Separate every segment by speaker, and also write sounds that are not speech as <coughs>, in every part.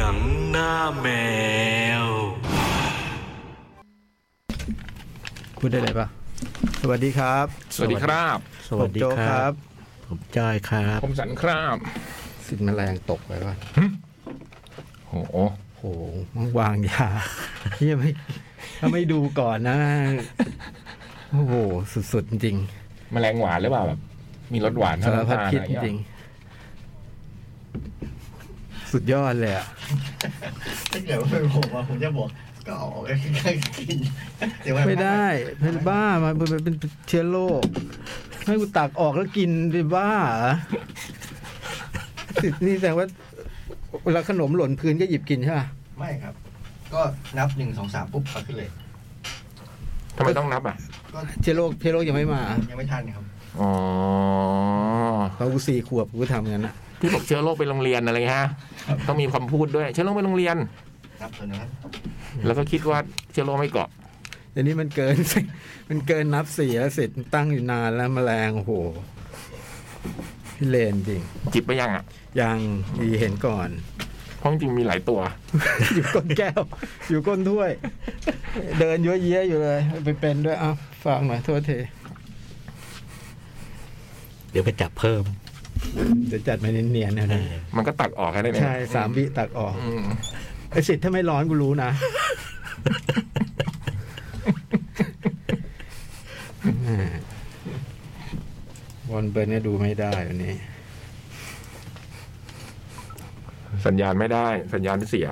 Speaker 1: นังหน้าแมว
Speaker 2: พูดได้เลยปะ
Speaker 3: สวัสดีครับ
Speaker 4: สวัสดีครับ
Speaker 2: สวัส
Speaker 3: ผ
Speaker 2: ดี
Speaker 3: มโจ
Speaker 2: ค
Speaker 3: ค
Speaker 2: รั
Speaker 3: รับ บ
Speaker 2: ผมจอยครับ
Speaker 4: ผมสันครับ
Speaker 2: สิ่งแมลงตกไปปะ
Speaker 4: โอ้โห
Speaker 2: โหมันวางยาเฮียไม่ถ้าไม่ดูก่อนนะ โอ้โห สุดๆจริง
Speaker 4: แมลงหวานหรือเปล่าแบบ มีรสหวาน
Speaker 2: สาร
Speaker 4: น้ำ
Speaker 2: พัด
Speaker 4: ตล
Speaker 2: คิด
Speaker 4: อะไร
Speaker 2: จ
Speaker 4: เงี้ย
Speaker 2: ริง สุดยอดเลยอ่ะ
Speaker 5: ถ้าเกิดว่าเป็นผมอะผมจะบอกก็เอาออกไปกินเยวว้
Speaker 2: ไม่ได้เป็นบ้ามาเป็นเป็นเป็นเชื้อโรคให้กูตักออกแล้วกินเป็นบ้าเหรอติดนี่แสดงว่าเวลาขนมหล่นพื้นก็หยิบกินใช่ปะ
Speaker 5: ไม่ครับ ก็นับหนึ่งสองสามปุ๊บเอาขึ้นเลย
Speaker 4: ทำไมต้องนับอ่ะ
Speaker 5: ก็
Speaker 2: เชื้อโรคเชื้อโรคยังไม่มา
Speaker 5: ยังไม่ทันครับ
Speaker 4: อ๋อ
Speaker 2: ตอนกูสี่ขวบกูก็ทำงั้นอะ
Speaker 4: ที่บอกเชื้อโรคไปโรงเรียนอะไรเงี้ยฮะ ต้องมีคำพูดด้วย เชื้อโรคไปโรงเรียน
Speaker 5: นับตัวนะครับ
Speaker 4: แล้วก็คิดว่าเชื้อโรคไม่เกาะ
Speaker 2: เดี๋ยวนี้มันเกิน <laughs> มันเกินนับสี่แล้วเสร็จตั้งอยู่นานแล้วแมลงโอ้โหพี่เลนจริง
Speaker 4: จิบไปยังอ่ะ
Speaker 2: ยังดีเห็นก่อน <laughs>
Speaker 4: เพราะจริงๆมีหลายตัว
Speaker 2: อยู่ก้นแก้ว อยู่ก้นถ้วย เดินเยอะแยะอยู่เลย ไปเป็นด้วยอ่ะฟังหน่อยโทษที
Speaker 3: เดี๋ยวไปจับเพิ่ม
Speaker 2: เดี๋ยวจัดมาเนียนๆนะนะ
Speaker 4: มันก็ตักออกแค่นั้นเอง
Speaker 2: ใช่สามวิตักออก
Speaker 4: อืม
Speaker 2: ไอ้สิทธิ์ถ้าไม่ร้อนกูรู้นะบอลเบิร์นเนี่ยดูไม่ได้วันนี้
Speaker 4: สัญญาณไม่ได้ สัญญาณเสีย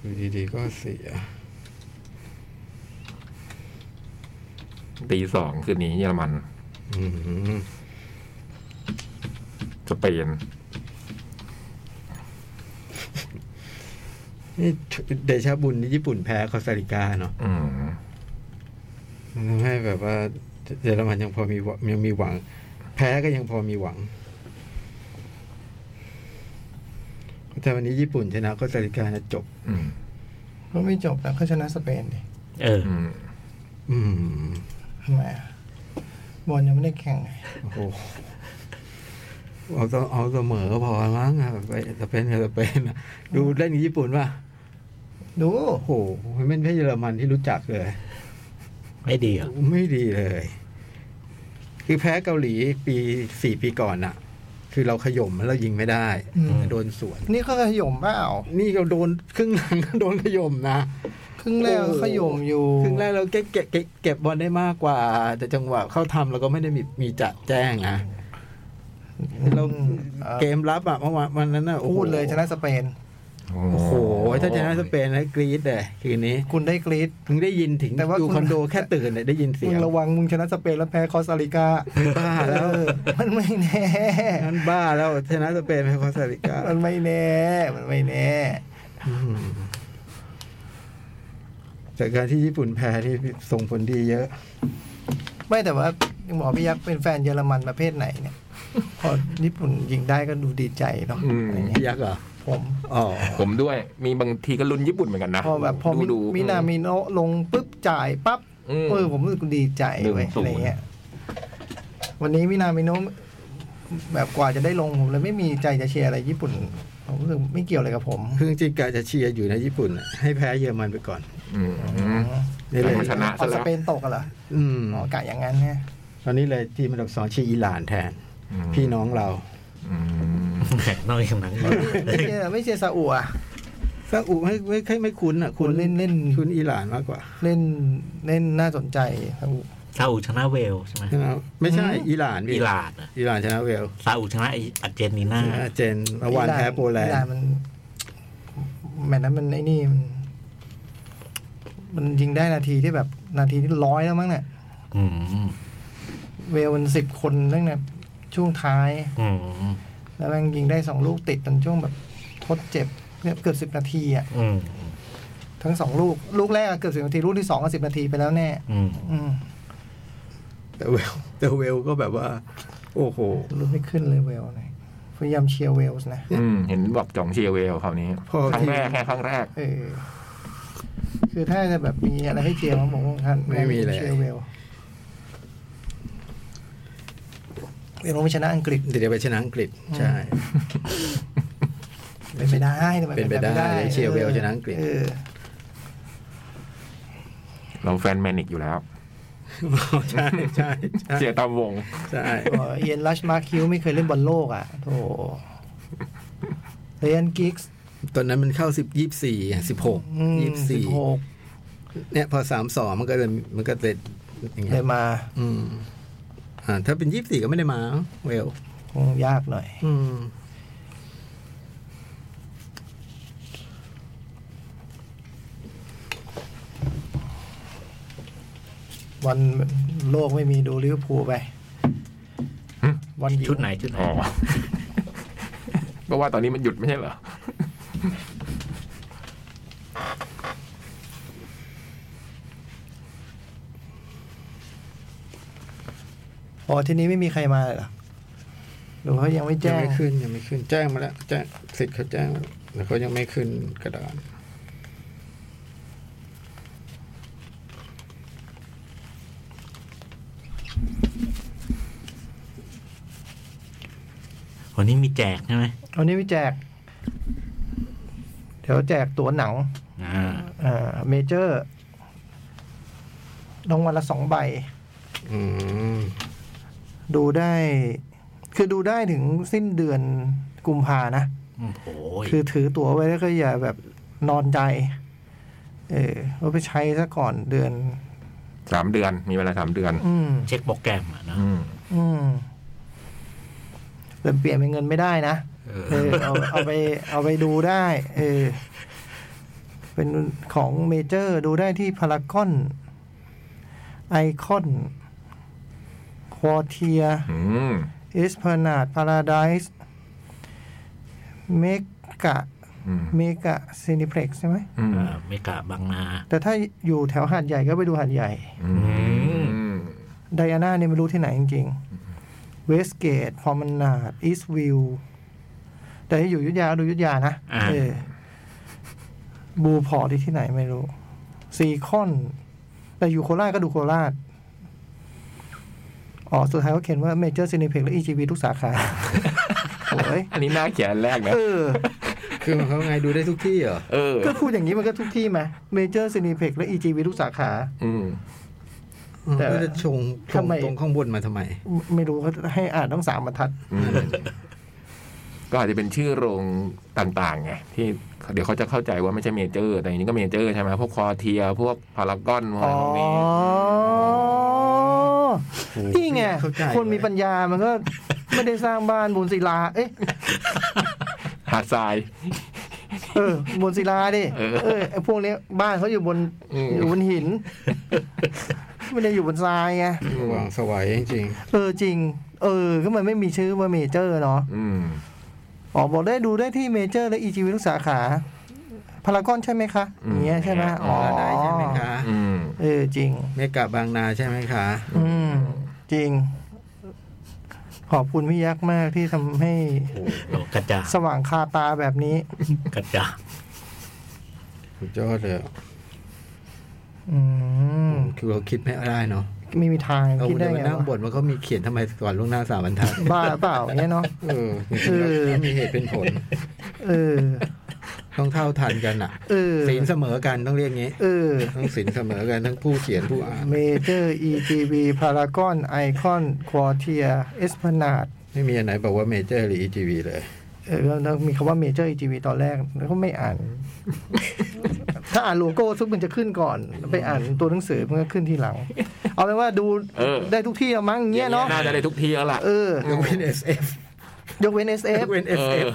Speaker 2: อยู่ดีๆก็เสีย
Speaker 4: ตีสองคืนนี้เยอรมัน
Speaker 2: อืม
Speaker 4: สเปน
Speaker 2: นี่เดชะบุญนี่ญี่ปุ่นแพ้คอสตาริกาเนาะ
Speaker 4: อืม
Speaker 2: มันทำให้แบบว่าเยอรมันยังพอมีหวังยังมีหวัง แพ้ก็ยังพอมีหวัง แต่วันนี้ญี่ปุ่นชนะก็สตาริกานะจบ
Speaker 4: อืม
Speaker 6: มันไม่จบแล้วก็ชนะสเปนดิ
Speaker 3: เออ
Speaker 4: อืม
Speaker 2: อืม
Speaker 6: ทำไมอะบอลยังไม่ได้แข่งไง
Speaker 2: โอ้โหเอาต้องเอาเสมอก็พอมั้งอะไปสเปนกับสเปนอะดูเล่นกับญี่ปุ่นป่ะ
Speaker 6: ดู
Speaker 2: โอ้โหมันไม่ใช่เยอรมันที่รู้จักเลย
Speaker 3: ไม่ดีเหรอ
Speaker 2: ไม่ดีเลย คือแพ้เกาหลีปีสี่ปีก่อนอะคือเราขย่มแล้วเรายิงไม่ได้โดนสวน
Speaker 6: นี่เขาขย่มเปล่า
Speaker 2: นี่เราโดนครึ่งหลัง โดนขย่มนะ
Speaker 6: ครึ่งแรกเขาขย่มอยู่
Speaker 2: ครึ่งแรกเราเก็บเก็บเก็บเก็บบอลได้มากกว่า แต่จังหวะเข้าทำเราก็ไม่ได้มีมีจะแจ้งนะเรา
Speaker 6: อ่อ
Speaker 2: เกมรับอะเมื่อวานวันนั้นอะโอ้โห
Speaker 6: พูดเลยชนะสเปน
Speaker 2: โอ้โห ถ้าชนะสเปนนะกรี๊ดเลยคืนนี้
Speaker 6: คุณได้กรีด
Speaker 2: ถึงได้ยินถึง
Speaker 6: แต่ว่า
Speaker 2: อยู่
Speaker 6: คุณ
Speaker 2: คอนโดแค่ตื่นเนี่ยได้ยินเสี
Speaker 6: มึ
Speaker 2: ย
Speaker 6: ง
Speaker 2: ง
Speaker 6: ระวังมึงชนะสเปนแล้วแพ้คอสตาริกา
Speaker 2: ไม่บ้าแล้ว
Speaker 6: เออมันไม่แน่
Speaker 2: นั้นบ้าแล้วชนะสเปนไปคอสตาริกา
Speaker 6: มันไม่แน่ มันไม่แน่
Speaker 2: อืมจากการที่ญี่ปุ่นแพ้ที่ส่งผลดีเยอะ
Speaker 6: ไม่แต่ว่าหมอพี่ยักษ์เป็นแฟนเยอรมันประเภทไหนเนี่ย <laughs> พอญี่ปุ่นยิงได้ก็ดูดีใจเนาะ
Speaker 4: อืม
Speaker 6: อะไรเงี้ย
Speaker 2: ยักษ์เหรอ
Speaker 6: ผม
Speaker 2: อ๋อ
Speaker 4: ผมด้วย มีบางทีก็ลุ้นญี่ปุ่นเหมือนกันนะ
Speaker 6: พอแบบพอมิ
Speaker 4: ดูๆ
Speaker 6: มินามิโนะลงปุ๊บจ่ายปั๊บ
Speaker 4: อืม
Speaker 6: เออผมรู้สึกดีใจเว้ย
Speaker 4: หนึ่งศูนย์
Speaker 6: อะไรเงี้ยวันนี้มินามิโนะแบบกว่าจะได้ลงผมเลยไม่มีใจจะเชียร์อะไรญี่ปุ่นผมรู้สึกไม่เกี่ยวอะไรกับผม
Speaker 2: เพิ่งจริงกะจะเชียร์อยู่ในญี่ปุ่นน่ะให้แพ้เยอรมันไปก่อน
Speaker 4: อืมอืม
Speaker 2: นี่เลย
Speaker 4: ไม่ชนะซะแล้ว
Speaker 6: เอาสเปนตกกันเหรอ
Speaker 2: อืม
Speaker 6: อ๋อกะอย่างนั้นไง
Speaker 2: ตอนนี้เลยทีมอันดับสองเชียร์อิหร่านแทน
Speaker 4: อืม
Speaker 2: พี่น้องเรา
Speaker 4: อืม
Speaker 3: แข่งนอกอย่างหนังอีก
Speaker 6: ไม่เชียร์ไม่เชียร์ซาอุอ่ะ
Speaker 2: ซาอุไม่ไม่ไม่ไม่คุ้นอ่ะ
Speaker 6: คุ
Speaker 2: คุ้
Speaker 6: ณ
Speaker 2: น
Speaker 6: เล่นเล่น
Speaker 2: คุ้นอิหร่านมากกว่า
Speaker 6: เล่นเล่นน่าสนใจซาอุ
Speaker 3: ซาอุชนะเวลส์ใช่ไหม
Speaker 2: ใช่ไหมไม่ใช่
Speaker 6: อืม
Speaker 2: อิหร่านพี่
Speaker 3: อิหร่านอะ
Speaker 2: อิหร่านชนะเวล
Speaker 3: ซาอุชนะอาร์เจนตินา
Speaker 2: เจนเมื่อวานแพ้โปแลน
Speaker 6: อิ
Speaker 2: ด์
Speaker 6: หร่ามันแมตช์นั้นมันไอ้นี่มันมันยิงได้นาทีที่แบบ นาทีที่ร้อยแล้วมั้งเนี่ย
Speaker 3: อืม
Speaker 6: เวลมันสิบคนตั้งแต่ช่วงท้าย
Speaker 3: อืม
Speaker 6: แล้วแม่งยิงได้สองลูกติดจนช่วงแบบทดเจ็บเกือบเกือบสิบนาทีอ่ะ
Speaker 3: อืม
Speaker 6: ทั้งสองลูก ลูกแรกอะเกือบสิบนาที ลูกที่สองก็สิบนาทีไปแล้วแน่
Speaker 3: อืม
Speaker 6: อืม
Speaker 2: แต่เวลแต่เวลก็แบบว่า โอ้โห
Speaker 6: ลุกไม่ขึ้นเลยเวลเนี่ยพยายามเชียร์เวลส์นะ
Speaker 4: อืมเห็นบอกจ่องเชียร์เวลคราวนี้
Speaker 2: พอ
Speaker 4: ครั้งแรกแค่ครั้งแรก
Speaker 6: เออคือถ้าจะแบบมีอะไรให้เชียร์มาบอกว่าท่าน
Speaker 2: ไม่มีเลย
Speaker 6: เชียร์เวลเวลไม่ชนะอังกฤษ
Speaker 2: เดี๋ยวไปชนะอังกฤษ ใช่
Speaker 6: ไปได้ทำม
Speaker 2: เป็นไปได้เชียร์เวลส์ชนะอังกฤษ
Speaker 6: เออ
Speaker 4: เราแฟนแมนอีกอยู่แล้ว
Speaker 2: <laughs> ใช่ใช่ใช่
Speaker 4: เสียตามวง
Speaker 2: ใช่
Speaker 6: ก็เอียนลัชมาร์คิวไม่เคยเล่นบอลโลกอ่ะ
Speaker 2: <laughs>
Speaker 6: โถเรียนกิกส์
Speaker 2: ตอนนั้นมันเข้าสิบยี่สี่สิบหกยี่
Speaker 6: สิ
Speaker 2: สี่
Speaker 6: บหก
Speaker 2: เนี่ยพอสามสองมันก็เลยมันก็เลยอย่างเงี้
Speaker 6: เลย ยมา
Speaker 2: อืมอ่า ถ้าเป็นยี่สี่ก็ไม่ได้มาเวลส์
Speaker 6: คงยากหน่อย
Speaker 2: อืม
Speaker 6: บอลโลกไม่มีดูลิเวอร์พูลไป
Speaker 4: หึ
Speaker 6: บอลญิง
Speaker 3: ชุดไหนชุดไหน
Speaker 4: อ๋อก็ว่าตอนนี้มันหยุดไม่ใช่เหรอ
Speaker 6: อ๋อทีนี้ไม่มีใครมาเลยเหรอหรือเขายังไม่
Speaker 2: ยัง
Speaker 6: แจ้ง
Speaker 2: ไม่ขึ้นยังไม่ขึ้นแจ้งมาแล้วแจ้งสิทธิ์เขาแจ้งมาแล้วแต่เขายังไม่ขึ้นกระดาน
Speaker 3: วันนี้มีแจกใช่ไหม
Speaker 6: วันนี้ไม่แจก เดี๋ยวแจกตั๋วหนัง
Speaker 3: อ่า
Speaker 6: อ่าเมเจอร์รางวัลละสองใบ
Speaker 2: อืม
Speaker 6: ดูได้ คือดูได้ถึงสิ้นเดือนกุมภานะ
Speaker 3: โอ้โหย
Speaker 6: คือถือตั๋วไว้แล้วก็อย่าแบบนอนใจ เออว่าไปใช้ซะก่อนเดือน
Speaker 4: สามเดือน มีเวลาสามเดือน
Speaker 6: อืม
Speaker 3: เช็คโปรแกรมอ่ะเนอะ
Speaker 4: อืม
Speaker 6: อืมแต่เปลี่ยนเป็นเงินไม่ได้นะ
Speaker 3: เอ
Speaker 6: เอ
Speaker 3: อ
Speaker 6: อ เอาเอาไปเอาไปดูได้ เออ เป็นของเมเจอร์ดูได้ที่พารากอน ไอคอน ควอเทีย
Speaker 4: อืม
Speaker 6: อิสพนาดพาราไดส์เมกะ
Speaker 4: อืม
Speaker 6: เมกะซีนิเพล็กใช่ไหม
Speaker 4: อืม
Speaker 3: อ่าเมกะบางนา
Speaker 6: แต่ถ้าอยู่แถวหาดใหญ่ก็ไปดูหาดใหญ่
Speaker 4: อืม
Speaker 6: ไดอาน่าเนี่ยไม่รู้ที่ไหนจริงๆ เวสเกต พอมันนาดอีสวิว แต่ที่อยู่อยุทธยาก็ดูอยุทธยานะ
Speaker 3: อ่า
Speaker 6: เออบูพอร์ตที่ที่ไหนไม่รู้ ซีคอน แต่อยู่โคราชก็ดูโคราช อ๋อ สุดท้ายก็เขียนว่าเมเจอร์ซีนิเพล็กและอีจีบีทุกสา
Speaker 3: <laughs>
Speaker 6: ขาโอ้ย
Speaker 4: อันนี้หน้าเขียนแรกนะ
Speaker 6: เออ
Speaker 2: คือหมันเขามว่าไงดูได้ทุกที่เหรอ
Speaker 4: เออ
Speaker 6: ก็พูดอย่างนี้มันก็ทุกที่ไหมเมเจอร์ซีนิเพ็กและ EGV ทุกสาขา
Speaker 4: อืม
Speaker 2: เออ
Speaker 6: แต่
Speaker 2: ก็จะชงชง
Speaker 6: ทำไม
Speaker 2: ตรงข้างบนมาทำไม
Speaker 6: ไม่ไม่รู้เขาให้อ่านต้องสามบรรทัด
Speaker 4: อืม <laughs> ก็อาจจะเป็นชื่อโรงต่างๆไงที่เดี๋ยวเขาจะเข้าใจว่าไม่ใช่เมเจอร์ แต่จริงๆก็เมเจอร์ใช่ไหมพวกคอเทีย พวกพารากอนพวกอะไรพ
Speaker 6: อ๋อ
Speaker 4: วกนี้
Speaker 6: นี่ไง
Speaker 2: เข้าใจ
Speaker 6: คนมีปัญญามันก็ <laughs> ไม่ได้สร้างบ้านบนศิลา เอ๊ะ
Speaker 4: หาดทราย
Speaker 6: เออ บนศิลาดิ
Speaker 4: เออ
Speaker 6: เออไอ้พวกเนี้ยบ้านเขาอยู่บน
Speaker 4: อืม
Speaker 6: อยู่บน <laughs> หิน ไม่ได้อยู่บนทรายไง
Speaker 2: หวังสวัยจริง
Speaker 6: เออจริง เออ ก็มันไม่มีชื่อว่าเมเจอร์เนาะ
Speaker 4: อืม
Speaker 6: อ๋อบอกได้ดูได้ที่เมเจอร์และ EGV ทุกสาขา พารากอนใช่ไหมคะ
Speaker 4: อืม
Speaker 6: อย่างเงี้ยใช่ไหม
Speaker 2: ๆ
Speaker 6: อ๋อ
Speaker 2: ลาได้ใช่ไหมคะ
Speaker 4: อืม
Speaker 6: เออจริง
Speaker 2: เมกะบางนาใช่ไหมคะ
Speaker 6: อืม จริง ขอบคุณพี่ยักษ์มากที่ทำให้
Speaker 3: โลกระจา
Speaker 6: สว่างคาตาแบบนี้
Speaker 3: กระจา
Speaker 2: สุดยอดเลยอะ
Speaker 6: อืม
Speaker 2: คือเราคิดไม่ได้เนาะ
Speaker 6: ไม่มีทาง
Speaker 2: เรา
Speaker 6: คิด
Speaker 2: จะ
Speaker 6: ได้
Speaker 2: มา
Speaker 6: ไง
Speaker 2: นั่ง
Speaker 6: วะ
Speaker 2: บ่นว่าเขามีเขียนทำไมก่อนล่วงหน้าสามบรรทัด
Speaker 6: บ้าเปล่าอย่างเงี้ยเนาะ
Speaker 2: เออจริงๆแล้วมันมีเหตุเป็นผล
Speaker 6: เออ
Speaker 2: ต้องเท่าทันกันอ่ะ
Speaker 6: เออ
Speaker 2: ศีลเสมอกันต้องเรียกงี้
Speaker 6: เออ
Speaker 2: ต้องศีลเสมอกันทั้งผู้เขียนผู้อ่าน
Speaker 6: เมเจอร์ EGV พารากอนไอคอนควอเทียเอสพนาด
Speaker 2: ไม่มีอันไหนบอกว่าเมเจอร์หรือ EGV เลย
Speaker 6: เออแล้วมีคำว่าเมเจอร์ EGV ตอนแรกแล้วก็ไม่อ่าน ถ้าอ่านโลโก้ซุปมันจะขึ้นก่อน ไปอ่านตัวหนังสือมันก็ขึ้นทีหลัง เอาเป็นว่าดู
Speaker 4: เออ
Speaker 6: ได้ทุกที่แล้วมั้งเงี้ยเนาะ
Speaker 4: น่าจะได้ทุกที่แล้วล่ะ
Speaker 6: เออ
Speaker 2: ยกเว้น SF
Speaker 6: ยกเว้
Speaker 2: ย
Speaker 6: น SF
Speaker 2: กเว้น
Speaker 4: เอ
Speaker 2: SF
Speaker 4: อ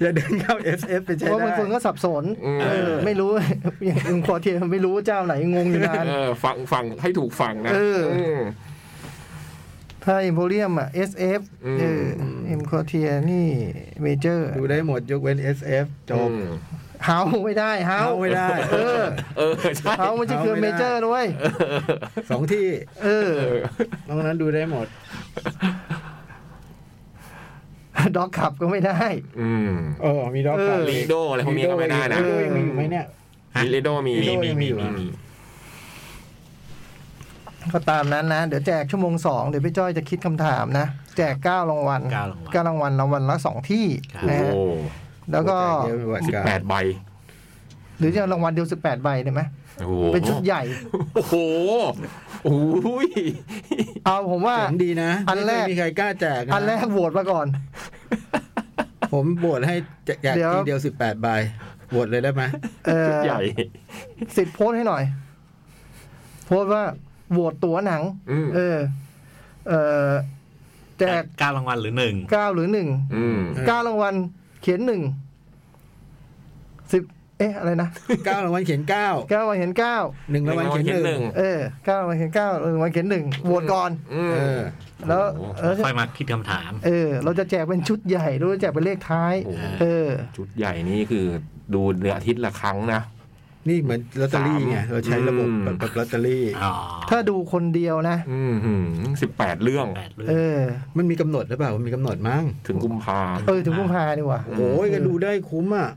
Speaker 2: อย่าเดินเข้า SF ไป
Speaker 6: เพ
Speaker 2: ใช้
Speaker 6: ราะ
Speaker 2: ได้
Speaker 6: บางคนก็สับสน
Speaker 4: อืม
Speaker 6: เออ ไม่รู้ <laughs> อย่างคุณควอเทียมไม่รู้เจ้าไหนงงอยู่นาน
Speaker 4: เออฟังฟังให้ถูกฟังนะ
Speaker 6: เออ
Speaker 4: ม
Speaker 6: ถ้าอิมโพเรียมอ่ะ SF
Speaker 4: อืม
Speaker 6: เอออ็มควอเทียนี่เมเจอร์
Speaker 2: ดูได้หมดยกเว้น SF จบ
Speaker 4: อืม
Speaker 6: เฮาไม่ได้เฮา
Speaker 2: เอาไม่ได้
Speaker 6: เออ
Speaker 4: เออใช่
Speaker 6: เฮามันจะคือเมเจอร์ด้วย
Speaker 2: สองที่
Speaker 6: เออ
Speaker 2: นอกนั้นดูได้หมด
Speaker 6: ด็อกขับก็ไม่ได้
Speaker 4: อืม
Speaker 2: เออ มีดอก
Speaker 6: เออ
Speaker 4: ลีโด้อะไรพวกนี้ก็ไม่ได้นะ
Speaker 2: ลีโดยังมีอยู่ไหมเนี่ย
Speaker 4: ลีโดมี
Speaker 2: ลีโด้ยังมีอยู่นะ
Speaker 6: ก็ตามนั้นนะ เดี๋ยวแจกชั่วโมงสองเดี๋ยวพี่จ้อยจะคิดคำถามนะ แจกเก้ารางวัล
Speaker 3: เก้ารางวัล
Speaker 6: เก้ารางวัลรางวัลละสองที่
Speaker 3: ครับ
Speaker 6: นะฮะ แล้วก็
Speaker 2: เยอะประวัติ
Speaker 4: สิบ
Speaker 2: การ
Speaker 4: แปดใบ
Speaker 6: หรือจะเอารางวัลเดียวสิบแปดใบได้ไหม
Speaker 4: โอ้โห
Speaker 6: เป็นชุดใหญ่
Speaker 4: โอ้โหโอ้ย
Speaker 6: เอาผมว่า
Speaker 2: เสียงดีนะ
Speaker 6: อันแรก
Speaker 2: ไม่มีใครกล้าแจกะ
Speaker 6: อันแรกโหวตมาก่อน
Speaker 2: ผมโหวตให้แจก
Speaker 6: เดี๋ยว
Speaker 2: ทีเดียวสิบแปดใบโหวตเลยได้ <laughs> ไหม
Speaker 6: เอ่อ
Speaker 4: ชุดใหญ่
Speaker 6: สิทธิ์โพสต์ให้หน่อย โพสต์ว่าโหวตตัวหนัง
Speaker 4: อืม
Speaker 6: เออ เออแจก
Speaker 3: เก้ารางวัลหรือหนึ่ง
Speaker 6: เก้าหรือหนึ่ง
Speaker 4: อืม
Speaker 6: เก้ารางวัลเขียนหนึ่งสิบเอ๊ะอะไรนะ
Speaker 2: เก้ารางวัลเขียนเก้า
Speaker 6: เก้ารางวัลเขียนเก้า
Speaker 2: หนึ่งรางวัลเขียนหนึ่ง
Speaker 6: เออเก้ารางวัลเขียนเก้ารางวัลเขียนหนึ่งโหวตก่อน
Speaker 4: อืม
Speaker 2: เออ
Speaker 6: แล้วเออ
Speaker 3: ค่อยมาคิดคำถาม
Speaker 6: เออ เราจะแจกเป็นชุดใหญ่หรือจะแจกเป็นเลขท้าย
Speaker 4: โอ้โห
Speaker 6: เออ
Speaker 4: ชุดใหญ่นี่คือดูเดือนอาทิตย์ละครั้งนะ
Speaker 2: นี่เหมือนลอตเตอรี่ไง
Speaker 4: สาม
Speaker 2: เราใช้ระบบ
Speaker 4: อืม
Speaker 2: แบบลอตเตอรี่
Speaker 3: อ๋อ
Speaker 6: ถ้าดูคนเดียวนะ
Speaker 4: อืมสิบแปดเรื่อง
Speaker 3: แปดเรื่อ
Speaker 6: เอง อ
Speaker 2: มันมีกำหนดหรือเปล่ามันมีกำหนดมั้ง
Speaker 4: ถึงกุมภา
Speaker 6: เออ ถึงกุมภาดีกว่า
Speaker 2: โอ้ยก็ดูได้คุ้มอ่ะ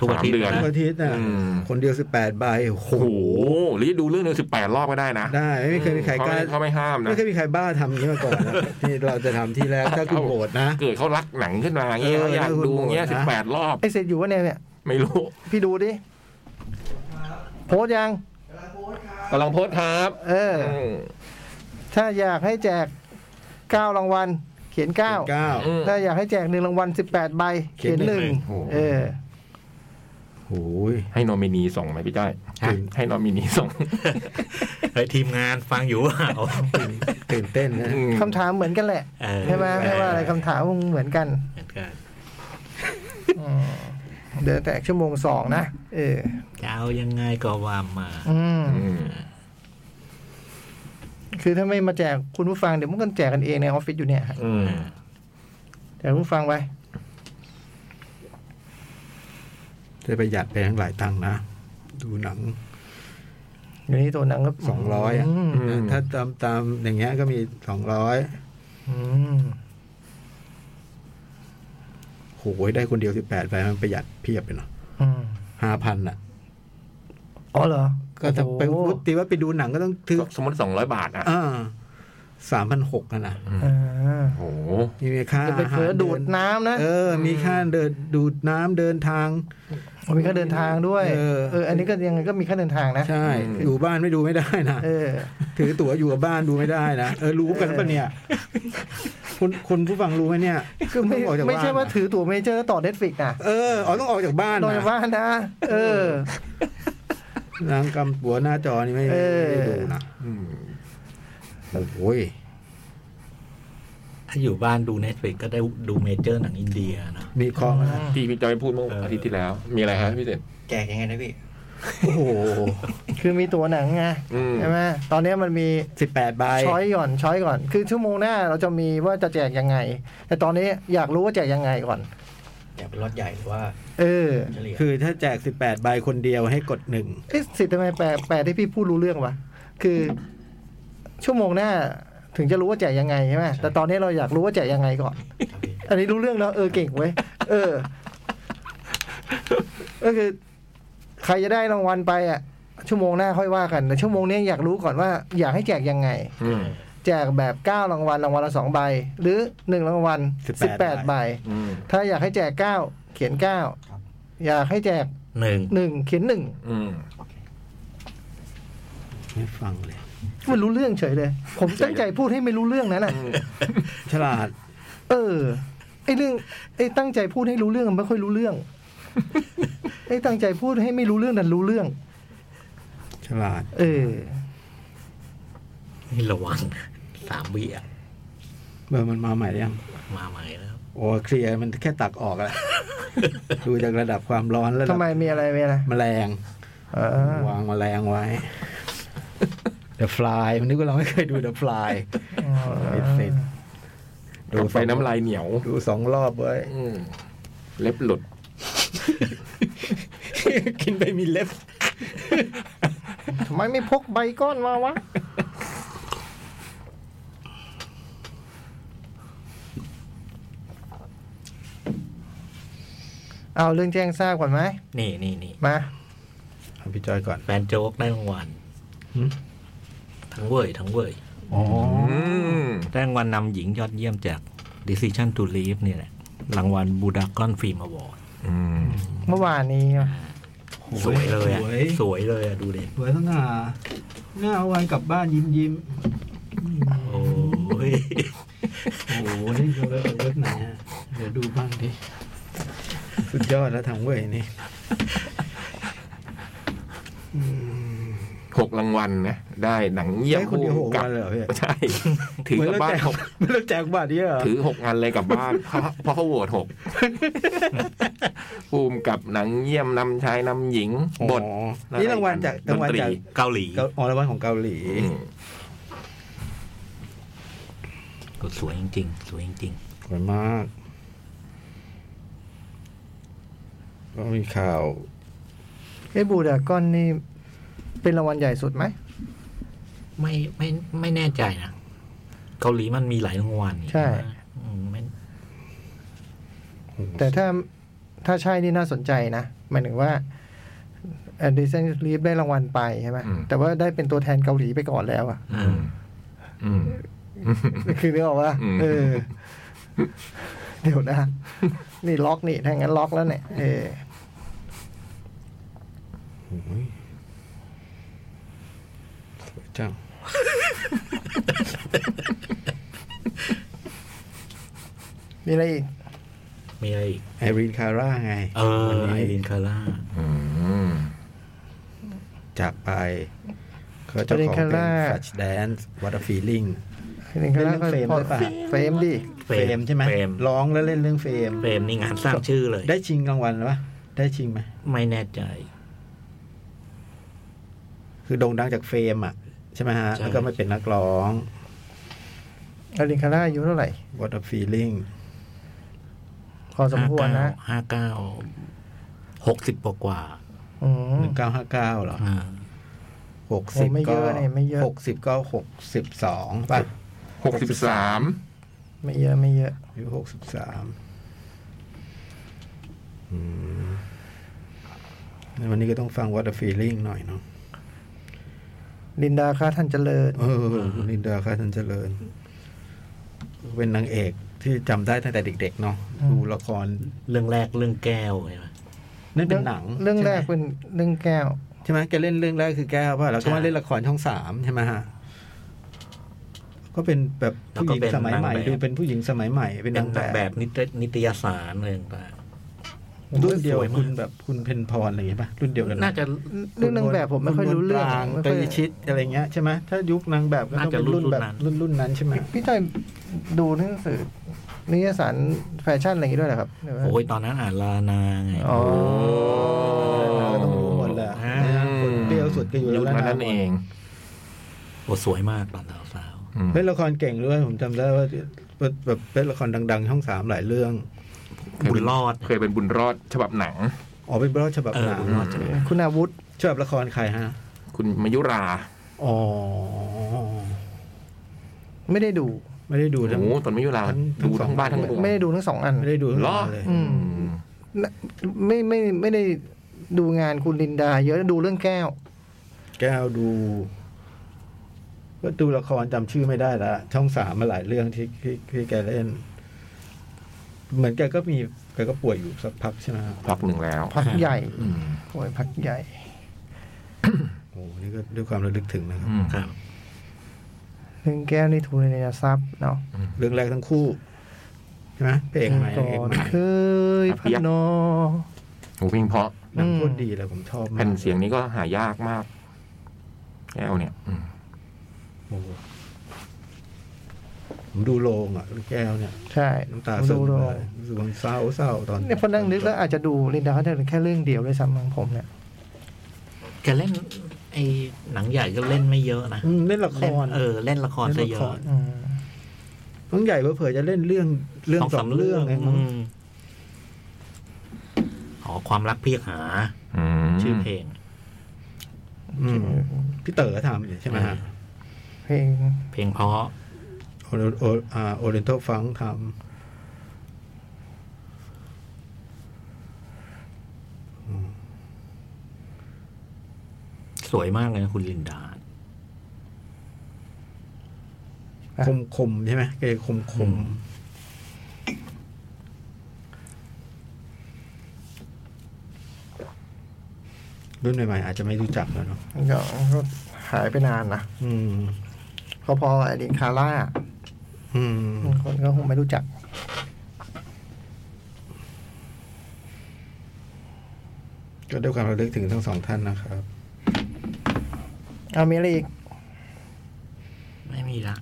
Speaker 3: ทุกอา
Speaker 4: สาม
Speaker 3: ทิตย์
Speaker 4: เดือน
Speaker 3: นะ
Speaker 2: ทุกอาทิตย์อ่ะ
Speaker 4: อืม
Speaker 2: คนเดียวสิบแปดใบโอ้โห
Speaker 4: โอ้โหหรือดูเรื่องหนึ่งสิบแปดรอบก็ได้นะ
Speaker 2: ได้ไม่เคยมีใคร
Speaker 4: เขา
Speaker 2: กล้า
Speaker 4: ไม่เขาไม่ห้ามนะ
Speaker 2: ไม่เคยมีใครบ้าทำอย่างนี้มาก่อน
Speaker 4: <laughs>
Speaker 2: นะ ที่เราจะทำที่แรกถ้าคุณ
Speaker 4: เอา
Speaker 2: โหวตนะ
Speaker 4: เกิดเขารักหนังขึ้นมาอย่างเงี้ย
Speaker 2: เออ
Speaker 4: เขาอยากดูอย่างเงี้ย
Speaker 2: เออ
Speaker 4: สิบแปดรอบ
Speaker 6: ไอเสร็จอยู่วะเนี่ยเนี่ย
Speaker 4: ไม่รู้
Speaker 6: พี่ดูดิ โพสต์ยัง
Speaker 4: กำลังโพสต์ครับ
Speaker 6: เออ
Speaker 4: ม
Speaker 6: ถ้าอยากให้แจกเก้ารางวัล เขียนเก้า
Speaker 2: เก้า
Speaker 4: อืม
Speaker 6: ถ้าอยากให้แจกหนึ่งรางวัลสิบแปดใบ
Speaker 2: เขี
Speaker 6: เขี
Speaker 2: ย
Speaker 6: ย
Speaker 2: น
Speaker 6: น
Speaker 2: ห
Speaker 6: ห
Speaker 2: นึ่
Speaker 6: นึ่
Speaker 2: ง
Speaker 6: ง
Speaker 4: โอ้โห
Speaker 6: เออ
Speaker 2: โอ้ย
Speaker 4: ให้นอมินีส่งไหมพี่จ้อย
Speaker 3: ฮะ
Speaker 4: ให้นอมินีส่ง
Speaker 3: เฮ้ยทีมงานฟังอยู่ว่าเอา
Speaker 2: ตื่นเต้นนะ
Speaker 4: อืม
Speaker 6: คำถามเหมือนกันแหละ
Speaker 3: เออ
Speaker 6: ใช่ไหมไม่ว่าอะไรคำถามคงเหมือนกัน อืมเดินแต่ชั่วโมงสองนะ เออ
Speaker 3: จะเอายังไงก็ว่ามา
Speaker 6: อืม
Speaker 4: อืม
Speaker 6: คือถ้าไม่มาแจกคุณผู้ฟังเดี๋ยวมันก็แจกกันเองในออฟฟิศอยู่เนี่ยฮะ
Speaker 4: อืม
Speaker 6: แจกผู้ฟังไป
Speaker 2: จะประหยัดไปทั้งหลายตังค์นะ ดูหนัง
Speaker 6: อยู่นี่ตัวหนังก็
Speaker 2: สองร้อยอะ
Speaker 6: ม
Speaker 4: อืม
Speaker 2: ถ้าตามตามอย่างเงี้ยก็มีสองร้อย
Speaker 6: อืม
Speaker 2: โหยได้คนเดียวสิบแปดใบมันประหยัดเพียบไปเนาะ
Speaker 6: อืม
Speaker 2: ห้าพันอ่ะ
Speaker 6: อ๋อเหรอ
Speaker 2: ก็ถ้าไป
Speaker 6: โอ้โห
Speaker 2: ตีว่าไปดูหนังก็ต้องถือ
Speaker 4: ก็สมมติสองร้อยบาทอ่ะ
Speaker 2: อ่าสามพันหกนะ
Speaker 6: อ่า
Speaker 4: โอ้โห
Speaker 2: มีค่า
Speaker 6: จะไป
Speaker 2: อา
Speaker 6: เผ
Speaker 2: หา
Speaker 6: ล
Speaker 2: ร
Speaker 6: อดูด
Speaker 2: เ
Speaker 6: น้ำนะ
Speaker 2: เออ มีค่าเดินดูดน้ำเดินทาง
Speaker 6: มีค่าเดินทางด้วย
Speaker 2: เออ
Speaker 6: เออ อันนี้ก็ยังไงก็มีค่าเดินทางนะ
Speaker 2: ใช่ อยู่บ้านไม่ดูไม่ได้นะ
Speaker 6: เออ
Speaker 2: ถือตั๋วอยู่กับบ้านดูไม่ได้นะ เออ รู้กันปะเนี่ย คุณคุณผู้ฟังรู้ไหมเนี่ย
Speaker 6: คือไม่
Speaker 2: ต้งกจาก
Speaker 6: ไม่ใช่
Speaker 2: บ้น
Speaker 6: ว่า
Speaker 2: นะ
Speaker 6: ถือตั๋วเมเจอร์แล้วต่อเน็ตฟิกนะ
Speaker 2: เอออ๋อต้องออกจากบ้าน
Speaker 6: ต่อ
Speaker 2: นะ
Speaker 6: จากบ้านนะ เออ
Speaker 2: นางกำตั๋วหน้าจอนี่ไม่
Speaker 6: เออ
Speaker 2: ไม่ได้ดูนะ
Speaker 4: อืม
Speaker 2: โอ้ย
Speaker 3: ถ้าอยู่บ้านดูเน็ตฟลิกก็ได้ดูเมเจอร์หนังอินเดียเนอะ
Speaker 2: มีคอมานะ
Speaker 4: ที่พี่จ้อยพูดเมื่ออาทิตย์ที่แล้ว มีอะไรครับพี่เศษ
Speaker 5: แจกยังไงนะพี่
Speaker 2: โอ้โห
Speaker 6: คือมีตั๋วหนังไง
Speaker 4: อืม
Speaker 6: ใช่ไหมตอนนี้มันมี
Speaker 2: สิบแปดใบ
Speaker 6: ช้อยก่อนช้อยก่อน คือชั่วโมงหน้าเราจะมีว่าจะแจกยังไง แต่ตอนนี้อยากรู้ว่าแจกยังไงก่อน
Speaker 5: แจกเป็นรถใหญ่หรือว่า
Speaker 6: เออ
Speaker 5: เฉลี่ย
Speaker 2: คือถ้าแจกสิบแปดใบคนเดียวให้กดหนึ่ง
Speaker 6: เอ๊ะสิทธิ์ทำไมแปลแปลที่พี่พูดรู้เรื่องวะคือ ชั่วโมงหน้าถึงจะรู้ว่าแจกยังไงใช่ไหมแต่ตอนนี้เราอยากรู้ว่าแจกยังไงก่อน
Speaker 5: ครับพี่
Speaker 6: อันนี้รู้เรื่องแล้วเออเก่งเว้ยเออก็คือ ใครจะได้รางวัลไปอ่ะ ชั่วโมงหน้าค่อยว่ากันแต่ชั่วโมงนี้อยากรู้ก่อนว่า อยากให้แจกยังไง
Speaker 4: อืม
Speaker 6: แจกแบบ 9 รางวัลรางวัลละสองใบ หรือ 1 รางวัล
Speaker 2: 18
Speaker 6: 18 ใบ
Speaker 4: อืม
Speaker 6: ถ้าอยากให้แจก 9 เขียน
Speaker 5: ครับ
Speaker 6: 9 อยากให้แจก
Speaker 3: หนึ่ง
Speaker 6: 1 เขียน
Speaker 4: อืม
Speaker 2: ไม่ฟังเลย
Speaker 6: 1 ไม่รู้เรื่องเฉยเลย ผมตั้งใจพูดให้ไม่รู้เรื่องนั้นน่ะ
Speaker 2: ฉลาด
Speaker 6: เออไอเรื่องไอตั้งใจพูดให้รู้เรื่องไม่ค่อยรู้เรื่อง <laughs> ไอตั้งใจพูดให้ไม่รู้เรื่องดันรู้เรื่อง
Speaker 2: ฉลาด
Speaker 6: เออ
Speaker 3: นี่ระวังสามวิอะ
Speaker 2: เบอร์มันมาใหม่หรือยัง
Speaker 3: มาใหม่แล้ว
Speaker 2: โอ้เคลียร์มันแค่ตักออกแหละ <laughs> ดูจากระดับความร้อนแล้ว
Speaker 6: ทำไมมีอะไรมีอะไร
Speaker 2: แมลง
Speaker 6: เออ
Speaker 2: วางแมลงไว้
Speaker 3: <laughs>
Speaker 2: The Fly มันนึกว่าเราไม่เคยดู The Fly ติดติด
Speaker 4: ดูไฟน้ำลายเหนียว
Speaker 2: ดูสองรอบเว้ย
Speaker 4: อืมเล็บหลุด
Speaker 2: กินไปมีเล็บ
Speaker 6: ทำไมไม่พกใบก้อนมาวะ เอาเรื่องแจ้งทราบก่อนไหม
Speaker 3: นี่นี่นี่
Speaker 6: มา
Speaker 2: เอาพี่จอยก่อน
Speaker 3: แฟนโจ๊กได้รางวัล
Speaker 2: หืม
Speaker 3: ทั้งเว่ยทั้งเว่ย
Speaker 2: อ๋อ
Speaker 4: อืม
Speaker 3: ได้รางวัลนำหญิงยอดเยี่ยมจาก Decision to Leave นี่แหละ รางวัลบูดากอนฟิล์มอวอร์ด
Speaker 4: อืม
Speaker 6: เมื่อวานนี้อะ
Speaker 3: สวยเลยอะ
Speaker 2: สวย
Speaker 3: สวยเลยอะดูเด็
Speaker 2: สวยสง่าหน้าเอาวันกลับบ้านยิ้มยิ้ม
Speaker 3: โอ้ย
Speaker 2: โอ้โหนี่คือเว็บเว็บไหนฮะเดี๋ยวดูบ้างดิสุดยอดแล้วทางเว้ยนี่
Speaker 4: หกรางวัลนะได้หนังเยี่ยม
Speaker 2: ได้คนเดียวหกวันเลยเหรอพี่
Speaker 4: ใช่ ถือ
Speaker 2: เหมือก น
Speaker 4: ลับ
Speaker 2: เรา
Speaker 4: บ้าน
Speaker 2: แจก
Speaker 4: หก
Speaker 2: เหมือนเราแจกบัตรเนี่ยเหรอ
Speaker 4: ถือหกอันเลยกลับบ้าน เพราะเพราะเขาโหวตหกภูมิกับหนังเยี่ยมนำชายนำหญิงบท
Speaker 2: อ๋อนี่รางวัลจาก
Speaker 4: ด
Speaker 2: ราน งวัล
Speaker 4: ตรี
Speaker 2: จาก
Speaker 3: เกาหลี
Speaker 2: เกาอ๋อรางวัลของเกาหลี
Speaker 4: อืม
Speaker 3: ก็สวยจริงๆสวยจริง
Speaker 2: สวยมาก ก็มีข่าว
Speaker 6: ไอ้บูดากอนนี่เป็นรางวัลใหญ่สุดไหม
Speaker 3: ๆไม่ไม่ไม่แน่ใจนะ เกาหลีมันมีหลายรางวัลนี่
Speaker 6: ใช่
Speaker 3: อืมไม่
Speaker 6: แต่ถ้าถ้าใช่นี่น่าสนใจนะหมายถึงว่าเดซ n ลีฟได้รางวัลไปใช่ไหม
Speaker 4: อืม
Speaker 6: แต่ว่าได้เป็นตัวแทนเกาหลีไปก่อนแล้วอะ <laughs>
Speaker 3: อืม
Speaker 4: อืม
Speaker 6: คือนึกออกว่า
Speaker 4: อืม
Speaker 6: เออ <laughs> เดี๋ยวนะ นี่ล็อกนี่ถ้างั้นล็อกแล้วเนี่ยเออ
Speaker 2: โอ้ยสวยจัง
Speaker 6: มีอะไรอีก
Speaker 3: มีอะไรอีก
Speaker 2: ไอรีนคาร่าไง
Speaker 3: เออ
Speaker 2: วัน
Speaker 3: ไอ
Speaker 2: นี้
Speaker 3: รินคาร่า
Speaker 4: อืม
Speaker 2: จากไป เขาเจ้าของเพลง
Speaker 6: Irene Cara
Speaker 2: Flash Dance What a Feeling
Speaker 6: หนึ่งครั้ง
Speaker 2: เล่นเรื่องเฟรมด้วยป่ะ
Speaker 6: เฟรมดิ
Speaker 3: เฟรม
Speaker 2: ใช่ไหม
Speaker 3: เฟรม
Speaker 2: ร้องแล้วเล่นเรื่องเฟรม
Speaker 3: เฟรมนี่งานสร้างชื่อเลย
Speaker 2: ได้ชิงรางวัลปะได้ชิงไหม
Speaker 3: ไม่แน่ใจ
Speaker 2: คือโด่งดังจากเฟรมอ่ะ ใช่ไหมฮะ
Speaker 3: ใช่
Speaker 2: แล้วก็ไม่เป็นนักร้อง
Speaker 6: อารินคาร่าอายุเท่าไหร่
Speaker 2: What a Feeling
Speaker 6: พอสมควรนะ
Speaker 3: ห้าเก้าหกสิบกว่ากว่า
Speaker 6: อืม
Speaker 2: หนึ่งเก้าห้าเก้าหรอ
Speaker 3: อ่า
Speaker 2: หกสิบ
Speaker 6: โอ้ไม่เย
Speaker 2: ก็
Speaker 6: อะเนี่ยไม่เยอะ
Speaker 2: หกสิบก็หกสิบสองป่ะ
Speaker 4: หกสิบสาม
Speaker 6: ไม่เยอะไม่เยอะ
Speaker 2: อายุหกสิบสามวันนี้ก็ต้องฟัง What a Feeling หน่อยเนาะ
Speaker 6: ลินดาค่าท่านเจริญ
Speaker 2: เออลินดาค่ะท่านเจริญ เป็นนางเอกที่จำได้ตั้งแต่เด็กๆเนาะ
Speaker 6: อืม
Speaker 2: ดูละคร
Speaker 3: เรื่องแรกเรื่องแก้วใช่ไหม
Speaker 2: นั่นเป็นหนัง
Speaker 6: เรื่องแรก
Speaker 2: ใช่ไหม
Speaker 6: เป็นเรื่องแก้ว
Speaker 2: ใช่ไหมแกเล่นเรื่องแรกคือแก้วป่ะแล้วก็มา
Speaker 3: ใช่
Speaker 2: เล่นละครช่องสามใช่ไหมฮะก็เป็นแบบผู้หญิงสมัยใหม่ดูเป็นผู้หญิงสมัยใหม่ เป็น
Speaker 3: เป็น
Speaker 2: นาง
Speaker 3: นาง
Speaker 2: แบ
Speaker 3: แบบ บนิตยนิตยสารอะไรต่าง
Speaker 2: รุ่นเดียว
Speaker 3: สวยมาก
Speaker 2: คุณแบบคุณเพนพรอะไรอย่างเงี้ยป่ะรุ่นเดียวกันป
Speaker 3: น่าจะ
Speaker 6: เรื่องนางแบบผมไม่ค่อยรู้เรื่อง
Speaker 2: คุณมนต
Speaker 6: ไม่ค่
Speaker 2: รี
Speaker 6: อย
Speaker 2: ชิตอะไรเงี้ยใช่ไหมถ้ายุคนางแบบก็ต้องเป็นรุ่นแบบ
Speaker 3: น่าจะรุ่น
Speaker 2: รุ่นรุ่นนั้นใช่ไหม
Speaker 6: พี่จอยดูหนังสือนิยสารแฟชั่นอะไรอย่างงี้ด้วยเหรอครับหรือว่า
Speaker 3: โอ้ยตอนนั้นอ่านลานาไง
Speaker 6: อ๋อ
Speaker 2: เราก็ต้องรู้หมดแหละ
Speaker 3: อ่า
Speaker 2: นะคนเปรี้ยวสุดก็อยู่
Speaker 4: ยุค
Speaker 2: แล้ว
Speaker 4: นั้นเอง
Speaker 3: โอ้สวยมากตอนสาว
Speaker 2: เล่นละครเก่งด้วยผมจำได้ว่าแบบเล่นละครดัง ๆ ช่องสามหลายเรื่อง
Speaker 3: ๆบุญรอด
Speaker 4: เคยเป็นบุญรอดฉบับหนัง
Speaker 2: อ๋อเป็นบล็อกฉบับ
Speaker 3: เอ
Speaker 2: ห
Speaker 3: อ
Speaker 2: นัง
Speaker 3: บุญรอดใช่ไหม
Speaker 6: คุณอาวุธ
Speaker 2: ฉบับละครใครฮะ
Speaker 4: คุณมายุรา
Speaker 2: อ๋อ
Speaker 6: ไม่ได้ดู
Speaker 2: ไม่ได้ดูทั้ง
Speaker 4: โอ้โหตอนมายุรา
Speaker 2: ทั้ง
Speaker 4: ดู
Speaker 2: ทั้งสอง
Speaker 4: ทั้งบ้านทั้งเมือง
Speaker 6: ไม่ได้ดูทั้งสองอัน
Speaker 2: ไม่ได้ดูทั้ง
Speaker 4: เหรอ
Speaker 2: เลย
Speaker 4: อืม
Speaker 6: ไม่ไม่ไม่ได้ดูงานคุณลินดา เยอะดูเรื่องแก้ว
Speaker 2: แก้วดู ก็ดูละครจำชื่อไม่ได้ละช่องสามมาหลายเรื่องที่ที่ที่แกเล่น เหมือนแกก็มีแกก็ป่วยอยู่สักพักใช่ไหมฮะ
Speaker 4: พักหนึ่งแล้ว
Speaker 6: พักใหญ่
Speaker 4: อืม
Speaker 6: โอ้ยพักใหญ่
Speaker 2: โอ้โหนี่ก็ด้วยความระลึกถึงนะครับ
Speaker 4: อืม
Speaker 3: ครับ
Speaker 6: เรื่องแก้วนี่ทุนในทรัพย์เนาะ
Speaker 2: เรื่องแรกทั้งคู่ใช่ไหมเพลงใหม่เพลงใหม่
Speaker 6: เคยพนอ
Speaker 4: โอ้เพลงเพราะ
Speaker 2: หนังโคตรดีเลยผมชอบมาก
Speaker 4: แผ่นเสียงนี้ก็หายากมากแก้วเนี่ยอืม
Speaker 2: โอ้โหผมดูโรงอ่ะแก้วเนี่ย
Speaker 6: ใช่
Speaker 2: น้ำตาซึม
Speaker 6: ดู
Speaker 2: เลยรู้สึกว่าเศร้าเศร้าตอน
Speaker 6: เนี่ยพอนั่งนึกแล้วอาจจะดูลินดาเขาจะแค่เรื่องเดียวด้วยซ้ำของผมเนี่ย
Speaker 3: แกเล่นไอ้หนังใหญ่ก็เล่นไม่เยอะนะ
Speaker 2: อืมเล่นละค
Speaker 3: เล่น
Speaker 2: ร
Speaker 3: เออเล่นละครซะเยอะ
Speaker 2: เล่นละคร น้องใหญ่เผื่อๆจะเล่นเรื่องเรื่องสองเรื่องเองมั้ง
Speaker 3: มอ๋อความรักเพียกหา
Speaker 4: อืม
Speaker 3: ชื่อเพลง
Speaker 2: อืมพี่เต๋อทำเนี่ยใช่ไหมฮะ
Speaker 6: เพลง
Speaker 3: เพลงเพราะ
Speaker 2: โอโออ่าโอเรนทัลฟังท
Speaker 3: สวยมากเลยนะคุณลินดา
Speaker 2: ำคมคมๆใช่ไหมแกคมคม รุ่นใหม่ๆอาจจะไม่รู้จักแล้วเนาะ
Speaker 6: มันก็ก็หายไปนานนะ
Speaker 2: อืม
Speaker 6: พอพอไอดิคาร่า
Speaker 2: อืม
Speaker 6: คนก็คงไม่รู้จัก
Speaker 2: ก็ด้วยความระลึกถึงทั้งสองท่านนะครับ
Speaker 6: เอามีอะไรอีก
Speaker 3: ไม่มีละ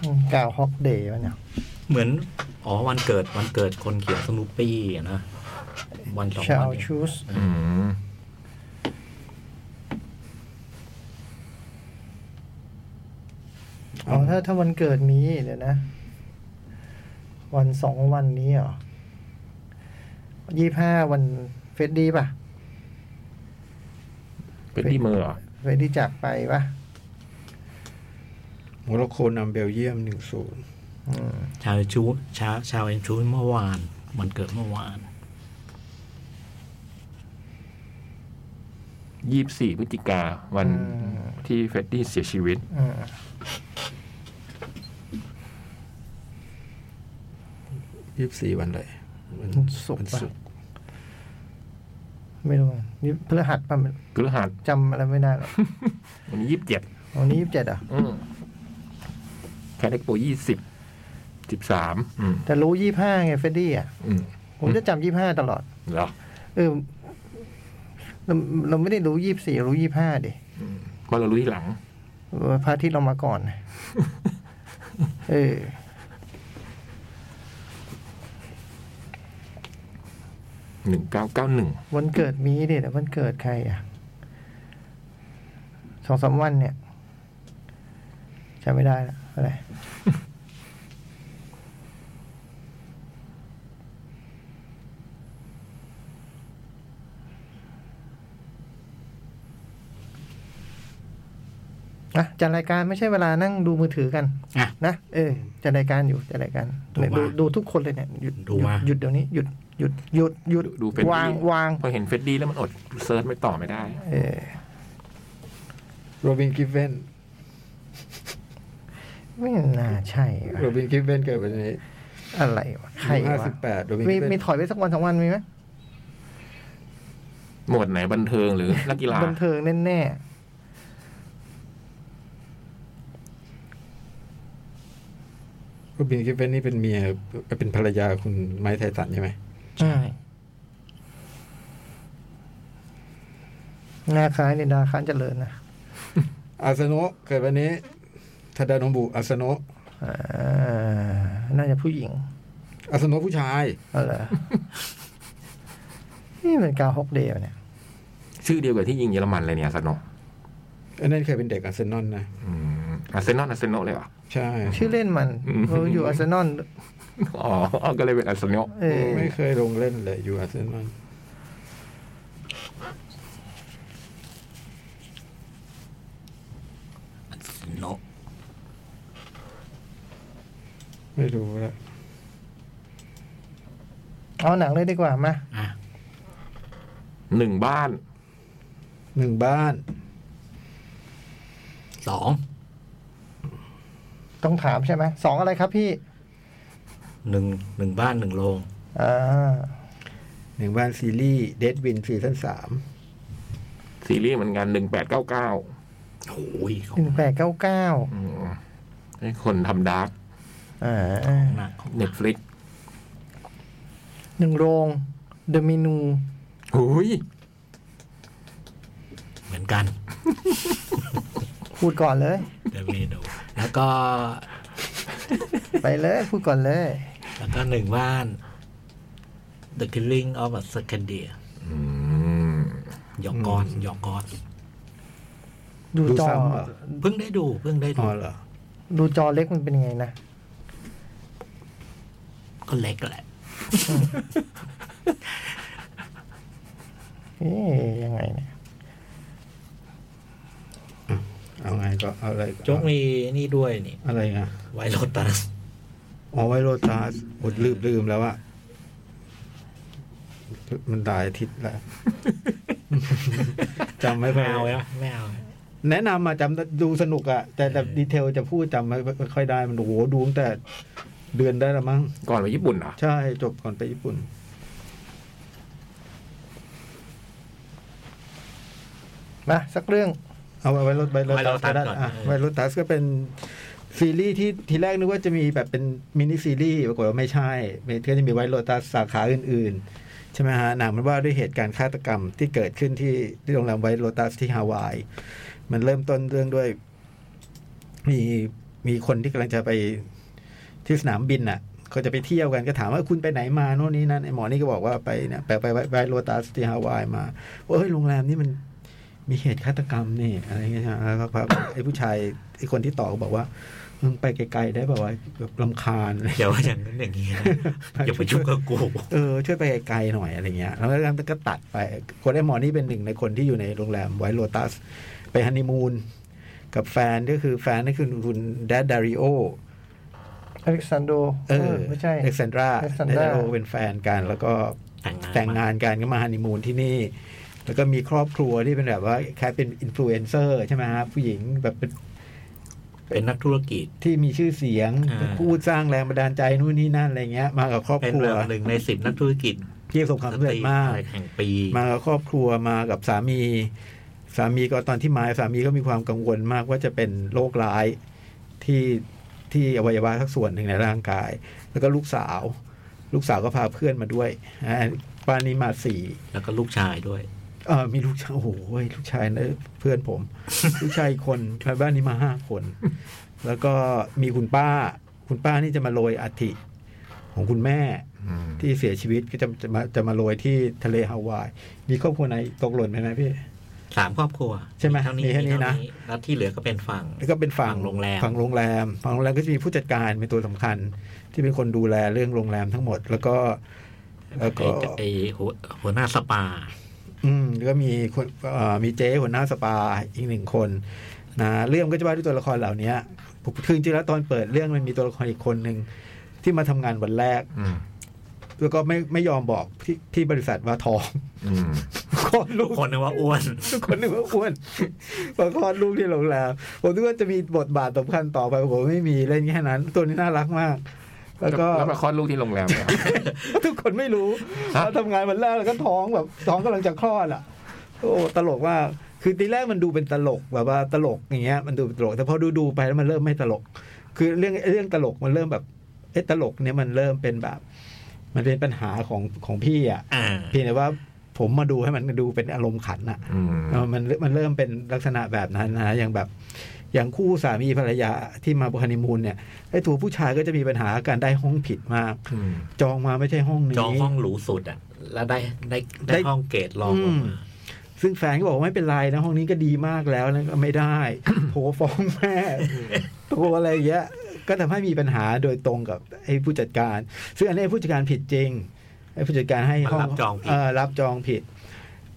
Speaker 6: อืมกล่าวฮอกเดย์วะเนี่ย
Speaker 3: เหมือน อ๋อ วันเกิด วันเกิดคนเขียนสนุปปี้อะนะ วันสอง
Speaker 6: ชา
Speaker 3: วั
Speaker 6: วน
Speaker 3: เอง
Speaker 6: ชูส
Speaker 4: อืม
Speaker 6: อ๋อถ้าถ้าวันเกิดนี้เดี๋ยวนะ วันสองวันนี้เหรอยี่ห้าวันเฟดดี้ป่ะ
Speaker 4: เป็นที่มือเหรอ
Speaker 6: เฟดดี้จากไปป่ะ
Speaker 2: โมร็อกโกนำเบลเยียมหนึ่งศูนย์
Speaker 6: อืม
Speaker 3: ชาวชูชาวชาวเอ็นชูเมื่อวาน วันเกิดเมื่อวาน
Speaker 4: ยี่สิบสี่พฤศจิกาวันที่เฟดดี้เสียชีวิต
Speaker 6: อืม
Speaker 2: ยี่สี่วันเลยวัน
Speaker 6: สุก
Speaker 2: วัน
Speaker 6: ป่ะ
Speaker 2: ศุกร์
Speaker 6: ไม่รู้นี่พฤหัสป่ะ
Speaker 4: พฤหัส
Speaker 6: จำอะไรไม่ได้หรอก
Speaker 4: วันนี้ยี่สิบเจ็ด
Speaker 6: วันนี้ยี่สิบเจ็ดอ่ะ
Speaker 4: แคดเอ็กโปยี่สิบสิบสามอืม
Speaker 6: แต่รู้ยี่ห้าไงเฟดดี้อ่ะ
Speaker 4: อืม
Speaker 6: ผมจะจำยี่ห้าตลอด
Speaker 4: เหรอ
Speaker 6: เออเราเราไม่ได้รู้ยี่สี่รู้ยี่ห้าดิ
Speaker 4: เพราะเรารู้ที่หลัง
Speaker 6: เออพระอาทิตย์เรามาก่อน เออ
Speaker 4: หนึ่งเก้าเก้าหนึ่ง
Speaker 6: วันเกิดมีเนี่ยแต่วันเกิดใครอ่ะสองสามวันเนี่ยจำไม่ได้ละอะไร นะจัดรายการไม่ใช่เวลานั่งดูมือถือกัน
Speaker 3: อ่ะ
Speaker 6: นะเออจัดรายการอยู่จัดรายการ
Speaker 3: ดูมา
Speaker 6: ดูดูทุกคนเลยเนี่ยหยุด
Speaker 3: ดูมา
Speaker 6: หยุดหยุดเดี๋ยวนี้หยุดหยุดหยุดหยุด
Speaker 4: ดูดูเฟดดี้
Speaker 6: วางวาง
Speaker 4: พอเห็นเฟดดี้แล้วมันอดเซิร์ชไม่ต่อไม่ได้
Speaker 6: เออ
Speaker 2: โรบินกิฟเวน
Speaker 6: ไม่น่าใช่วะ
Speaker 2: โรบินกิฟเวนเกิดวันนี้
Speaker 6: อะไรวะใคร
Speaker 2: ห้าว
Speaker 6: ะ
Speaker 2: สิบแปดโรบิน
Speaker 6: มี
Speaker 2: กิฟเวน
Speaker 6: มีถอยไปสักวันสองวันมีไหม
Speaker 4: หมวดไหนบันเทิงหรือนักกีฬา
Speaker 6: บันเทิงแน่
Speaker 2: โรบินกิฟเวนนี่เป็นเมียเป็นภรรยาคุณไม้ไทสันใช่ไหม
Speaker 6: ๆใช่หน้าคล้ายในดาค้านเจริญนะ
Speaker 2: อาสนะเกิดวันนี้ทาดาโนบุอาสนะ
Speaker 6: อ่าน่าจะผู้หญิง
Speaker 2: อาสนะผู้ชาย
Speaker 6: อะไรอ นี่มันกาฮอกเดย์วะเนี่ย
Speaker 4: ชื่อเดียวกับที่ยิงเยอรมันเลยเนี่ยอาร์เซโนอล
Speaker 2: อันนั้นเคยเป็นเด็กอาร์เซนอลนะ
Speaker 4: อืมอาร์เซโนอลอาร์เซโนอลเลยเหรอ
Speaker 2: ใช่
Speaker 6: ชื่อเล่นมัน
Speaker 4: อืม
Speaker 6: เอออยู่อาร์เซนอล
Speaker 4: อ๋อก็เลยเป็นอาร์เซโนอล
Speaker 6: เออ
Speaker 2: ไม่เคยลงเล่นเลยอยู่อาร์เซนอล
Speaker 3: โน
Speaker 2: ไม่รู้ละ
Speaker 6: เอาหนังเลยดีกว่ามา
Speaker 3: อ่ะ
Speaker 4: หนึ่งบ้าน
Speaker 2: หนึ่งบ้าน
Speaker 3: สอง
Speaker 6: ต้องถามใช่ไหมสองอะไรครับพี่
Speaker 3: หนึ่ง หนึ่งบ้านหนึ่งโรง
Speaker 6: อ่า
Speaker 2: หนึ่งบ้านซีรีส์เดดวินซีซั่นสาม
Speaker 4: ซีรีส์เหมือนกันหนึ่งแปดเก้าเก้า
Speaker 3: โอ้ยของ
Speaker 6: หนึ่งแปดเก้าเก้า
Speaker 4: คนทำดาร์ก
Speaker 6: อ่า
Speaker 3: หนักของ
Speaker 4: เน็ตฟลิก
Speaker 6: หนึ่งโรงเดอะเมนู
Speaker 4: หุย
Speaker 3: เหมือนกัน
Speaker 6: พูดก่อนเลย
Speaker 3: เดอะเมนูแล้วก็
Speaker 6: ไปเลยพูดก่อนเลย
Speaker 3: แล้วก็หนึ่งบ้าน The Killing of a s c a n d i a
Speaker 4: อืม
Speaker 3: หยอกกอนหยอกกอน
Speaker 6: ดูจอ
Speaker 2: ซ้ำเหรอ
Speaker 3: เพิ่งได้ดูเพิ่งได้
Speaker 2: อ๋
Speaker 3: ดู
Speaker 2: อเหรอ
Speaker 6: ดูจอเล็กมันเป็นยังไงนะ
Speaker 3: ก็เล็กแหละ
Speaker 6: เอ๊ยยังไงเนี่ย
Speaker 2: เอาไงก็เอาอะไร
Speaker 3: โจกมีนี่ด้วยนี่
Speaker 2: อะไรอ่ะ
Speaker 3: ไวโรตัส
Speaker 2: อ๋อไวโรตัสอดลืมลืมแล้วอะมันหลายอาทิตย์แล้ว <laughs> จำไม่ค่
Speaker 3: ไม่
Speaker 2: อย
Speaker 3: เอาแล้วไม่เอา
Speaker 2: แนะนำมาจำดูสนุกอะแต่แต่ดีเทลจะพูดจำไม่ไม่ค่อยได้มันโอ้โหดูตั้งแต่เดือนได้ละมั้ง
Speaker 4: ก่อนไปญี่ปุ่นเหรอ
Speaker 2: ใช่จบก่อนไปญี่ปุ่น
Speaker 6: มาสักเรื่อง
Speaker 2: เอาไว้รถไว้รถ
Speaker 3: ไว้รถ
Speaker 2: ทัสก็ได้
Speaker 3: ก่อน
Speaker 2: อ่ะ
Speaker 3: เออ
Speaker 2: ไว้รถทัสก็เป็นซีรีส์ที่ทีแรกนึกว่าจะมีแบบเป็นมินิซีรีส์ปรากฏว่าไม่ใช่มันก็จะมีไว้รถทัสสาขาอื่นๆ ใช่ไหมฮะหนังมันว่าด้วยเหตุการณ์ฆาตกรรมที่เกิดขึ้นที่ที่โรงแรมไว้รถทัสที่ฮาวาย มันเริ่มต้นเรื่องด้วย มีมีคนที่กำลังจะไปที่สนามบินน่ะเขาจะไปเที่ยวกันก็ถามว่าคุณไปไหนมาโน่นนี่นั่นไอหมอนี่ก็บอกว่าไปเนี่ยไปไปไปไปโรตัสที่ฮาวายมาว่าเฮ้ยโรงแรมนี่มันมีเหตุฆาตกรรมนี่อะไรเงี้ยใช่ไหมแล้วสักพัก ไอผู้ชายไอคนที่ต่อก็บอกว่ามึงไปไกลๆได้แบบว่าแบบลำคาญ <laughs>
Speaker 3: เดี๋ยวอย่างนั้นอย่างนี้นะอย่าไปยุ่งกับกู
Speaker 2: เออช่วยไปไกลๆหน่อยอะไรเงี้ย แล้วก็ก็ตัดไปคนไอ้หมอนี่เป็นหนึ่งในคนที่อยู่ในโรงแรมไวท์โ o ตัส ไปฮันนีมูนกับแฟนก็คือแฟนนั่นคือคุณแดดดาริโอ
Speaker 6: อเล็กซานโด
Speaker 2: เออ
Speaker 6: ไม่ใช่
Speaker 2: เล็กซานดราแด
Speaker 6: Alexandra
Speaker 2: ดดาริโอเป็นแฟนกัน แล้วก็
Speaker 3: แต่งงาน
Speaker 2: แต่งงานกันก็มาฮันนีมูนที่นี่ แล้วก็มีครอบครัวที่เป็นแบบว่าคล้ายเป็นอินฟลูเอนเซอร์ใช่ไหมฮะผู้หญิงแบบเป็น
Speaker 3: เป็นนักธุรกิจ
Speaker 2: ที่มีชื่อเสียง
Speaker 3: อ่า
Speaker 2: พูดสร้างแรงบันดาลใจนู่นนี่นั่นอะไรเงี้ย มากับครอบ
Speaker 3: เป็น
Speaker 2: ครัว
Speaker 3: แบบหนึ่งในสิบนักธุรกิจ
Speaker 2: ที่ประสบความสำเร็จมาก
Speaker 3: อะไรแห่งปี
Speaker 2: มากับครอบครัวมากับสามี สามีก็ตอนที่มาสามีก็มีความกังวลมากว่าจะเป็นโรคร้ายที่ที่อวัยวะสักส่วนหนึ่งในร่างกาย แล้วก็ลูกสาว ลูกสาวก็พาเพื่อนมาด้วยอ่าป้านนี้มาสี่
Speaker 3: แล้วก็ลูกชายด้วย
Speaker 2: เออมีลูกชายโอ้โหลูกชายนะเพื่อนผม <laughs> ลูกชายอีกคนบ้านนี้มาห้าคน แล้วก็มีคุณป้า คุณป้านี่จะมาโรยอัฐิของคุณแม่
Speaker 4: อืม
Speaker 2: ที่เสียชีวิตก็จะจะมาจะมาโรยที่ทะเลฮาวาย มีครอบครัวไหนตกหล่นไหมนะพี่
Speaker 3: สามครอบครัว
Speaker 2: ใช่ไหม
Speaker 3: เท่านี้
Speaker 2: มีแค่
Speaker 3: มี
Speaker 2: นี้
Speaker 3: เท่า
Speaker 2: นะ
Speaker 3: แล้วที่เหลือก็เป็นฝั่ง
Speaker 2: แล้วก็เป็นฝั่ง
Speaker 3: ฝั่งโรงแรม
Speaker 2: ฝั่งโรงแรมฝั่งโรงแรมก็จะมีผู้จัดการเป็นตัวสำคัญ ที่เป็นคนดูแลเรื่องโรงแรมทั้งหมด แล้วก็ แล้วก็
Speaker 3: ไอ้จะไอ้หัวหัวหน้าสปา
Speaker 2: อืมแล้วก็มีคนเอ่อมีเจ๊หัวหน้าสปาอีกหนึ่งคนนะเรื่องก็จะว่าด้วยตัวละครเหล่านี้คือจริงๆแล้วตอนเปิดเรื่องมันมีตัวละครอีกคนหนึ่งที่มาทำงานวันแรก
Speaker 4: อืม
Speaker 2: แล้วก็ไม่ไม่ยอมบอกที่ที่บริษัทว่าท้อง <laughs>
Speaker 4: อืม
Speaker 2: คลอดลู
Speaker 3: ทุ
Speaker 2: ก
Speaker 3: กคนนึกว่าอ้วน
Speaker 2: ทุกคนนึกว่าอ้วนพอคลอดลูกที่โรงแรมผมนึกว่าจะมีบทบาทสำคัญต่อไปผมไม่มีเล่นแค่นั้น ตัวนี้น่ารักมาก แล้วก็
Speaker 4: แล้วมาคลอดลูกที่โรงแรมเนี่ย
Speaker 2: <laughs> ทุกคนไม่รู้
Speaker 4: ฮะ
Speaker 2: เราทำงานวันแรกแล้วก็ท้องแบบท้องกำลังจะคลอดอ่ะ โอ้ตลกว่ากคือทีแรกมันดูเป็นตลกแบบว่าตลกอย่างเงี้ย มันดูเป็นตลก แต่พอดูดูๆไปแล้วมันเริ่มไม่ตลก คือเรื่องเรื่องตลกมันเริ่มแบบเอ๊ะตลกเนี่ยมันเริ่มเป็นแบบ มันเป็นปัญหาของของพี่อ่ะ
Speaker 3: อ่า
Speaker 2: เพียงแต่ว่าผมมาดูให้มันดูเป็นอารมณ์ขันอ่ะ
Speaker 4: อืม
Speaker 2: เออมันมันเริ่มเป็นลักษณะแบบนั้นนะอย่างแบบ อย่างคู่สามีภรรยาที่มาฮันนีมูนเนี่ยไอ้ตัวผู้ชายก็จะมีปัญหาการได้ห้องผิดมาก
Speaker 4: อืม
Speaker 2: จองมาไม่ใช่ห้องนี้
Speaker 3: จองห้องหรูสุดอ่ะ แล้วได้ได้
Speaker 2: ได้
Speaker 3: ได้ห้องเกรดรองลง
Speaker 2: อืม
Speaker 3: มา
Speaker 2: ซึ่งแฟนก็บอกว่าไม่เป็นไรนะห้องนี้ก็ดีมากแล้วนะก็ไม่ได้ <coughs> โทรฟ้องแม่
Speaker 3: <laughs>
Speaker 2: โทรอะไรอย่างเงี้ยก็ทำให้มีปัญหาโดยตรงกับไอ้ผู้จัดการ ซึ่งอันนี้ผู้จัดการผิดจริงไอ้ผู้จัดการให้
Speaker 3: มัน
Speaker 2: ห้อง
Speaker 3: รับจองผิ
Speaker 2: เอ
Speaker 3: ด
Speaker 2: อรับจองผิด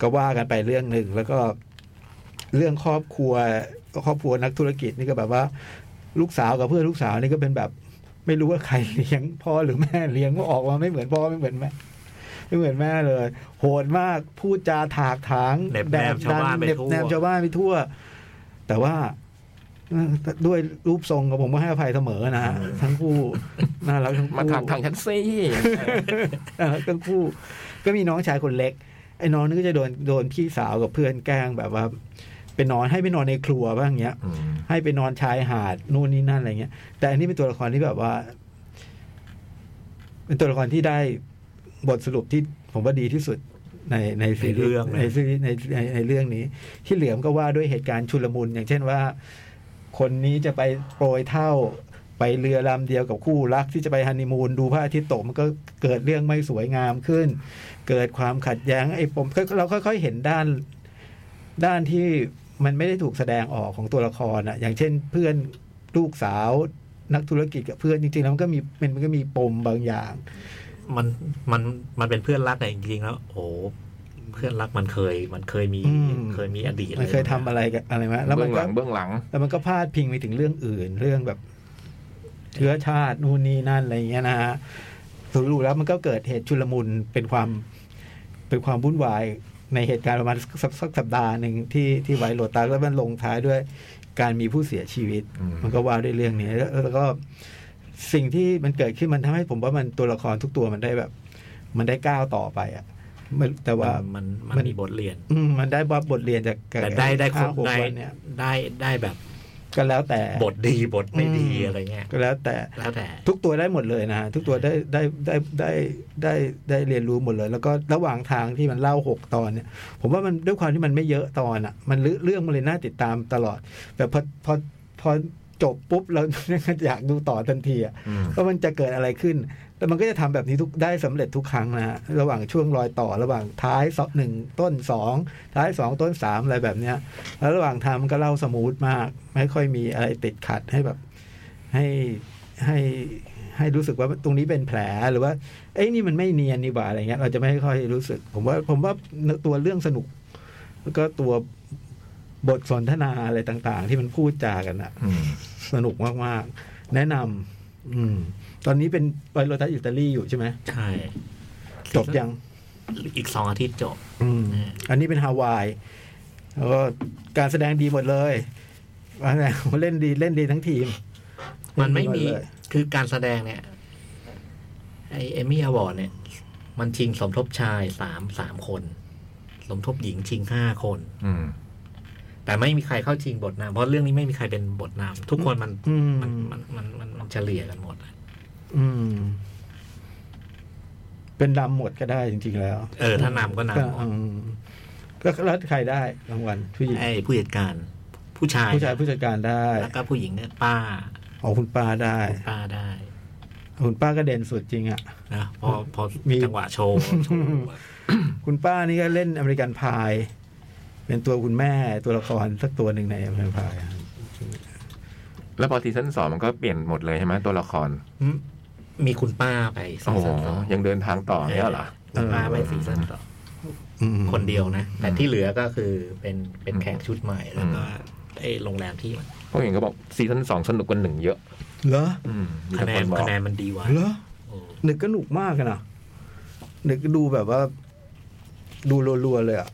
Speaker 2: ก็ว่ากันไปเรื่องหนึ่งแล้วก็เรื่องครอบครัวครอบครัวนักธุรกิจนี่ก็แบบว่า ลูกสาวกับเพื่อนลูกสาวนี่ก็เป็นแบบ ไม่รู้ว่าใครเลี้ยงพ่อหรือแม่เลี้ยงก็ออกมาไม่เหมือนพ่อไม่เหมือนแม่ไม่เหมือนแม่เลย โหดมากพูดจาถากถาง
Speaker 3: เหน็บแนมชาวบ้านไป
Speaker 2: เหน็บ
Speaker 3: ทั่ว
Speaker 2: แนมชาวบ้านไปทั่ว แต่ว่าเอ่อด้วยรูปทรงกับผมก็ให้อภัยเสมอนะฮะทั้งคู่น่ารักทั้งคู่
Speaker 4: มาถามทางฉันซี่
Speaker 2: เออทั้งคู่ก็มีน้องชายคนเล็ก ไอ้น้องนี่ก็จะโดนโดนพี่สาวกับเพื่อนแกล้งแบบว่าไปนอนให้ไปนอนในครัวบ้างเงี้ย
Speaker 4: อืม
Speaker 2: ให้ไปนอนชายหาดนู่นนี่นั่นอะไรเงี้ย แต่อันนี้เป็นตัวละครที่แบบว่า เป็นตัวละครที่ได้บทสรุปที่ผมว่าดีที่สุดในในซี
Speaker 3: ใน
Speaker 2: รี
Speaker 3: เรื่อง
Speaker 2: ส์
Speaker 3: นะ
Speaker 2: ในซีรีส์ในในในเรื่องนี้ ที่เหลือมนก็ว่าด้วยเหตุการณ์ชุลมุนอย่างเช่นว่า คนนี้จะไปโปรยเท่า ไปเรือลำเดียวกับคู่รักที่จะไปฮันนีมูนดูพระอาทิตย์ตกมันก็เกิดเรื่องไม่สวยงามขึ้น เกิดความขัดแย้งไอ้ผมเราค่อย ๆ เห็นด้าน ด้านที่มันไม่ได้ถูกแสดงออกของตัวละครอะอย่างเช่นเพื่อนลูกสาวนักธุรกิจกับเพื่อนจริงๆแล้วมันก็มีมันมันก็มีปมบางอย่าง
Speaker 3: มันมันมันเป็นเพื่อนรักแต่จริงๆแล้วโอ้โหเพื่อนรักมันเคย มันเคยมี
Speaker 2: อืม
Speaker 3: เคยมีอดีต
Speaker 2: มันเคยทำอะไรกับอะไรมาแล้วมั
Speaker 4: เบื้อน งห
Speaker 2: ก็
Speaker 4: ลังเบื้องหลัง
Speaker 2: แล้วมันก็พาดพิงไปถึงเรื่องอื่น เรื่องแบบเชื้อชาตินู่นนี่นั่นอะไรอย่างเงี้ยนะฮะสรุปแล้วมันก็เกิดเหตุชุลมุนเป็นความเป็นความวุ่นวายในเหตุการณ์ประมาณสักสักสัปดาห์หนึ่งที่ที่ไวโรตัสแล้วมันลงท้ายด้วยการมีผู้เสียชีวิต
Speaker 4: อืม
Speaker 2: มันก็ว่าด้วยเรื่องนี้แล้วแล้วก็สิ่งที่มันเกิดขึ้นมันทำให้ผมว่ามันตัวละครทุกตัวมันได้แบบ มันได้ก้าวต่อไปอะ ไม่แต่ว่า
Speaker 3: มันมัน
Speaker 2: มั
Speaker 3: มัน
Speaker 2: น
Speaker 3: มีบทเรียน
Speaker 2: อืมมันได้บทเรียนจากการ
Speaker 3: แต่ได้ได้ค
Speaker 2: ห้าน หก
Speaker 3: ได้
Speaker 2: วันเนี่ย
Speaker 3: ได้ได้แบบ
Speaker 2: ก็แล้วแต่
Speaker 3: บทดีบทไม่ดี
Speaker 2: ม
Speaker 3: อะไรเงี้ย
Speaker 2: ก็แล้วแต่
Speaker 3: แล้วแต่
Speaker 2: ทุกตัวได้หมดเลยนะฮะทุกตัวได้ได้ได้ได้ได้ได้เรียนรู้หมดเลย แล้วก็ระหว่างทางที่มันเล่าหกตอนเนี่ย ผมว่ามันด้วยความที่มันไม่เยอะตอนอ่ะ มันเรื่องเรื่องมันเลยน่าติดตามตลอด แต่พอพอพอจบปุ๊บเรา <laughs> อยากดูต่อทันทีอ่ะ
Speaker 4: อืม
Speaker 2: ว่ามันจะเกิดอะไรขึ้น แล้วมันก็จะทำแบบนี้ทุกได้สำเร็จทุกครั้งนะฮะระหว่างช่วงรอยต่อระหว่างท้ายสองหนึ่งต้นสองท้ายสองต้นสามอะไรแบบเนี้ย แล้วระหว่างทางมันก็เล่าสมูทมาก ไม่ค่อยมีอะไรติดขัดให้แบบ ให้ให้ให้รู้สึกว่าตรงนี้เป็นแผลหรือว่า เอ้ยนี่มันไม่เนียนนี่หว่าอะไรเงี้ย เราจะไม่ค่อยรู้สึก ผมว่า ผมว่าตัวเรื่องสนุก แล้วก็ตัวบทสนทนาอะไรต่าง ๆ ที่มันพูดจากันอะ
Speaker 4: อืม
Speaker 2: สนุกมากๆ แนะนำอืม ตอนนี้เป็นไปโรตัสอิตาลีอยู่ใช่ไหม
Speaker 3: ใช่
Speaker 2: จบยัง
Speaker 3: อีกสองอาทิตย์จบ
Speaker 2: อืม
Speaker 3: อืม
Speaker 2: อันนี้เป็นฮาวายแล้วก็การแสดงดีหมดเลย <laughs> ว่าไงเล่นดีเล่นดีทั้งทีม
Speaker 3: มันไม่มี
Speaker 2: เล่ดีหดเลย
Speaker 3: คือการแสดงเนี่ยไอเอมี่อวอร์ดเนี่ย มันชิงสมทบชายสามสามคน สมทบหญิงชิงห้าคน
Speaker 4: อืม
Speaker 3: แต่ไม่มีใครเข้าชิงบทนำเพราะเรื่องนี้ไม่มีใครเป็นบทนำทุกคนมัน
Speaker 2: อืม
Speaker 3: มันมันมันมันมันเฉลี่ยกันหมดอะ
Speaker 2: อืม เป็นดำหมดก็ได้จริงๆแล้ว
Speaker 3: เออถ้านำก็นำหมด
Speaker 2: อืมก็แล้วใครได้รางวัลผู้หญิง
Speaker 3: ไอผู้จัดการ ผู้ชาย
Speaker 2: ผู้ชายผู้จัดการได้
Speaker 3: แล้วก็ผู้หญิงเนี่ยป้า
Speaker 2: อ๋อคุณป้าได้
Speaker 3: ป้าได้
Speaker 2: คุณป้าก็เด่นสุดจริงอ่ะ
Speaker 3: นะพอพอ
Speaker 2: มี
Speaker 3: จังหวะโชว์โชว์อะ
Speaker 2: คุณป้านี่ก็เล่นอเมริกันพาย เป็นตัวคุณแม่ตัวละครสักตัวหนึ่งในอเมริกันพายอะ
Speaker 4: แล้วพอซีซั่นสองมันก็เปลี่ยนหมดเลยใช่ไหมตัวละคร
Speaker 3: มีคุณป้าไป
Speaker 4: โอ้
Speaker 3: ซี
Speaker 4: โห
Speaker 3: ซั่นสอง
Speaker 4: ยังเดินทางต่อเนี่ยเหรอ
Speaker 3: คุณป้าไปซีซั่นสอง
Speaker 2: อืม
Speaker 3: คนเดียวนะ แต่ที่เหลือก็คือเป็นเป็นแขกชุดใหม่แล้วก็
Speaker 4: อืม
Speaker 3: ไอ้โรงแรมที่มัน
Speaker 4: พวกเห็นก็บอกซีซั่นสองสนุกกว่าหนึ่งเยอะ
Speaker 2: เหรอ
Speaker 4: อืมมี
Speaker 3: คะแน
Speaker 4: คน นบอก
Speaker 3: คะแนนมันดีไว้
Speaker 2: เหรอ
Speaker 3: โอ้
Speaker 2: หนึกก็หนุกมากอะนะหนึกก็ดูแบบว่า ดูรัวๆเลยอะ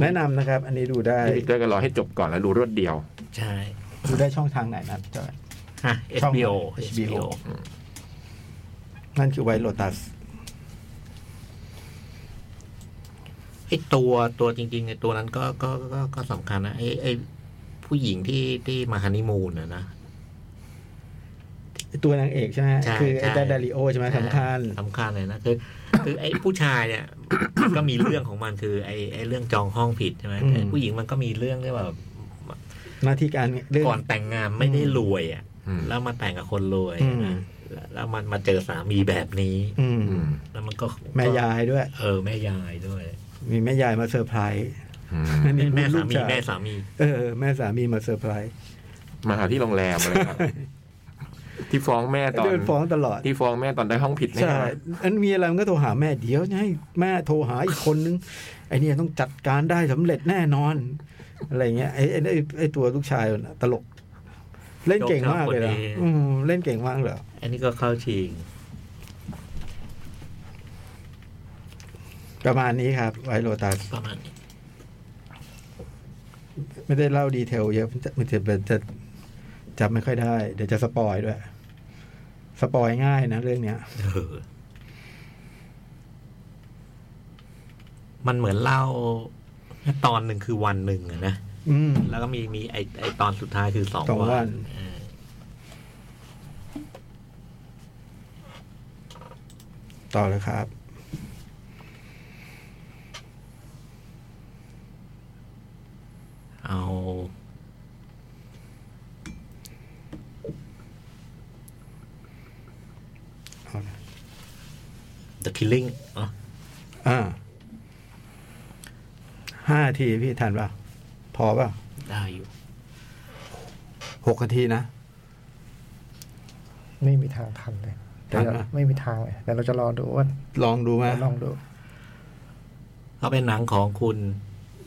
Speaker 2: แนะนำนะครับ อันนี้ดูได้
Speaker 4: พี่ปีเตอร์ก็รอให้จบก่อนแล้วดูรวดเดียว
Speaker 3: ใช่
Speaker 2: ดูได้ช่องทางไหนนะจอย
Speaker 3: ฮะ
Speaker 2: ช่อง
Speaker 3: HBO
Speaker 2: HBO นั่นคือไวโรตัส
Speaker 3: ไอ้ตัวตัวจริงๆไอ้ตัวนั้นก็ก็ก็ก็สำคัญนะไอ้ไอ้ผู้หญิงที่ที่มาฮันนีมูนนะนะ
Speaker 2: ตัวนางเอกใช่ไหม
Speaker 3: ใช่
Speaker 2: คือ
Speaker 3: ใช่
Speaker 2: ไอ้ดาดาริโอใช่ไหมสำคัญ
Speaker 3: สำคัญเลยนะคือ คือไอ้ผู้ชายเนี่ย <coughs> มันก็มีเรื่องของมันคือไอ้ไอ้เรื่องจองห้องผิดใช่ไหม
Speaker 2: อืม
Speaker 3: แต่ผู้หญิงมันก็มีเรื่องที่แบบ
Speaker 2: หน้าที่การเรื่อง
Speaker 3: ก่อนแต่งงานไม่ได้รวยอ่ะ
Speaker 4: อืม
Speaker 3: แล้วมาแต่งกับคนรวย
Speaker 2: อืม
Speaker 3: นะแล้วแล้วมันมาเจอสามีแบบนี้
Speaker 2: อืม
Speaker 4: อืม
Speaker 3: แล้วมันก็
Speaker 2: แม่ยายด้วย
Speaker 3: เออแม่ยายด้วย
Speaker 2: มีแม่ยายมาเซอร์ไพรส์
Speaker 4: อืม
Speaker 2: อันนี้
Speaker 3: แม่
Speaker 2: ลู
Speaker 3: สาก มี
Speaker 2: ชย
Speaker 3: แม่สามี
Speaker 2: เออแม่สามีมาเซอร์ไพรส์
Speaker 4: มาหาที่โรงแรมอะไรครับที่ฟ้องแม่ตอน
Speaker 2: เดินฟ้องตลอด
Speaker 4: ที่ฟ้องแม่ตอนได้ห้องผิดเนี่ย
Speaker 2: ใช่อันมีอะไรมันก็โทรหาแม่เดี๋ยวจะให้แม่โทรหาอีกคนนึง ไอ้เนี่ยต้องจัดการได้สำเร็จแน่นอน อะไรเงี้ยไอ้ไอ้ไอ้ไอ้ตัวลูกชายมันน่ะตลก เล่นเก่งมากเลยนะ
Speaker 3: ยกเท้าคนเอง
Speaker 2: อืมเล่นเก่งมากเลย
Speaker 3: อันนี้ก็เข้าชิง
Speaker 2: ประมาณนี้ครับไวโรตัส
Speaker 3: ประมาณนี้
Speaker 2: ไม่ได้เล่าดีเทลเยอะมันจะมันจะมันจะจำไม่ค่อยได้ เดี๋ยวจะสปอยด้วย สปอยง่ายนะเรื่องเนี้ย
Speaker 3: เออมันเหมือนเล่าตอนหนึ่งคือวันหนึ่งอะนะ
Speaker 2: อืม
Speaker 3: แล้วก็มีมีไอไอตอนสุดท้ายคือสอง
Speaker 2: สองวั
Speaker 3: วัน นเออ
Speaker 2: ต่อเลยครับ
Speaker 3: เอา
Speaker 2: เอาเลย
Speaker 3: The Killing อ๋อ
Speaker 2: อ่าห้านาทีพี่ทันป่ะพอป่ะ
Speaker 3: ได้อยู่
Speaker 2: หกนาทีนะ
Speaker 6: ไม่มีทางทันเลยเดี๋ยว
Speaker 2: ทันปะ
Speaker 6: ไม่มีทางเลยแต่เราจะรอดูว่า
Speaker 2: ลองดูไหม
Speaker 6: ลองดู
Speaker 3: ก็เป็นหนังของคุณ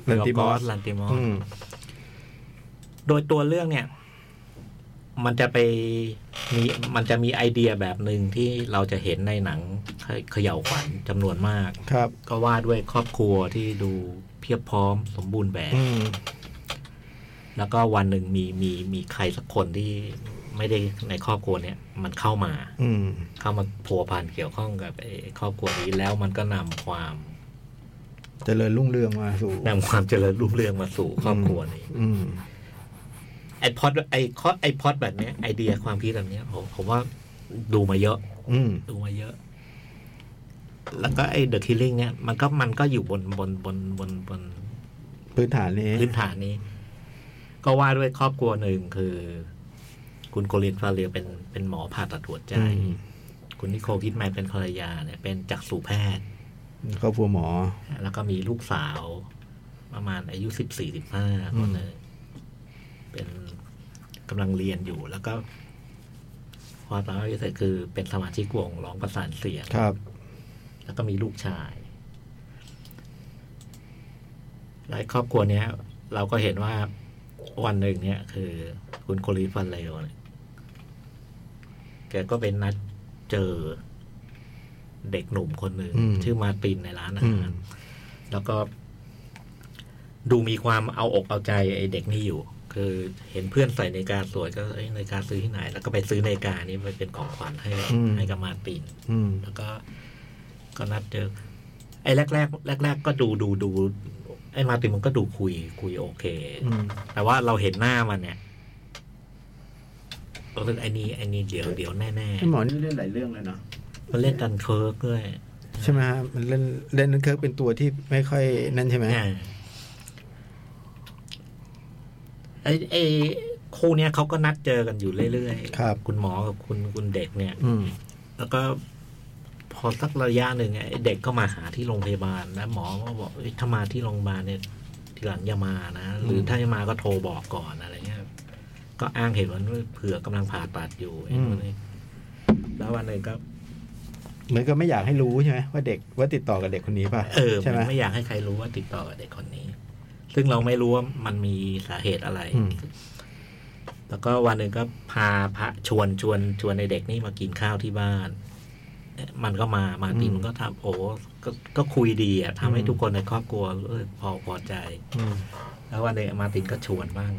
Speaker 2: ลันติมอส
Speaker 3: ลันติมอส
Speaker 2: อืม
Speaker 3: โดยตัวเรื่องเนี่ย มันจะไปมีมันจะมีไอเดียแบบหนึ่งที่เราจะเห็นในหนังเขเขย่าวขวัญจำนวนมาก
Speaker 2: ครับ
Speaker 3: ก็ว่าด้วยครอบครัวที่ดูเพียบพร้อมสมบูรณ์แบบ
Speaker 2: อืม
Speaker 3: แล้วก็วันหนึ่งมีมีมีใครสักคนที่ ไม่ได้ในครอบครัวเนี่ยมันเข้ามา
Speaker 2: อืม
Speaker 3: เข้ามาผัวพันเกี่ยวข้องกับไอ้ครอบครัวนี้แล้วมันก็นำความ
Speaker 2: เจริญรุ่งเรืองมาสู่
Speaker 3: นำความเจริญรุ่งเรืองมาสู่ครอบครัวนี้
Speaker 2: อืม
Speaker 3: ไอพอดไอคอไอพอดแบบเนี้ยไอเดียความคิดแบบเนี้ยผมผมว่าดูมาเยอะ
Speaker 2: อืม
Speaker 3: ดูมาเยอะ แล้วก็ไอเดอะคิลลิ่งเนี่ยมันก็มันก็อยู่บนบนบนบนบน
Speaker 2: พื้นฐานนี้
Speaker 3: พื้นฐานนี้ ก็ว่าด้วยครอบครัวหนึ่งคือ คุณโกลินฟาเรียเป็นเป็นหมอผ่าตัดหัวใจ
Speaker 2: อืม
Speaker 3: คุณนิโคลคิดแมนเป็นภรรยาเนี่ย เป็นจักษุแพทย์
Speaker 2: ครอบครัวหมอ
Speaker 3: แล้วก็มีลูกสาวประมาณอายุสิบสี่สิบห้าคนหนึ่งเป็นกำลังเรียนอยู่แล้วก็ความสามารถพิเศษคือเป็นสมาชิกวงร้องประสานเสียง
Speaker 2: ครับ
Speaker 3: แล้วก็มีลูกชายและครอบครัวเนี้ย เราก็เห็นว่าวันหนึ่งเนี่ย คือคุณโคลีฟันเลวเนี่ยแกก็เป็นนัดเจอเด็กหนุ่มคนหนึ่ง
Speaker 2: อืม
Speaker 3: ชื่อมาร์ตินในร้านอา
Speaker 2: อืม
Speaker 3: หาร แล้วก็ ดูมีความเอาอกเอาใจไอ้เด็กนี่อยู่ คือเห็นเพื่อนใส่ในาฬิการสวยก็เอ้ยนาฬิการซื้อที่ไหน แล้วก็ไปซื้อในาฬิการนี้ไปเป็นของขวัญให้
Speaker 2: อืม
Speaker 3: ให้กับมาร์ติน
Speaker 2: อืม
Speaker 3: แล้วก็ก็นัดเจอ ไอ้แรกแรกแรกแรกๆก็ดูดูดูไอ้มาร์ตินมันก็ดูคุยคุยโอเค
Speaker 2: อืม
Speaker 3: แต่ว่าเราเห็นหน้ามันเนี่ยรู้สึกไอ้นี่ไอ้นี่เดี๋ยวเดี๋ยวแน่แน่
Speaker 2: หมอนี่เล่นหลายเรื่องเลยเนาะ
Speaker 3: ๆมันเล่นดันเคิร์กด้วย
Speaker 2: ใช่ไหมฮะมันเล่นเล่นนั่นคือเป็นตัวที่ไม่ค่อยนั่นใช่ไหม
Speaker 3: อ่าไอ้ไอ้คู่เนี้ยเขาก็นัดเจอกันอยู่เรื่อย
Speaker 2: ครับ
Speaker 3: คุณหมอกับคุณคุณเด็กเนี่ย
Speaker 2: อืม
Speaker 3: แล้วก็พอสักระยะหนึ่งไอ้เด็กก็มาหาที่โรงพยาบาลแล้วหมอก็บอกเอ้ยถ้ามาที่โรงพยาบาลเนี่ยทีหลังอย่ามานะ หรืออ
Speaker 2: ม
Speaker 3: ถ้าจะมาก็โทรบอกก่อนอะไรเงี้ยก็อ้างเหตุผลว่าเผื่อกำลังผ่าตัดอยู่ไอ้
Speaker 2: อืม
Speaker 3: นู่นนี่แล้ววันหนึ่งก็
Speaker 2: เหมือนก็ไม่อยากให้รู้ใช่ไหมว่าเด็กว่าติดต่อกับเด็กคนนี้ป่ะ
Speaker 3: เออ
Speaker 2: ใช่ไหม
Speaker 3: มันไม่อยากให้ใครรู้ว่าติดต่อกับเด็กคนนี้ ซึ่งเราไม่รู้ว่ามันมีสาเหตุอะไร
Speaker 2: อืม
Speaker 3: แล้วก็วันหนึ่งก็พาพระชวนชวนชวนในเด็กนี่มากินข้าวที่บ้านเอ๊ะมันก็มามาติน
Speaker 2: อืม
Speaker 3: มันก็ทำโอ้ก็ก็คุยดีอ่ะทำให้
Speaker 2: อืม
Speaker 3: ทุกคนในครอบครัวเออพอพอใจ
Speaker 2: อืม
Speaker 3: แล้ววันหนึ่งมาตินก็ชวนบ้าง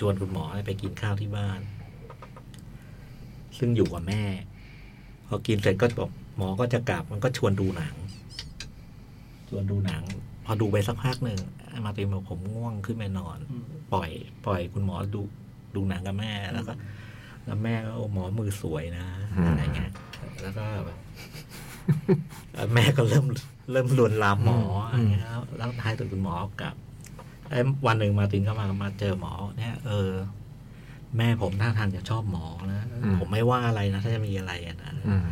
Speaker 3: ชวนคุณหมอให้ไปกินข้าวที่บ้าน ซึ่งอยู่กับแม่ พอกินเสร็จก็บอกหมอก็จะกลับ มันก็ชวนดูหนัง ชวนดูหนัง พอดูไปสักพักหนึ่งไอ้มาตินบอกผมง่วงขึ้นไปนอน
Speaker 5: อืม
Speaker 3: ปล่อย ปล่อยคุณหมอดูดูหนังกับแม่แล้วก็แล้วแม่ก็โอ้หมอมือสวยนะ
Speaker 4: อืม
Speaker 3: อะไรเงี้ยแล้วก็แบบแล้วแม่ก็เริ่มเริ่มลวนลามหมอ
Speaker 2: อื
Speaker 3: อะ
Speaker 2: ม
Speaker 3: ไรเงี้ยแล้วแล้วท้ายสุดคุณหมอกลับไอ้ยวันหนึ่งมาตินก็มามาเจอหมอ เนี่ย เออ แม่ผมท่าทางจะชอบหมอนะ
Speaker 4: อืม
Speaker 3: ผมไม่ว่าอะไรนะถ้าจะมีอะไรอะนะ
Speaker 4: อืม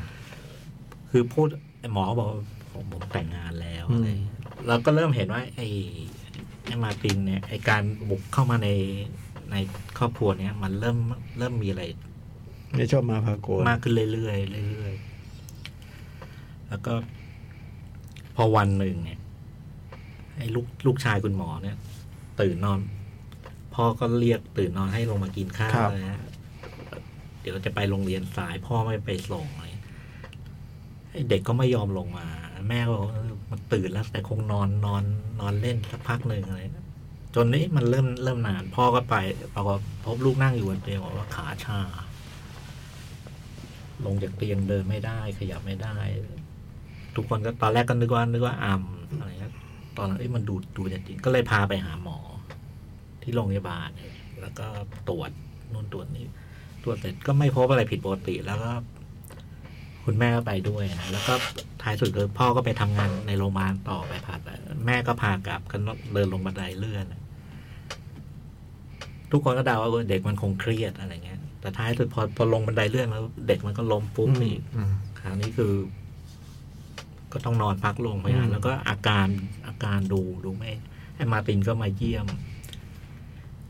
Speaker 3: คือพูดหมอบอกว่าผมผมแต่งงานแล้ว
Speaker 2: อืม
Speaker 3: อะไรเราก็เริ่มเห็นว่าไอ้ไอ้มาร์ตินเนี่ยไอ้การบุกเข้ามาในในครอบครัวเนี่ยมันเริ่มเริ่มมีอะไร
Speaker 2: ไม่ชอบมาพากล
Speaker 3: มากขึ้นเรื่อยๆเรื่อยๆแล้วก็ พอวันหนึ่งเนี่ยไอ้ลูกลูกชายคุณหมอเนี่ย ตื่นนอนพ่อก็เรียกตื่นนอนให้ลงมากินข้าวนะฮะเดี๋ยวจะไปโรงเรียนสายพ่อไม่ไปส่งอะไรไอ้เด็กก็ไม่ยอมลงมา แม่ก็บอกว่าเออมันตื่นแล้วแต่คงนอนนอน นอนเล่นสักพักหนึ่งอะไรจนนี้มันเริ่มเริ่มนานพ่อก็ไปปรากฏพบลูกนั่งอยู่บนเตียงบอกว่าขาชา ลงจากเตียงเดินไม่ได้ ขยับไม่ได้ ทุกคนก็ตอนแรกก็นึกว่านึกว่าอัมอะไรเงี้ยตอนนั้นเอ้ยมันดูดูจะจริงก็เลยพาไปหาหมอ ที่โรงพยาบาลเนี่ยแล้วก็ตรวจนู่นตรวจนี่ตรวจเสร็จก็ไม่พบอะไรผิดปกติ แล้วก็ คุณแม่ก็ไปด้วยนะแล้วก็ท้ายสุดคือพ่อก็ไปทำงานในโรงพยาบาลต่อไปผ่าตัดแม่ก็พากลับก็เดินลงบันไดเลื่อนอะทุกคนก็เดาว่าเออเด็กมันคงเครียดอะไรเงี้ย แต่ท้ายสุดพอพอลงบันไดเลื่อนแล้วเด็กมันก็ล้มปุ๊บนี่
Speaker 4: อืม
Speaker 3: คราวนี้คือ ก็ต้องนอนพักโรงพยาบาลแล้วก็อาการอาการดูดูไม่ไอ้มาร์ตินก็มาเยี่ยม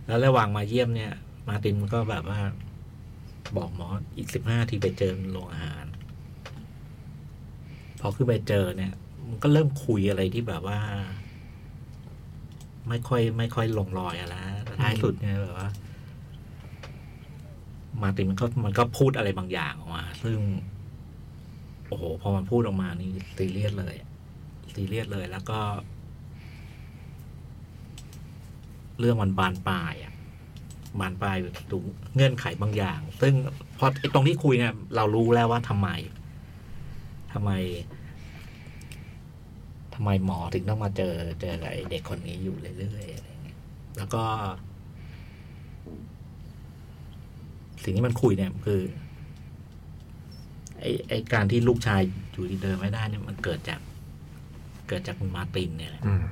Speaker 3: แล้วระหว่างมาเยี่ยมเนี่ย มาร์ตินก็แบบว่า บอกหมออีกสิบห้าทีไปเจอโรงอาหาร พอขึ้นไปเจอเนี่ย มันก็เริ่มคุยอะไรที่แบบว่า ไม่ค่อย ไม่ค่อยลงรอยอะไรนะแต่ท้ายสุดเนี่ยแบบว่า มาร์ตินมันก็มันก็พูดอะไรบางอย่างออกมา ซึ่ง โอ้โห พอมันพูดออกมานี่ซีเรียสเลยซีเรียสเลยแล้วก็ เรื่องมันบานปลายอะ บานปลายถึงเงื่อนไขบางอย่าง ซึ่งพอไอ้ตรงที่คุยเนี่ยเรารู้แล้วว่าทำไมทำไมทำไมหมอถึงต้องมาเจอเจอกับไอ้เด็กคนนี้อยู่เรื่อยๆอะไรเงี้ยแล้วก็ สิ่งที่มันคุยเนี่ยคือ ไอ้ไอ้การที่ลูกชายอยู่ดีเดินไม่ได้เนี่ยมันเกิดจาก เกิดจากคุณมาร์ตินเนี่ยแหละ
Speaker 4: อืม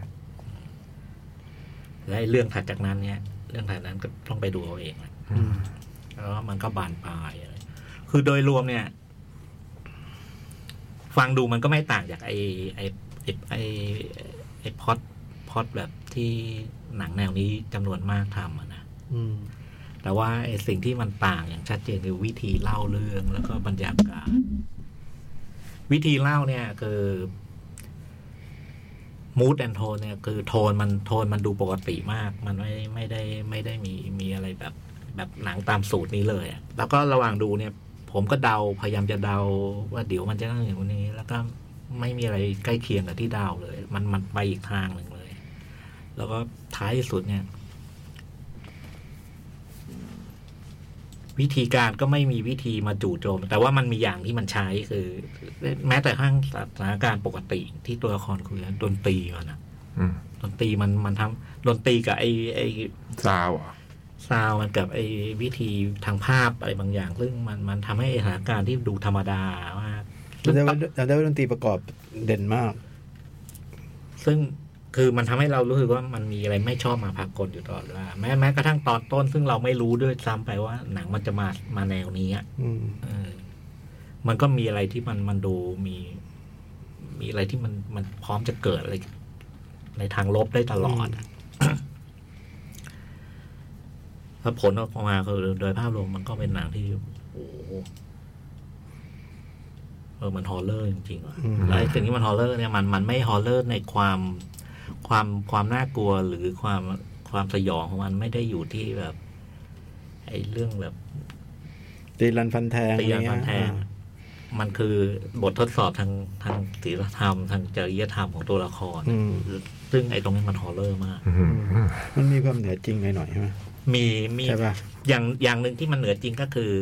Speaker 3: และไอ้เรื่องถัดจากนั้นเนี่ย เรื่องถัดนั้นก็ต้องไปดูเอาเองนะ
Speaker 4: อืม
Speaker 3: แล้วมันก็บานปลายอะไรคือโดยรวมเนี่ย ฟังดูมันก็ไม่ต่างจากไอ้ไอ้ไอ้ไอ้ไอ้พอดพอดแบบที่หนังแนวนี้จำนวนมากทำอะนะ
Speaker 2: อืม
Speaker 3: แต่ว่าไอ้สิ่งที่มันต่างอย่างชัดเจนคือวิธีเล่าเรื่องแล้วก็บรรยากาศวิธีเล่าเนี่ยคือ mood and tone เนี่ยคือโทนมันโทนมันดูปกติมาก มันไม่ไม่ได้ไม่ได้มีมีอะไรแบบแบบหนังตามสูตรนี้เลยอะแล้วก็ระหว่างดูเนี่ย ผมก็เดาพยายามจะเดาว่าเดี๋ยวมันจะต้องอย่างนี้ แล้วก็ไม่มีอะไรใกล้เคียงกับที่เดาเลย มันมันไปอีกทางหนึ่งเลย แล้วก็ท้ายที่สุดเนี่ย วิธีการก็ไม่มีวิธีมาจู่โจม แต่ว่ามันมีอย่างที่มันใช้คือ แม้แต่ทั้งสถานการณ์ปกติที่ตัวละครคุยกันดนตรีมันอะ
Speaker 4: อืม
Speaker 3: ดนตรีมันมันทำดนตรีกับไอไอ
Speaker 4: ซาวเหรอ
Speaker 3: ซาวมันกับไอวิธีทางภาพอะไรบางอย่าง ซึ่งมันมันทำให้สถานการณ์ที่ดูธรรมดามาก
Speaker 2: จำได้ว่าจำได้ว่าดนตรีประกอบเด่นมาก
Speaker 3: ซึ่งคือมันทำให้เรารู้สึกว่ามันมีอะไรไม่ชอบมาพากลอยู่ตลอดเวลาแม้แม้กระทั่งตอนต้น ซึ่งเราไม่รู้ด้วยซ้ำไปว่าหนังมันจะมามาแนวนี้อะ
Speaker 2: อืม
Speaker 3: เออมันก็มีอะไรที่มันมันดูมี มีอะไรที่มันมันพร้อมจะเกิดอะไร ในทางลบได้ตลอดอะแล้วผลออกมาคือโดยภาพรวมมันก็เป็นหนังที่โอ้โหเออมันฮอลเลอร์จริงๆว่ะ
Speaker 2: อืม
Speaker 3: แล้วไอ้สิ่งที่มันฮอลเลอร์เนี่ยมันมันไม่ฮอลเลอร์ในความความความน่ากลัวหรือความความสยองของมันไม่ได้อยู่ที่แบบ ไอ้เรื่องแบบ
Speaker 2: ตีรันฟันแทง
Speaker 3: ตีกันฟันแทง
Speaker 2: อะไรเงี้ย
Speaker 3: มันคือบททดสอบทางทางศีลธรรม ทางจริยธรรมของตัวละคร
Speaker 2: อืม
Speaker 3: ซึ่งไอ้ตรงนี้มันฮอลเลอร์มาก
Speaker 4: อืมอืม
Speaker 2: มันมีความเหนือจริงหน่อยๆใช่ไหม
Speaker 3: มีมี
Speaker 2: ใช่ป่ะ
Speaker 3: อย่างอย่างหนึ่งที่มันเหนือจริงก็คือ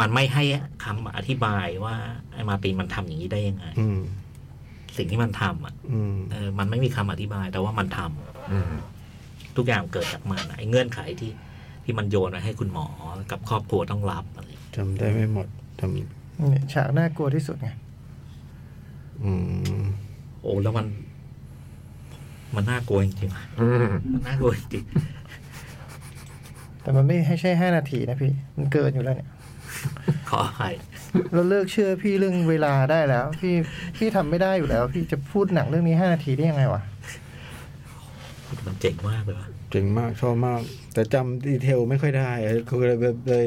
Speaker 3: มันไม่ให้คำอธิบายว่า ไอ้มาร์ตินมันทำอย่างนี้ได้ยังไง
Speaker 2: อืม
Speaker 3: สิ่งที่มันทำอ่ะ
Speaker 2: อืม
Speaker 3: เออมันไม่มีคำอธิบาย แต่ว่ามันทำ
Speaker 4: อืม
Speaker 3: ทุกอย่างเกิดจากมันอะไอ้เงื่อนไขที่ที่มันโยนไว้ให้คุณหมอกับครอบครัวต้องรับอะไรอย่างเงี้ย
Speaker 2: จำได้ไม่หมดจ
Speaker 6: เนี่ยฉากน่ากลัวที่สุดไง
Speaker 2: ำอืม
Speaker 3: โอ้แล้วมัน มันน่ากลัวจริงๆว่ะ
Speaker 4: อืม
Speaker 3: มันน่ากลัวจริง
Speaker 6: แต่มันไม่ให้ใช่ห้านาทีนะพี่ มันเกินอยู่แล้วเนี่ย
Speaker 3: ขออภัย
Speaker 6: เราเลิกเชื่อพี่เรื่องเวลาได้แล้ว พี่พี่ทำไม่ได้อยู่แล้ว พี่จะพูดหนังเรื่องนี้ห้านาทีได้ยังไงวะ
Speaker 3: มันเจ๋งมากเลยว่ะ
Speaker 2: เจ๋งมากชอบมาก แต่จำดีเทลไม่ค่อยได้คือเลยเลย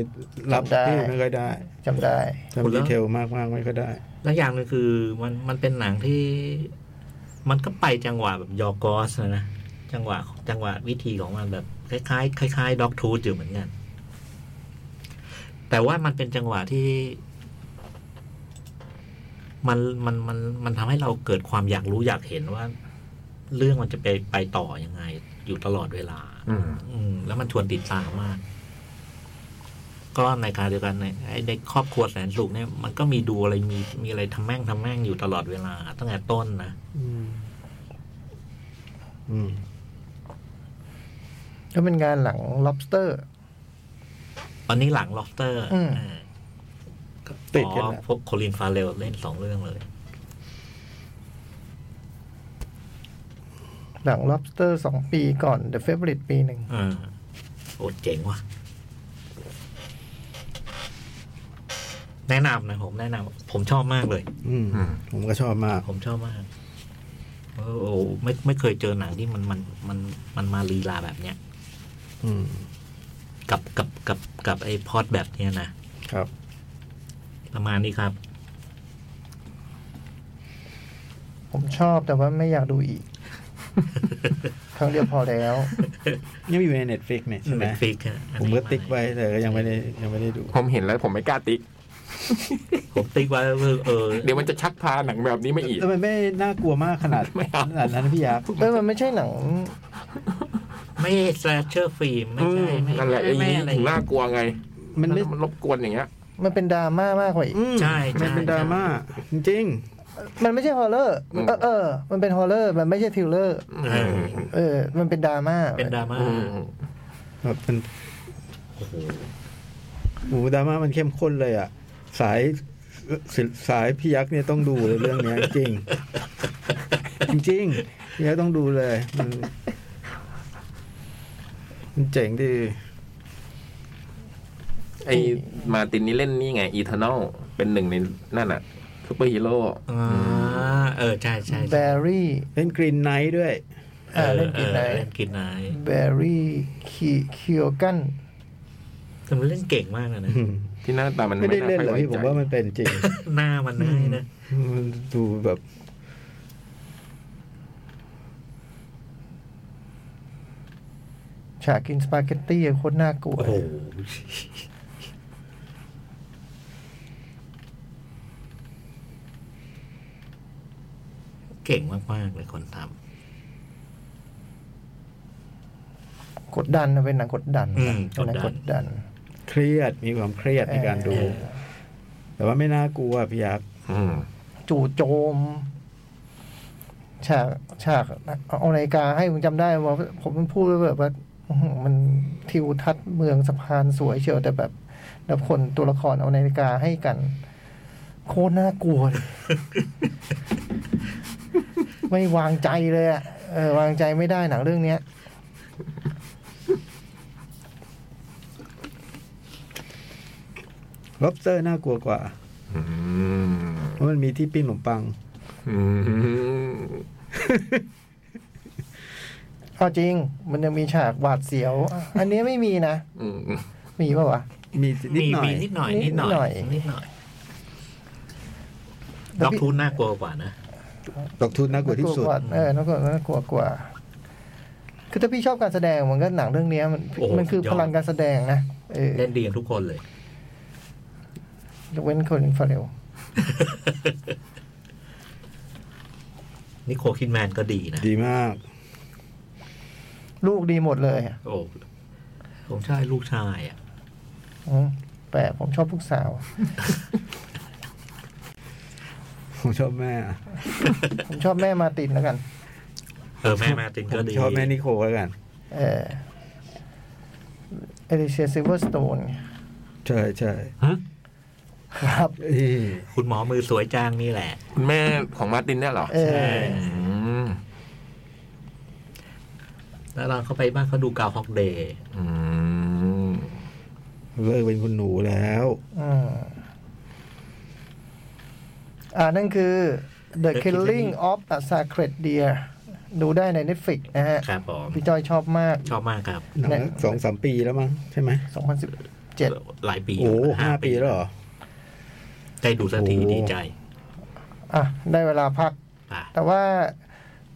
Speaker 2: รับ
Speaker 6: จำได้
Speaker 2: ที่ไม่ค่อยได้
Speaker 6: จำได้
Speaker 3: คุณ
Speaker 2: จำ
Speaker 3: แล้
Speaker 2: ดี
Speaker 3: ว
Speaker 2: เทลมากมากๆไม่ค่อยได้
Speaker 3: แล้วอย่างหนึงคือมันมันเป็นหนังที่ มันก็ไปจังหวะแบบยอร์กอสนะนะจังหวะจังหวะวิธีของมันแบบคล้ายๆคล้ายๆด็อกทูธอยู่เหมือนกัน แต่ว่ามันเป็นจังหวะที่ มันมันมันมันทำให้เราเกิดความอยากรู้อยากเห็นว่า เรื่องมันจะไปไปต่อยังไง อยู่ตลอดเวลา
Speaker 4: อืม
Speaker 3: อืมแล้วมันชวนติดตามมาก ก็ในการเดียวกันในไอ้ในครอบครัวแสนสุขเนี่ยมันก็มีดูอะไรมีมีอะไรทำแม่งทำแม่งอยู่ตลอดเวลา ตั้งแต่ต้นนะ
Speaker 2: อืม อืม
Speaker 6: ก็เป็นงานหลัง lobster
Speaker 3: ตอนนี้หลังล็อบสเตอร์
Speaker 6: อืม
Speaker 2: ติดกันแหละ
Speaker 3: พวกโคลินฟาเรลเล่นสองเรื่องเลย
Speaker 6: หลัง lobster สองปีก่อน the favorite ปีหนึ่ง
Speaker 3: อ่าโอ้เจ๋งว่ะ แนะนำนะผมแนะนำผมชอบมากเลย
Speaker 2: อืม
Speaker 4: อืม
Speaker 2: ผมก็ชอบมาก
Speaker 3: ผมชอบมากโอ้โหไม่ไม่เคยเจอหนังที่มันมันมันมันมาลีลาแบบเนี้ย
Speaker 2: อืม
Speaker 3: กับกับกับกับไอ้พอดแบบเนี้ยนะ
Speaker 2: ครับ
Speaker 3: ประมาณนี้ครับ
Speaker 6: ผมชอบแต่ว่าไม่อยากดู
Speaker 3: <laughs>
Speaker 6: อีก ครั้งเดียวพอแล้ว
Speaker 2: ยังอยู่ในเน็ตฟลิกเนี่ยใช่ไหม
Speaker 3: Netflix อะอัน
Speaker 2: ผม
Speaker 3: นี้า
Speaker 2: ก็ติ๊กไว้แต่ก็ยังไม่ได้ยังไม่ได้ดู
Speaker 4: ผมเห็นแล้วผมไม่กล้าติ๊ก
Speaker 3: ผมติ๊กไว้ก็คือเออ
Speaker 4: เดี๋ยวมันจะชักพาหนังแบบนี้มาอีก
Speaker 2: แล้วมันไม่น่ากลัวมากขนาด
Speaker 4: ไม่เอา
Speaker 2: ขนาดนั้นพี่ยักษ์
Speaker 6: เออมันไม่ใช่หนัง
Speaker 3: ไม่สแลชเชอร์ฟิล์มไม่ใช่ไม่
Speaker 4: นั่นแหละอย่าง
Speaker 3: ไม่
Speaker 4: นี้
Speaker 3: อะไร
Speaker 4: ถึงน่ากลัวไง
Speaker 2: มันไม่
Speaker 4: มันรบกวนอย่างเงี้ย
Speaker 6: มันเป็นดราม่ามากกว่าอีก
Speaker 2: อืม
Speaker 3: ใช่
Speaker 2: มัน
Speaker 3: ใช่
Speaker 2: เป็นดราม่าจริง
Speaker 6: มันไม่ใช่ฮอลเลอร์
Speaker 4: อืม
Speaker 6: เออเออ มันเป็นฮอลเลอร์ มันไม่ใช่ทิลเลอร์
Speaker 3: ใช่
Speaker 6: เออ มันเป็นดราม่า
Speaker 3: เป็นดราม่า
Speaker 4: อืม
Speaker 2: ๆ แบบมัน
Speaker 3: โอ้โห
Speaker 2: โหดราม่ามันเข้มข้นเลยอ่ะ สายศิลป์สายพี่ยักษ์เนี่ยต้องดูเลยเรื่องเนี้ยจริง จริงๆพี่ยักษ์ต้องดูเลย มันมันเจ๋งดี
Speaker 4: ไอ้มาร์ตินนี่เล่นนี่ไงอีเทอร์นลเป็นหนึ่งในนั่นอ่ะซูเปอร์ฮีโร่
Speaker 3: อ่าเออใช่ใช่
Speaker 6: แบ
Speaker 3: ใช่
Speaker 6: รี่
Speaker 2: เล่นกรีนไนท์ด้วย
Speaker 3: เออ
Speaker 6: เล่นกินได
Speaker 3: เออเล่นกินไนท์
Speaker 6: แบรี่คิคิโอกัน
Speaker 3: แต่มันเล่นเก่งมากนะนะ
Speaker 4: ที่หน้าตามัน
Speaker 2: ไม่ได้
Speaker 4: า
Speaker 2: เล่นหรอก
Speaker 4: ค่ย
Speaker 2: พี่
Speaker 4: ไใจ
Speaker 2: ผมว่ามันเป็นจริง
Speaker 3: หน้ามันน่าให้นะ
Speaker 2: มันดูแบบ
Speaker 6: ฉากกินสปาเกตตี้โคตรน่ากลัว
Speaker 3: โอ้โหเก่งมาก ๆ เลยคนท
Speaker 6: กดดันนะเป็นหนังกดดัน
Speaker 3: ำอืมก
Speaker 6: เป็น
Speaker 3: ด
Speaker 6: หนัง
Speaker 3: ดั
Speaker 6: ก
Speaker 3: น
Speaker 6: ดดัน
Speaker 2: เครียดมีความเครียดในการดู
Speaker 6: เออ
Speaker 2: แต่ว่าไม่น่ากลัวพี่ยักษ์
Speaker 4: อืม
Speaker 6: จู่โจม ฉากฉากเอานาฬิกาให้ผมจำได้ว่าผมมันพูดไว้แบบว่าอื้อหือมันทิวทัศน์เมืองสะพานสวยเชียวแต่แบบแล้วคนตัวละครเอานาฬิกาให้กัน โคตรน่ากลัวเลย <laughs> ไม่วางใจเลยอะเออ วางใจไม่ได้หนังเรื่องเนี้ย
Speaker 2: ล็อบสเตอร์น่ากลัวกว่า
Speaker 4: อืม
Speaker 2: เพราะมันมีที่ปิ้งขนมปัง
Speaker 4: อืม
Speaker 6: เอาจริง มันยังมีฉากหวาดเสียว อันเนี้ยไม่มีนะ
Speaker 4: อืม
Speaker 6: มีปะวะ
Speaker 2: มีนิด
Speaker 3: มี
Speaker 2: หน่อย
Speaker 3: มีนิดหน่อยนิ
Speaker 6: นิด
Speaker 3: ด
Speaker 6: ห
Speaker 3: ห
Speaker 6: น่
Speaker 3: น่
Speaker 6: อ
Speaker 3: อย ย นิดหน่อยด็อกทูนน่ากลัวกว่านะ
Speaker 2: ตกทุนน่ากลัวที่สุด
Speaker 6: กเออน่ากลัวน่ากลัวกว่า คือถ้าพี่ชอบการแสดงมันก็หนังเรื่องเนี้ยมัน
Speaker 3: โอ้โห
Speaker 6: มันคือ
Speaker 3: สุดยอด
Speaker 6: พลังการแสดงนะเออ
Speaker 3: เล่นดีกันทุกคนเลย
Speaker 6: ยกเว้นคนฟาเรล
Speaker 3: <laughs> นิโคลคิดแมนก็ดีนะ
Speaker 2: ดีมาก
Speaker 6: ลูกดีหมดเลยอะ
Speaker 3: โอ้ผมชายลูกชายอ่ะ
Speaker 6: อืมแปลกผมชอบลูกสาว
Speaker 2: ผมชอบแม่อะ
Speaker 6: ผมชอบแม่มาร์ตินแล้วกัน
Speaker 3: เออ แม่มาร์ติน
Speaker 2: ผ
Speaker 3: ก็
Speaker 2: ม
Speaker 3: ดี
Speaker 2: ชอบแม่นิโคแล้วกัน
Speaker 6: เออเอลิเชียซิลเวอร์สโตน
Speaker 2: ใช่ใช่
Speaker 3: หึ
Speaker 6: ครับ
Speaker 2: เอ้ย
Speaker 3: คุณหมอมือสวยจ้างนี่แหละ
Speaker 4: คุณแม่ของมาร์ตินเนี่ยเหรอ
Speaker 6: เออ
Speaker 4: อืม
Speaker 3: แล้วเราเข้าไปบ้านเขาดูกาวฮอกเดย์
Speaker 4: อืม
Speaker 2: เลิกเป็นคุณหนูแล้ว
Speaker 6: อืมอ่านั่นคือ The
Speaker 3: The
Speaker 6: Killing
Speaker 3: Killing
Speaker 6: of a Sacred Deer ดูได้ใน Netflix นะฮะ
Speaker 3: ครับผม
Speaker 6: พี่จอยชอบมาก
Speaker 3: ชอบมากครับ
Speaker 2: หนัง
Speaker 6: เนี่ย
Speaker 2: สองสามปีแล้วมั้งใช่ไหม
Speaker 6: 2017
Speaker 3: หลายปี
Speaker 2: โอ้ห้าปีแล้วเหรอ
Speaker 3: ได้ดูสักที
Speaker 2: โอ้
Speaker 3: ดีใจ
Speaker 6: อ่ะ ได้เวลาพัก
Speaker 3: อ่ะ
Speaker 6: แต่ว่า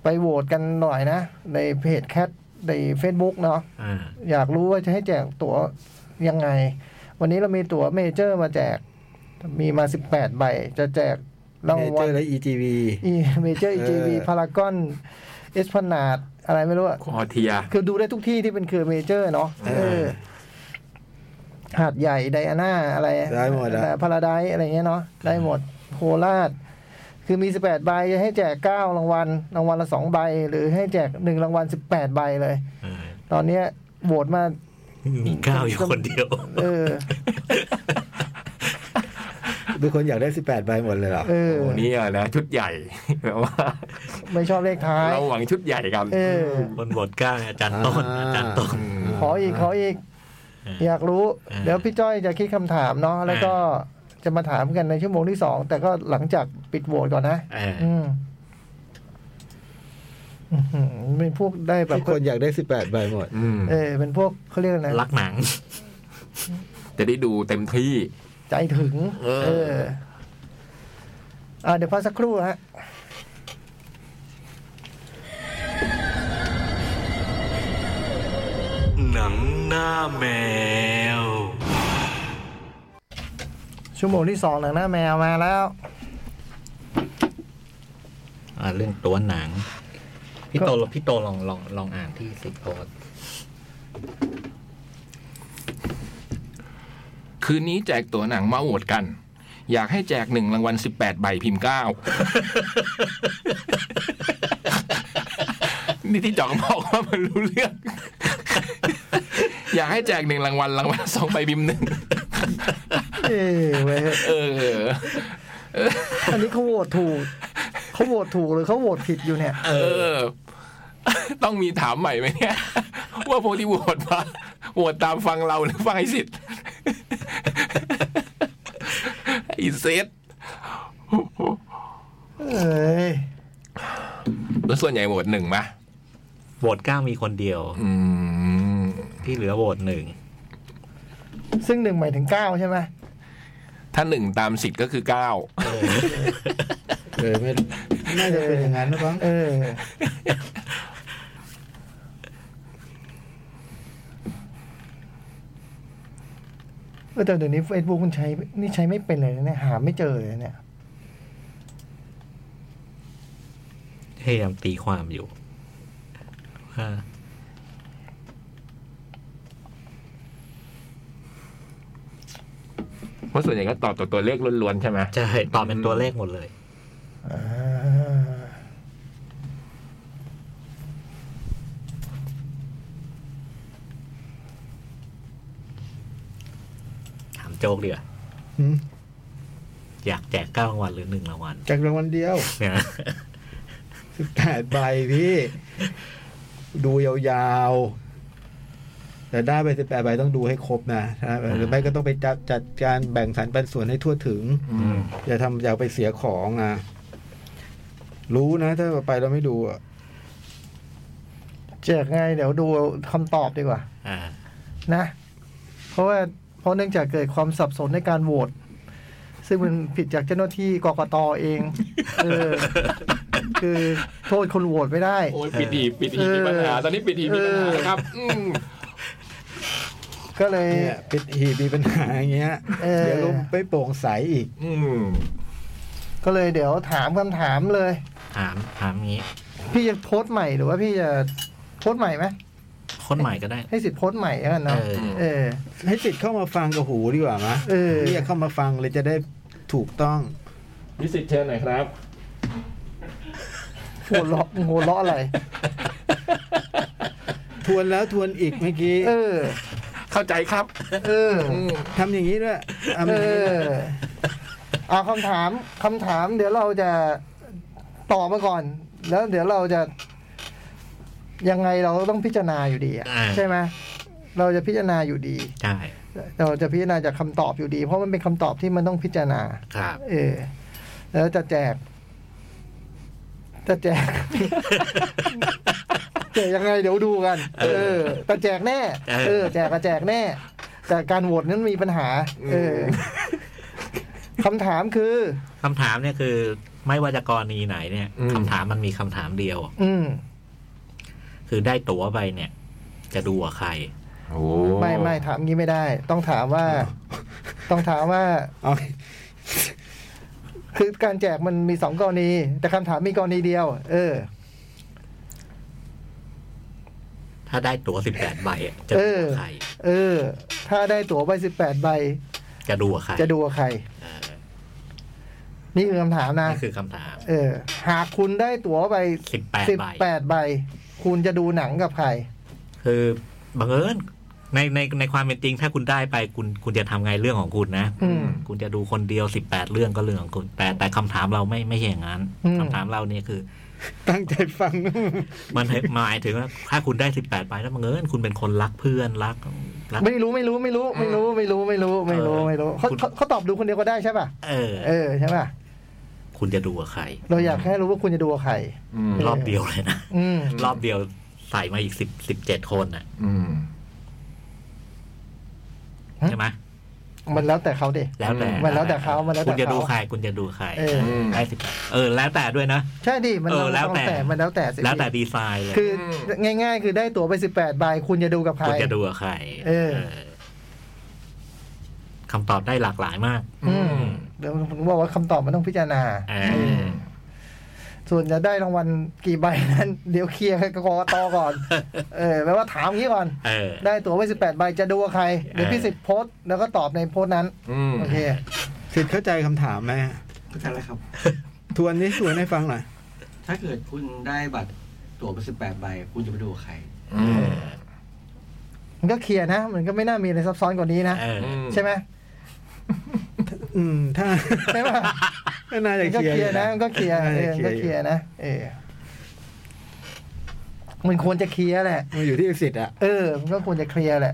Speaker 6: ไปโหวตกันหน่อยนะ ในเพจแคทใน Facebook เนาะ
Speaker 3: อ่า
Speaker 6: อยากรู้ว่าจะให้แจกตั๋วยังไง วันนี้เรามีตั๋วเมเจอร์มาแจก มีมา 18 ใบ จะแจกราง
Speaker 2: เมเจ
Speaker 6: วั
Speaker 2: อ
Speaker 6: ล
Speaker 2: ร์และ EGV
Speaker 6: อีเมเจอร์อีจีวีพารากอนเอสพนาดอะไรไม่รู้อะ
Speaker 4: คอเทีย
Speaker 6: คือดูได้ทุกที่ที่เป็นเครือเมเจอร์เนาะ
Speaker 2: เออ
Speaker 6: เออหาดใหญ่ไดอาน่าอะไร
Speaker 2: ได้หมดอะ
Speaker 6: พาราไดอะไรเงี้ยเนาะได้หมดโคราช คือมี 18 ใบจะให้แจก 9 รางวัล รางวัลละ 2 ใบ หรือให้แจก 1 รางวัล 18 ใบเลย
Speaker 3: อ่า
Speaker 6: ตอนเนี้ยโหวตมา
Speaker 3: มีก้าวอยู่คนเดียว
Speaker 6: เออ
Speaker 2: ทุกคนอยากได้สิบแปดใบหมดเลยเหรอ
Speaker 6: เออ
Speaker 4: โอ้นี่อะนะชุดใหญ่ <laughs> แบบว่า
Speaker 6: ไม่ชอบเลขท้าย
Speaker 4: เราหวังชุดใหญ่กัน
Speaker 6: เออ
Speaker 3: คนบทก้าวเนี่ยอาจารย์ต้น
Speaker 2: อ่า
Speaker 3: อาจารย์ต้น
Speaker 4: ม
Speaker 6: ขออีก ขออีก อยากรู้
Speaker 3: อ่า
Speaker 6: เดี๋ยวพี่จ้อยจะคิดคำถามเนาะ แล้วก็จะมาถามกันในชั่วโมงที่ 2 แต่ก็หลังจากปิดโหวตก่อนนะ
Speaker 3: เออ
Speaker 6: อืมอื้อหือเป็นพวกได้แบบ
Speaker 2: ทุกคนอยากได้สิบแปดใบหมด
Speaker 4: อืม
Speaker 6: เออ เป็นพวกเขาเรียกอะไรนะ
Speaker 3: รักหนัง
Speaker 4: จะได้ดูเต็มที่
Speaker 6: ใจถึง
Speaker 4: เออ
Speaker 6: เออ อ่าเดี๋ยวพักสักครู่ฮะ
Speaker 1: หนังหน้าแมว
Speaker 6: ชั่วโมงที่สองหนังหน้าแมวมาแล้ว
Speaker 3: อ่าเรื่องตัวหนัง พี่โตลองพี่โตลองลองลองอ่านที่สิบโพสต์
Speaker 4: คืนนี้แจกตั๋วหนังมาโอวดกัน อยากให้แจกหนึ่งรางวัลสิบแปดใบพิมพ์เก้า <laughs> นี่ที่จองบอกว่ามันรู้เรื่อง <laughs> อยากให้แจกหนึ่งรางวัลรางวัลสองใบพิมพ์หนึ่ง
Speaker 6: เอ้เว้ย
Speaker 4: เออ
Speaker 6: อันนี้เขาโหวตถูกเขาโหวตถูกหรือเขาโหวตผิดอยู่เนี่ย
Speaker 4: เออ ต้องมีถามใหม่ไหมเนี่ย ว่าพวกที่โหวตมาโหวตตามฟังเราหรือฟังไอ้สิทธิ์ <laughs> ไอีเซต
Speaker 6: เอ้ย
Speaker 4: แล้วส่วนใหญ่โหวตหนึ่งมะ
Speaker 3: โหวตเก้ามีคนเดียว
Speaker 4: อืม
Speaker 3: ที่เหลือโหวตหนึ่ง
Speaker 6: ซึ่งหนึ่งหมายถึงเก้าใช่ไหม
Speaker 4: ถ้าหนึ่งตามสิทธิ์ก็คือเก้า
Speaker 2: เลยไม่ <laughs> น่าจะเป็นอย่างนั้นนะบ้าง
Speaker 6: เออ เออแต่เดี๋ยวนี้ Facebook มันใช้นี่ใช้ไม่เป็นเลยนะเนี่ยหาไม่เจอเลยนะเนี่ย
Speaker 3: พยายามตีความอยู่ว่า
Speaker 4: เพราะส่วนใหญ่ก็ตอบต่อตัวเลขล้วนๆใช่ไหม
Speaker 3: จะให้ตอบเป็นตัวเลขหมดเลย
Speaker 6: อ่า
Speaker 3: ถามโจ๊กดีกว่า
Speaker 2: หืม
Speaker 3: อยากแจกเก้ารางวัลหรือหนึ่งรางวัล
Speaker 2: จากรางวัลเดียว
Speaker 3: เนี่ย <laughs>
Speaker 2: สิบแปดใบพี่ ดูยาวๆ แต่ได้ไปสิบแปดใบต้องดูให้ครบนะถ้าหรือไม่ก็ต้องไปจัดจัดการแบ่งสรรปันส่วนให้ทั่วถึง
Speaker 4: อืม
Speaker 2: อย่าทำอย่าไปเสียของนะ รู้นะ ถ้าไปเราไม่ดูอะ
Speaker 6: แจกไงเดี๋ยวดูคำตอบดีกว่า
Speaker 3: อ่า
Speaker 6: นะ เพราะว่าเพราะเนื่องจากเกิดความสับสนในการโหวตซึ่งมันผิดจากเจ้าหน้าที่กกตอเอง เออ คือโทษคนโหวตไม่ได้
Speaker 4: โอ้ยปิดอีกปิดอีกมีปัญหาตอนนี้ปิดอีกมีปัญหาแล้วครับอืม
Speaker 6: ก็เลย
Speaker 2: เนี่ยปิดหีบมีปัญหาอย่างเงี้ย
Speaker 6: เออ
Speaker 2: เดี๋ยวลมไปโปร่งใสอีก
Speaker 4: อืม
Speaker 6: ก็เลยเดี๋ยวถามคำถามเลย
Speaker 3: ถามถามงี้
Speaker 6: พี่จะโพสต์ใหม่หรือว่าพี่จะโพสต์ใหม่ไหม
Speaker 3: คนใหม่
Speaker 6: <laughs>
Speaker 3: ก็ได้
Speaker 6: ให้สิทธิ์โพสต์ใหม่แล้วกันเนาะ
Speaker 3: เออ
Speaker 6: เออ
Speaker 2: ให้ติดเข้ามาฟังกับหูดีกว่ามะ
Speaker 6: เออ
Speaker 2: เรียกเข้ามาฟังเลยจะได้ถูกต้อง
Speaker 4: วิสิตเชิญหน่อยครับ
Speaker 6: หัวเราะ <laughs> หัวเราะอะไร
Speaker 2: ทวนแล้วทวนอีกเมื่อกี้
Speaker 6: เออ
Speaker 4: เข้าใจครับ
Speaker 6: เออ
Speaker 4: อืม
Speaker 2: ทำอย่างนี้ด้วยทำอ
Speaker 6: เอย่าง
Speaker 2: นี้ด้วย
Speaker 6: อเอาคำถามคำถาม เดี๋ยวเราจะตอบมาก่อน แล้วเดี๋ยวเราจะ ยังไงเราต้องพิจารณาอยู่ดีอะ
Speaker 3: อ่า
Speaker 6: ใช่ไหมเราจะพิจารณาอยู่ดี
Speaker 3: ใช่
Speaker 6: เราจะพิจารณาจากคำตอบอยู่ดี เพราะมันเป็นคำตอบที่มันต้องพิจารณา
Speaker 3: ครับ <laughs>
Speaker 6: เออ แล้วจะแจก จะแจก <laughs> แจกยังไงเดี๋ยวดูกัน เออ แต่แจกแน่
Speaker 3: เออ
Speaker 6: เออ แจกก็แจกแน่ แต่การโหวตนั้นมีปัญหา เออ คำถามคือ
Speaker 3: คำถามเนี่ยคือไม่ว่าจะกรณีไหนเนี่ย
Speaker 4: อืม
Speaker 3: คำถามมันมีคำถามเดียว
Speaker 6: อืม
Speaker 3: คือได้ตั๋วไปเนี่ย จะดูกับใคร
Speaker 4: โอ้
Speaker 6: ไม่ไม่ถามงี้ไม่ได้ ต้องถามว่า ต้องถามว่า
Speaker 2: เอา
Speaker 6: คือการแจกมันมีสองกรณี แต่คำถามมีกรณีเดียว เออ
Speaker 3: ถ้าได้ตั๋วสิบแปดใบอะจะดูกับใคร
Speaker 6: เออ ถ้าได้ตั๋วใบสิบแปดใบ
Speaker 3: จะดูกับใคร
Speaker 6: จะดูกับใคร
Speaker 3: เออ
Speaker 6: นี่คือคำถามนะ
Speaker 3: นี่คือคำถาม
Speaker 6: เออ หากคุณได้ตั๋วไป
Speaker 3: 18
Speaker 6: สิบ
Speaker 3: ใบ
Speaker 6: แปดใบ คุณจะดูหนังกับใคร
Speaker 3: คือบังเอิญในในในความเป็นจริงถ้าคุณได้ไปคุณคุณจะทำไงเรื่องของคุณนะ
Speaker 6: อืม
Speaker 3: คุณจะดูคนเดียวสิบแปดเรื่องก็เรื่องของคุณ แต่แต่คำถามเราไม่ไม่ใช่อย่างนั้น
Speaker 6: อืม
Speaker 3: คำถามเราเนี่ยคือ
Speaker 2: ตั้งใจฟัง
Speaker 3: มันให้หมายถึงว่าถ้าคุณได้สิบแปดไปแล้วบังเอิญคุณเป็นคนรักเพื่อนรักรัก
Speaker 6: ไม่รู้ไม่รู้ไม่รู้ไม่รู้ไม่รู้ไม่รู้ไม่รู้
Speaker 3: เออ
Speaker 6: ไม่รู้เขา
Speaker 3: คุณ
Speaker 6: เขาเขาตอบดูคนเดียวก็ได้ใช่ป่ะ
Speaker 3: เออ
Speaker 6: เออใช่ป่ะ
Speaker 3: คุณจะดูกับใคร
Speaker 6: เราอยากแค่รู้ว่าคุณจะดูกับใคร
Speaker 4: อืม
Speaker 3: รอบเดียวเลยนะ
Speaker 6: อืม
Speaker 3: รอบเดียวใส่มาอีกสิบสิบเจ็ดคนน่ะ
Speaker 4: อืม
Speaker 3: ใช่ไหม
Speaker 6: มันแล้วแต่เขาเด็
Speaker 3: แล้วแต่
Speaker 6: มันแล้วแต่เขามันแล้วแต่
Speaker 3: คุณจะดู
Speaker 6: เขา
Speaker 3: ใครคุณจะดูใคร
Speaker 6: เออ
Speaker 3: ได้สิบเออ แล้วแต่ด้วยนะ
Speaker 6: ใช่ดิมัน
Speaker 3: เออแล้ว
Speaker 6: ต้อง
Speaker 3: แต่
Speaker 6: แต่มันแล้วแต่สิ
Speaker 3: แล้วแต่ดีไซน์เลย
Speaker 6: คือง่าย ๆ คือได้ตั๋วไปสิบแปดใบคุณจะดูกับใคร
Speaker 3: คุณจะดูกับใคร
Speaker 6: เออ
Speaker 3: คำตอบได้หลากหลายมาก
Speaker 6: อืมเดี๋ยวผมบอกว่าคำตอบมันต้องพิจารณา
Speaker 3: เออ
Speaker 6: ส่วนจะได้รางวัลกี่ใบนั้น <laughs> เดี๋ยวเคลียร์กับกกตก่อน เออแปลว่าถามงี้ก่อน
Speaker 3: เออ
Speaker 6: ได้ตั๋วไปสิบแปดใบจะดูว่าใคร เดี๋ยวพี่
Speaker 3: เออ
Speaker 6: สิบโพสต์แล้วก็ตอบในโพสต์นั้น
Speaker 4: อืม
Speaker 6: โอเค
Speaker 2: สิทธิ์เข้าใจคำถามไหมฮะ
Speaker 5: เข้าใจแล้วครับ
Speaker 2: ทวนนี้ทวนให้ฟังหน่อย
Speaker 5: ถ้าเกิดคุณได้บัตรตั๋วไปสิบแปดใบ คุณจะไปดูกับใคร
Speaker 4: อืม
Speaker 6: มันก็เคลียร์นะ มันก็ไม่น่ามีอะไรซับซ้อนกว่านี้นะ
Speaker 3: เออ
Speaker 4: อืม
Speaker 6: ใช่ไหม
Speaker 2: อืม ถ้า <laughs>
Speaker 6: ใช่ไหม
Speaker 2: ก็น่าจะ
Speaker 6: มัน
Speaker 2: เค
Speaker 6: ก็
Speaker 2: ลีย
Speaker 6: เค
Speaker 2: ร์
Speaker 6: ลียร์นะมันก็เคลียร์
Speaker 2: น่าจะ
Speaker 6: เออมันก็เคลียร์
Speaker 2: อ
Speaker 6: นะ เออ มันควรจะเคลียร์แหละ
Speaker 2: มันอยู่ที่สิทธิ์อ่ะ
Speaker 6: เออ มันก็ควรจะเคลียร์แหละ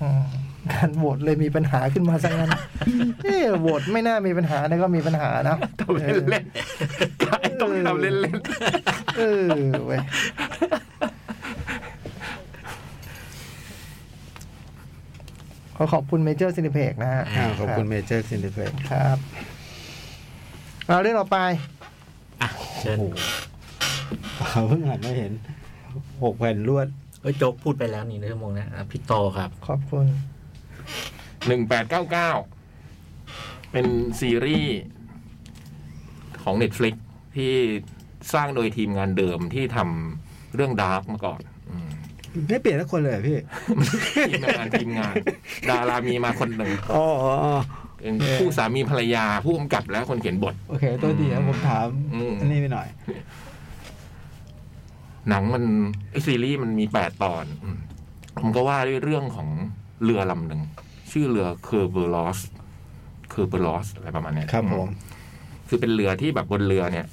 Speaker 6: อืม <laughs> การโหวตเลยมีปัญหาขึ้นมาซะงั้น <laughs> เออโหวตไม่น่ามีปัญหาแต่ก็มีปัญหานะ
Speaker 4: ทำเล่นเล่นกายต้องทำเล่นเล่น
Speaker 6: เออเว้ยขอขอบคุณเมเจอร์ซินิเพกนะฮะ
Speaker 3: อ่า
Speaker 2: อ่าขอบคุณเมเจอร์ซินดิเพก
Speaker 6: ครับเอาเรื่องต่อไป
Speaker 3: อ่ะเชิญ
Speaker 2: เขาเพิ่งหันมาเห็นหกแผ่นรวด
Speaker 3: เอ้ยโจ๊กพูดไปแล้วนี่ในชั่วโมงนะอ่ะพี่โตครับ
Speaker 6: ขอบคุณ
Speaker 4: หนึ่งแปดเก้าเก้าเป็นซีรีส์ของ Netflix ที่สร้างโดยทีมงานเดิมที่ทำเรื่องดาร์กมาก่อนอืม
Speaker 2: ไม่เปลี่ยนทุกคนเลยเหรอพี่
Speaker 4: ทีมงานทีมงาน ดารามีมาคนหนึ่ง
Speaker 2: อ๋ออ๋ออ๋อ
Speaker 4: เป็นคู่สามีภรรยาผู้กำกับและคนเขียนบท
Speaker 2: โอเคตัวดีครับผมถาม
Speaker 4: อืม
Speaker 2: อันนี้ไปหน่อย
Speaker 4: หนังมันไอ้ซีรีส์มันมีแปดตอนอืมผมก็ว่าด้วยเรื่องของเรือลำหนึ่ง ชื่อเรือเคอร์เบอร์ลอสเคอร์เบอร์ลอสอะไรประมาณเนี้ย
Speaker 2: ครับผม
Speaker 4: คือเป็นเรือที่แบบบนเรือเนี่ย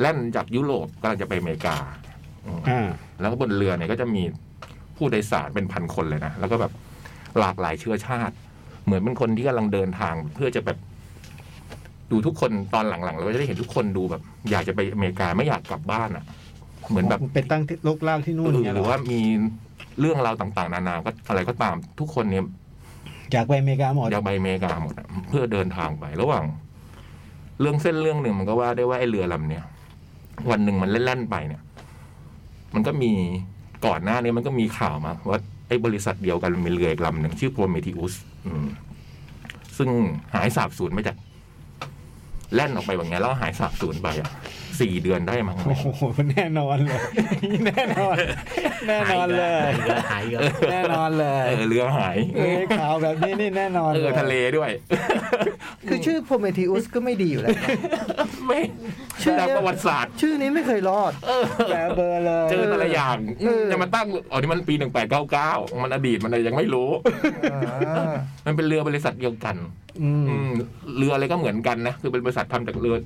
Speaker 4: แล่นจากยุโรปกำลังจะไปอเมริกาอืม
Speaker 2: อ่า
Speaker 4: แล้วก็บนเรือเนี่ยก็จะมีผู้โดยสารเป็นพันคนเลยนะ แล้วก็แบบหลากหลายเชื้อชาติ เหมือนเป็นคนที่กำลังเดินทางเพื่อจะแบบ ดูทุกคนตอนหลังๆเราก็จะได้เห็นทุกคนดูแบบ อยากจะไปอเมริกาไม่อยากกลับบ้านอ่ะ เหมือนแบบ
Speaker 2: ไปตั้งที่ลกลากที่นู่นเนี่ย
Speaker 4: ห
Speaker 2: เห
Speaker 4: รื
Speaker 2: รือ อ
Speaker 4: ว่า
Speaker 2: ว่า
Speaker 4: มีเรื่องราวต่างๆ นานาก็อะไรก็ตามทุกคนเนี่ย
Speaker 2: อยากไปอเมริกาหมด
Speaker 4: อยากไปอเมริกาหมดอะเพื่อเดินทางไประหว่าง เรื่องเส้นเรื่องหนึ่งมันก็ว่าได้ว่าไอ้เรือลำเนี้ยวันหนึ่งมันเล่นๆไปเนี่ย มันก็มีก่อนหน้านี้มันก็มีข่าวมาว่าไอ้บริษัทเดียวกันมันมีเรืออีกลำหนึ่งชื่อโพรเมทิอุสซึ่งหายสาบสูญไปจากแล่นออกไปแบบเนี้ยแล้วหายสาบสูญไปอ่ะสี่เดือนได้มั้ง
Speaker 2: โอ้โหแน่นอนเลย <laughs> แน่นอน
Speaker 4: <laughs>
Speaker 2: แน่นอนเลย
Speaker 3: หายอีกแล้ว
Speaker 2: แน่นอนเล
Speaker 4: เอย อเรือหาย
Speaker 2: เอ้ยข่าวแบบนี้นี่แน่นอน
Speaker 4: เอ
Speaker 2: เล
Speaker 4: อย ทะเลด้วย <laughs>
Speaker 6: คือชื่อโพเมทิอุสก็ไม่ดีอยู่แล้ว
Speaker 4: ไม่
Speaker 6: ชื่อ
Speaker 4: ดาวประวัติศาสตร์
Speaker 6: ชื่อนี้ไม่เคยรอด
Speaker 4: เออ
Speaker 2: แปลเบอร์เลย
Speaker 4: เจอแต่ละอย่าง
Speaker 6: เออ
Speaker 4: จะมาตั้งอ๋อนี่มันปีหนึ่งแปดเก้าเก้ามันอดีตมันอะไรยังไม่รู้ <laughs>
Speaker 6: อ่า
Speaker 4: มันเป็นเรือบริษัทเดียวกัน
Speaker 2: อืม
Speaker 4: อืมเรืออะไรก็เหมือนกันนะ คือเป็นบริษัททำจากเรือ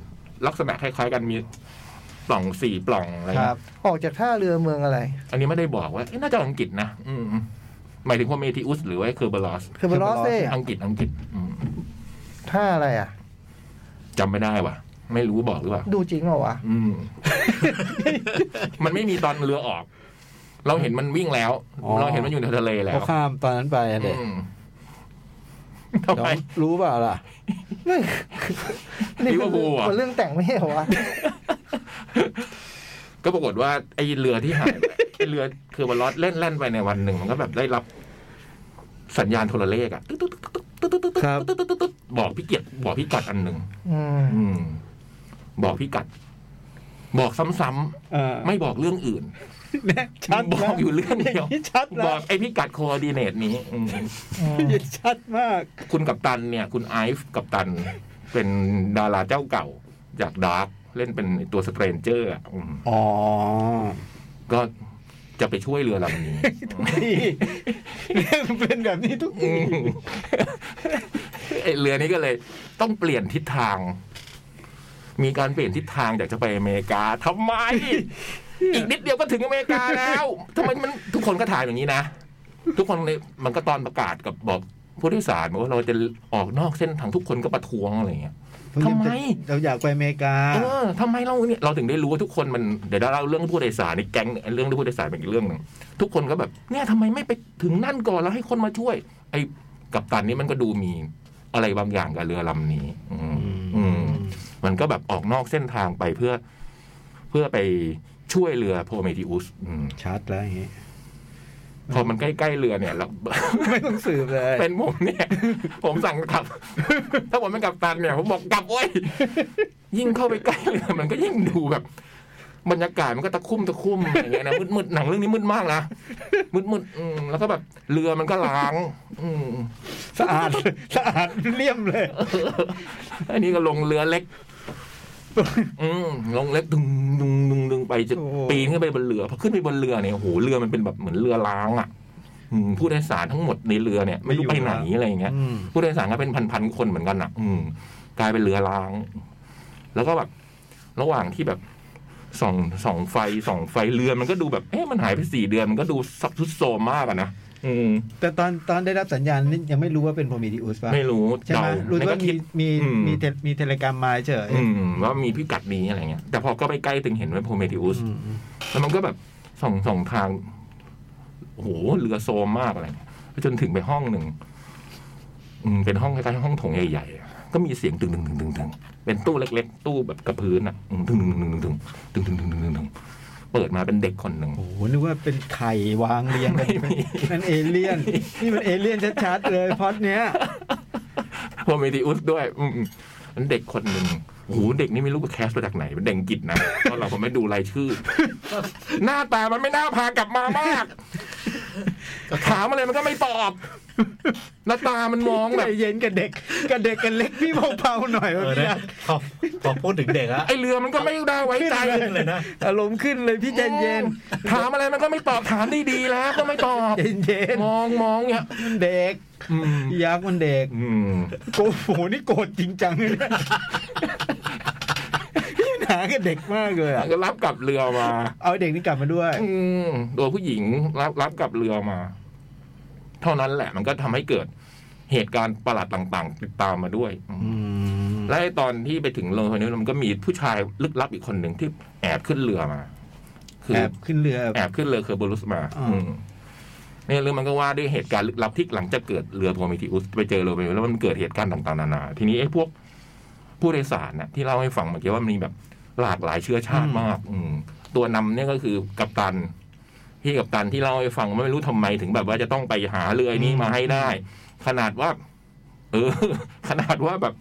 Speaker 4: ลักษณะคล้าย ๆ กันมีปล่องสี่ปล่องอะไร
Speaker 2: ครับ
Speaker 6: ออกจากท่าเรือเมืองอะไร
Speaker 4: อันนี้ไม่ได้บอกว่าเอ๊ะน่าจะอังกฤษนะอืมหมายถึงว่าเมทิอุสหรือว่าเคอร์เบลอส
Speaker 6: คือเบลอสเซ่
Speaker 4: อังกฤษอังกฤษอืม
Speaker 6: ท่าอะไรอ่ะ
Speaker 4: จำไม่ได้ว่ะ ไม่รู้บอกหรือเปล่า
Speaker 6: ดูจริงเหรอวะ
Speaker 4: อืม <laughs> มันไม่มีตอนเรือออก เราเห็นมันวิ่งแล้ว
Speaker 2: อ๋อ
Speaker 4: เราเห็นมันอยู่ในทะเลแล้
Speaker 2: เขา
Speaker 4: ว
Speaker 2: ข้ามตอนนั้นไปอะเด็ก
Speaker 4: อืมทำ
Speaker 2: น้
Speaker 4: ไม
Speaker 2: องรู้เปล่าล่ะ
Speaker 6: ไม่นี่
Speaker 4: ลิเวอร์พูลอะ
Speaker 6: มันเรื่องแต่งไม่ใช่เหรอวะ
Speaker 4: ก็ปรากฏว่าไอ้เรือที่หายไปไอ้เรือคือวันลอดเล่นเล่นๆไปในวันหนึ่งมันก็แบบได้รับ สัญญาณโทรเลขอะตึ๊ดตึ๊ดตึ๊ดตึ๊ดตึ๊ดตึ๊ดตึ๊ด
Speaker 2: ครับ
Speaker 4: ตึ๊ดตึ๊ดตึ๊ดบอกพี่เกียรติบอกพี่กัดอันหนึ่ง
Speaker 6: อืม
Speaker 4: อืม บอกพี่กัด บอกซ้ำ
Speaker 2: เออ
Speaker 4: ๆไม่บอกเรื่องอื่น
Speaker 2: แน่ชัดนะ
Speaker 4: บอกอยู่เรื่องเดียว
Speaker 2: างนี้ชัดนะ
Speaker 4: บอกไอ้พี่กัดโคอดีเนตนี้อืม
Speaker 6: อืม
Speaker 2: อย่างนี้ชัดมาก
Speaker 4: คุณกัปตันเนี่ย คุณไอฟ์กัปตัน เป็นดาราเจ้าเก่าจากดาร์กเล่นเป็นตัวสเตรนเจอร์อะอืม
Speaker 2: อ๋อ
Speaker 4: ก็จะไปช่วยเรือลำนี้
Speaker 2: นี่เรื่องเป็นแบบนี้ทุกท
Speaker 4: อื
Speaker 2: ี
Speaker 4: มไอ้เรือนี้ก็เลยต้องเปลี่ยนทิศทาง มีการเปลี่ยนทิศทางจากจะไปอเมริกาทำไม อีกนิดเดียวก็ถึงอเมริกาแล้วทำไมมันทุกคนก็ถ่ายอย่างนี้นะ ทุกคนเลยมันก็ตอนประกาศกับบอกผู้โดยสารบอกว่าเราจะออกนอกเส้นทางทุกคนก็ประท้วงอะไรอย่างเงี้ย ทำไม
Speaker 2: เราอยากไปอเมริกา
Speaker 4: เออทำไมเราเนี่ยเราถึงได้รู้ว่าทุกคนมันเดี๋ยวเราเล่าเรื่องผู้โดยสารในแก๊งเนี่ยเรื่องผู้โดยสารเป็นอีกเรื่องหนึ่งทุกคนก็แบบเนี่ยทำไมไม่ไปถึงนั่นก่อนแล้วให้คนมาช่วย ไอ้กับตันนี่มันก็ดูมีอะไรบางอย่างกับเรือลำนี้ อืมอืมมันก็แบบออกนอกเส้นทางไปเพื่อ เพื่อไปช่วยเรือโพเมทิอุสอืม
Speaker 2: ชัดแล้วอย่างนี้
Speaker 4: พอมันใกล้ๆเรือเนี่ยแล้ว
Speaker 2: ไม่ต้องสืบเลย
Speaker 4: เป็นผมเนี่ย ผมสั่งกลับ ถ้าผมเป็นกัปตันเนี่ย ผมบอกกลับเว้ย ยิ่งเข้าไปใกล้เรือมันก็ยิ่งดูแบบ บรรยากาศมันก็ตะคุ่มตะคุ่มอย่างเงี้ยนะมืดมืดหนังเรื่องนี้มืดมากนะมืดมืดอืมแล้วก็แบบเรือมันก็ล้าง อืม
Speaker 2: สะอาด <laughs> สะอาดเลี่ยมเลย
Speaker 4: อันนี้ก็ลงเรือเล็ก อืมลงเล็กดึงดึงดึงดึงไปจะ
Speaker 2: โอ้
Speaker 4: ปีนขึ้นไปบนเรือพอขึ้นไปบนเรือเนี่ยโอ้โหเรือมันเป็นแบบเหมือนเรือล้างอ่ะอืมผู้โดยสารทั้งหมดในเรือเนี่ย ไม่รู้ไปไหนอะไรอย่างเงี้ย
Speaker 2: อืม
Speaker 4: ผู้โดยสารก็เป็นพันๆคนเหมือนกันนะอืม กลายเป็นเรือร้าง แล้วก็แบบ ระหว่างที่แบบส่องส่องไฟส่องไฟเรือมันก็ดูแบบ เอ๊ะมันหายไปสี่เดือนมันก็ดูซับซุดโซมมากอะนะอืม
Speaker 2: แต่ตอนตอนได้รับสัญญาณนี่ยังไม่รู้ว่าเป็นโพมิดิอุสป่ะ
Speaker 4: ไม่รู้
Speaker 2: ใช่ไห
Speaker 4: เดาม
Speaker 2: รู้
Speaker 4: ไม่
Speaker 2: ว่า
Speaker 4: ก็
Speaker 2: มี
Speaker 4: คิด
Speaker 2: มี
Speaker 4: อืม
Speaker 2: มีเทมีเทเลกรามมาเฉย
Speaker 4: อืม ว่ามีพิกัดนี้อะไรเงี้ยแต่พอก็ไปใกล้ถึงเห็นว่าโพเมดิอุส
Speaker 2: อืม
Speaker 4: แล้วมันก็แบบส่องส่องทางโอ้โหเรือโซมมากอะไรเงี้ยจนถึงไปห้องหนึ่งอืมเป็นห้องคล้ายๆห้องโถงใหญ่ๆอะก็มีเสียงตึงตึงตึงตึงตึงเป็นตู้เล็กๆ ตู้แบบกับพื้นอ่ะอืมตึงตึงตึงตึงตึงตึงตึงตึงตึงตึงตึงเปิดมาเป็นเด็กคนหนึ่ง
Speaker 2: โอ้โหนึกว่าเป็นไข่วางเรียงกัน
Speaker 4: ไม่มี
Speaker 2: นั่นเอเลี่ยน นี่มันเอเลี่ยนชัดๆเลยพล็อดเนี้ย
Speaker 4: พอเมดิอุสด้วย อืมเป็นเด็กคนหนึ่งโอ้โหเด็กนี่ไม่รู้ว่าแคสมาจากไหนเป็นเด็กอังกิจนะตอนเราผมไม่ดูรายชื่อ <laughs> หน้าตามันไม่น่าพากลับมามากถามอะไรมันก็ไม่ตอบหน้าตามันมอง
Speaker 2: ใจ
Speaker 4: แบบ
Speaker 2: เย็นกับเด็กกับเด็กกันเล็กพี่เบาๆหน่อย
Speaker 3: เออ
Speaker 2: ว่าพี่
Speaker 3: เนี่ย
Speaker 2: รัก
Speaker 3: พอพอพูดถึงเด็กอะ
Speaker 4: ไอเรือมันก็ไม่ได้ไว้ใจ
Speaker 3: ขึ้นเลยนะ
Speaker 2: อารมณ์ขึ้นเลยพี่ใจเย็น
Speaker 4: ถามอะไรมันก็ไม่ตอบถามดีๆแล้วก็ไม่ตอบ
Speaker 2: ใจเย็น
Speaker 4: มองมองเนี่ย
Speaker 2: มันเด็ก
Speaker 4: อืม
Speaker 2: พี่ยักษ์มันเด็ก
Speaker 4: อืม
Speaker 2: โกโหนี่โกรธจริงจังเลยนะพี่หนากับเด็กมากเลยอะ
Speaker 4: ก็รับกลับเรือมา
Speaker 2: เอาเด็กนี่กลับมาด้วย
Speaker 4: อืมโดยผู้หญิงรับรับกลับเรือมา เท่านั้นแหละ มันก็ทำให้เกิดเหตุการณ์ประหลาดต่างๆ ติดตามมาด้วยอืมและไอ้ตอนที่ไปถึงเรือคนนี้มันก็มีผู้ชายลึกลับอีกคนหนึ่งที่แอบขึ้นเรือมา คื
Speaker 2: แอบขึ้นเรือ
Speaker 4: แอบขึ้นเรือเคอร์โบรุสมา
Speaker 2: อ่า
Speaker 4: อืมเนี่ยเรื่องมันก็ว่าด้วยเหตุการณ์ลึกลับที่หลังจากเกิดเรือโพมิทิอุสไปเจอเรือไปแล้วมันเกิดเหตุการณ์ต่างๆนานา ทีนี้ไอ้พวกผู้โดยสารนะที่เล่าให้ฟังเมื่อกี้ว่ามันมีแบบหลากหลายเชื้อชาติมาก อืมตัวนำเนี่ยก็คือกัปตัน พี่กัปตันที่เล่าให้ฟังว่าไม่รู้ทำไมถึงแบบว่าจะต้องไปหาเรือนี้มาให้ได้ ขนาดว่า เอ <laughs> อ ขนาดว่าแบบ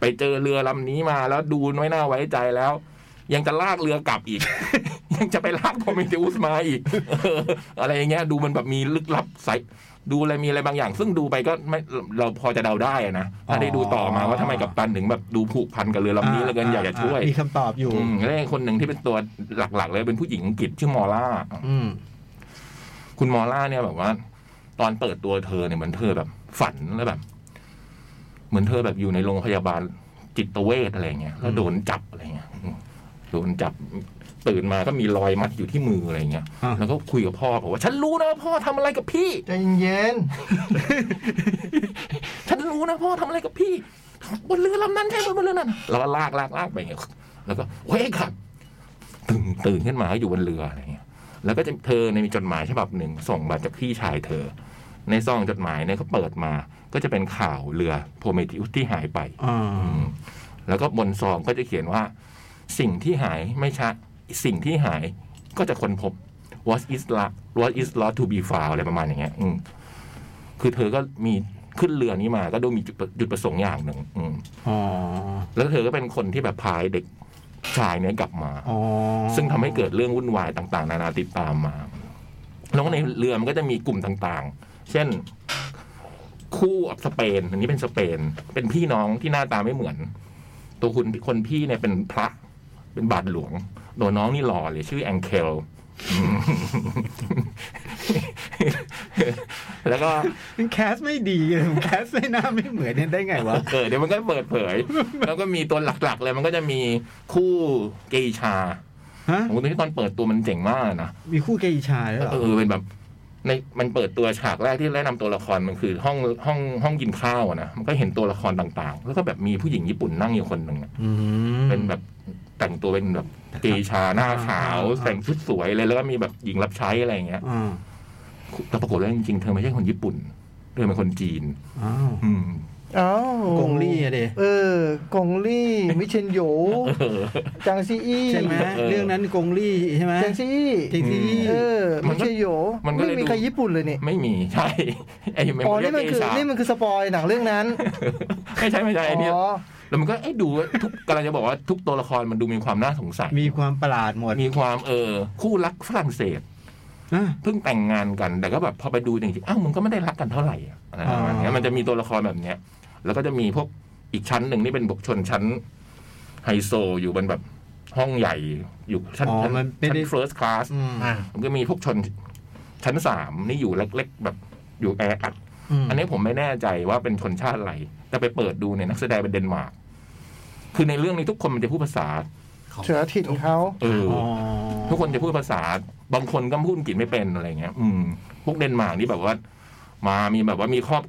Speaker 4: ไปเจอเรือลำนี้มาแล้วดูไม่น่าไว้ใจแล้ว ยังจะลากเรือกลับอีก <laughs> ยังจะไปลากโพเมเทอุสมาอีก <laughs> เอออะไรอย่างเงี้ย ดูมันแบบมีลึกลับใสดูอะไรมีอะไรบางอย่าง ซึ่งดูไปก็ไม่เราพอจะเดาได้อะนะถ้าได้ดูต่อมาว่าทำไมกัปตันถึงแบบดูผูกพันกับเรือลำนี้เหลือเกินอยากจะช่วย
Speaker 2: มีคำตอบอยู่
Speaker 4: อืมและคนหนึ่งที่เป็นตัวหลักๆ เลยเป็นผู้หญิงอังกฤษชื่อมอล่า
Speaker 2: อืม
Speaker 4: คุณมอล่าเนี่ยแบบว่า ตอนเปิดตัวเธอเนี่ยเหมือนเธอแบบ ฝันแล้วแบบ เหมือนเธอแบบอยู่ในโรงพยาบาลจิตเวชอะไรเงี้ยแล้วโดนจับอะไรเงี้ยอืมโดนจับตื่นมาก็มีรอยมัดอยู่ที่มืออะไรเงี้ย
Speaker 2: อ่ะ
Speaker 4: แล้วก็คุยกับพ่อบอกว่าฉันรู้นะว่าพ่อทำอะไรกับพี่
Speaker 6: ใจเย็น
Speaker 4: ฉันรู้นะพ่อทำอะไรกับพี่บนเรือลำนั้นใช่ไหมบนเรือนั้นแล้วก็ลากลากลากไปอย่างเงี้ยแล้วก็เฮ้ยครับตื่นตื่นขึ้นมาก็อยู่บนเรืออะไรเงี้ย แล้วก็จะเธอเนี่ยมีจดหมายฉบับหนึ่งส่งมาจากพี่ชายเธอ ในซองจดหมายเนี่ยเขาเปิดมา ก็จะเป็นข่าวเรือโพเมทิอุสที่หายไป
Speaker 2: อ่า
Speaker 4: อืมแล้วก็บนซองก็จะเขียนว่า สิ่งที่หายไม่ช้าสิ่งที่หายก็จะค้นพบ what is lost what is lost to be found อะไรประมาณอย่างเงี้ยอืมคือเธอก็มีขึ้นเรือนี้มาก็ดูมีจุดประจุดประสงค์อย่างหนึ่งอืม
Speaker 2: อ๋อ
Speaker 4: แล้วเธอก็เป็นคนที่แบบพายเด็กชายเนี้ยกลับมา
Speaker 2: อ๋อ
Speaker 4: ซึ่งทำให้เกิดเรื่องวุ่นวายต่าง ๆ นานาติดตามมา แล้วในเรือมันก็จะมีกลุ่มต่างๆ เช่น คู่อับสเปน อันนี้เป็นสเปน เป็นพี่น้องที่หน้าตาไม่เหมือน ตัวคุณคนพี่เนี่ยเป็นพระ เป็นบาทหลวง ตัวน้องนี่หล่อเลยชื่อแองเคล <laughs> แล้วก็
Speaker 2: มันแคสไม่ดีเลยผมแคสไม่น่าไม่เหมือนเนี่ยได้ไงวะ
Speaker 4: เออเดี๋ยวมันก็เปิดเผย แล้วก็มีตัวหลักๆ เลยมันก็จะมีคู่เกย์ชา
Speaker 2: ฮะ
Speaker 4: โอ้โหตอนที่ตอนเปิดตัวมันเจ๋งมากนะ
Speaker 2: มีคู่เกย์ชายด้วยเหรอ
Speaker 4: เออเป็นแบบในมันเปิดตัวฉากแรกที่แนะนำตัวละครมันคือห้องห้องห้องกินข้าวอะนะมันก็เห็นตัวละครต่างๆ แล้วก็แบบมีผู้หญิงญี่ปุ่นนั่งอยู่คนหนึ่งอะ
Speaker 2: อืม
Speaker 4: เป็นแบบแต่งตัวเป็นแบบเกย์ชาหน้าขาว
Speaker 2: อ่าอ่า
Speaker 4: แต่งชุดสวยเลยแล้วก็มีแบบหญิงรับใช้อะไรอย่างเงี้ย
Speaker 2: อ่า
Speaker 4: แต่ปรากฏว่าจริงๆเธอไม่ใช่คนญี่ปุ่นเธอเป็นคนจีน
Speaker 2: อ้าว
Speaker 4: อืม
Speaker 6: เอ้าก ก
Speaker 2: งลี่อะเด
Speaker 6: เออกงลี่ มิเชนโหย
Speaker 4: เออ
Speaker 6: จางซีอี้
Speaker 2: ใช่ไหม
Speaker 4: เออ
Speaker 2: เรื่องนั้นกงลี่ใช่ไหม
Speaker 6: จางซีอี้
Speaker 2: จริงที่
Speaker 6: เออ
Speaker 4: มั
Speaker 6: มิ
Speaker 4: นก็
Speaker 6: เชนโหย
Speaker 4: มันก็เลย
Speaker 6: ไม่มี
Speaker 4: ดู
Speaker 6: ใครญี่ปุ่นเลยนี่
Speaker 4: ไม่มีใช่ <laughs> ไอ้
Speaker 6: อ๋อนี่มันคือนี่มันคือสปอยหนังเรื่องนั้น
Speaker 4: ไม่ใช่ไม่ใช่ไอ้เนี่ย
Speaker 6: อ๋อ
Speaker 4: แล้วมันก็ไอ้ดูว่าทุกกำลังจะบอกว่าทุกตัวละครมันดูมีความน่าสงสัย
Speaker 2: มีความประหลาดหมด
Speaker 4: มีความเออคู่รักฝรั่งเศส
Speaker 2: อ่ะ
Speaker 4: เพิ่งแต่งงานกัน แต่ก็แบบพอไปดูจริงๆอ้าวมึงก็ไม่ได้รักกันเท่าไหร่อะอะไรประมาณเนี้ย
Speaker 2: อ๋อ
Speaker 4: มันจะมีตัวละครแบบเนี้ย แล้วก็จะมีพวกอีกชั้นหนึ่งนี่เป็นบุกชนชั้นไฮโซอยู่บนแบบห้องใหญ่อยู่ชั้น
Speaker 2: อ๋อ
Speaker 4: ชั้น
Speaker 2: มันไม่
Speaker 4: ชั้น
Speaker 2: ได้
Speaker 4: เฟิร์สคลาส
Speaker 2: อืม
Speaker 3: อ่า
Speaker 4: มันก็มีพวกชนชั้นสามนี่อยู่เล็กๆแบบอยู่แออัด
Speaker 2: ม
Speaker 4: อันนี้ผมไม่แน่ใจว่าเป็นชนชาติอะไร แต่ไปเปิดดูเนี่ยนักแสดงเป็นเดนมาร์ก คือในเรื่องนี้ทุกคนมันจะพูดภาษา
Speaker 6: เสือถิ่นเขา
Speaker 4: เออ
Speaker 2: อ๋อ
Speaker 4: ทุกคนจะพูดภาษา บางคนก็พูดอังกฤษไม่เป็นอะไรเงี้ย อืม พวกเดนมาร์กนี่แบบว่า มามีแบบว่ามีครอบ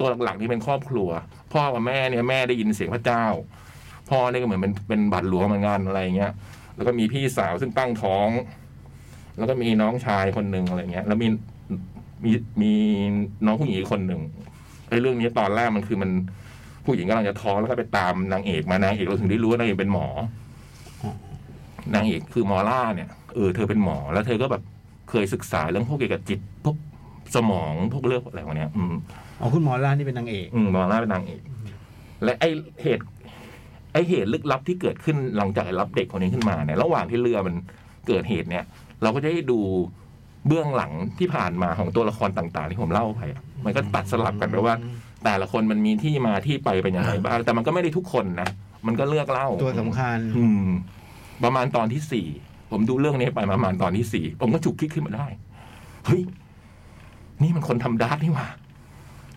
Speaker 4: ตัวหลักๆนี่เป็นครอบครัว พ่อกับแม่เนี่ยแม่ได้ยินเสียงพระเจ้า พ่อเนี่ยก็เหมือนเป็นเป็นบาดหลวงเหมือนกันอะไรเงี้ย แล้วก็มีพี่สาวซึ่งตั้งท้อง แล้วก็มีน้องชายคนหนึ่งอะไรเงี้ย แล้วมีมีมีน้องผู้หญิงอีกคนหนึ่งไอ้เรื่องนี้ตอนแรกมันคือมันผู้หญิงกำลังจะท้องแล้วก็ไปตามนางเอกมานางเอกเราถึงได้รู้ว่านางเอกเป็นหมอ นางเอกคือมอล่าเนี่ยเออเธอเป็นหมอแล้วเธอก็แบบเคยศึกษาเรื่องพวกเกี่ยวกับจิตพวกสมองพวกเรื่องอะไรพวกเนี้ยอืม
Speaker 2: อ๋อคุณหมอล่านี่เป็นนางเอก
Speaker 4: อืมมองหน้าเป็นนางเอกและไอเหตุ ไอเหตุลึกลับที่เกิดขึ้นหลังจากรับเด็กคนนี้ขึ้นมาเนี่ยระหว่างที่เรือมันเกิดเหตุเนี่ย เราก็จะได้ดูเบื้องหลังที่ผ่านมาของตัวละครต่าง ๆ ที่ผมเล่าไปอะมันก็ตัดสลับกันไปว่า แต่ละคนมันมีที่มาที่ไปเป็นยังไงบ้าง แต่มันก็ไม่ได้ทุกคนนะมันก็เลือกเล่า
Speaker 2: ตัวสำคัญ
Speaker 4: อืม ประมาณตอนที่สี่ผมดูเรื่องนี้ไปประมาณตอนที่สี่ผมก็ฉุกคิดขึ้นมาได้ เฮ้ย นี่มันคนทำดาร์กนี่หว่า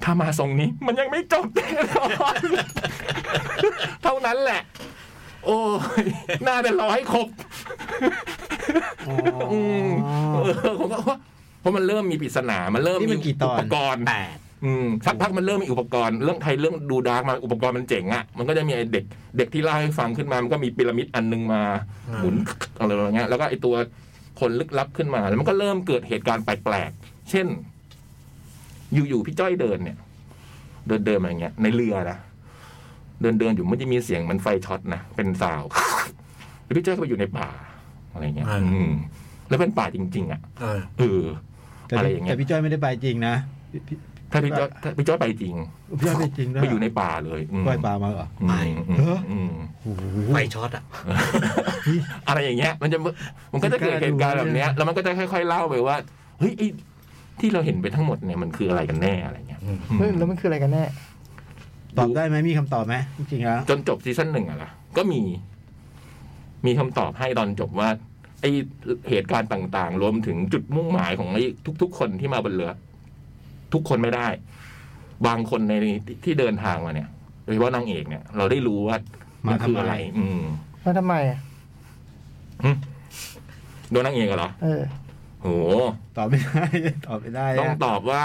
Speaker 4: ถ้ามาทรงนี้ มันยังไม่จบแน่ <laughs> นอนเท่านั้นแหละ โอ้ยน่าจะร้อยครบ
Speaker 2: อ๋ออ
Speaker 4: อืมเออผมก็ว่าเพราะมันเริ่มมีปริศนา มันเริ่ม
Speaker 2: นี่มันกี่ตอน
Speaker 4: อุปกรณ์
Speaker 3: แปด
Speaker 4: อืมสักพักมันเริ่มมีอุปกรณ์เรื่องไทยเรื่องดูดาร์กมาอุปกรณ์มันเจ๋งอะ่ะมันก็จะมีไอ้เด็ก เด็กที่เล่าให้ฟังขึ้นมา มันก็มีพีระมิดอันหนึงมา
Speaker 3: อืม
Speaker 4: หมุนอะไรอย่างเงี้ยแล้วก็ไอ้ตัวคนลึกลับขึ้นมา แล้วมันก็เริ่มเกิดเหตุการณ์แปลกๆเช่น อยู่ๆพี่จ้อยเดินเนี่ย เดินเดินมาอย่างเงี้ยในเรือนะเดินเดินอยู่มันจะมีเสียงเหมันไฟช็อตนะเป็นซาวด์ <laughs> แล้วพี่จ้อยก็ไปอยู่ในป่าอะไรอย่างเงี้ยอืมแล้วเป็นป่าจริง ๆ อ่ะ
Speaker 3: เออ
Speaker 4: เออ
Speaker 2: แต่
Speaker 4: อะไร
Speaker 2: พี่
Speaker 4: อย่างเงี้ย
Speaker 2: แต่พี่จ้อยไม่ได้ไปจริงนะพี่พี่
Speaker 4: ถ้าพี่จ้อยถ้าพี่จ้อยไปจริง
Speaker 2: พี่จ้อยไปจริงด้วย
Speaker 4: ไปอยู่ในป่าเลยอืม
Speaker 2: ปล่อยปลามาเหรอ
Speaker 4: อื
Speaker 3: ไป
Speaker 4: อืม
Speaker 2: เหรอ
Speaker 4: อืม
Speaker 2: โอ้โห
Speaker 3: ไฟช็อตอ่ะ
Speaker 4: อะไรอย่างเงี้ย มันจะมันก็จะเกิดเหตุการณ์แบบเนี้ยแล้วมันก็จะค่อย ๆ เล่าไปว่าเฮ้ยไอ้ที่เราเห็นไปทั้งหมดเนี่ยมันคืออะไรกันแน่อะไรเงี้ย
Speaker 3: อืม
Speaker 4: อืม
Speaker 6: เฮ้ยแล้วมันคืออะไรกันแน่
Speaker 2: ตอบได้ไหมมีคำตอบไหมจริงๆแล้ว
Speaker 4: จนจบซีซั่นหนึ่งอะล่ะก็มี มีคำตอบให้ตอนจบว่า ไอ้เหตุการณ์ต่าง ๆ รวมถึงจุดมุ่งหมายของไอ้ทุก ๆ คนที่มาบนเรือ ทุกคนไม่ได้ บางคนในที่เดินทางมาเนี่ยโดยเฉพาะนางเอกเนี่ย เราได้รู้ว่ามันคืออะไร อืม
Speaker 6: แล้วทำไมอ่ะ
Speaker 4: โดนนางเอกเหรอ
Speaker 6: เออ
Speaker 4: โห
Speaker 2: ตอบไม่ได้ <laughs> ตอบไม่ได้อะ
Speaker 4: ต้องตอบว่า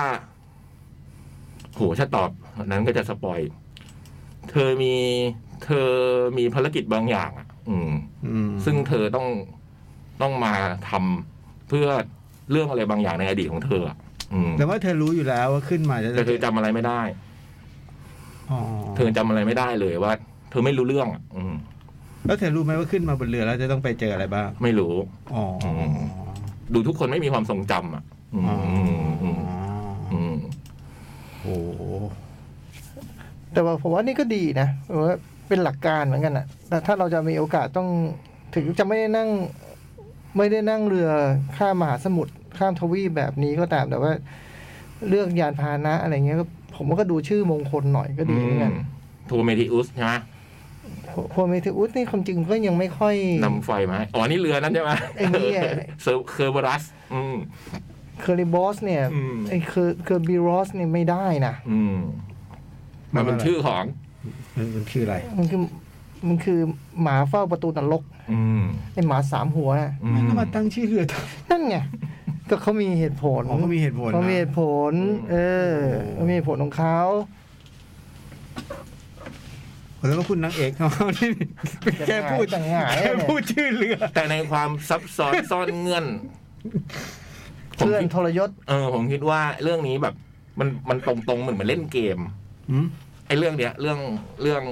Speaker 4: โห ถ้าตอบนั้นก็จะสปอย เธอมี เธอมีภารกิจบางอย่างอ่ะ อืม
Speaker 2: อืม
Speaker 4: ซึ่งเธอต้องต้องมาทำเพื่อเรื่องอะไรบางอย่างในอดีตของเธออะอืม
Speaker 2: แต่ว่าเธอรู้อยู่แล้วว่าขึ้นมาจะ
Speaker 4: แต่เธอจำอะไรไม่ได้
Speaker 2: อ๋อ
Speaker 4: เธอจำอะไรไม่ได้เลยว่า เธอไม่รู้เรื่องอะอืม
Speaker 2: แล้วเธอรู้ไหมว่าขึ้นมาบนเรือแล้วจะต้องไปเจออะไรบ้าง
Speaker 4: ไม่รู้
Speaker 2: อ๋ออ
Speaker 4: ม ดูทุกคนไม่มีความทรงจำอ่ะ อืม
Speaker 2: อ๋อ
Speaker 4: อืมอืมอืม
Speaker 2: โอ้โห
Speaker 6: แต่ว่าผมว่านี่ก็ดีนะผมว่าเป็นหลักการเหมือนกันอะแต่ถ้าเราจะมีโอกาสต้องถึงจะไม่ได้นั่ง ไม่ได้นั่งเรือข้ามมหาสมุทรข้ามทวีปแบบนี้ก็ตาม แต่ว่า เลือกยานพาหนะอะไรเงี้ยก็ผมว่าก็ดูชื่อมงคลหน่อยก็ดีเหมือนกัน
Speaker 4: โทเมทิอุสใช่ไหม
Speaker 6: โพเมทิอุสนี่ความจริงก็ยังไม่ค่อย
Speaker 4: นำไฟมาให้อ๋อนี่เรือนั้นใช่ไหม
Speaker 6: ไอ้เหี้ย
Speaker 4: เซอร์เคอร์เบอรัส อืม
Speaker 6: เคอริบอสเนี่ย
Speaker 4: อืม
Speaker 6: ไอ้เคอร์เคอร์บิรอสเนี่ยไม่ได้นะ
Speaker 4: อืมมันเป็นชื่อของ
Speaker 2: มันมันคืออะไร
Speaker 6: มันคือมันคือหมาเฝ้าประตูนรก
Speaker 4: อืม
Speaker 6: ไอ้หมาสามหัวน่ะ
Speaker 4: อื
Speaker 2: มันก็มาตั้งชื่อเรือ <laughs> ทำ
Speaker 6: นั่นไง ก็เขามีเหตุผล
Speaker 2: อ๋อเขามีเหตุผลนะ
Speaker 6: เขามีเหตุผล เออเขามีเหตุผลของเขา
Speaker 2: แล้วก็คุณนางเอกเขานี่ <laughs> แค่
Speaker 4: <laughs>
Speaker 2: พูด
Speaker 6: ต่างหงาย
Speaker 2: แค่พูดชื่อเรือ
Speaker 4: แต่ในความซับซ้อน <laughs> ซ่อนเงื่อนผม
Speaker 6: เพื่อน
Speaker 4: คิด
Speaker 6: ทรยศ
Speaker 4: เออ ผมคิดว่าเรื่องนี้แบบ มันมันตรงๆเหมือนมันเล่นเกม ไอ้เรื่องเนี้ยเรื่องเรื่อง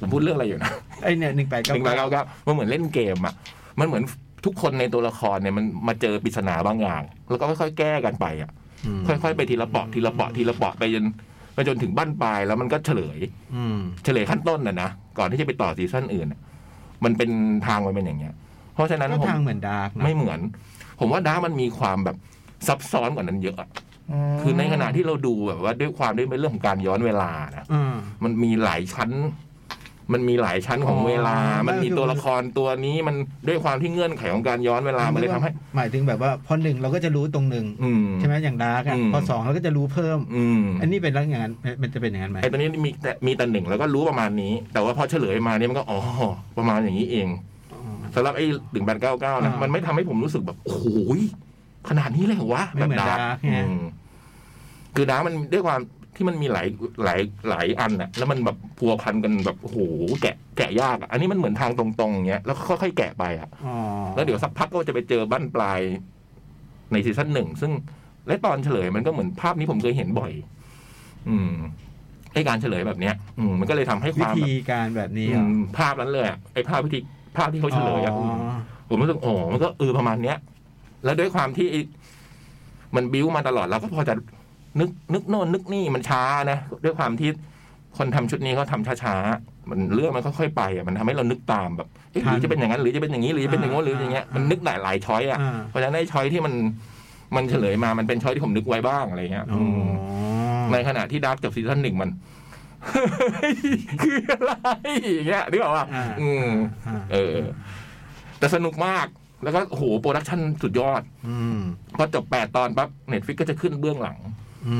Speaker 4: ผมพูดเรื่องอะไรอยู่นะ
Speaker 2: ไอเนี่ยหนึ่งแปด
Speaker 4: หนึ่งร้อยเก้าเก้ามันเหมือนเล่นเกมอ่ะ มันเหมือนทุกคนในตัวละครเนี่ยมันมาเจอปริศนาบางอย่าง แล้วก็ค่อยๆแก้กันไปอ่ะ ค่อยๆไปทีละเปาะทีละเปาะทีละเปาะไปจนไปจนถึงบ้านปลายแล้วมันก็เฉลย
Speaker 7: อืม
Speaker 4: เฉลยขั้นต้นนะนะก่อนที่จะไปต่อซีซั่นอื่นน่ะมันเป็นทางมันเป็นอย่างเงี้ย เพราะฉะนั้น
Speaker 2: ก็
Speaker 4: ผม
Speaker 2: ทางเหมือนดาร์กนะ
Speaker 4: ไม่เหมือน ผมว่าด้ามันมีความแบบซับซ้อนกว่านั้นเยอะอะ
Speaker 6: ม
Speaker 4: คือในขณะที่เราดูแบบว่าด้วยความด้วยเป็นเรื่องของการย้อนเวลานะ
Speaker 2: อ่า
Speaker 4: มันมีหลายชั้น มันมีหลายชั้นของ
Speaker 2: อ๋อ
Speaker 4: เวลา มันมี
Speaker 2: นั่นคือ
Speaker 4: ตัวละครตัวนี้มันด้วยความที่เงื่อนไขของการย้อนเวลา มันเลยทำให้
Speaker 2: หมายถึงแบบว่าพอหนึ่งเราก็จะรู้ตรงหนึ่ง
Speaker 4: อืม
Speaker 2: ใช่ไหมอย่างดาร์กอะ
Speaker 4: อืม
Speaker 2: พอสองเราก็จะรู้เพิ่ม
Speaker 4: อืม
Speaker 2: อันนี้เป็นลักษณะอย่างนั้นมันจะเป็นอย่างนั้นไหม
Speaker 4: ไอ้ตัวนี้มีแต่มีแต่หนึ่งแล้วก็รู้ประมาณนี้ แต่ว่าพอเฉลยมาเนี่ยมันก็อ๋อประมาณอย่างนี้เอง
Speaker 2: อ๋อ
Speaker 4: สำหรับไอ้ถึงแบนเก้าเก้านะ
Speaker 2: อ่ามั
Speaker 4: มันไม่ทำให้ผมรู้สึกแบบโอ้โหยขนาดนี้เลยเหรอวะ
Speaker 2: ไม่
Speaker 4: แบบ
Speaker 2: เหมือน
Speaker 4: ดาร์ก
Speaker 2: Dark ไง
Speaker 4: อืมคือดาร์กมันด้วยความที่มันมีหลายหลายหลายอันน่ะ แล้วมันแบบพัวพันกันแบบโอ้โหแกะแกะยากอะอันนี้มันเหมือนทางตรงๆอย่างเงี้ยแล้วค่อยๆแกะไปอะ
Speaker 2: อ๋อ
Speaker 4: แล้วเดี๋ยวสักพักก็จะไปเจอบ้านปลายในซีซั่นหนึ่ง ซึ่งและตอนเฉลยมันก็เหมือนภาพนี้ผมเคยเห็นบ่อย อืมไอการเฉลยแบบเนี้ย อืมมันก็เลยทำให้ค
Speaker 2: วิ
Speaker 4: วามแบ
Speaker 2: ธี
Speaker 4: บ
Speaker 2: การแบบนี้
Speaker 4: อื
Speaker 2: อะ
Speaker 4: มภาพนั้นเลยอะไอภาพวิธีภาพที่เขาเฉลยอะมผมรู้สึกอ๋อมันก็เออประมาณเนี้ย แล้วด้วยความที่ไอ้มันบิ้วมาตลอดแล้วก็พอจะนึกนึกโน่นนึกนี่มันช้านะด้วยความที่คนทำชุดนี้เขาทำช้าๆมันเรื่องมันค่อยๆไปอะมันทำให้เรานึกตามแบบเอ๊ะหรือจะเป็นอย่างนั้นหรือจะเป็นอย่างนี้หรือจะเป็นอย่างโน้นหรืออย่างเงี้ยมันนึกหลายหลายช้อยอะ
Speaker 2: อ่า
Speaker 4: เพราะฉะนั้นไอ้ช้อยที่มันมันเฉลยมามันเป็นช้อยที่ผมนึกไว้บ้างอะไรเงี้ย
Speaker 2: อ๋อ
Speaker 4: มในขณะที่ดาร์กจบซีซั่นหนึ่งมัน <laughs> คืออะไรอย่างเงี้ยนึกออกป่ะ
Speaker 2: อ่า
Speaker 4: อืม
Speaker 2: อ่า
Speaker 4: เออ แต่สนุกมากแล้วก็โอ้โหโปรดักชันสุดยอด
Speaker 7: อืม
Speaker 4: พอจบแปดตอนปั๊บเน็ตฟิกก็จะขึ้นเบื้องหลัง
Speaker 7: อื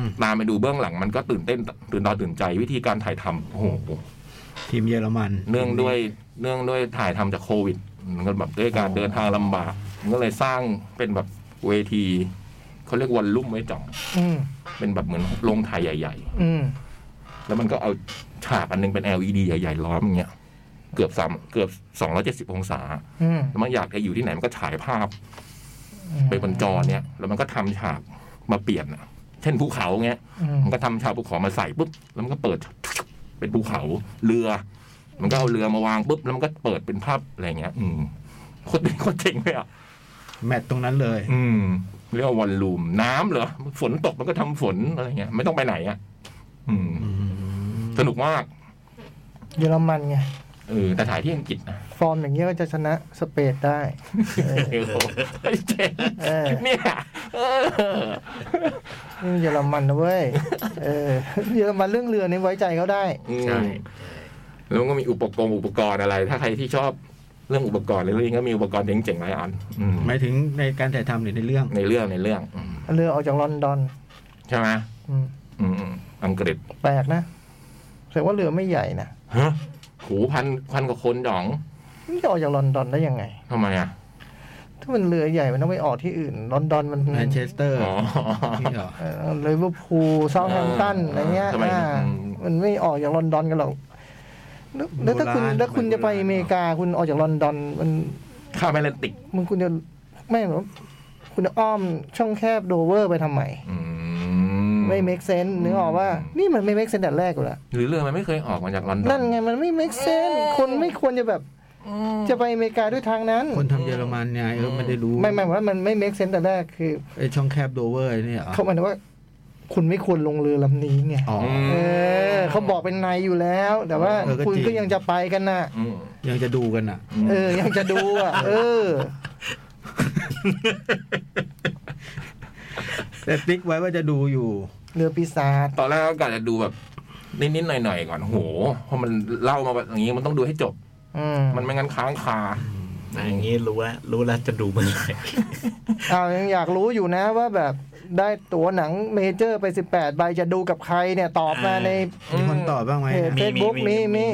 Speaker 7: ม
Speaker 4: ตามไปดูเบื้องหลังมันก็ตื่นเต้น ตื่นตาตื่นใจวิธีการถ่ายทำโอ้โห
Speaker 2: ทีมเยอรมัน
Speaker 4: เนื่องด้วยเนื่องด้วยถ่ายทำจากโควิดมันก็แบบด้วยการเดินทางลำบากมันก็เลยสร้างเป็นแบบเวทีเขาเรียกวอลลุ่มไว้จ่อง
Speaker 6: อืม
Speaker 4: เป็นแบบเหมือนโรงถ่ายใหญ่
Speaker 6: อืม
Speaker 4: ๆ แล้วมันก็เอาฉากอันนึงเป็น LED ใหญ่ๆล้อมอย่างเงี้ย เกือบสามเกือบสองร้อยเจ็ดสิบองศา
Speaker 6: อืม
Speaker 4: แล้วมันอยากจะอยู่ที่ไหนมันก็ฉายภาพไปบนจอเนี้ย แล้วมันก็ทำฉากมาเปลี่ยนอะเช่นภูเขาเงี้ย
Speaker 6: อืม
Speaker 4: มันก็ทำฉากภูเขามาใส่ปุ๊บ แล้วมันก็เปิด เป็นภูเขาเรือ มันก็เอาเรือมาวางปุ๊บ แล้วมันก็เปิดเป็นภาพอะไรเงี้ย อืมโคตรโคตรเจ๋งเลยอ่ะ
Speaker 2: แมตช์ตรงนั้นเลย
Speaker 4: อืมเรียกว่าวอลลุ่มน้ำเหรอ ฝนตกมันก็ทำฝนอะไรเงี้ย ไม่ต้องไปไหนอ่ะอืม สนุกมาก
Speaker 6: เยอรมันไง
Speaker 4: เออแต่ถ่ายที่อังกฤษนะ
Speaker 6: ฟอร์มอย่างเงี้ยก็จะชนะสเปนได้ เออ
Speaker 4: เออเฮ้ยเจ๋ง
Speaker 6: เออ
Speaker 4: เนี่ยเออ
Speaker 6: นี่เยอรมันนะเว้ย เออ เยอรมันเรื่องเรือนี่ไว้ใจเขาได้
Speaker 3: ใช่
Speaker 4: แล้วมันก็มีอุปกรณ์อุปกรณ์อะไร ถ้าใครที่ชอบเรื่องอุปกรณ์เรื่องนี้ก็มีอุปกรณ์เจ๋งๆหลายอันอืม
Speaker 2: หมายถึงในการถ่ายทำหรือในเรื่อง
Speaker 4: ในเรื่องในเรื่องอืม
Speaker 6: เรือออกจากลอนดอน
Speaker 4: ใช่ไหม
Speaker 6: อืม
Speaker 4: อืมอืมอังกฤษ
Speaker 6: แปลกนะแสดงว่าเรือไม่ใหญ่นะ
Speaker 4: ฮะโหูพันพันกว่าคนดอง
Speaker 6: มันจะออกจากลอนดอนได้ยังไง
Speaker 4: ทำไมอ่ะ
Speaker 6: ถ้ามันเรือใหญ่มันต้องไปออกที่อื่น ลอนดอนมัน
Speaker 2: แมนเชสเตอร์
Speaker 4: อ๋ <laughs> อ
Speaker 2: นี่เหรอ
Speaker 6: เออลิเวอร์พูลเซาท์แฮมป์ตัน
Speaker 4: เอออ
Speaker 6: อะไรเงี้ย
Speaker 4: ทำไม
Speaker 6: อ่า
Speaker 4: อืม
Speaker 6: มันไม่ออกจากลอนดอนกันหรอกแล้วแล้วถ้าคุณ
Speaker 2: โบราณ
Speaker 6: ถ้าคุณจะไปอเมริกาคุณออกจากลอนดอนมัน
Speaker 4: ข้ามแอตแลนติก
Speaker 6: มันคุณจะแม่งเหรอคุณจะอ้อมช่องแคบโดเวอร์ไปทำไม
Speaker 4: อื
Speaker 6: ไม่ make sense นึกออกว่า นี่มันไม่ make sense แต่แรกอยู่แล้ว
Speaker 4: หรือเรือมันไม่เคยออกมาจากลอนดอน
Speaker 6: นั่นไงมันไม่ make sense คนไม่ควรจะแบบ จะไปอเมริกาด้วยทางนั้น
Speaker 2: คนทำเยอรมันไงเออไม่ได้รู้
Speaker 6: ไม่ไม่ว่ามันไม่ make sense แต่แรกคือ
Speaker 2: ไอช่องแคบโดเวอร์เนี่ยเหรอ
Speaker 6: เขาหมายถึงว่า คุณไม่ควรลงเรือลำนี้ไง
Speaker 2: อ๋อ
Speaker 6: เออเขาบอกเป็นนายอยู่แล้ว แต่ว่า
Speaker 2: เออก็จริง
Speaker 6: คุณก็ยังจะไปกันน่ะ
Speaker 4: อืม
Speaker 2: ยังจะดูกันอ่ะ
Speaker 6: เออ ยังจะดูอ่ะ เออ
Speaker 2: แต่ติ๊กไว้ว่าจะดูอยู่
Speaker 6: เรือปีศาจ
Speaker 4: ตอนแรกก็กะจะดูแบบนิดๆหน่อยๆก่อนโหเพราะมันเล่ามาแบบอย่างนี้มันต้องดูให้จบ
Speaker 6: อืม
Speaker 4: มันไม่งั้นค้างคา
Speaker 3: อย่างนี้รู้แล้วรู้แล้วจะดูเมื่อไหร่
Speaker 6: เอายังอยากรู้อยู่นะว่าแบบได้ตั๋วหนังเมเจอร์ไป 18ใบจะดูกับใครเนี่ย ตอบมาใน
Speaker 2: มีคนตอบบ้างไหม
Speaker 6: เออ Facebook มีมี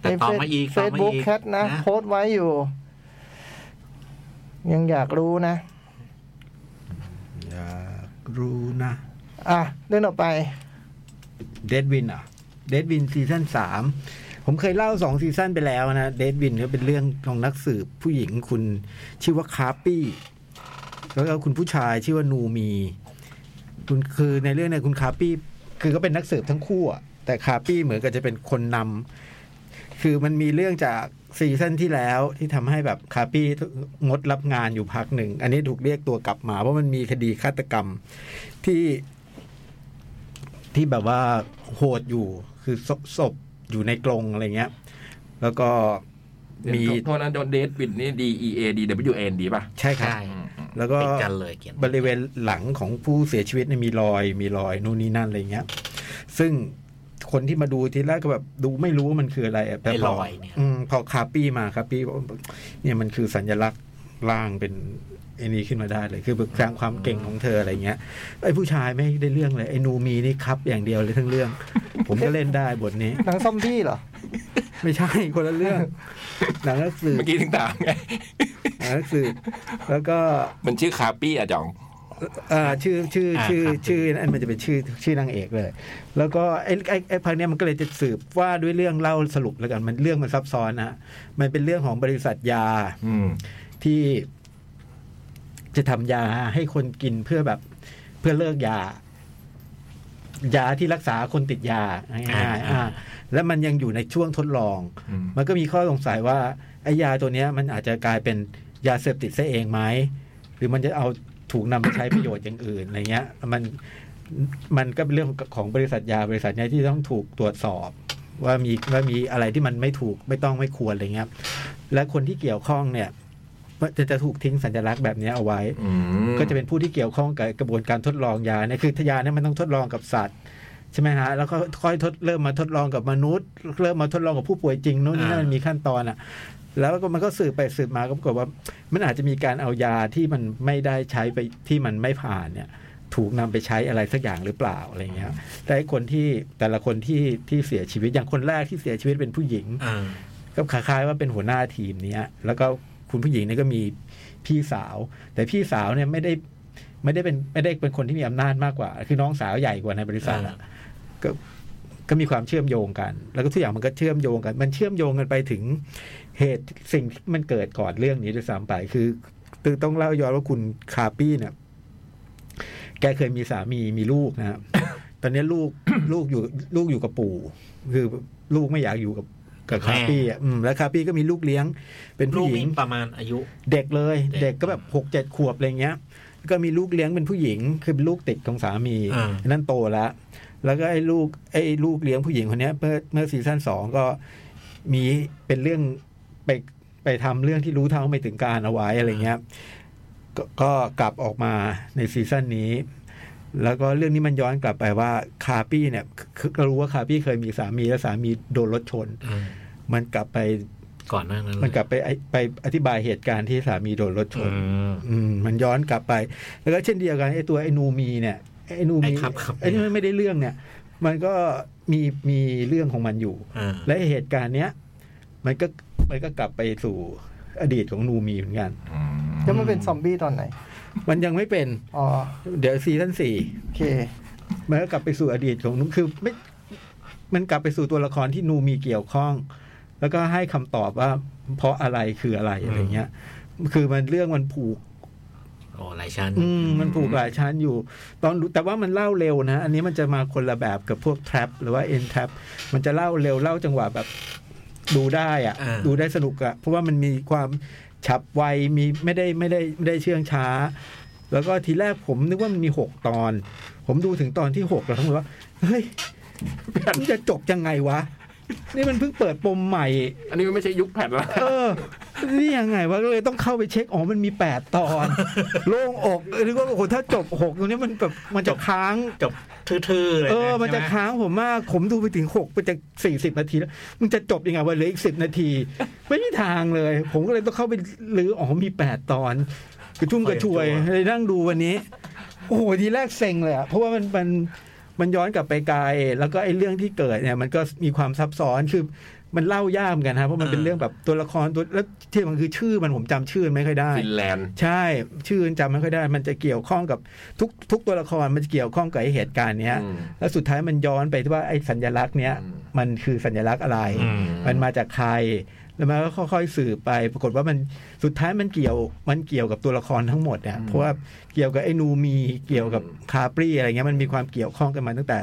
Speaker 3: แต่ต่อมาอีก
Speaker 6: เฟ
Speaker 3: ต่อ
Speaker 6: ซ
Speaker 3: มา
Speaker 6: บุ๊ก
Speaker 3: อีก
Speaker 6: แคทนะ โพสต์ไว้อยู่ ยังอยากรู้นะ
Speaker 2: อยากรู้นะ
Speaker 6: อ่ะ เรื่องต่อไป
Speaker 2: เดดวินอ่ะเดดวินซีซั่นสามผมเคยเล่าสองซีซั่นไปแล้วนะเดดวินก็เป็นเรื่องของนักสืบผู้หญิงคุณชื่อว่าคาปี้ แล้วก็คุณผู้ชายชื่อว่านูมี คุณคือในเรื่องเนี่ยคุณคาปี้ คือก็เป็นนักสืบทั้งคู่อะแต่คาปี้เหมือนกับจะเป็นคนนำคือมันมีเรื่องจากซีซั่นที่แล้วที่ทำให้แบบคาปี้งดรับงานอยู่พักหนึ่ง อันนี้ถูกเรียกตัวกลับมา เพราะมันมีคดีฆาตกรรมที่ที่แบบว่าโหดอยู่คือศพศพอยู่ในกรงอะไรเงี้ย แล้วก็มี
Speaker 4: โทษนะโดนเดทบิดนี่ D E A D W N ดีป่ะ
Speaker 2: ใช่ครับ
Speaker 3: ใช่
Speaker 2: แล้วก็
Speaker 3: ติดกันเลยเขียน
Speaker 2: บริเวณหลังของผู้เสียชีวิตเนี่ยมีรอยมีรอยนู่นนี่นั่นอะไรเงี้ย ซึ่งคนที่มาดูทีแรกก็แบบดูไม่รู้ว่ามันคืออะไรอะแต่
Speaker 3: ไอ้
Speaker 2: พ
Speaker 3: ร
Speaker 2: อ
Speaker 3: อยเนี่ย
Speaker 2: อืมพอคาปี้มาคาปี้บอกว่าเนี่ยมันคือสัญลักษณ์ร่างเป็นไอ้นี้ขึ้นมาได้เลย คือแสดงความเก่งของเธออะไรเงี้ยไอ้ผู้ชายไม่ได้เรื่องเลยไอ้นูมีนี่ครับอย่างเดียวเลยทั้งเรื่อง ผมก็เล่นได้บทนี้
Speaker 6: หนังซอมบี้เหรอ
Speaker 2: ไม่ใช่คนละเรื่องหนังนักสืบ
Speaker 4: เมื่อกี้ถึงตามไง
Speaker 2: หนังนักสืบแล้วก็
Speaker 4: มันชื่อคาปี้อะจ่อง
Speaker 2: เอ่อชื่อชื่อ
Speaker 3: อ่า
Speaker 2: ชื่อ
Speaker 3: ครับ
Speaker 2: ชื่ออันมันจะเป็นชื่อชื่อนางเอกเลย แล้วก็ไอ้ไอ้ไอ้พังเนี้ยมันก็เลยจะสืบว่าด้วยเรื่องเล่าสรุปแล้วกันมันเรื่องมันซับซ้อนนะมันเป็นเรื่องของบริษัทยา
Speaker 4: อืม
Speaker 2: ที่จะทำยาให้คนกินเพื่อแบบเพื่อเลิกยา ยาที่รักษาคนติดยาง่ายๆอ่าแล้วมันยังอยู่ในช่วงทดลอง
Speaker 4: อืม
Speaker 2: มันก็มีข้อสงสัยว่าไอ้ยาตัวเนี้ยมันอาจจะกลายเป็นยาเสพติดซะเองไหม หรือมันจะเอาถูกนำไปใช้ประโยชน์อย่างอื่นอะไรเงี้ย มันมันก็เป็นเรื่องของบริษัทยาบริษัทเนี้ยที่ต้องถูกตรวจสอบ ว่ามีว่ามีอะไรที่มันไม่ถูกไม่ต้องไม่ควรอะไรเงี้ยและคนที่เกี่ยวข้องเนี่ยมันจะจะถูกทิ้งสัญลักษณ์แบบเนี้ยเอาไว้
Speaker 4: อืม
Speaker 2: ก็จะเป็นผู้ที่เกี่ยวข้องกับกระบวนการทดลองยาเนี่ยคือทยาเนี่ยมันต้องทดลองกับสัตว์ใช่ไหมฮะ แล้วก็ค่อยทดเริ่มมาทดลองกับมนุษย์ เริ่มมาทดลองกับผู้ป่วยจริงนู่นนี่นั่น
Speaker 3: อ่ามี
Speaker 2: มีขั้นตอนอ่ะ แล้วก็มันก็สืบไปสืบมาก็ปรากฏว่า มันอาจจะมีการเอายาที่มันไม่ได้ใช้ไปที่มันไม่ผ่านเนี่ย ถูกนำไปใช้อะไรสักอย่างหรือเปล่าอะไรเงี้ยแต่ไอ้คนที่แต่ละคนที่ที่เสียชีวิตอย่างคนแรกที่เสียชีวิตเป็นผู้หญิง
Speaker 3: อ่า
Speaker 2: ก็คล้ายๆว่าเป็นหัวหน้าทีมเนี้ย แล้วก็คุณผู้หญิงเนี่ยก็มีพี่สาว แต่พี่สาวเนี่ยไม่ได้ไม่ได้เป็นไม่ได้เป็นคนที่มีอำนาจมากกว่า คือน้องสาวใหญ่กว่าในบริษัทอะก็ก็มีความเชื่อมโยงกัน แล้วก็ทุกอย่างมันก็เชื่อมโยงกัน มันเชื่อมโยงกันไปถึงเหตุสิ่งที่มันเกิดก่อนเรื่องนี้ด้วยซ้ำไปคือคือต้องเล่าย้อนว่าคุณคาปี้เนี่ย แกเคยมีสามีมีลูกนะครับ ตอนนี้ลูก <coughs> ลูกอยู่ลูกอยู่กับปู่ คือลูกไม่อยากอยู่กับกับ
Speaker 3: กับแม่
Speaker 2: คาปี้อ่ะอืมแล้วคาปี้ก็มีลูกเลี้ยง เป็น
Speaker 3: ลู
Speaker 2: ผู้
Speaker 3: ก
Speaker 2: หญิ
Speaker 3: นี่
Speaker 2: ง
Speaker 3: ประมาณอายุ
Speaker 2: เด็กเลย
Speaker 3: เด็ก
Speaker 2: เด็กก็แบบหกเจ็ดขวบอะไรเงี้ยก็มีลูกเลี้ยงเป็นผู้หญิง คือเป็นลูกติดของสามี
Speaker 3: อ่า
Speaker 2: นั่นโตแล้ว แล้วก็ไอ้ลูกไอ้ลูกเลี้ยงผู้หญิงคนเนี้ยเมื่อเมื่อซีซั่นสองก็มีเป็นเรื่องไปไปทำเรื่องที่รู้เท่าไม่ถึงการเอาไว้อะไรเงี้ยกก็กลับออกมาในซีซั่นนี้ แล้วก็เรื่องนี้มันย้อนกลับไปว่าคาปี้เนี่ยคือก็รู้ว่าคาปี้เคยมีสามีแล้วสามีโดนรถชน
Speaker 3: อ่า
Speaker 2: มันกลับไป
Speaker 3: ก่อนหน้านั้น
Speaker 2: มันกลับไปไอ้ไปอธิบายเหตุการณ์ที่สามีโดนรถช
Speaker 3: อื
Speaker 2: น
Speaker 3: ม
Speaker 2: อืมมันย้อนกลับไป แล้วก็เช่นเดียวกันไอ้ตัวไอ้นูมีเนี่ยไอ้นูมี
Speaker 3: ไอ้ครับครับ
Speaker 2: ไอ้นี่มันไม่ได้เรื่องเนี่ย มันก็มีมีเรื่องของมันอยู่
Speaker 3: อ่า
Speaker 2: และไอ้เหตุการณ์เนี้ยมันก็มันก็กลับไปสู่อดีตของนูมีเหมือนกัน
Speaker 4: อืม
Speaker 6: แล้วมันเป็นซอมบี้ตอนไหน
Speaker 2: มันยังไม่เป็น
Speaker 6: อ๋อ
Speaker 2: เดี๋ยวซีซั่นสี่
Speaker 6: โอเค
Speaker 2: มันก็กลับไปสู่อดีตของนูคือไม่มันกลับไปสู่ตัวละครที่นูมีเกี่ยวข้อง แล้วก็ให้คำตอบว่า เพราะอะไรคืออะไรอะไรเงี้ย คือมันเรื่องมันผูก
Speaker 3: โอ้หลายชั้น
Speaker 2: อืมมันผูกหลายชั้นอยู่ ตอนแต่ว่ามันเล่าเร็วนะ อันนี้มันจะมาคนละแบบกับพวก trap หรือว่า end trap มันจะเล่าเร็วเล่าจังหวะแบบดูได้อะ
Speaker 3: อ่า
Speaker 2: ดูได้สนุกอะเพราะว่ามันมีความฉับไวมีไม่ได้ไม่ได้ไม่ได้เชื่องช้า แล้วก็ทีแรกผมนึกว่ามันมีหกตอน ผมดูถึงตอนที่หกแล้วผมว่าเฮ้ยมันจะจบยังไงวะ นี่มันเพิ่งเปิดปมใหม่
Speaker 4: อันนี้มันไม่ใช่ยุคแผ่นละ
Speaker 2: เออ นี่ยังไงวะก็เลยต้องเข้าไปเช็ค อ๋อ มันมีแปดตอน <laughs> โล่งอกหรือว่าโอ้โหถ้าจบหกตรงนี้มันแบบมันจะค้าง
Speaker 3: จบทื่อๆเลย
Speaker 2: เออ มันจะ
Speaker 3: ใช่ไห
Speaker 2: ค้างผมมาก ผมดูไปถึงหกไปจากสี่สิบนาทีแล้ว มันจะจบยังไงวะเหลืออีกสิบนาที <laughs> ไม่มีทางเลย ผมก็เลยต้องเข้าไปลืออ๋อมีแปดตอน กระชุ่มกระชวยเลยนั่งดูวันนี้ โอ้โหทีแรกเซ็งเลยอะเพราะว่ามันมันมันย้อนกลับไปไกลแล้วก็ไอ้เรื่องที่เกิดเนี่ย มันก็มีความซับซ้อนคือมันเล่ายากเหมือนกันฮะเพราะมันเป็นเรื่องแบบตัวละครตัวแล้วที่มันคือชื่อมันผมจำชื่อมันไม่ค่อยได้
Speaker 4: ฟินแลนด์
Speaker 2: ใช่ชื่อจำไม่ค่อยได้ มันจะเกี่ยวข้องกับทุกทุกตัวละครมันจะเกี่ยวข้องกับไอ้เหตุการณ์เนี้ย
Speaker 4: อืม
Speaker 2: แล้วสุดท้ายมันย้อนไปที่ว่าไอ้สัญลักษณ์เนี้ย
Speaker 4: อืม
Speaker 2: มันคือสัญลักษณ์อะไร
Speaker 3: อืม
Speaker 2: มันมาจากใคร แล้วมันก็ค่อยๆสืบไป ปรากฏว่ามันสุดท้ายมันเกี่ยว มันเกี่ยวกับตัวละครทั้งหมดเนี่ย เพราะว่าเกี่ยวกับไอ้นูมี เกี่ยวกับคาปรีอะไรเงี้ย มันมีความเกี่ยวข้องกันมาตั้งแต่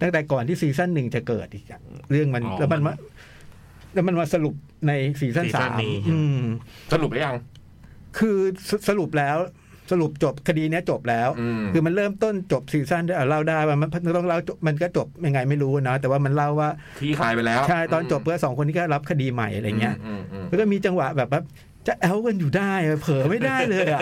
Speaker 2: ตั้งแต่ก่อนที่ซีซั่นหนึ่งจะเกิดอีกอะเรื่องมัน
Speaker 3: อ๋อ
Speaker 2: แล้วมันมาแล้วมันมาสรุปในซีซั่น
Speaker 3: ซีซั่
Speaker 2: สาน ม
Speaker 3: นี้
Speaker 2: อืม
Speaker 4: สรุปหรือยัง
Speaker 2: คือสสรุปแล้วสรุปจบคดีเนี้ยจบแล้ว
Speaker 4: อืม
Speaker 2: คือมันเริ่มต้นจบซีซั่นด้วยอ่ะเล่าได้ว่ามันมันต้องเล่าจบมันก็จบยังไงไม่รู้นะแต่ว่ามันเล่าว่า
Speaker 4: ที่คลายไปแล้ว
Speaker 2: ชายตอนจบเพื่อสองคนนี้ก็รับคดีใหม่อะไรเงี้ย
Speaker 4: อืมอืมอื
Speaker 2: แล้วก็มีจังหวะแบบว่าจะแอลกันอยู่ได้อะเผลอไม่ได้เลย
Speaker 4: <laughs>
Speaker 2: อ่ะ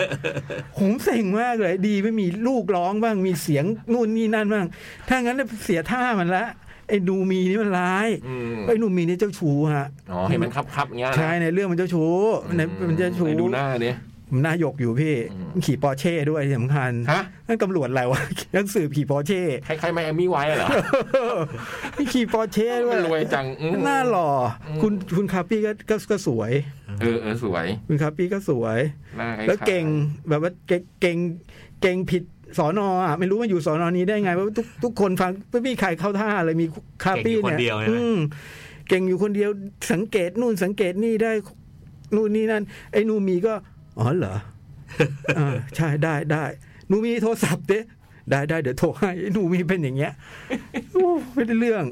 Speaker 2: ผมเซ็งมากเลย ดีไม่มีลูกร้องบ้างมีเสียงนู่นนี่นั่นบ้างถ้างั้นน่ะเสียท่ามันละไอ้ดูมีนี่มันร้าย
Speaker 4: ม
Speaker 2: ไอ้ดูมีนี่เจ้าชู้ฮะ
Speaker 4: อ๋อเห็นมันคับคับๆอย่างเงี้ยนะ
Speaker 2: ใช่ในเรื่องมันเจ้าชู้ในมันเจ้าชู้
Speaker 4: ไหดูหน้าเนี่ย
Speaker 2: ผมหน้าหยกอยู่พี่
Speaker 4: อืม
Speaker 2: ขี่ปอร์เช่ด้วยที่สำคัญ
Speaker 4: ฮะ
Speaker 2: นั่นตำรวจอะไรวะ <laughs> นักสืบขี่ปอร์เช่
Speaker 4: คล้ายๆไมอามี่ไว้เหรอ
Speaker 2: มีขี่ปอร์เช่ด้ว
Speaker 4: มั
Speaker 2: ย
Speaker 4: นรวยจังอืม
Speaker 2: หน้าหล่ออคุณคุณคาปี้ก็ก็ก็สวย
Speaker 4: เออเออสวย
Speaker 2: คุณคาปี้ก็สวย
Speaker 4: หน้าคายๆ
Speaker 2: แล้วเก่งแบบว่าเก่งเก่งเก่งผิดสอนอ่ะไม่รู้มันอยู่สอนอนี้ได้ไงเพราะว่าทุกทุกคนฟังไม่มีใครเข้าท่าเลยมีคาปี้
Speaker 3: เก่งอยู่คนเดียวใช่ไหม
Speaker 2: อืมเก่งอยู่คนเดียวสังเกตนู่นสังเกตนี่ได้นู่นนี่นั่นไอ้นูมีก็อ๋อเหรออ่าใช่ได้ได้นูมีโทรศัพท์เด้ได้ได้เดี๋ยวโทรให้ไอ้นูมีเป็นอย่างเงี้ยโอ้ไม่ได้เรื่อง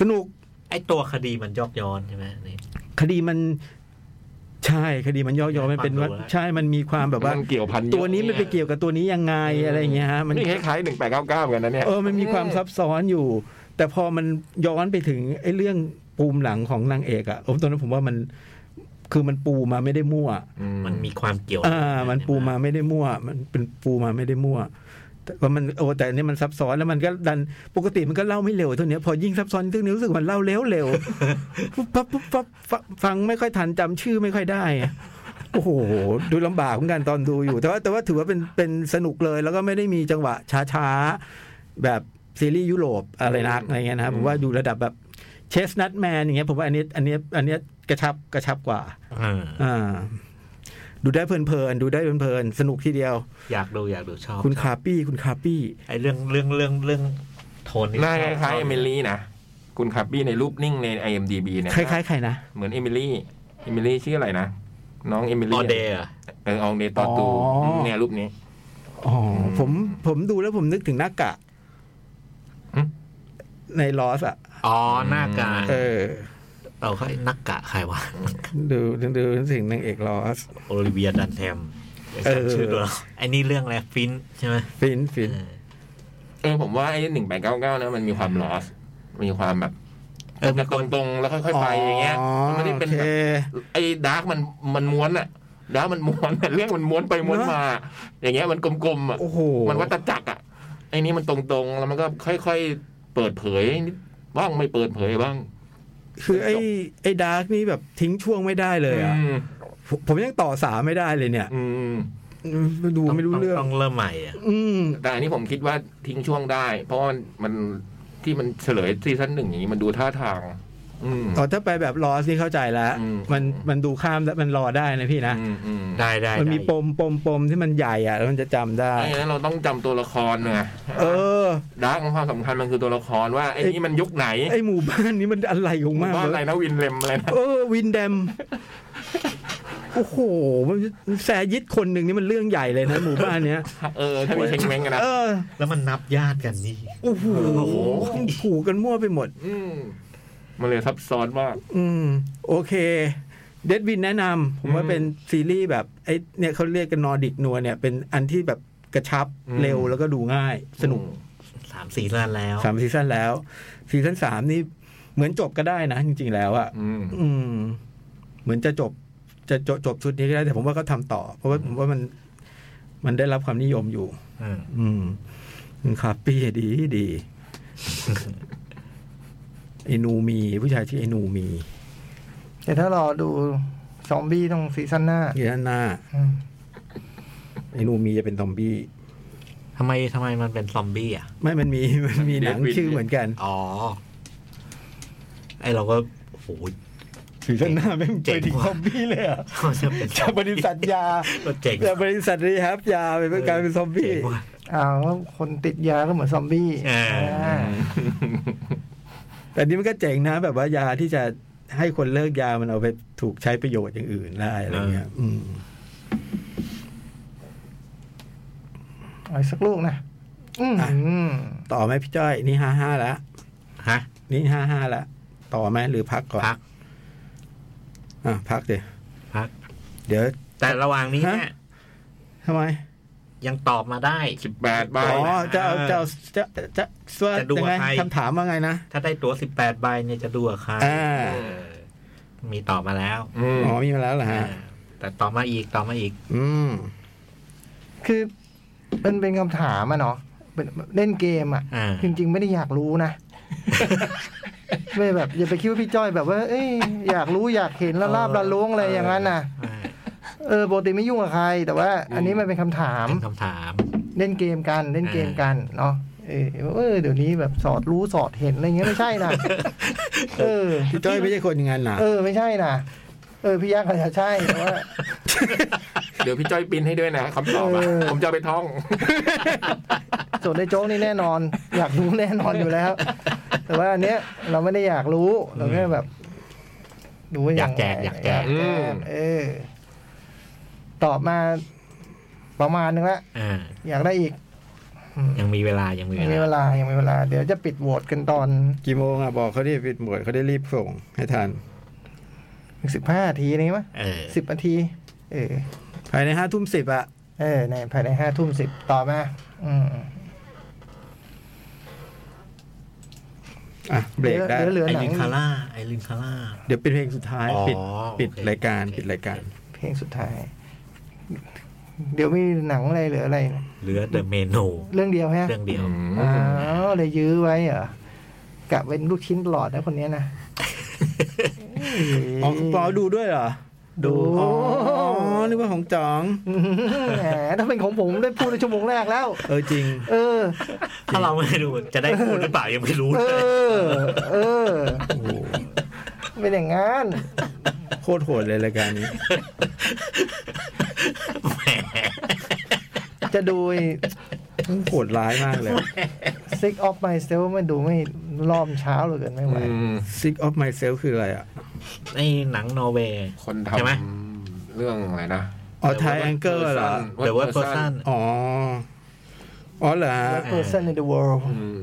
Speaker 2: สนุก
Speaker 3: ไอตัวคดีมันยอกย้อนใช่ไหมนี่
Speaker 2: คดีมัน ใช่คดีมันย่อยๆมันเป็นว่า
Speaker 3: ความรู้นะ
Speaker 2: ใช่มันมีความแบบว่า
Speaker 4: มันเกี่ยวพันเยอะ
Speaker 2: ตัวนี้มันไปเกี่ยวกับตัวนี้ยังไงอะไรอย่างเงี้ยฮะมัน
Speaker 4: นี่คล้ายๆหนึ่งแปดเก้าเก้ากันนะเนี่ย
Speaker 2: เออมันมีความซับซ้อนอยู่ แต่พอมันย้อนไปถึงไอ้เรื่องปูมหลังของนางเอกอะผมตอนนั้นผมว่ามันคือมันปูมาไม่ได้มั่ว
Speaker 4: อื
Speaker 3: มันมีความเกี่ยว
Speaker 2: อ่า มันปูมาไม่ได้มั่ว มันเป็นปูมาไม่ได้มั่วแต่ว่ามันโอ้แต่อันนี่มันซับซ้อนแล้วมันก็ดันปกติมันก็เล่าไม่เร็วเท่านี้พอยิ่งซับซ้อนเท่านี้รู้สึกมันเล่าเร็วเร็ <laughs> วๆปุ๊บปั๊บปุ๊บปั๊บฟังฟังไม่ค่อยทันจำชื่อไม่ค่อยได้อะ โอ้โห ดูลำบากเหมือนกันตอนดูอยู่ แต่ว่าแต่ว่าถือว่าเป็นเป็นสนุกเลยแล้วก็ไม่ได้มีจังหวะช้าๆ แบบซีรีส์ยุโรปอะไรนักอะไรเงี้ยนะครับผมว่าดูระดับแบบเชสนัทแมนอย่างเงี้ยผมว่าอันนี้อันนี้อันนี้กระชับกระชับกว่า
Speaker 3: อ่า
Speaker 2: อ่า ดูได้เพลินๆดูได้เพลินๆสนุกทีเดียว
Speaker 3: อยากดูอยากดูชอบ
Speaker 2: คุณคาปี้คุณคาปี้
Speaker 3: ไอเรื่องเรื่องเรื่องเรื่องโทนนี่
Speaker 4: หน้าค
Speaker 3: ช
Speaker 4: ล้าย
Speaker 3: บ
Speaker 4: ๆเอมิลี่นะคุณคับบี้ในรูปนิ่งใน IMDB เนี่ย
Speaker 2: คล้ายๆใครนะ
Speaker 4: เหมือนเอมิลี่เอมิลี่ชื่ออะไรนะ น้องเอมิ
Speaker 3: อ
Speaker 4: ลี่
Speaker 3: อเดย์เหรอ
Speaker 4: เอออองเดย์ตอตู
Speaker 2: อ๋ออื
Speaker 4: มเนี่ยรูปนี้
Speaker 2: อ๋อผมผมดูแล้วผมนึกถึงหน้ากะ
Speaker 4: หึ
Speaker 2: ในลอสอ่ะ
Speaker 3: อ๋อหน้ากาก
Speaker 2: เออ
Speaker 3: เราค่อยนักกะใครวะ
Speaker 2: ดูดูดูถึงนางเอกลอส
Speaker 3: โอลิเวียดันแทม
Speaker 2: เออ
Speaker 3: ชื่อตัวไอ้นี่เรื่องอะไรฟินใช่ไหม
Speaker 2: ฟินฟิน
Speaker 3: เออ
Speaker 4: เออผมว่าไอ้หนึ่งแปดเก้าเก้านะมันมีความลอส มีความแบบ
Speaker 3: เออมัน
Speaker 4: ตรงๆแล้วค่อยๆไปอย่างเงี้ยมันไม่ได้เป็นแบบ
Speaker 2: โอค
Speaker 4: ไอ้ดาร์กมันมันม้วนอะดาร์กมันม้วนอะเรื่องมัน <laughs> ม้วนไปม้วนมา อย่างเงี้ยมันกลมๆอะ
Speaker 2: โอ้โห
Speaker 4: มันวัตจักรอะไอ้นี่มันตรงๆ แล้วมันก็ค่อยๆเปิดเผยนิดบ้างไม่เปิดเผยบ้าง
Speaker 2: คือไอ้ไอ้ดาร์กนี่แบบทิ้งช่วงไม่ได้เลยอ่ะ
Speaker 4: อืม
Speaker 2: ผมผมยังต่อสามไม่ได้เลยเนี่ย
Speaker 4: อืม
Speaker 2: ดู
Speaker 3: ต้อง
Speaker 2: ไม่รู้เรื่อง
Speaker 3: ต้องเริ่มใหม่อะ
Speaker 2: อืม
Speaker 4: แต่อันนี้ผมคิดว่าทิ้งช่วงได้ เพราะว่ามันมันที่มันเฉลยซีซั่นหนึ่งอย่างนี้มันดูท่าทาง อืม
Speaker 2: อ๋อถ้าไปแบบลอสนี่เข้าใจแล้ว
Speaker 4: อืม
Speaker 2: มันมันดูข้ามแล้วมันรอได้นะพี่นะ
Speaker 4: อืมอืม
Speaker 3: ได้ได้
Speaker 2: มันมี
Speaker 3: ได้
Speaker 2: ปมปมปมที่มันใหญ่อ่ะแล้วมันจะจำได้
Speaker 4: ไอ้นั้นเราต้องจำตัวละครไง
Speaker 2: เออ
Speaker 4: ดาร์กของความสำคัญมันคือตัวละครว่าไอ้นี่มันยุคไหน
Speaker 2: ไอหมู่บ้านนี้มันอะไรของมัน
Speaker 4: ว่าอะไร
Speaker 2: วะ
Speaker 4: นะวินเลมอะไรนะ
Speaker 2: เออ วินแดม โอ้โห มันแซยิดคนหนึ่งนี่มันเรื่องใหญ่เลยนะหมู่บ้านเนี้ย
Speaker 4: เออถ้ามีเชงเม้งกันนะ
Speaker 2: เออ
Speaker 3: แล้วมันนับญาติกันนี่
Speaker 2: โอ้โห
Speaker 4: โอ้โห
Speaker 2: ผูกกันมั่วไปหมด
Speaker 4: อืมมันเลยซับซ้อนมาก
Speaker 2: อืม โอเค เดดวินแนะนำผมว่า
Speaker 4: อืม
Speaker 2: เป็นซีรีส์แบบไอ้เนี่ยเขาเรียกกันนอร์ดิกนัวเนี่ยเป็นอันที่แบบกระชับ
Speaker 4: อืม
Speaker 2: เร็วแล้วก็ดูง่าย สนุก
Speaker 3: สามสี่ล้านแล้ว
Speaker 2: สามซีซั่นแล้วซีซั่นสามนี่เหมือนจบก็ได้นะ จริง ๆ แล้วอะ
Speaker 4: อืม
Speaker 2: อืม เหมือนจะจบ จะจบจบชุดนี้ก็ได้ แต่ผมว่าก็ทำต่อ เพราะว่าผมว่ามันมันได้รับความนิยมอยู่
Speaker 3: อืม
Speaker 2: อืมครับ <laughs> ปีดีดี ไอนูมีผู้ชายชื่อไอนูมี
Speaker 6: แต่ถ้ารอดูซอมบี้ตรงซีซั่นหน้า
Speaker 2: อยู่ด้านหน้า
Speaker 6: อืม
Speaker 2: ไอนูมีจะเป็นซอมบี้
Speaker 3: ทำไมทำไมมันเป็นซอมบี้อ่ะ
Speaker 2: ไม่มันมี <laughs> มันมีหนังชื่อเหมือนกัน
Speaker 3: อ๋อ ไอเราก็ <laughs> โอ้ย
Speaker 2: ถึงด้านหน้าไม่ง
Speaker 3: เจ๋
Speaker 2: ไป
Speaker 3: ง <laughs>
Speaker 2: ถึง
Speaker 3: ว่ะ
Speaker 2: ซอมบี้เลยเหรอ่ะ
Speaker 3: เขาจะเป็น
Speaker 2: จากบริษัท
Speaker 3: <laughs>
Speaker 2: ยา
Speaker 3: ก็เจ๋ง
Speaker 2: จากบริษัทรีแฮบยาไปเป็นกลายเป็นซอมบี้
Speaker 3: เจ๋งว่ะ
Speaker 6: อ้าวแล้วคนติดยาก็เหมือนซอมบี้
Speaker 3: เอออ่
Speaker 6: า
Speaker 2: แต่นี่มันก็เจ๋งนะ แบบว่ายาที่จะให้คนเลิกยามันเอาไปถูกใช้ประโยชน์อย่างอื่นได้อะไรเงี้ย อืม
Speaker 6: เอาอีกสักลูกนะ อืมอืม
Speaker 2: ต่อไหมพี่จ้อย นี่ห้าห้าแล้ว
Speaker 3: ฮะ
Speaker 2: นี่ห้าห้าแล้วต่อไหมหรือพักก่อน
Speaker 3: พัก
Speaker 2: อ่ะพักเดี๋ยว
Speaker 3: พัก
Speaker 2: เดี๋ยว
Speaker 3: แต่ระหว่างนี้เนี่ย
Speaker 2: ฮะ ทำไม
Speaker 3: ยังตอบมาได้
Speaker 4: สิบแปดใบ
Speaker 2: อ๋อจะเอา
Speaker 3: เออ
Speaker 2: จะเอาจะจะจะ
Speaker 3: จะดู
Speaker 2: ยังไง
Speaker 3: กับใคร
Speaker 2: คำถามว่าไงนะ
Speaker 3: ถ้าได้ตั๋วสิบแปดใบเนี่ยจะดูกับใคร
Speaker 2: อ่า
Speaker 3: เออมีตอบมาแล้ว
Speaker 4: อืม
Speaker 2: อ๋อมีมาแล้วเหรอฮะ
Speaker 3: เออแต่ตอบมาอีกตอบมาอีก
Speaker 2: อืม
Speaker 6: คือมันเป็นคำถามอะเนาะเป็นเล่นเกมอะ
Speaker 3: อ่า
Speaker 6: จริง ๆ ไม่ได้อยากรู้ <laughs> นะ ไม่แบบ อย่าไปคิดว่าพี่จ้อยแบบว่า เอ้ยอยากรู้อยากเห็นละลาบละล้วงอะไรอย่างนั้นนะ
Speaker 3: ใช่
Speaker 6: เออปกติไม่ยุ่งกับใคร แต่ว่า อันนี้มันเป็นคำถาม
Speaker 3: เป็นคำถาม
Speaker 6: เล่นเกมกันเล่นเกมกันเนาะเออเออเดี๋ยวนี้แบบสอดรู้สอดเห็นอะไรเงี้ยไม่ใช่ <laughs> นะเออ
Speaker 2: พี่จ้อยไม่ใช่คนอย่างนั้นนะ
Speaker 6: เออไม่ใช่นะเออพี่ยักษ์อาจจะใช่แต่ว่า
Speaker 4: เดี๋ยวพี่จ้อยปริ้นให้ด้วยนะคำตอบอะ
Speaker 6: เออ
Speaker 4: ผมจะเอาไปท่อง
Speaker 6: ส่วนในโจ๊กนี่แน่นอน อยากรู้แน่นอนอยู่แล้ว แต่ว่าอันเนี้ยเราไม่ได้อยากรู้เราแค่แบบรู้ว่
Speaker 3: อยากแจก
Speaker 6: งไง
Speaker 3: อยากแจก
Speaker 4: อืม
Speaker 6: เออ ตอบมาประมาณนึงละ
Speaker 3: อ่า
Speaker 6: อยากได้อีก
Speaker 3: ยังมีเวลายังมี
Speaker 6: ยังมี
Speaker 3: เว
Speaker 6: เว
Speaker 3: ลา
Speaker 6: ลายังมีเวลา เดี๋ยวจะปิดโหวตกันตอน
Speaker 2: กี่โมงอ่ะบอกเขาได้ปิดหมวดเขาได้รีบส่งให้ทัน
Speaker 6: สิบห้าทีนี้มั้ย
Speaker 3: เออ
Speaker 6: สิบนาที เออ
Speaker 2: ภายในห้าทุ่มสิบอ่ะ
Speaker 6: เออในภายในห้าทุ่มสิบต่อมา อืม
Speaker 2: อ่ะเบรกได้
Speaker 6: ดี๋ยวเหลือ
Speaker 3: ไอ
Speaker 6: หนัง
Speaker 3: รินคาร่าไอรินคาร่า
Speaker 2: เดี๋ยวเป็นเพลงสุดท้าย
Speaker 3: อ๋อ
Speaker 2: ปิด
Speaker 3: โอเค
Speaker 2: ปิดรายการ
Speaker 3: โอเค
Speaker 2: ปิดรายการ
Speaker 6: เพลงสุดท้าย เดี๋ยวมีหนังอะไรเหลืออะไรนะ
Speaker 3: เหลือเดอะเมโน
Speaker 6: เรื่องเดียวฮะ
Speaker 3: เรื่องเดียว
Speaker 4: อืม
Speaker 6: อ้าวเลยยื้อไว้เหรอกะเป็นลูกชิ้นหลอดนะคนเนี้ยนะ
Speaker 2: อ๋อปอดูด้วยเหรอ
Speaker 6: ดู
Speaker 2: อ๋อนึกว่าของจ๋อง
Speaker 6: แหมถ้าเป็นของผมได้พูดในชั่วโมงแรกแล้ว
Speaker 2: เออจริง
Speaker 6: เออ
Speaker 3: ถ้าเราไม่ดูจะได้พูดหรือเปล่ายังไม่รู้
Speaker 6: เอ
Speaker 3: เลย
Speaker 6: อ เออเป็นอย่างงั้น
Speaker 2: โคตรโหดเลยรายการนี้
Speaker 3: แหม
Speaker 6: จะดูไอ้
Speaker 2: โหดร้ายมากเลย
Speaker 6: Sick of Myself ไม่ดูไม่รอมเช้าเหลยเกินไม่ไหว
Speaker 4: อืม
Speaker 2: Sick of myself คืออะไรอ่ะ
Speaker 3: ไอหนังนอร์เวย์
Speaker 4: คน
Speaker 3: ใช่ไหม
Speaker 4: ทำเรื่องอะไรนะ
Speaker 2: อ๋อไทยแองเกิลเหรอ
Speaker 3: The Worst Person
Speaker 2: อ๋อ อ๋อเหรอฮะ
Speaker 6: Best Person in the World
Speaker 4: อืม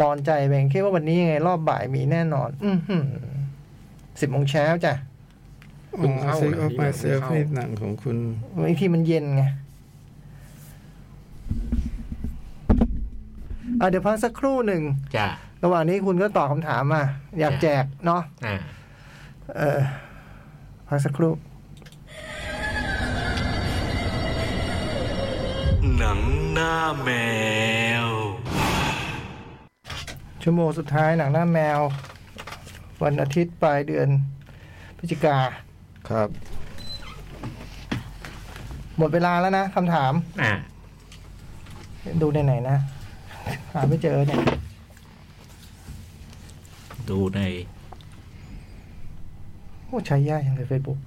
Speaker 6: นอนใจแบงคิดว่าวันนี้ยังไงรอบบ่ายมีแน่นอนสิบโมงเช้าจ้ะ
Speaker 2: อ๋อ Sick of myself นี่หนังของคุณ
Speaker 6: บางทีมันเย็นไงอ่ะเดี๋ยวพักสักครู่หนึ่ง
Speaker 3: จ้ะ
Speaker 6: ระหว่างนี้คุณก็ตอบคำถามมา อยากแจกเนาะ
Speaker 3: อ่า
Speaker 6: เออพักสักครู่
Speaker 1: หนังหน้าแมว
Speaker 6: ชั่วโมงสุดท้ายหนังหน้าแมว วันอาทิตย์ปลายเดือนพฤศจิกา
Speaker 2: ครับ
Speaker 6: หมดเวลาแล้วนะคำถาม
Speaker 3: อ่า
Speaker 6: ดูในไหนนะ หาไม่เจอเนี่ย
Speaker 3: ดูใน
Speaker 6: โอ้ใช้ยากอย่างเลยเฟซบุ๊ก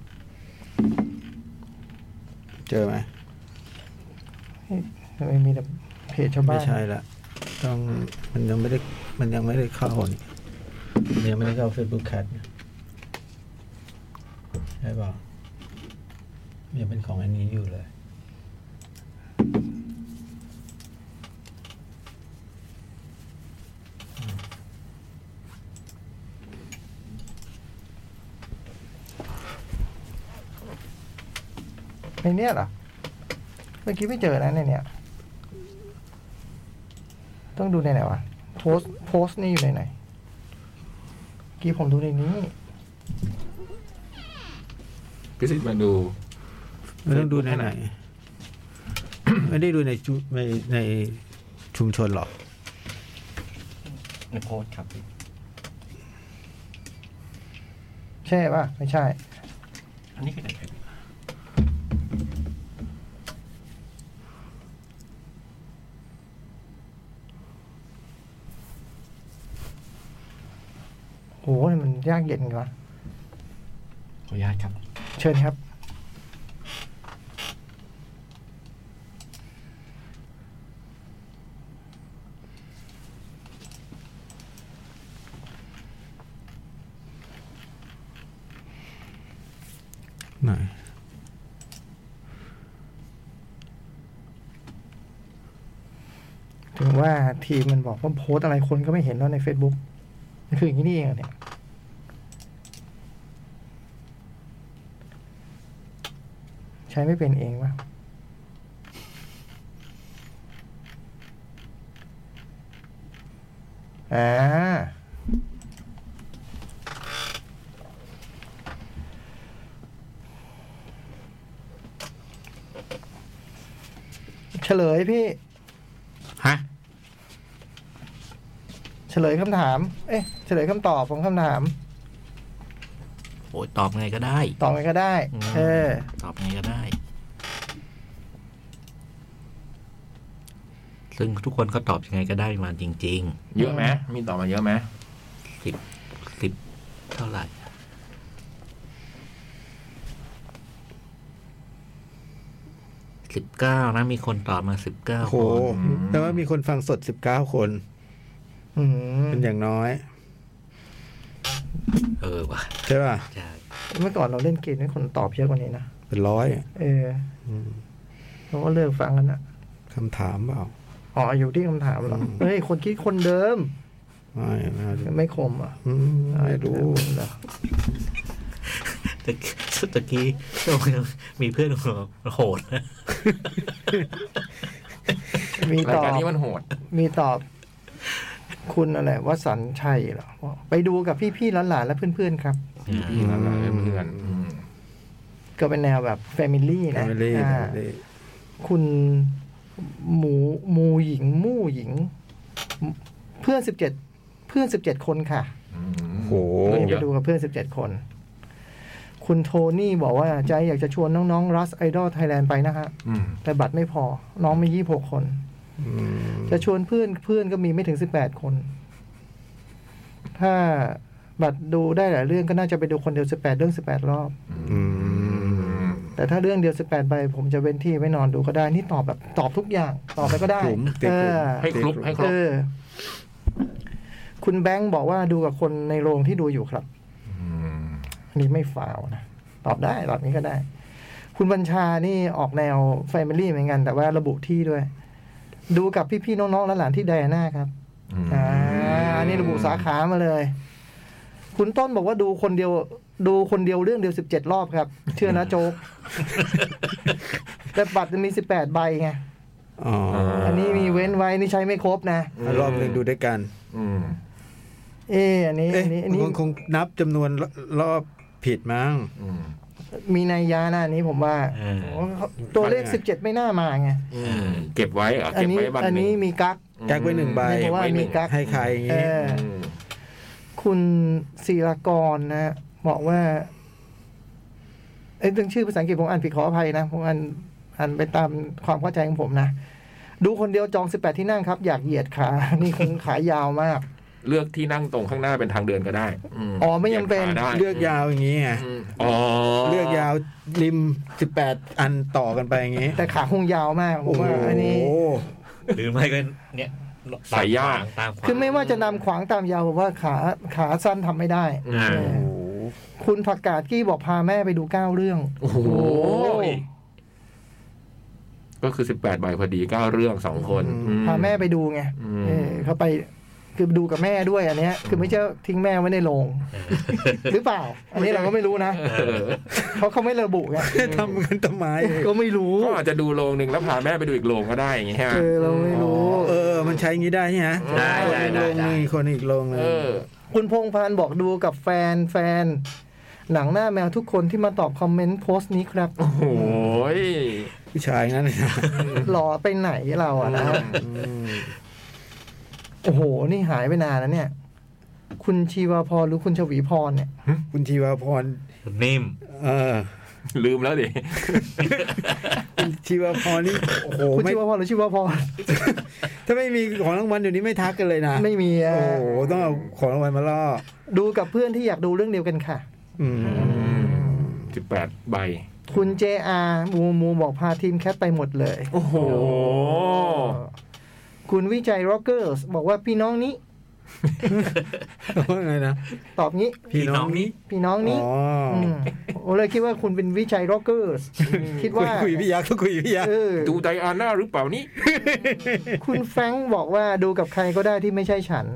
Speaker 2: เจอไหม
Speaker 6: ทำไมมีแต่เพจชาวบ้า
Speaker 2: ไม่
Speaker 6: น
Speaker 2: ใช่ละต้องมันยังไม่ได้มันยังไม่ได้เข้านี่มันยังไม่ได้เข้า Facebook Cat นะใช่เปล่ายังเป็นของอันนี้อยู่เลย
Speaker 6: ในเนี้ยเหรอ เมื่อกี้ไม่เจอนะในเนี้ย ต้องดูในไหนวะ โพสโพสนี่อยู่ในไหนเมื่อกี้ผมดูในนี้
Speaker 4: พิสิทธิ์มาดู
Speaker 2: ไม่ต้องดูในไหน <coughs> ไม่ได้ดูในชุในในชุมชนหรอก
Speaker 5: ในโพสต์ครับ
Speaker 6: ใช่ป่ะ ไม่ใช่
Speaker 5: อันนี้คือไหนครับ
Speaker 6: โอ้โหมันยากเย็นกว่า
Speaker 5: ขออนุญาตครับ
Speaker 6: เชิญครับ
Speaker 2: ไหน
Speaker 6: ถึงว่าทีมมันบอกว่าโพสต์อะไรคนก็ไม่เห็นแล้วใน Facebook มันคืออย่างนี้นี่เองเหรอเนี่ย ใช้ไม่เป็นเองวะอ่า เฉลยพี่
Speaker 3: ฮะ
Speaker 6: เฉลยคำถาม เอ๊ะ เฉลยคำตอบของคำถาม
Speaker 3: โอ้ยตอบไงก็ได้
Speaker 6: ตอบไปก็ได้
Speaker 3: อืม
Speaker 6: เออ
Speaker 3: ตอบไงก็ได้ ซึ่งทุกคนก็ตอบยังไงก็ได้มาจริง
Speaker 4: เยอะไหมมีต่อมาเยอะไหม
Speaker 3: ๆสิบสิบเท่าไหร่ สิบเก้านะ มีคนตอบมาสิบเก้าค
Speaker 2: โอ้โห
Speaker 3: น
Speaker 2: แต่ว่ามีคนฟังสดสิบเก้าคน
Speaker 6: อืม
Speaker 2: เป็นอย่างน้อย
Speaker 3: เออว่ะ
Speaker 2: ใช่ป่ะ
Speaker 3: ใช่
Speaker 6: เมื่อก่อนเราเล่นเกมให้คนตอบเยอะกว่านี้นะ
Speaker 2: เป็นร้อย
Speaker 6: เออเราก็เลิกฟังกันนะ
Speaker 2: คำถามเปล่า
Speaker 6: อ๋ออยู่ที่คำถามเหรอ
Speaker 2: อืม
Speaker 6: เฮ้ย คนคิดคนเดิม
Speaker 2: ไม่ไม่
Speaker 6: ไม่คมอ่ะ
Speaker 2: อืมไม่รู้
Speaker 6: เหรอ
Speaker 3: แต่ตะกี้ก็มีเพื่อนของเราโหดนะ
Speaker 6: มี
Speaker 4: ราย
Speaker 6: ตอบ
Speaker 4: การนี้มันโหด
Speaker 6: มีตอบ คุณอะไรวสันต์ชัยเหรอไปดูกับพี่ๆหลานๆและเพื่อนๆครับ
Speaker 4: พี่นั่นแหละเพื่อนๆอืม
Speaker 6: ก็เป็นแนวแบบแฟมิลี่นะ
Speaker 2: Family
Speaker 6: อ่า
Speaker 2: Family
Speaker 6: คุณหมูหมูหญิงมู่หญิง เพื่อนสิบเจ็ดเพื่อนสิบเจ็ดคนค่ะ
Speaker 4: อืม
Speaker 2: โอ้โห
Speaker 4: เพื่อน
Speaker 6: ไป
Speaker 4: เยอะ
Speaker 6: ดูกับเพื่อนสิบเจ็ดคน คุณโทนี่บอกว่าใจอยากจะชวนน้องๆรัสไอดอลไทยแลนด์ไปนะฮะ
Speaker 4: อืม
Speaker 6: แต่บัตรไม่พอ น้องมียี่หกคน
Speaker 2: อืม
Speaker 6: จะชวนเพื่อนเพื่อนก็มีไม่ถึงสิบแปดคน ถ้าบัตรดูได้หลายเรื่องก็น่าจะไปดูคนเดียวสิบแปดเรื่องสิบแปดรอบ
Speaker 2: อืม
Speaker 4: อืม
Speaker 6: แต่ถ้าเรื่องเดียวสิบแปดใบผมจะเว้นที่ไว้นอนดูก็ได้ นี่ตอบแบบตอบทุกอย่าง ตอบไปก็ได้
Speaker 2: ผมติด
Speaker 6: เอ
Speaker 2: ผม
Speaker 6: อ
Speaker 4: ให้ครบให้คร
Speaker 6: เอบ อ คุณแบงค์บอกว่าดูกับคนในโรงที่ดูอยู่ครับ
Speaker 4: ม
Speaker 6: อันนี้ไม่ฟาวนะ ตอบได้ตอบนี้ก็ได้ คุณบัญชานี่ออกแนวแฟมิลี่เหมือนกัน แต่ว่าระบุที่ด้วย ดูกับพี่ๆน้องๆและหลานที่ไดอาน่าครับ
Speaker 4: อืม
Speaker 6: อ่าอันนี้ระบุสาขามาเลย คุณต้นบอกว่าดูคนเดียว ดูคนเดียวเรื่องเดียวสิบเจ็ดรอบครับ เชื่อนะโจ๊ก แต่บัตรมันมีสิบแปดใบไง
Speaker 2: อ๋อ
Speaker 6: อันนี้มีเว้นไว้นี่ใช้ไม่ครบนะ
Speaker 2: อ่ะรอบหนึ่งดูด้วยกัน
Speaker 4: อืม
Speaker 6: เอะอันนี้
Speaker 2: เอ๊ะ
Speaker 6: อันนี้อันนี้
Speaker 2: มันคงนับจำนวนรอบผิดมั้ง
Speaker 4: อืม
Speaker 6: มีนัยยะนะอันนี้ผมว่า
Speaker 3: เออ
Speaker 6: ตัวเลข
Speaker 2: ว่าไง
Speaker 6: สิบเจ็ดไม่น่ามาไง
Speaker 4: อืมเก็บไว้เหรอ่ะ
Speaker 6: อั
Speaker 4: เก็บ
Speaker 6: นี้
Speaker 4: ไว้บัตร
Speaker 6: อัน
Speaker 4: หนึ่
Speaker 6: นี้
Speaker 4: ง
Speaker 6: มีกัก
Speaker 4: อืม
Speaker 2: กักไว้หนึ่งใบ
Speaker 6: ไม่เพราะว่ามีกั๊ก
Speaker 2: ให้ใครอย่าง
Speaker 6: เอ
Speaker 2: งี้
Speaker 6: อ
Speaker 4: อืม
Speaker 6: คุณศิลากรนะฮะบอกว่า เอ้ยเรื่องชื่อภาษาอังกฤษผมอ่านผิดขออภัยนะผมอ่านอ่านไปตามความเข้าใจของผมนะ ดูคนเดียวจอง 18 ที่นั่งครับ อยากเหยียดขา <laughs> นี่คงขายาวมาก
Speaker 4: เลือกที่นั่งตรงข้างหน้าเป็นทางเดินก็ได้ม
Speaker 6: อ๋อไม่จำเป็น
Speaker 4: หยียดขาได้
Speaker 2: เลือกยาวอย่างงี้ไง
Speaker 4: อืมอ๋อ
Speaker 2: เลือกยาวริมสิบแปดอันต่อกันไปอย่างงี้
Speaker 6: แต่ขาคงยาวมากผ
Speaker 2: โอ้
Speaker 6: ม
Speaker 2: โห
Speaker 6: ว่าอันนี้
Speaker 3: หรือไม่ก็เนี่ย
Speaker 4: ใส่ยาก
Speaker 3: ตามขวาง
Speaker 6: คือไม่ว่าจะนำขวางตามยาวผมว่าขาขาสั้นทำไม่ได้
Speaker 4: อ่า
Speaker 6: เออ
Speaker 2: โอ้โห
Speaker 6: คุณผักกาดกี้บอกพาแม่ไปดูเก้าเรื่อง
Speaker 4: โอ้โหก็คือสิบแปดใบพอดีเก้าเรื่องสองคนอื
Speaker 6: พาแม่ไปดูไง
Speaker 4: อืม
Speaker 6: เออเขาไปคือดูกับแม่ด้วยอันเนี้ย คือไม่ใช่ทิ้งแม่ไว้ในโรงหรือเปล่า อันนี้เราก็ไม่รู้นะ
Speaker 4: เออ
Speaker 6: เขาะเขาไม่ระบุไง
Speaker 2: <laughs> ทำกันทำไม
Speaker 6: ก็ไม่รู้
Speaker 4: ก็อาจจะดูโรงหนึ่งแล้วพาแม่ไปดูอีกโรงก็ได้อย่างงี้ใช่ไหม
Speaker 6: เออเราไม่รู้
Speaker 2: เออ มันใช้อย่างงี้ได้ใช่ไหม
Speaker 4: ได้ได้ได้
Speaker 2: คนอีกโรงหนึ่งคนอีกโรงหนึ
Speaker 4: เอง อ
Speaker 6: คุณพงษ์พันธ์บอกดูกับแฟนแฟน หนังหน้าแมวทุกคนที่มาตอบคอมเมนต์โพสต์นี้ครับ
Speaker 4: โอ้ย
Speaker 2: ผู้ชายงั้นเลย
Speaker 6: <laughs>
Speaker 2: นะ
Speaker 6: หล่อไปไหนเราอะนะ
Speaker 2: อืม
Speaker 6: โอ้โห นี่หายไปนานนะเนี่ย คุณชีวาพรหรือคุณชวีพรเนี่ย
Speaker 2: คุณทีวาพร
Speaker 3: นิ่ม
Speaker 2: เออ
Speaker 4: ลืมแล้วดิ
Speaker 2: คุณชีวาพรนี่โอ้โห
Speaker 6: คุณ
Speaker 2: ไม่
Speaker 6: ชีวาพรหรือชีวาพร
Speaker 2: ถ้าไม่มีของรางวัลเดี๋ยวนี้ไม่ทักกันเลยนะ
Speaker 6: ไม่มีอะ
Speaker 2: โอ้โหต้องเอาของรางวัลมาล่อ
Speaker 6: ดูกับเพื่อนที่อยากดูเรื่องเดียวกันค่ะ
Speaker 2: อืม
Speaker 4: สิบแปดใบ
Speaker 6: คุณ JR มูมูบอกพาทีมแคทไปหมดเลย
Speaker 4: โอ้โห
Speaker 6: คุณวิจัย Rockers บอกว่าพี่น้องนี้
Speaker 2: ว่าไงนะ
Speaker 6: ตอบงี้
Speaker 2: พี่น้องนี้
Speaker 6: พี่น้องนี้
Speaker 2: อ๋ออ
Speaker 6: มโอเลยคิดว่าคุณเป็นวิชัยร็อกเกอ
Speaker 2: <laughs>
Speaker 6: ร์สคิด
Speaker 2: คุย
Speaker 6: ว่า
Speaker 2: คุยพี่ยักษ์ก็คุยพี่ยักษ์
Speaker 6: เออ
Speaker 4: ดูไดอาน่าหรือเปล่านี่
Speaker 6: คุณแฟรงค์บอกว่าดูกับใครก็ได้ที่ไม่ใช่ฉัน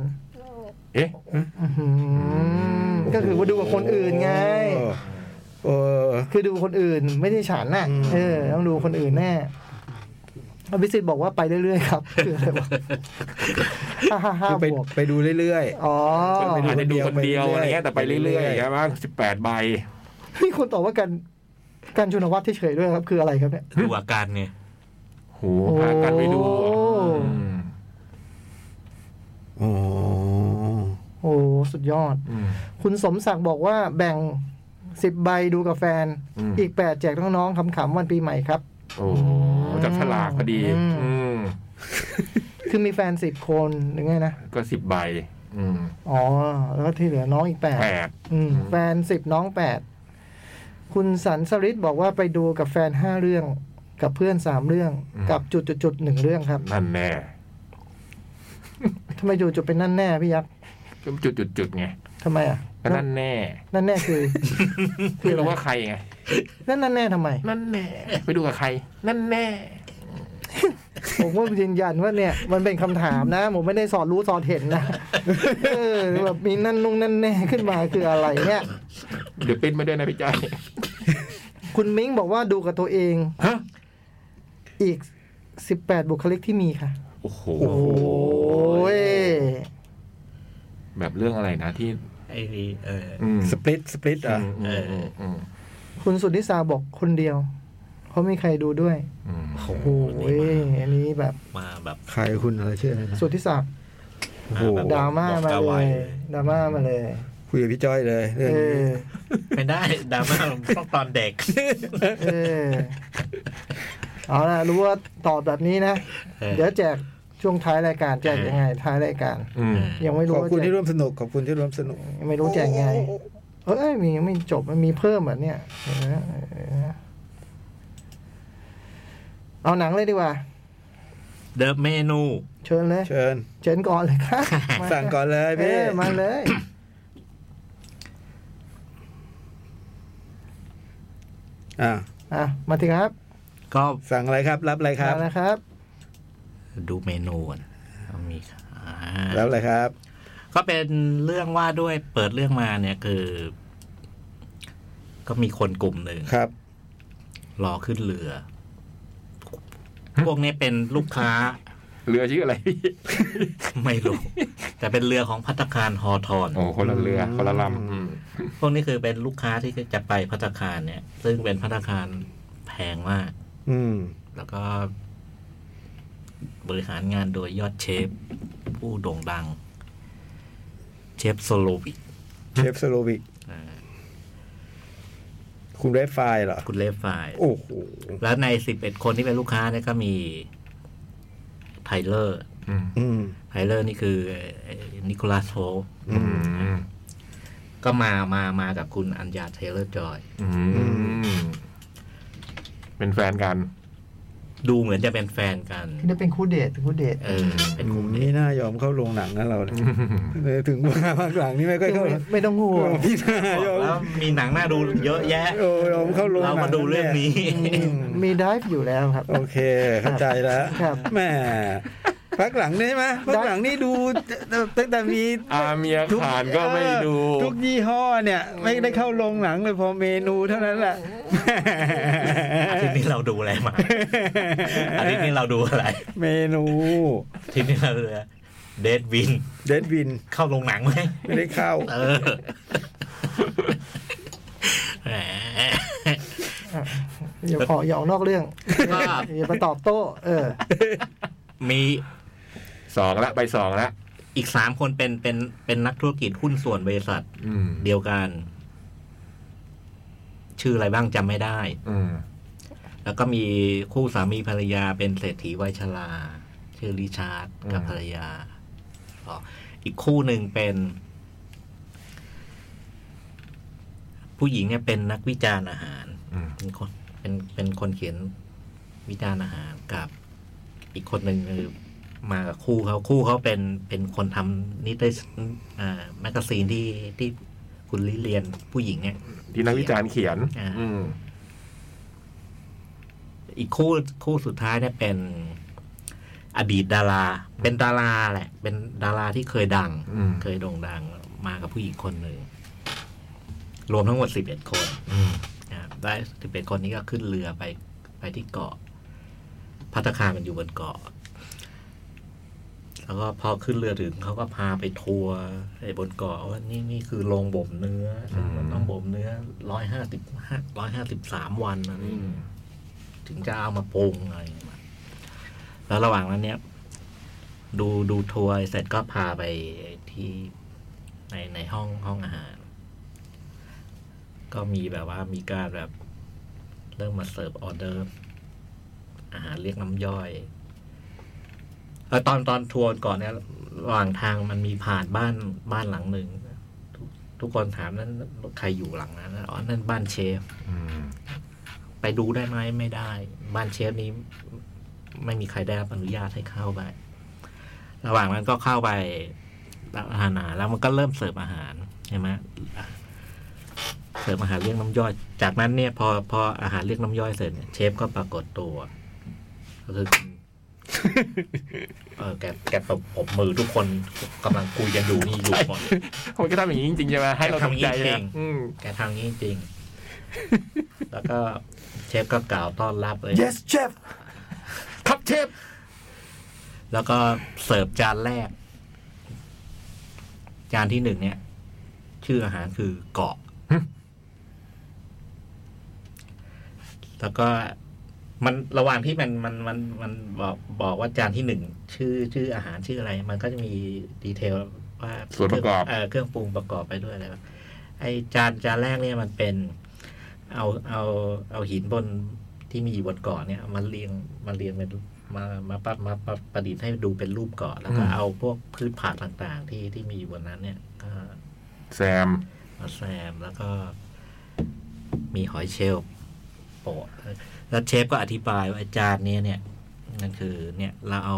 Speaker 4: เอ๊ะ
Speaker 6: อื้อหือก็คือว่าดูกับคนอื่นไง
Speaker 2: โอ้
Speaker 6: คือดูคนอื่นไม่ใช่ฉันน่ะ
Speaker 2: อืม
Speaker 6: เออ ต้องดูคนอื่นแน่อภิสิทธิ์บอกว่าไปเรื่อยๆ
Speaker 2: <laughs>
Speaker 6: ครับคืออะไรวะห้าห้าห้า
Speaker 2: คือไป
Speaker 6: บวก
Speaker 2: ไปดูเรื่อย
Speaker 6: อ๋อ
Speaker 2: ไปดู
Speaker 4: อาจจะดูคนเดียวอะไรเงี้ยแต่ไปเรื่อยๆใช่ไหมสิบแปดใบ
Speaker 6: มีคนตอบว่ากันการชุนวัตรเฉยๆด้วยครับ คืออะไรครับเนี่ย
Speaker 3: ดูอาการเนี่ย
Speaker 4: โหพากันไปดู
Speaker 6: โอ้
Speaker 4: อืม
Speaker 2: ๆโอ้
Speaker 6: โอ้สุดยอด
Speaker 4: อืม
Speaker 6: คุณสมศักดิ์บอกว่าแบ่งสิบใบดูกับแฟน
Speaker 4: อืม
Speaker 6: อีกแปดแจกน้องๆขำๆวันปีใหม่ครับ
Speaker 4: โอ้จับฉลากพอดี
Speaker 6: อืม
Speaker 4: อืม
Speaker 6: คือมีแฟนสิบคนหรือไงนะ
Speaker 4: ก็สิบใบ อืม
Speaker 6: อ๋อ แล้วก็ที่เหลือน้องอีกแปด
Speaker 4: แปด
Speaker 6: อืมแฟนสิบน้องแปด คุณสันสริศบอกว่าไปดูกับแฟนห้าเรื่อง กับเพื่อนสามเรื่อง
Speaker 4: อืม
Speaker 6: กับจุดจุดจุดหนึ่งเรื่องครับ
Speaker 4: นั่นแน่
Speaker 6: ทำไมจุดจุดเป็นนั่นแน่พี่ยักษ์
Speaker 4: ก็จุดจุดจุดไง
Speaker 6: ทำไมอ่ะ
Speaker 4: ก็นั่นแน่
Speaker 6: นั่นแน่คือ
Speaker 4: <laughs>
Speaker 6: คื
Speaker 4: คืออ
Speaker 6: อะไร
Speaker 4: รู้ว่าใครไง
Speaker 6: นั่นนั่นแน่ทำไม
Speaker 4: นั่นแน่ ไปดูกับใคร นั่นแน่
Speaker 6: ผมก็ยืนยันว่าเนี่ย มันเป็นคำถามนะ ผมไม่ได้สอนรู้สอนเห็น
Speaker 4: <laughs>
Speaker 6: นะเออแบบมีนั่นนุ่งนั่นแน่ขึ้นมาคืออะไรเนี่ย
Speaker 4: เดี๋ยวปิ้นมาด้วยนะพี่จ้อย
Speaker 6: คุณมิ้งบอกว่าดูกับตัวเอง
Speaker 4: ฮะ
Speaker 6: อีกสิบแปดบุคลิกที่มีค่ะ
Speaker 4: โอ้โห
Speaker 6: โอ้ย
Speaker 4: แบบเรื่องอะไรนะที่
Speaker 3: ไอ้นี่เออ
Speaker 4: อืม
Speaker 2: สปลิตสปลิต
Speaker 4: อื
Speaker 2: อ่ะ
Speaker 4: มอืมอืมอืม
Speaker 6: คุณสุทธิสาบอกคนเดียว เพราะไม่มีใครดูด้วย
Speaker 4: อืม
Speaker 3: โอ้โห
Speaker 6: โอ้
Speaker 3: นี่
Speaker 6: ยอันนี้แบบ
Speaker 3: มาแบบ
Speaker 2: ใครคุณอะไรชื่ออะไรนะ
Speaker 6: สุทธิศักดิ์
Speaker 2: โอ้โห
Speaker 3: แบบ
Speaker 6: ดราม่ามา
Speaker 3: บอกกะ
Speaker 6: เล
Speaker 3: ไว้
Speaker 6: ยดราม่ามาเลย
Speaker 2: คุยกับพี่จ้อยเลย
Speaker 6: เอ
Speaker 2: เรื่องนี้
Speaker 6: อ
Speaker 3: ไม่ได้ดราม่าต้องตอนเด็ก
Speaker 6: เออเอาละรู้ว่าตอบแบบนี้นะ
Speaker 3: เออ
Speaker 6: เดี๋ยวแจกช่วงท้ายรายการแจกยังไง ท้ายรายการ
Speaker 4: อืม
Speaker 6: ยังไม่รู้
Speaker 2: ขอบ
Speaker 6: ว่า
Speaker 2: คุณ
Speaker 6: แจก
Speaker 2: ที่ร่วมสนุกขอบคุณที่ร่วมสนุก
Speaker 6: ยังไม่รู้แจกยังไงเอ้ยมียังไม่จบมันมีเพิ่มอ่ะเนี่ยเห็นไหมเออเอาหนังเลยดีกว่า
Speaker 3: เดอะเมนู
Speaker 6: เชิญเลย
Speaker 2: เชิญ
Speaker 6: เชิญก่อนเลยครับมา
Speaker 2: สั่งก่อนเลย
Speaker 6: เอ
Speaker 2: พี่
Speaker 6: อมาเลย
Speaker 2: อ่า
Speaker 6: อ่ะ มาถึงครับ
Speaker 3: ก็
Speaker 2: สั่งอะไรครับ รับอะไรครับ
Speaker 6: มาแล้วครับ
Speaker 3: ดูเมนูก่อนมีค่ะ
Speaker 2: รับอะไรครับ
Speaker 3: ก็เป็นเรื่องว่าด้วยเปิดเรื่องมาเนี่ยคือ ก็มีคนกลุ่มหนึ่ง
Speaker 2: ครับ
Speaker 3: รอขึ้นเรือ พวกนี้เป็นลูกค้า
Speaker 4: เรือชื่ออะไรพี่
Speaker 3: ไม่
Speaker 2: <laughs>
Speaker 3: รู้ แต่เป็นเรือของพัตตาคารฮอทอน
Speaker 4: โอ้คนละเรือคนละลำอืม
Speaker 3: พวกนี้คือเป็นลูกค้าที่จะไปพัตตาคารเนี่ย ซึ่งเป็นพัตตาคารแพงมาก
Speaker 2: อืม
Speaker 3: แล้วก็ บริหารงานโดยยอดเชฟ ผู้โด่งดัง เชฟโซโลวิก
Speaker 2: เชฟสโลวิก
Speaker 3: อ่า
Speaker 2: คุณเรฟไฟล์เหรอ
Speaker 3: คุณเลฟไฟล์
Speaker 2: โอ้โห
Speaker 3: แล้วในสิบเอ็ดคนที่เป็นลูกค้าเนี่ยก็มีไทเลอร์
Speaker 4: อืม
Speaker 2: อืม
Speaker 3: ไทเลอร์นี่คือไอ้นิโคลัสโฮป
Speaker 4: อืม
Speaker 3: ก็มามามากับคุณอัญญาไทเลอร์จอย
Speaker 4: อืมเป็นแฟนกัน
Speaker 3: ดูเหมือนจะเป็นแฟนกัน
Speaker 6: ที่นี่เป็นคู่เดทคู่เดท
Speaker 3: เออ เป็น
Speaker 2: ก
Speaker 3: คู่
Speaker 2: ลุ่ม
Speaker 3: เด
Speaker 2: นี้
Speaker 3: ท
Speaker 2: น่ายอมเข้าโรงหนังนะเราเนี่ย
Speaker 4: อืม
Speaker 2: เออถึงว่าภาคหลังนี่ไม่ค่อยเข้า
Speaker 6: ไม่ไม่ต้อง
Speaker 2: <laughs>
Speaker 6: ห่วง
Speaker 2: พี่น่ายอม
Speaker 3: แล้วมีหนังน่าดูเยอะแยะ
Speaker 2: โอ้ยอมเข้าโรงหนั
Speaker 3: เรา
Speaker 2: ง
Speaker 3: มาดูเรื่องนี้
Speaker 2: อืม
Speaker 6: มีไดฟ์อยู่แล้วครับ
Speaker 2: โอเค เข้าใจแล้ว
Speaker 6: ครับ
Speaker 2: แหม่พักหลังนี่ใช่ไหมพักหลังนี่ดูตั้งแต่มี
Speaker 4: อาเมียขานก็ไม่ดู
Speaker 2: ทุกยี่ห้อเนี่ย ไม่ได้เข้าโรงหนังเลยพอเมนูเท่านั้นแหละ
Speaker 3: อาทิตย์นี้เราดูอะไรมา อาทิตย์นี้เราดูอะไร
Speaker 2: เมนู
Speaker 3: อาทิตย์นี้เราดูเดดวิน
Speaker 2: เดดวิน
Speaker 3: เข้าโรงหนังไหม
Speaker 2: ไม่ได้เข้า
Speaker 3: เออ <laughs> แหม
Speaker 6: อย่าขออย่าออกนอกเรื่อง
Speaker 3: ครับ
Speaker 6: อย่ามาตอบโต้ เออ
Speaker 3: มี
Speaker 4: สองละไปสองละ
Speaker 3: อีกสามคนเป็นเป็นเป็นนักธุรกิจหุ้นส่วนบริษัท
Speaker 4: อืม
Speaker 3: เดียวกัน ชื่ออะไรบ้างจำไม่ได้
Speaker 4: อืม
Speaker 3: แล้วก็มีคู่สามีภรรยาเป็นเศรษฐีวัยชราชื่อริชาร์ดกับภรรยาอ๋ออีกคู่หนึ่งเป็น ผู้หญิงเนี่ยเป็นนักวิจารณ์อาหาร
Speaker 4: อืม
Speaker 3: เป็นคนเป็นเป็นคนเขียนวิจารณ์อาหารกับอีกคนหนึ่งคือ มากับคู่เขาคู่เขาเป็นเป็นคนทำนิตยอ่าแมกกาซีนที่ที่คุณลิเรียนผู้หญิงเนี่ย
Speaker 4: ที่นักวิจารณ์เขียน
Speaker 3: อ่า
Speaker 4: อืม
Speaker 3: อีกคู่คู่สุดท้ายเนี่ยเป็นอดีตดารา เป็นดาราแหละ เป็นดาราที่เคยดัง
Speaker 4: อืม
Speaker 3: เคยโด่งดังมากับผู้หญิงคนหนึ่ง รวมทั้งหมดสิบเอ็ดคนนะครับได้สิบเอ็ดคนนี้ก็ขึ้นเรือไปไปที่เกาะ พัตตาคารมันอยู่บนเกาะ แล้วก็พอขึ้นเรือถึงเขาก็พาไปทัวร์ไอ้บนเกาะว่านี่นี่คือโรงบ่มเนื้ออ
Speaker 4: ม
Speaker 3: มันต้องบ่มเนื้อร้อยห้าสิบห้าร้อยห้าสิบสามวันอะไรอย่างเงี้ย ถึงจะเอามาปรุงอะไรอย่างเงี้ยแล้วระหว่างนั้นเนี่ย ดูดูทัวร์เสร็จก็พาไปที่ในในห้องห้องอาหาร ก็มีแบบว่ามีการแบบเริ่มมาเสิร์ฟออเดอร์ อาหารเรียกน้ำย่อยแล้วตอนตอนทัวร์ก่อนเนี่ยระหว่างทางมันมีผ่านบ้านบ้านหลังหนึ่งทุกทุกคนถามนั้นใครอยู่หลังนั้นอ๋อนั่นบ้านเชฟ
Speaker 4: อืม
Speaker 3: ไปดูได้ไหมไม่ได้ บ้านเชฟนี้ ไม่มีใครได้รับอนุญาตให้เข้าไประหว่างนั้นก็เข้าไปรับอาหารแล้วมันก็เริ่มเสิร์ฟอาหารใช่ไหมเสิร์ฟอาหารเรียกน้ำย่อย จากนั้นเนี่ย พอพออาหารเรียกน้ำย่อยเสร็จเนี่ยเชฟก็ปรากฏตัวก็คือคุณ เออแกแกปรบปรบมือทุกคนกำลังคุยกันอยู่นี่อยู่หมด
Speaker 4: มันก็ทำอย่างนี้จริงๆใช่ไหมให้เราตกใจ
Speaker 3: ทำอย่างนี้จริ
Speaker 4: นะ
Speaker 3: ง
Speaker 4: อืม
Speaker 3: แกทำอย่างนี้จริง แล้วก็เชฟก็กล่าวต้อนรับเลย
Speaker 6: yes chef
Speaker 4: ครับเชฟ
Speaker 3: แล้วก็เสิร์ฟจานแรก จานที่หนึ่งเนี่ย ชื่ออาหารคือเกาะ แล้วก็มันระหว่างที่มันมันมันมันบอกบอกว่าจานที่หนึ่งชื่อชื่ออาหารชื่ออะไร มันก็จะมีดีเทลว่า
Speaker 4: ส่วนประกอบ
Speaker 3: เออเครื่องปรุงประกอบไปด้วยอะไรบ้างไอจานจานแรกเนี่ยมันเป็น เอาเอาเอาหินบนที่มีอยู่บนเกาะเนี่ยมาเรียงมาเรียงเป็นมามาปับมาปรับประดิษฐ์ให้ดูเป็นรูปเกาะแล้วก็
Speaker 4: อืม
Speaker 3: เอาพวกพืชผักต่างๆ ที่ที่มีอยู่บนนั้นเนี่ยก็
Speaker 4: แซม
Speaker 3: มาแซมแล้วก็มีหอยเชลล์โปะแล้วเชฟก็อธิบายว่าไอาจารย์เนี้ยเนี่ยนั่นคือเนี่ยเราเอา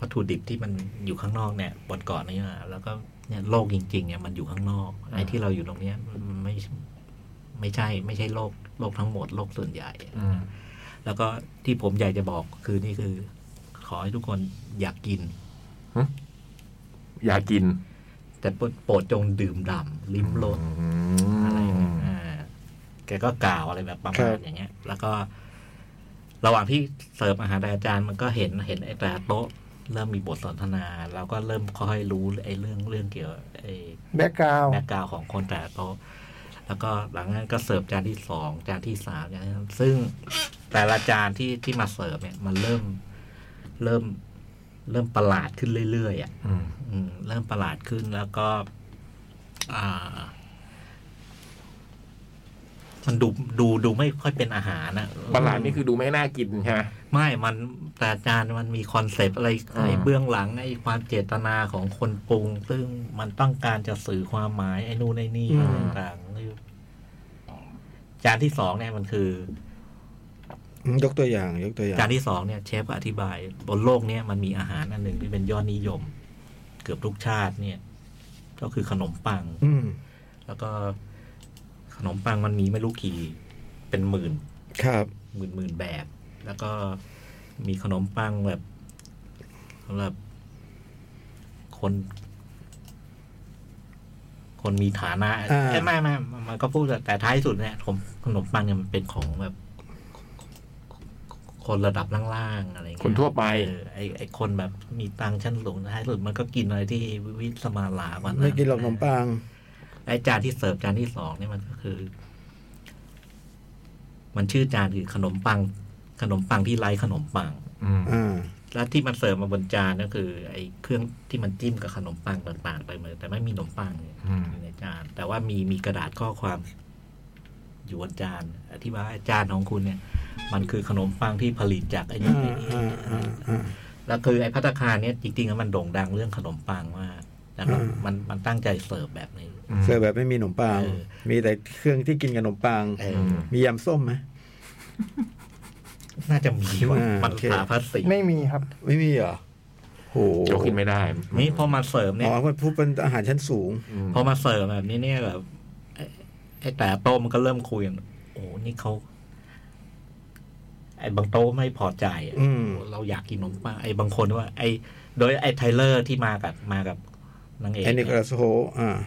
Speaker 3: วัตถุดิบที่มันอยู่ข้างนอกเนี่ยบนเกาะนี้มาแล้วก็เนี่ยโลกจริงๆเนี่ยมันอยู่ข้างนอกไอ้ที่เราอยู่ตรงเนี้ยมันไม่ไม่ใช่ไม่ใช่โลกโลกทั้งหมดโลกส่วนใหญ่
Speaker 4: อืม
Speaker 3: แล้วก็ที่ผมอยากจะบอกคือนี่คือ ขอให้ทุกคนอยากกิน
Speaker 4: อยากกิน
Speaker 3: แต่โปรดจงดื่มด่ำลิ้มรสอะไรเนี่ยอ่าแกก็กล่าวอะไรแบบประมา
Speaker 2: ครั
Speaker 3: ณ
Speaker 2: บ
Speaker 3: อย่างเงี้ย แล้วก็ ระหว่างที่เสิร์ฟอาหารอาจารย์มันก็เห็นเห็นไอ้แต่ละโต๊ะ เริ่มมีบทสนทนาเราก็เริ่มค่อยๆรู้ไอ้เรื่องเรื่องเกี่ยวกับไอ้
Speaker 6: แบ็กกราว
Speaker 3: แบ็กกราวด์ของคนแต่ละโต๊ะแล้วก็หลังจากนั้นก็เสิร์ฟจานที่สองจานที่สามจานที่สามซึ่งแต่ละจานที่ที่มาเสิร์ฟเนี่ย มันเริ่มเริ่มเริ่มประหลาดขึ้นเรื่อยๆอ่ะ
Speaker 4: อืม
Speaker 3: อืมเริ่มประหลาดขึ้นแล้วก็อ่า มันดูดูดูไม่ค่อยเป็นอาหารนะ
Speaker 4: ประหลาดนี่คือดูไม่น่ากินใช่ไหม
Speaker 3: ไม่มันแต่จานมันมีคอนเซปต์อะไร
Speaker 4: อ่า
Speaker 3: ไอ้เบื้องหลังไอ้ความเจตนาของคนปรุง ซึ่งมันต้องการจะสื่อความหมายไอ้นู่นไอ้นี่อะไรต่างๆนี่จานที่สองเนี่ยมันคือ
Speaker 2: ยกตัวอย่าง ยกตัวอย่าง
Speaker 3: จานที่สองเนี่ยเชฟก็อธิบายบนโลกเนี่ยมันมีอาหารอันหนึ่งที่เป็นยอดนิยม เกือบทุกชาติเนี่ย ก็คือขนมปัง
Speaker 2: อืม
Speaker 3: แล้วก็ขนมปังมันมีไม่รู้กี่เป็นหมื่น
Speaker 2: ครับ
Speaker 3: หมื่นหมื่นแบบ แล้วก็มีขนมปังแบบสำหรับคน คนมีฐานะ
Speaker 2: อ่า
Speaker 3: เอ้ยไม่ไม่มันก็พูดแต่แต่ท้ายสุดเนี่ยขนมขนมปังเนี่ยมันเป็นของแบบ คนระดับล่างๆอะไรอย่างเงี้ย
Speaker 4: คนทั่วไป
Speaker 3: เออไอไอคนแบบมีตังค์ชั้นสูงท้ายสุดมันก็กินอะไรที่วิสมาลากว่านั้น
Speaker 2: ไม่กินหรอกขนมปัง
Speaker 3: ไอ้จานที่เสิร์ฟจานที่สองเนี่ยมันก็คือ มันชื่อจานคือขนมปัง ขนมปังที่ไร้ขนมปัง
Speaker 4: อืม
Speaker 2: อ่า
Speaker 3: แล้วที่มันเสิร์ฟมาบนจานก็คือ ไอ้เครื่องที่มันจิ้มกับขนมปังต่างๆไปหมดแต่ไม่มีขนมปังเนี่ย
Speaker 4: อืม
Speaker 3: อยู่ในจาน แต่ว่ามีมีกระดาษข้อความ อยู่บนจานอธิบายว่าจานของคุณเนี่ย มันคือขนมปังที่ผลิตจากไอ้นี่
Speaker 2: อ่า
Speaker 3: ไอ้นี่
Speaker 2: อ่าอ่าอ่า
Speaker 3: แล้วคือไอ้พัตตาคารเนี่ยจริงๆแล้วมันโด่งดังเรื่องขนมปังมากแต่มัน
Speaker 2: อืม
Speaker 3: มันมันตั้งใจเสิร์ฟแบบนี้
Speaker 2: เสิร์ฟแบบไม่มีขนมปัง
Speaker 3: เออ
Speaker 2: มีแต่เครื่องที่กินกับขนมปัง
Speaker 3: เออ
Speaker 4: อืม
Speaker 2: มียำส้มไหม
Speaker 3: น่าจะมีว่า
Speaker 2: อ่า
Speaker 3: มัน
Speaker 2: โอเค
Speaker 3: สาพลาสติก
Speaker 6: ไม่มีครับ
Speaker 2: ไม่มีเหรอ โอ้โห
Speaker 4: ยกขึ้นไม่ได้
Speaker 3: นี่พอมาเสริมเนี่
Speaker 2: อ๋
Speaker 3: ย
Speaker 2: อมันพูดเป็นอาหารชั้นสูง
Speaker 4: ม
Speaker 3: พอมาเสิร์ฟแบบนี้เนี่ยแบบไอ้ไอ้แต่โต๊ะมันก็เริ่มคุยกันโอ้นี่เขาไอ้บางโต๊ะไม่พอใจอะ
Speaker 2: อืม
Speaker 3: เราอยากกินขนมปังไอ้บางคนว่า ไอ้ โดยไอ้ไทเลอร์ที่มากับมากับนางเอก
Speaker 2: แอนิ
Speaker 3: เนี่ย
Speaker 2: กราสโฮอ่า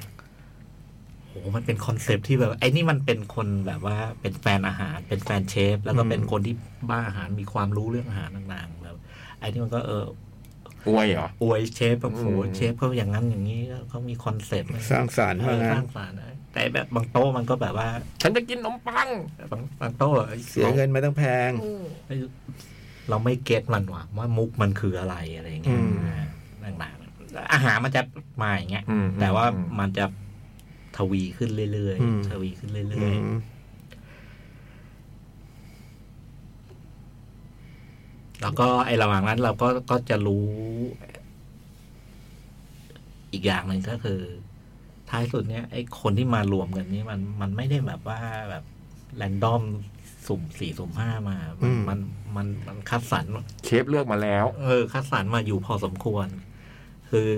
Speaker 3: โอ้มันเป็นคอนเซปต์ที่แบบ ไอ้นี่มันเป็นคนแบบว่าเป็นแฟนอาหาร เป็นแฟนเชฟ แล้วก็
Speaker 2: อืม
Speaker 3: เป็นคนที่บ้าอาหารมีความรู้เรื่องอาหารต่างๆแบบไอ้นี่มันก็เออ
Speaker 4: อวยเหรอ
Speaker 3: อวยเชฟแบบโอ้โห
Speaker 4: อืม
Speaker 3: เชฟเขาอย่างนั้นอย่างนี้เขามีคอนเซปต์
Speaker 2: สร้างสารค์
Speaker 3: เอ
Speaker 2: มา
Speaker 3: อส
Speaker 2: งั้น
Speaker 3: ร้างสารค์นะแต่แบบบางโต๊ะมันก็แบบว่า
Speaker 4: ฉันจะกินนมปัง
Speaker 3: บางบางโต๊ะอะ
Speaker 2: เสียเงินมาตั้งแพง
Speaker 3: ไม่เราไม่เก็ตมันว่ะว่ามุกมันคืออะไรอะไรอย่างเงี้ย
Speaker 2: อืม
Speaker 3: นะต่างๆอาหารมันจะมาอย่างเงี้ย
Speaker 4: อืม
Speaker 3: แต่ว่ามันจะทวีขึ้นเรื่อย
Speaker 2: อืม
Speaker 3: ๆทวีขึ้น
Speaker 2: อื
Speaker 3: เรื่อย
Speaker 2: ม
Speaker 3: ๆแล้วก็ไอระหว่างนั้นเราก็ก็จะรู้ อีกอย่างหนึ่งก็คือ ท้ายสุดเนี่ยไอคนที่มารวมกันนี่มันมันไม่ได้แบบว่าแบบแรนดอมสุ่มสี่สุ่มห้ามามันมันมันมันคัดสรร
Speaker 4: เชฟเลือกมาแล้ว
Speaker 3: เออคัดสรรมาอยู่พอสมควร คือ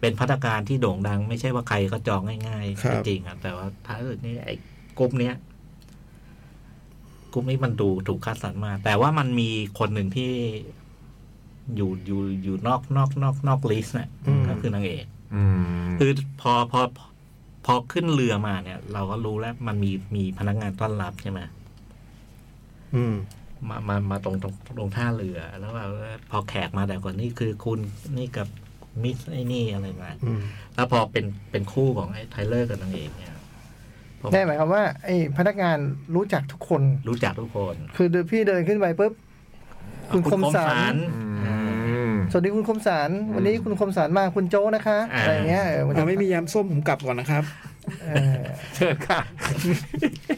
Speaker 3: เป็นพัฒการที่โด่งดัง ไม่ใช่ว่าใครก็จองง่าย
Speaker 2: ครับ
Speaker 3: ๆจริงๆอ่ะแต่ว่าท้ายสุดนี่ไอ้กลุ่มเนี้ยกลุ่มนี้มันดูถูกคัดสรรมา แต่ว่ามันมีคนหนึ่งที่อยู่อยู่อยู่นอกนอกนอกนอกลิสต์น่ะ
Speaker 2: อืม
Speaker 3: ก็คือนางเอก
Speaker 4: อืม
Speaker 3: คือพอพอพอขึ้นเรือมาเนี่ย เราก็รู้แล้วมันมีมีพนักงานต้อนรับใช่ไหม
Speaker 2: อืม
Speaker 3: มามามาตรงตรงตรงท่าเรือ แล้วแบบว่าพอแขกมาแต่ก่อนนี่คือคุณนี่กับมิสไอ้นี่อะไรมา
Speaker 2: อืม
Speaker 3: แล้วพอเป็นเป็นคู่ของไอ้ไทเลอร์กับนางเอกเนี่ยผม
Speaker 6: ได้หมายความว่าไอ้พนักงานรู้จักทุกคน
Speaker 3: รู้จักทุกคน
Speaker 6: คือเดินพี่เดินขึ้นไปปุ๊บ คุณคมสาร
Speaker 4: อืม
Speaker 6: สวัสดีคุณคมสาร วันนี้คุณคมสารมาคุณโจนะคะ อะไรเงี้ยเออมัน
Speaker 2: อ่า
Speaker 6: จะ
Speaker 2: ไม่มียำส้มผมกลับก่อนนะครับ
Speaker 6: เออ
Speaker 4: เชิญค่ะ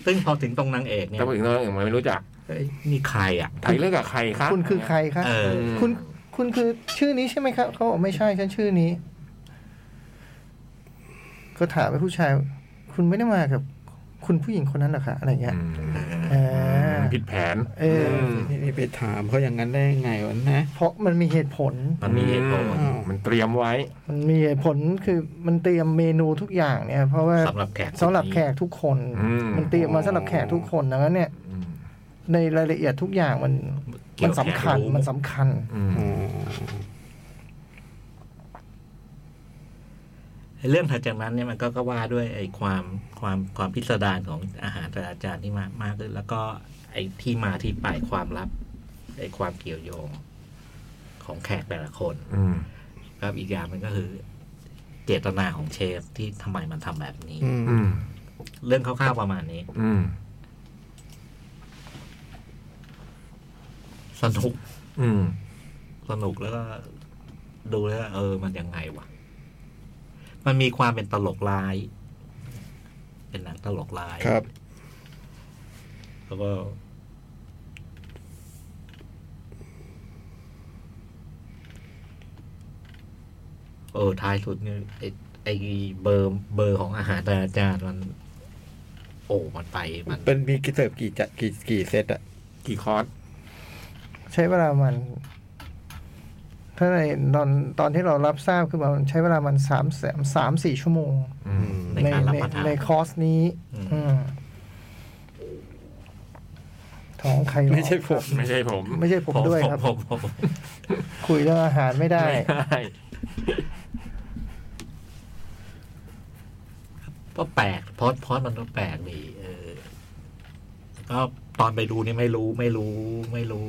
Speaker 3: ซึ่งพอถึงตรงนางเอกเนี่ย
Speaker 4: แล้วอีกน้อยอื่นไม่รู้จัก
Speaker 3: เอ้ยนี่ใครอ่ะ
Speaker 4: ไทยเลือกกับใครคะ
Speaker 6: คุณคือใครคะ
Speaker 3: เออ
Speaker 6: คุณคุณคือชื่อนี้ใช่ไหมครับเขาบอกไม่ใช่ฉันชื่อนี้ ก็ถามไปผู้ชาย คุณไม่ได้มากับ คุณผู้หญิงคนนั้นเหรอคะอะไรเงี้ย
Speaker 4: อืม
Speaker 6: เออ
Speaker 4: ผิดแผน
Speaker 6: เอออื
Speaker 4: ม
Speaker 2: นี่ไปถามเขาอย่างนั้นได้ยังไงวะนะ
Speaker 6: เพราะมันมีเหตุผล
Speaker 3: มันมีเหตุผล
Speaker 2: อื
Speaker 4: มันเตรียมไว้
Speaker 6: มันมีเหตุผลคือมันเตรียมเมนูทุกอย่างเนี่ย เพราะว่า
Speaker 3: สำหรับแขก
Speaker 6: สำหรับแขกทุกคน
Speaker 4: อืม
Speaker 6: มันเตรียมมาสำหรับแขกทุกคนดังนั้นเนี่ย
Speaker 4: อืม
Speaker 6: ในรายละเอียดทุกอย่างมัน
Speaker 3: เกี่
Speaker 6: มั
Speaker 3: ย
Speaker 6: น
Speaker 3: ว
Speaker 6: สำ
Speaker 3: แขก
Speaker 6: คัญ
Speaker 3: รู้
Speaker 6: มันสำคัญ
Speaker 4: อืม
Speaker 2: อ๋อ
Speaker 3: ไอ้เรื่องถัดจากนั้นเนี่ยมันก็ก็ว่าด้วยไอ้ความความความพิสดารของอาหารแต่ละจานที่มากมากขึ้นแล้วก็ไอ้ที่มาที่ไปความลับไอ้ความเกี่ยวโยงของแขกแต่ละคน
Speaker 4: อืม
Speaker 3: ครับอีกอย่างหนึงก็คือ เจตนาของเชฟที่ทำไมมันทำแบบนี้
Speaker 2: อืม
Speaker 4: อืม
Speaker 3: เรื่องคร่าวๆประมาณนี้
Speaker 4: อืม
Speaker 3: สนุก
Speaker 4: อืม
Speaker 3: สนุกแล้วก็ดูแล้วเออมันยังไงวะมันมีความเป็นตลกร้าย เป็นหนังตลกร้าย
Speaker 2: ครับ
Speaker 3: แล้วก็ เออท้ายสุดเนี่ยไอ้ไอเบอร์เบอร์ของอาหารแต่ละจานมัน โอ้มันไปมัน
Speaker 2: เป็นมีกี่เสิร์ฟกี่จะกี่กี่เซตอะ
Speaker 4: กี่คอร์ส
Speaker 6: ใช้เวลามัน ถ้าในตอนตอนที่เรารับทราบคือมันใช้เวลามันสามสามสี่ชั่วโมง
Speaker 4: อืม
Speaker 3: ในการรับประทาน
Speaker 6: ในคอร์สนี้
Speaker 3: อืม
Speaker 6: อืมท้องใครหรอ
Speaker 2: ไม่ใช่ผม
Speaker 4: ไม่ใช่ผม
Speaker 6: ไม่ใช่ผมด้วยครับ
Speaker 3: ผมผมผม
Speaker 6: คุยเรื่องอาหารไม่ได้
Speaker 4: ไม่ได้
Speaker 3: ก็แปลกพอดพอดมันก็แปลกดีเออก็ตอนไปดูนี่ไม่รู้ไม่รู้ ไม่รู้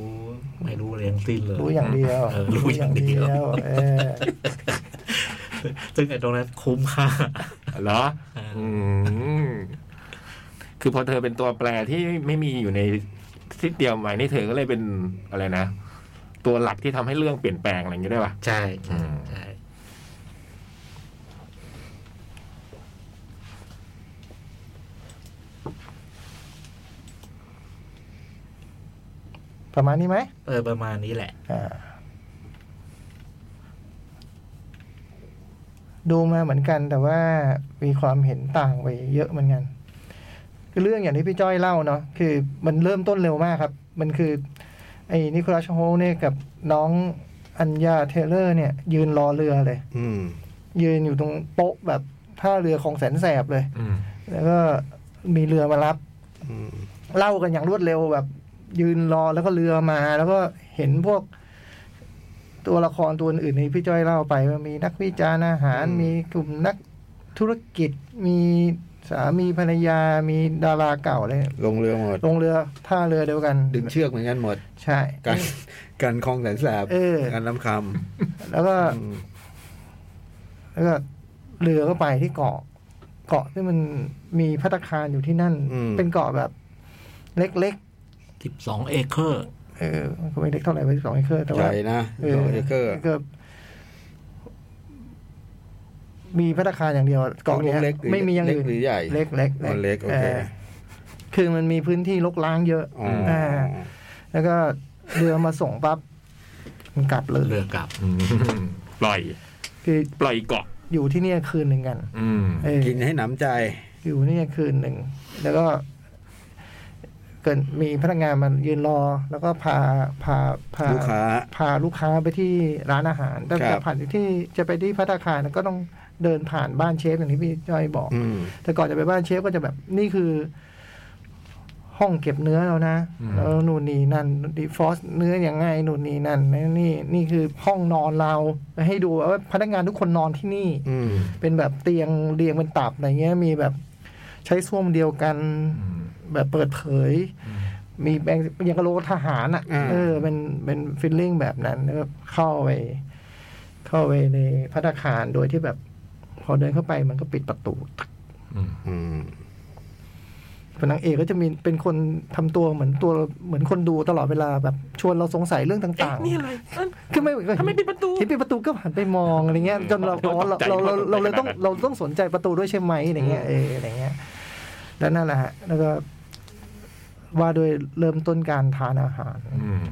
Speaker 3: ไม่รู้เรียงสิ้นเลย
Speaker 6: รู้อย่างเดียว
Speaker 3: เออรู้อย่างเดียว
Speaker 6: เออ
Speaker 3: ซึ่งไอ้ตรงนั้นคุ้มค่า
Speaker 4: เหรออืมคือพอเธอเป็นตัวแปรที่ไม่มีอยู่ในที่เตรียมไว้นี่เธอก็เลยเป็นอะไรนะ ตัวหลักที่ทำให้เรื่องเปลี่ยนแปลงอะไรอย่างนี้ได้ปะ
Speaker 3: ใช่ใช่
Speaker 4: อืม
Speaker 3: ใช่
Speaker 6: ประมาณนี้ไหม
Speaker 3: เออประมาณนี้แหละ
Speaker 6: อ่าดูมาเหมือนกัน แต่ว่ามีความเห็นต่างไปเยอะเหมือนกันคือเรื่องอย่างที่พี่จ้อยเล่าเนาะคือมันเริ่มต้นเร็วมากครับ มันคือ ไอ้นิโคลัสโฮลเนี่ยกับน้อง อัญญาเทเลอร์เนี่ย ยืนรอเรือเลย
Speaker 2: อืม
Speaker 6: ยืนอยู่ตรงโป๊ะแบบท่าเรือของแสนแสบเลย
Speaker 4: อืม
Speaker 6: แล้วก็มีเรือมารับ
Speaker 2: อืม
Speaker 6: เล่ากันอย่างรวดเร็วแบบ ยืนรอแล้วก็เรือมา แล้วก็เห็นพวก ตัวละครตัวอื่นที่พี่จ้อยเล่าไปว่ามีนักวิจารณ์อาหาร
Speaker 2: อืม
Speaker 6: มีกลุ่มนักธุรกิจ มีสามีภรรยา มีดาราเก่าเลย
Speaker 2: ลงเรือหมด
Speaker 6: ลงเรือท่าเรือเดียวกัน
Speaker 2: ดึงเชือกเหมือนกันหมด
Speaker 6: ใช่
Speaker 2: กันกันคลองแสนแสบ
Speaker 6: เออ
Speaker 2: กันน้ำค
Speaker 6: แล้วก็
Speaker 2: ำอืม
Speaker 6: แล้วก็เรือก็ไปที่เกาะ เกาะที่มันมีพัตตาคารอยู่ที่นั่น เป็นเกาะแบบ เล็ก
Speaker 3: สิบสองเอเคอร์
Speaker 6: ๆ เออมันก็ไม่เล็กเท่าไหร่ไปสองเอเคอร์แต่
Speaker 2: ใจ
Speaker 6: ว่า
Speaker 2: นะ
Speaker 6: เอ
Speaker 2: โร
Speaker 6: อ
Speaker 2: เจเกอร์
Speaker 6: ก็มีพัตตาคารอย่างเดียวเกาะเนี้ย
Speaker 2: เล็กหรื
Speaker 6: ไม่มีอย่าง
Speaker 2: เล็ก
Speaker 6: อื่น
Speaker 2: หรือใหญ่
Speaker 6: เล็กเล็ก
Speaker 2: อ๋อเล็กโอเค
Speaker 6: ออคือมันมีพื้นที่ลกล้างเยอะ
Speaker 2: อ๋ออา
Speaker 6: แล้วก็เรือมาส่งปั๊บมันกลับเลย
Speaker 3: เรือกลับ
Speaker 4: อืมปล่อย
Speaker 6: คือ
Speaker 4: ปล่อยเกาะ
Speaker 6: อยู่ที่เนี่ยคืนหนึ่งกัน
Speaker 4: อืม
Speaker 6: เออ
Speaker 2: กินให้หนำใจ
Speaker 6: อยู่นี่คืนหนึ่ง แล้วก็เกิดมีพนักงานมายืนรอ แล้วก็พาพาพา
Speaker 2: ลูกค้า
Speaker 6: พาลูกค้าไปที่ร้านอาหารแต่
Speaker 2: ครั
Speaker 6: จะ
Speaker 2: บ
Speaker 6: ผ่านที่จะไปที่พัตตาคารก็ต้องเดินผ่านบ้านเชฟอย่างที่พี่จ้อยบอก
Speaker 2: อืม
Speaker 6: แต่ก่อนจะไปบ้านเชฟก็จะแบบนี่คือ ห้องเก็บเนื้อแล้วนะ
Speaker 4: อืม
Speaker 6: แล้วนู่นนี่นั่นดีฟอสเนื้ออย่างไงนู่นนี่นั่นนี่นี่คือห้องนอนเราให้ดูว่าพนักงานทุกคนนอนที่นี่
Speaker 2: อืม
Speaker 6: เป็นแบบเตียงเรียงเป็นตับอะไรเงี้ย มีแบบใช้ส้วมเดียวกัน
Speaker 4: อืม
Speaker 6: แบบเปิดเผย มีแบงยังกะโลทหารอ่ะ
Speaker 2: อ่า
Speaker 6: เออเป็นเป็นฟิลลิ่งแบบนั้นแล้วก็เข้าไป เข้าไปในพัตตาคารโดยที่แบบ พอเดินเข้าไปมันก็ปิดประตู
Speaker 4: อืม
Speaker 2: อืม
Speaker 6: นางเอกก็จะมีเป็นคนทำตัวเหมือนตัวเหมือนคนดูตลอดเวลาแบบชวนเราสงสัยเรื่องต่างๆ
Speaker 4: นี่อะไรเอ้ย
Speaker 6: คือไม่
Speaker 4: ทำไมปิดประตู
Speaker 6: เห็นปิดประตูก็หันไปมองอะไรเงี้ยจนเราอ๋อเราเราเราเราเลยต้องเราต้องสนใจประตูด้วยใช่ไหมอะไรเงี้ยเอออะไรเงี้ยแล้วนั่นแหละฮะแล้วก็ว่าโดวยเริ่มต้นการทานอาหาร
Speaker 4: อืม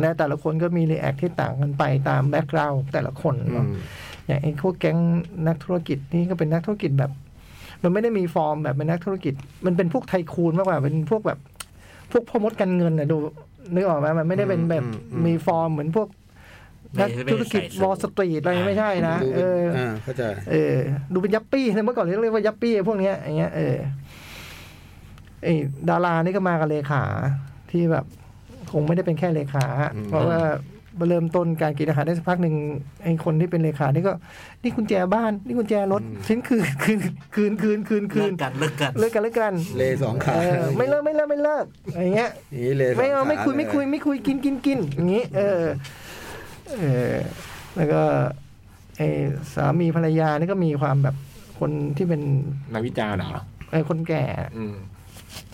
Speaker 6: และแต่ละคนก็มีรีแอคที่ต่างกันไปตามแบ็กกราวด์แต่ละคนเนาะ
Speaker 2: อืม
Speaker 6: อย่างไอ้พวกแก๊งนักธุรกิจนี่ก็เป็นนักธุรกิจแบบ มันไม่ได้มีฟอร์มแบบเป็นนักธุรกิจ มันเป็นพวกไทคูนมากกว่าเป็นพวกแบบ พวกพ่อมดกันเงินนะดูนึกออกไหมมันไม่ได้เป็นแบบ
Speaker 2: อืม
Speaker 6: มีฟอร์มเหมือนพวก นักธุรกิจวอลสตรีทอะไรไม่ใช่นะ
Speaker 2: ดู
Speaker 6: เอ
Speaker 2: เป็น
Speaker 6: อ
Speaker 2: อ่าเข้าใจ
Speaker 6: เออ ดูเป็นยัปปี้นะเมื่อก่อนเรียกว่ายัปปี้พวกเนี้ยอย่างเงี้ยเออไอ้ดารานี่ก็มากับเลขาที่แบบ คงไม่ได้เป็นแค่เลขา
Speaker 2: อืม
Speaker 6: เพราะว่าเริ่มต้นการกินอาหารได้สักพักหนึ่งไอ้คนที่เป็นเลขานี่ก็ นี่กุญแจบ้าน นี่กุญแจรถฉันคืนคืนคืนคืนคืนคื
Speaker 3: เลิ
Speaker 6: น
Speaker 3: กกันเลิกกัน
Speaker 6: เลิกกันเลิกกัน
Speaker 2: เลสองขา
Speaker 6: เออไม่เลิกไม่เลิกไม่เลิกอย่างเงี้ย
Speaker 2: อย่างนี้เลสอง
Speaker 6: ไม่เอา
Speaker 2: ข
Speaker 6: ไม่คุย
Speaker 2: เล
Speaker 6: ไม่คุยไม่คุยกินกินกินอย่างนี้ เออ เออ แล้วก็ไอสามีภรรยานี่ก็มีความแบบคนที่เป็น
Speaker 4: นักวิจารณ์เหรอ
Speaker 6: ไอคนแก่
Speaker 4: อืม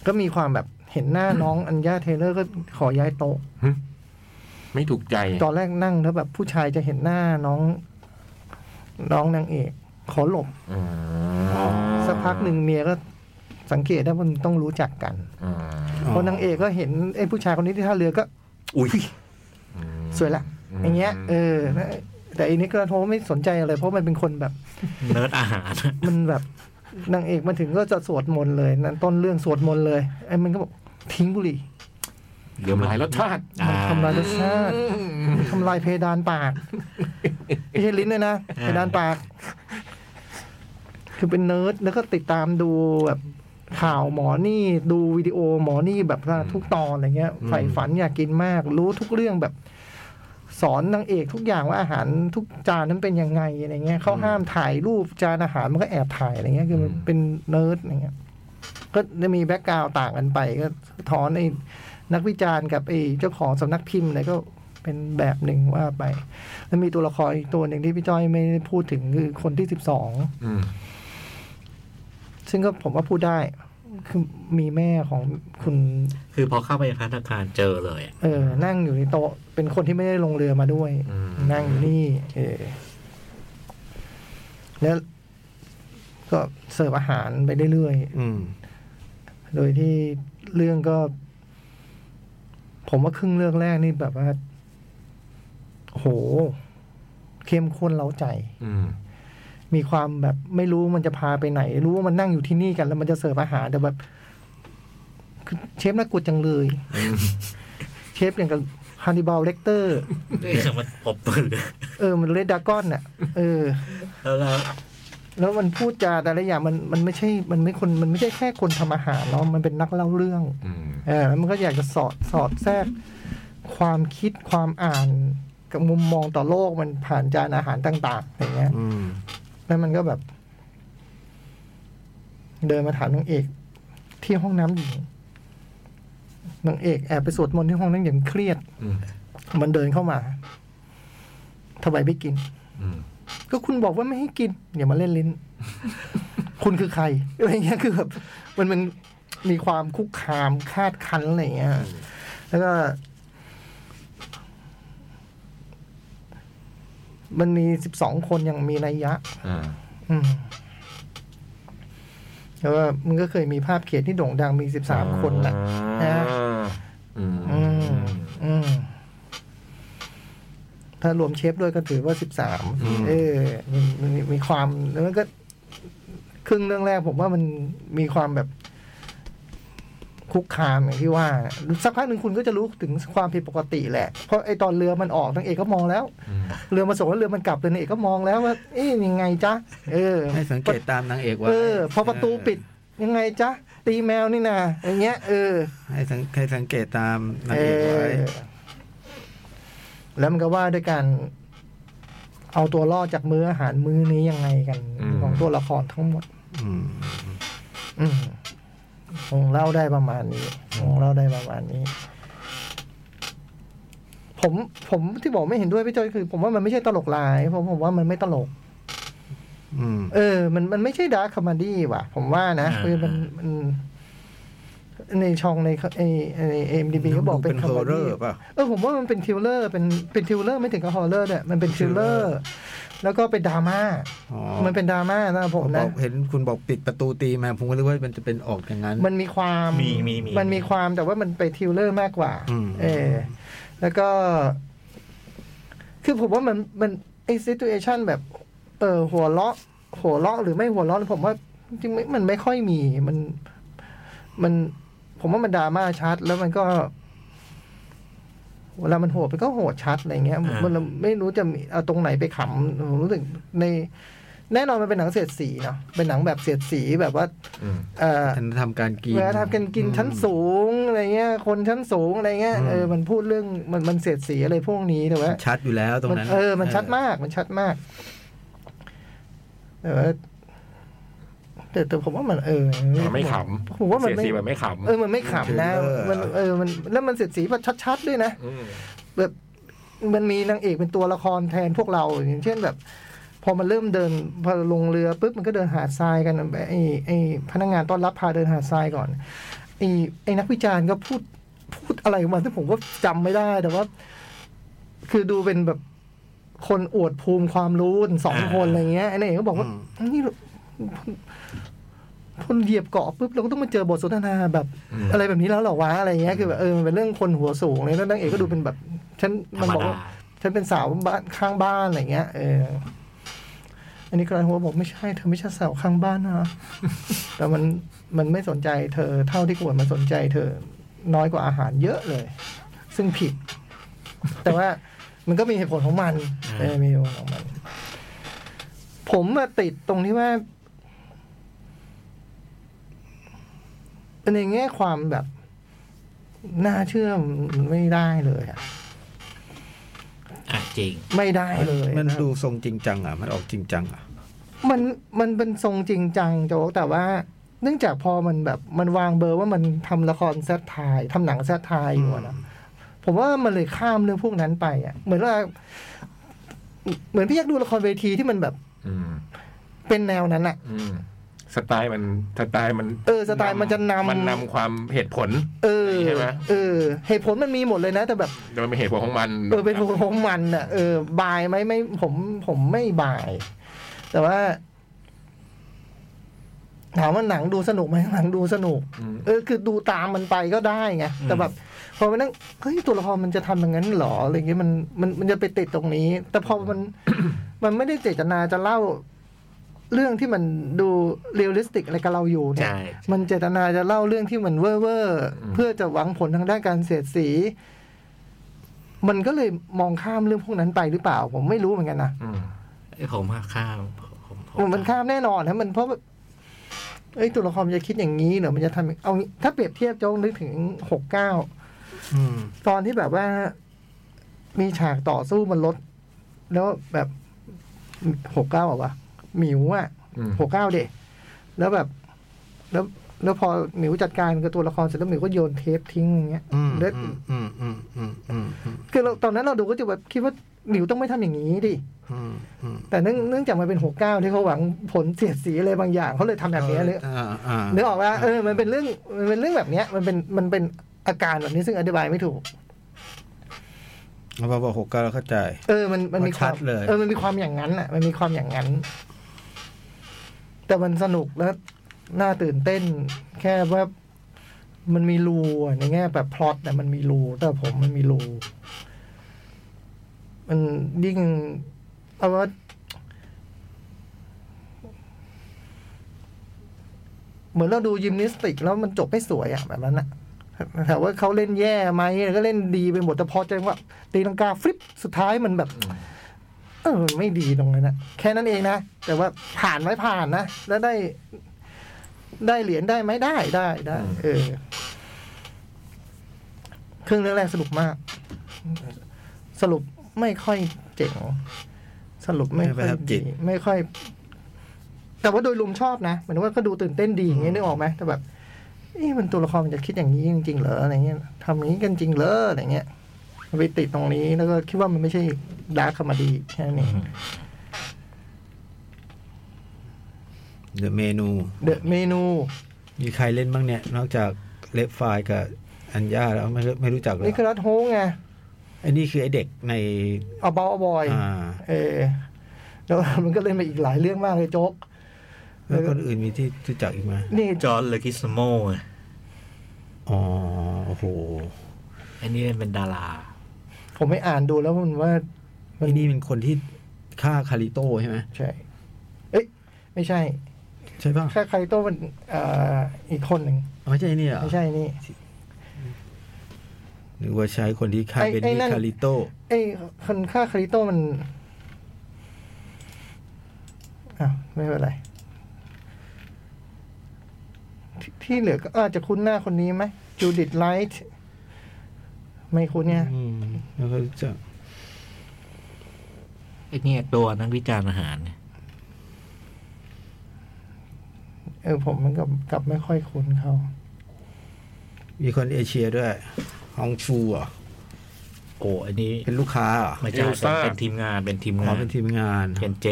Speaker 6: ก็มีความแบบเห็นหน้าน้องอัญญาเทเลอร์ก็ขอย้ายโต๊ะ
Speaker 4: ไม่ถูกใจ
Speaker 6: ตอนแรกนั่งแล้วแบบผู้ชายจะเห็นหน้าน้อง น้องนางเอกขอหลบ
Speaker 4: อืม
Speaker 6: สักพักหนึ่งเมียก็สังเกตได้ว่ามันต้องรู้จักกัน
Speaker 4: อืม
Speaker 6: เพราะนางเอกก็เห็นไอ้ผู้ชายคนนี้ที่ท่าเรือก็
Speaker 2: อุ้ย
Speaker 6: สวยละ อย่างเงี้ยเออนะแต่อันนี้กระโทไม่สนใจอะไร เพราะมันเป็นคนแบบ
Speaker 3: เนิร์ดอาหาร
Speaker 6: มันแบบนางเอกมาถึงก็จะสวดมนต์เลยนั่นต้นเรื่องสวดมนต์เลยไอ้มันก็บอกทิ้งบุหรี่
Speaker 4: เดี๋ยวหลายรสชาติ
Speaker 3: อ่า
Speaker 6: มันทำลายรสชาติทำลายเพดานปากไม่ใช่ลิ้นเลยนะเพดานปาก คือเป็นเนิร์ดแล้วก็ติดตามดูแบบข่าวหมอนี่ดูวิดีโอหมอนี่แบบทุกตอนอะไรเงี้ยใฝ่ฝันอยากกินมาก รู้ทุกเรื่องแบบ สอนนางเอกทุกอย่างว่าอาหารทุกจานนั้นเป็นยังไงอะไรเงี้ยเขาห้ามถ่ายรูปจานอาหารมันก็แอบถ่ายอะไรเงี้ยคือมันเป็นเนิร์ดอะไรเงี้ยก็จะมีแบ็กกราวต่างกันไป ก็สะท้อนไอ้นักวิจารณ์กับไอ้เจ้าของสำนักพิมพ์อะไรก็เป็นแบบหนึ่งว่าไป แล้วมีตัวละครอีกตัวหนึ่งที่พี่จ้อยไม่ได้พูดถึงคือคนที่สิบสอง
Speaker 4: อืม
Speaker 6: ซึ่งก็ผมว่าพูดได้ คือมีแม่ของคุณ
Speaker 3: คือพอเข้าไปพัฒนาคารเจอเลยอะ
Speaker 6: เออ นั่งอยู่ในโต๊ะ เป็นคนที่ไม่ได้ลงเรือมาด้วย นั่งอยู่นี่ เออ แล้วก็เสิร์ฟอาหารไปเรื่อย
Speaker 2: อืม
Speaker 6: ๆ โดยที่เรื่องก็ ผมว่าครึ่งเรื่องแรกนี่แบบว่าโห เข้มข้นเล้าใจ
Speaker 4: อืม
Speaker 6: มีความแบบไม่รู้มันจะพาไปไหน รู้ว่ามันนั่งอยู่ที่นี่กัน แล้วมันจะเสิร์ฟอาหารแต่แบบคือเชฟน่ากลัวจังเลย เชฟอย่างกับ ฮันนิบาลเลกเตอร์
Speaker 3: เนี่ยมันปบมือ
Speaker 6: เออ มันเลดดากอนอ่ะ เออ
Speaker 3: แล้วเรา
Speaker 6: แล้วมันพูดจาแต่ละอย่างมันมันไม่ใช่ มันไม่คนมันไม่ใช่แค่คนทำอาหารเนาะมันเป็นนักเล่าเรื่อง
Speaker 4: อืม
Speaker 6: เออแล้วมันก็อยากจะสอดสอดแทรกความคิดความอ่านกับมุมมองต่อโลกมันผ่านจานอาหารต่าง ๆ อย่างเงี้ย
Speaker 2: อืม
Speaker 6: แล้วมันก็แบบ เดินมาถามนางเอกที่ห้องน้ำหญิงนางเอกแอบไปสวดมนต์ที่ห้องน้ำหญิงเครียด
Speaker 4: อืม
Speaker 6: มันเดินเข้ามาทำไมไม่กิน
Speaker 4: อืม
Speaker 6: ก็คุณบอกว่าไม่ให้กิน อย่ามาเล่น <laughs> ลิ้น คุณคือใครอะไรเงี้ยคือแบบมันมันมีความคุกคามคาดคั้นอะไรเงี้ย แล้วก็ มันมีสิบสองคนยังมีนัยยะ
Speaker 4: อ่า
Speaker 6: อืมแล้วก็มันก็เคยมีภาพเขียนที่โด่งดังมีสิบสามคนน่ะ
Speaker 4: อ่า
Speaker 6: นะ
Speaker 4: อืม
Speaker 6: อืม อืม ถ้ารวมเชฟด้วยก็ถือว่าสิบสามเออมันมันมีมีความแล้วมันก็ ครึ่งเรื่องแรกผมว่ามันมีความแบบ คุกคามอย่างที่ว่าสักพักหนึ่งคุณก็จะรู้ถึงความผิดปกติแหละ เพราะไอตอนเรือมันออกนางเอกก็มองแล้ว
Speaker 4: อืม
Speaker 6: เรือมาส่งแล้วเรือมันกลับเลยนางเอกก็มองแล้วว่า เอ๊ยยังไงจ๊ะเออ
Speaker 2: ให้สังเกตตามนางเอกไว่า
Speaker 6: เออพอประตูปิดยังไงจ๊ะ ตีแมวนี่นาอย่างเงี้ยเออ
Speaker 2: ให้สังให้สังเกตตามนาง
Speaker 6: เอ
Speaker 2: เอกไว้
Speaker 6: อแล้วมันก็ว่าด้วยการเอาตัวรอดจากมื้ออาหารมื้อนี้ยังไงกัน ของตัวละครทั้งหมด
Speaker 2: ม
Speaker 6: อืมคงเล่าได้ประมาณนี้คงเล่าได้ประมาณนี้ ผมผมที่บอกไม่เห็นด้วยพี่จอยคือ ผมว่ามันไม่ใช่ตลกลายผมผมว่ามันไม่ตลก
Speaker 2: อืม
Speaker 6: เออ มัน มันไม่ใช่ดาร์คคอมดี้ว่ะ ผมว่านะคือมันมันในช่องในไอในเอ็มดีบีก็บอกเป็น
Speaker 2: มัน
Speaker 6: ค
Speaker 2: ดู
Speaker 6: อม
Speaker 2: เป็น horror
Speaker 6: เมดี้
Speaker 2: ป่ะ
Speaker 6: เออ ผมว่ามันเป็นทริลเลอร์ เป็น เป็นทริลเลอร์ไม่ถึงกับฮอลเลอร์ด้วยมันเป็นทริลเลอร์ แล้วก็เป็นดราม่า
Speaker 2: อ๋อ
Speaker 6: มันเป็นดราม่านะผม
Speaker 2: บ
Speaker 6: นะ
Speaker 2: อกเห็นคุณบอกปิดประตูตีมาผมก็รู้ว่ามันจะเป็นออกอย่างนั้น
Speaker 6: มันมีความ
Speaker 3: มีมีมี
Speaker 6: นมีความแต่ว่ามันไปทริลเลอร์มากกว่า
Speaker 2: อืม
Speaker 6: เออ แล้วก็ คือผมว่ามันมันไอซิทูเอชันแบบ เออหัวเราะ หัวเราะหรือไม่หัวเราะผมว่าจริงๆไม่มันไม่ค่อยมีมันมัน ผมว่ามันดราม่าชัด แล้วมันก็ เวลามันโหดมันก็โหดชัดอะไรเงี้ย
Speaker 3: อ่ามั
Speaker 6: มันไม่รู้จะมีเอาตรงไหนไปขำผมรู้สึกใน แน่นอนมันเป็นหนังเสียดสีเนาะเป็นหนังแบบเสียดสีแบบว่า
Speaker 4: อืม
Speaker 6: เอ่อ
Speaker 2: ท่านทำการกิน
Speaker 6: เวลาทำกันกินชั้นสูงอะไรเงี้ย คนชั้นสูงอะไรเงี้ยเออมันพูดเรื่องมันมันเสียดสีอะไรพวกนี้แต่ว่า
Speaker 2: ชัดอยู่แล้วตรง
Speaker 6: มัน
Speaker 2: นั้น
Speaker 6: เออมันชัดมากมันชัดมากแต่ว่าแต่แต่ผมว่ามันเออ
Speaker 4: มันไม่ขำ
Speaker 6: ผมว่ามัน
Speaker 4: เสียสี
Speaker 6: ไม่
Speaker 4: แบบไม่ขำ
Speaker 6: เออมันไม่ขำนะมันเออมันแล้วมันเสียดสีแบบชัดๆด้วยนะ
Speaker 4: ม
Speaker 6: แบบมันมีนางเอกเป็นตัวละครแทนพวกเราอย่างเช่นแบบ พอมันเริ่มเดินพอลงเรือปุ๊บมันก็เดินหาดทรายกันไอ้ไอ้พนักงานต้อนรับพาเดินหาดทรายก่อนไอ้ไอ้นักวิจารณ์ก็พูดพูดอะไรออกมาที่ผมก็จำไม่ได้แต่ว่า คือดูเป็นแบบคนอวดภูมิความรู้กันสองคนอะไรเงี้ยไอ้นางเอกก็บอกว่านี่คนเหยียบเกาะปุ๊บเราก็ต้องมาเจอบทสนทนาแบบ
Speaker 4: อืม
Speaker 6: อะไรแบบนี้แล้วเหรอวะอะไรเงี้ยคือแบบเออมันเป็นเรื่องคนหัวสูงเลยแล้วนางเอกก็ดูเป็นแบบฉัน
Speaker 3: ธร
Speaker 6: มัน
Speaker 3: รม
Speaker 6: บอก
Speaker 3: ดา
Speaker 6: ว่า ฉันเป็นสาวบ้านข้างบ้านอะไรเงี้ย เออ อันนี้กระหัวบอกไม่ใช่เธอไม่ใช่สาวข้างบ้านนะ <laughs> แต่มันมันไม่สนใจเธอเท่าที่ควรมันสนใจเธอน้อยกว่าอาหารเยอะเลย ซึ่งผิด <laughs> แต่ว่ามันก็มีเหตุผลของมันเออมีเหตุผลของมัน ผมมาติดตรงที่ว่าในแง่ความแบบ น่าเชื่อมันไม่ได้เลยอะ
Speaker 3: อ่ะจริง
Speaker 6: ไม่ได้เลย
Speaker 2: มัน
Speaker 6: นะ
Speaker 2: ดูทรงจริงจังอ่ะ มันออกจริงจังอ่ะ
Speaker 6: มันมันเป็นทรงจริงจังโจ๊กแต่ว่า เนื่องจากพอมันแบบมันวางเบอร์ว่ามันทำละครแซดไทายทำหนังแซดไทายอยู่อะนะผมว่ามันเลยข้ามเรื่องพวกนั้นไปอ่ะ เหมือนว่า เหมือนพี่อยากดูละครเวทีที่มันแบบ
Speaker 4: อืม
Speaker 6: เป็นแนวนั้นอ่ะ
Speaker 4: อืม สไตล์มันสไตล์มัน
Speaker 6: เออสไตล์มันจะนำ
Speaker 4: มันนำความเหตุผล
Speaker 6: เออ
Speaker 4: ใช่ไหม
Speaker 6: เออเหตุผลมันมีหมดเลยนะ แต่แบบ
Speaker 4: โดยเป็นเหตุผลของมัน
Speaker 6: เออเป็นของมันอ่ะเออบายไหมไม่ ผมผมไม่บาย แต่ว่าถามว่าหนังดูสนุกไหมหนังดูสนุก
Speaker 4: อืม
Speaker 6: เออคือดูตามมันไปก็ได้ไงแต่แบบพอมันนั่งเฮ้ยตัวละครมันจะทำอย่างนั้นเหรออะไรเงี้ยมันมันมันจะไปติดตรงนี้ แต่พอมัน มันไม่ได้เจตนาจะเล่า เรื่องที่มันดูเรียลลิสติกอะไรกับเราอยู่เนี่ย
Speaker 3: ใช่
Speaker 6: มันเจตนาจะเล่าเรื่องที่มันเว่อร์ๆเพื่อจะหวังผลทางด้านการเสียดสี มันก็เลยมองข้ามเรื่องพวกนั้นไปหรือเปล่า ผมไม่รู้เหมือนกันนะ
Speaker 4: อืม
Speaker 3: เอ้ยผมว่าข้ามผมผ
Speaker 6: มันข้ามแน่นอนนะมันเพราะว่าเอ้ยตัวละครมันจะคิดอย่างนี้เหรอมันจะทำอย่างเอางี้ถ้าเปรียบเทียบโจ้งนึกถึงหกเก้า
Speaker 2: อืม
Speaker 6: ตอนที่แบบว่ามีฉากต่อสู้บนรถ แล้วแบบหกเก้าอ่ะวะหมิวอ่ะ
Speaker 4: อืม
Speaker 6: หกเก้าเด็แล้วแบบ แล้วแล้วพอหมิวจัดการกับตัวละครเสร็จแล้วหมิวก็โยนเทปทิ้งอย่างเงี้ย
Speaker 2: อืม
Speaker 6: แล้ว
Speaker 2: อืมอืมอืมอืมอืมอืม
Speaker 6: คือเราตอนนั้นเราดูก็จะแบบคิดว่าหมิวต้องไม่ทำอย่างนี้ดิ
Speaker 2: อืมอืม
Speaker 6: แต่เนื่องเนื่องจากมันเป็นหกเก้าที่เขาหวังผลเสียดสีอะไรบางอย่างเขาเลยทำแบบนี้เลย
Speaker 2: อ่าา
Speaker 6: นึกออกว่าเออมันเป็นเรื่องมันเป็นเรื่องแบบเนี้ย มันเป็นมันเป็นอาการแบบนี้ซึ่งอธิบายไม่ถูก
Speaker 2: พอบอกหกเก้าแล้วเข้าใจ
Speaker 6: เออ มัน มันมี
Speaker 2: มัน
Speaker 6: ค
Speaker 2: ชั
Speaker 6: วาม
Speaker 2: ดเลย
Speaker 6: เออ มันมีความอย่างนั้นอ่ะ มันมีความอย่างนั้น แต่มันสนุกแล้ว น่าตื่นเต้น แค่ว่า มันมีรูอะในแง่แบบพล็อตแต่มันมีรูแต่ผมมันมีรู มันยิ่งเอาว่า เหมือนเราดูยิมนิสติก แล้วมันจบไม่สวยอะแบบนั้นอะถามว่าเขาเล่นแย่ไหมก็เล่นดีไปหมดแต่พอใจว่าตีลังกาฟลิปสุดท้ายมันแบบ เออมันไม่ดีตรงนั้นนะแค่นั้นเองนะ แต่ว่าผ่านไว้ผ่านนะ แล้วได้ ได้เหรียญได้ไหมได้ได้ได้เออ เครื่องเรื่องแรกสนุกมาก สรุปไม่ค่อยเจ๋งสรุปไม่ค่
Speaker 2: ไม่ประ
Speaker 6: อย
Speaker 2: ทับจิ
Speaker 6: ดี
Speaker 2: ต
Speaker 6: ไม่ค่อย แต่ว่าโดยรวมชอบนะหมายถึงว่าก็ดูตื่นเต้นดีอย่างเงี้ยนึกออกไหมแต่แบบเอ๊ะมันตัวละครมันจะคิดอย่างนี้จริงๆเหรออะไรเงี้ยทำอย่างนี้กันจริงเหรออะไรเงี้ยไปติดตรงนี้แล้วก็คิดว่ามันไม่ใช่ดาร์คคอมดี้แค่นั้นเอง
Speaker 2: เดอะเมนู
Speaker 6: เดอะเมนู
Speaker 2: มีใครเล่นบ้างเนี่ย นอกจากเลฟไฟล์กับอัญญาแล้วไม่ไม่รู้จักเลย
Speaker 6: นี่คือรัตโฮงไง
Speaker 2: ไอ้นี่คือไอเด็กใน
Speaker 6: เอาเบาเอาบอย
Speaker 2: อ่า
Speaker 6: เออแล้วมันก็เล่นมาอีกหลายเรื่องมากเลยโจ๊ก
Speaker 2: แล้วคนอื่นมีที่รู้จักอีกไหม
Speaker 6: นี่
Speaker 3: จอร์นเลกิสโมอะ
Speaker 2: อ๋อโอ้โห
Speaker 3: ไอันนี้เป็นดารา
Speaker 6: ผมไม่อ่านดูแล้วมันว่า มั
Speaker 2: นี่นี่เป็นคนที่ฆ่าคาริโต้ใช่ไหม
Speaker 6: ใช่ เอ้ย ไม่ใช่
Speaker 2: ใช่ป่ะ
Speaker 6: แค่คาริโต้มันเอ่ออีกคนหนึ่ง
Speaker 2: ไม่ใช่เนี่ยเหรอ
Speaker 6: ไม่ใช่นี่
Speaker 2: หรือว่าใช้คนที่ฆ่า
Speaker 6: ไอ้
Speaker 2: เป็น
Speaker 6: ไอ้
Speaker 2: นี่
Speaker 6: นั่น
Speaker 2: คาริโต้
Speaker 6: เอ้ยคนฆ่าคาริโต้มันอ้าวไม่เป็นไรทที่เหลือก็อาจจะคุ้นหน้าคนนี้ไหมจูดิตไลท์ไม่คุ้นเนี่ย
Speaker 2: อืมแล้วก็รู้จัก
Speaker 3: ไอ้เนี่ยตัวนักวิจารณ์อาหารเนี่ย
Speaker 6: เออผมมันกับกลับไม่ค่อยคุ้นเขา
Speaker 2: มีคนเอเชียด้วยฮองชูเหรอ่ะ
Speaker 3: โอ้อันนี้
Speaker 2: เป็นลูกค้าเหรอ
Speaker 3: ไม่ใช่
Speaker 4: เอลซ่า
Speaker 3: เป็นทีมงานเป็นทีม
Speaker 2: อ๋
Speaker 3: งา
Speaker 2: อน เป็นทีมงาน
Speaker 3: เป็นเจ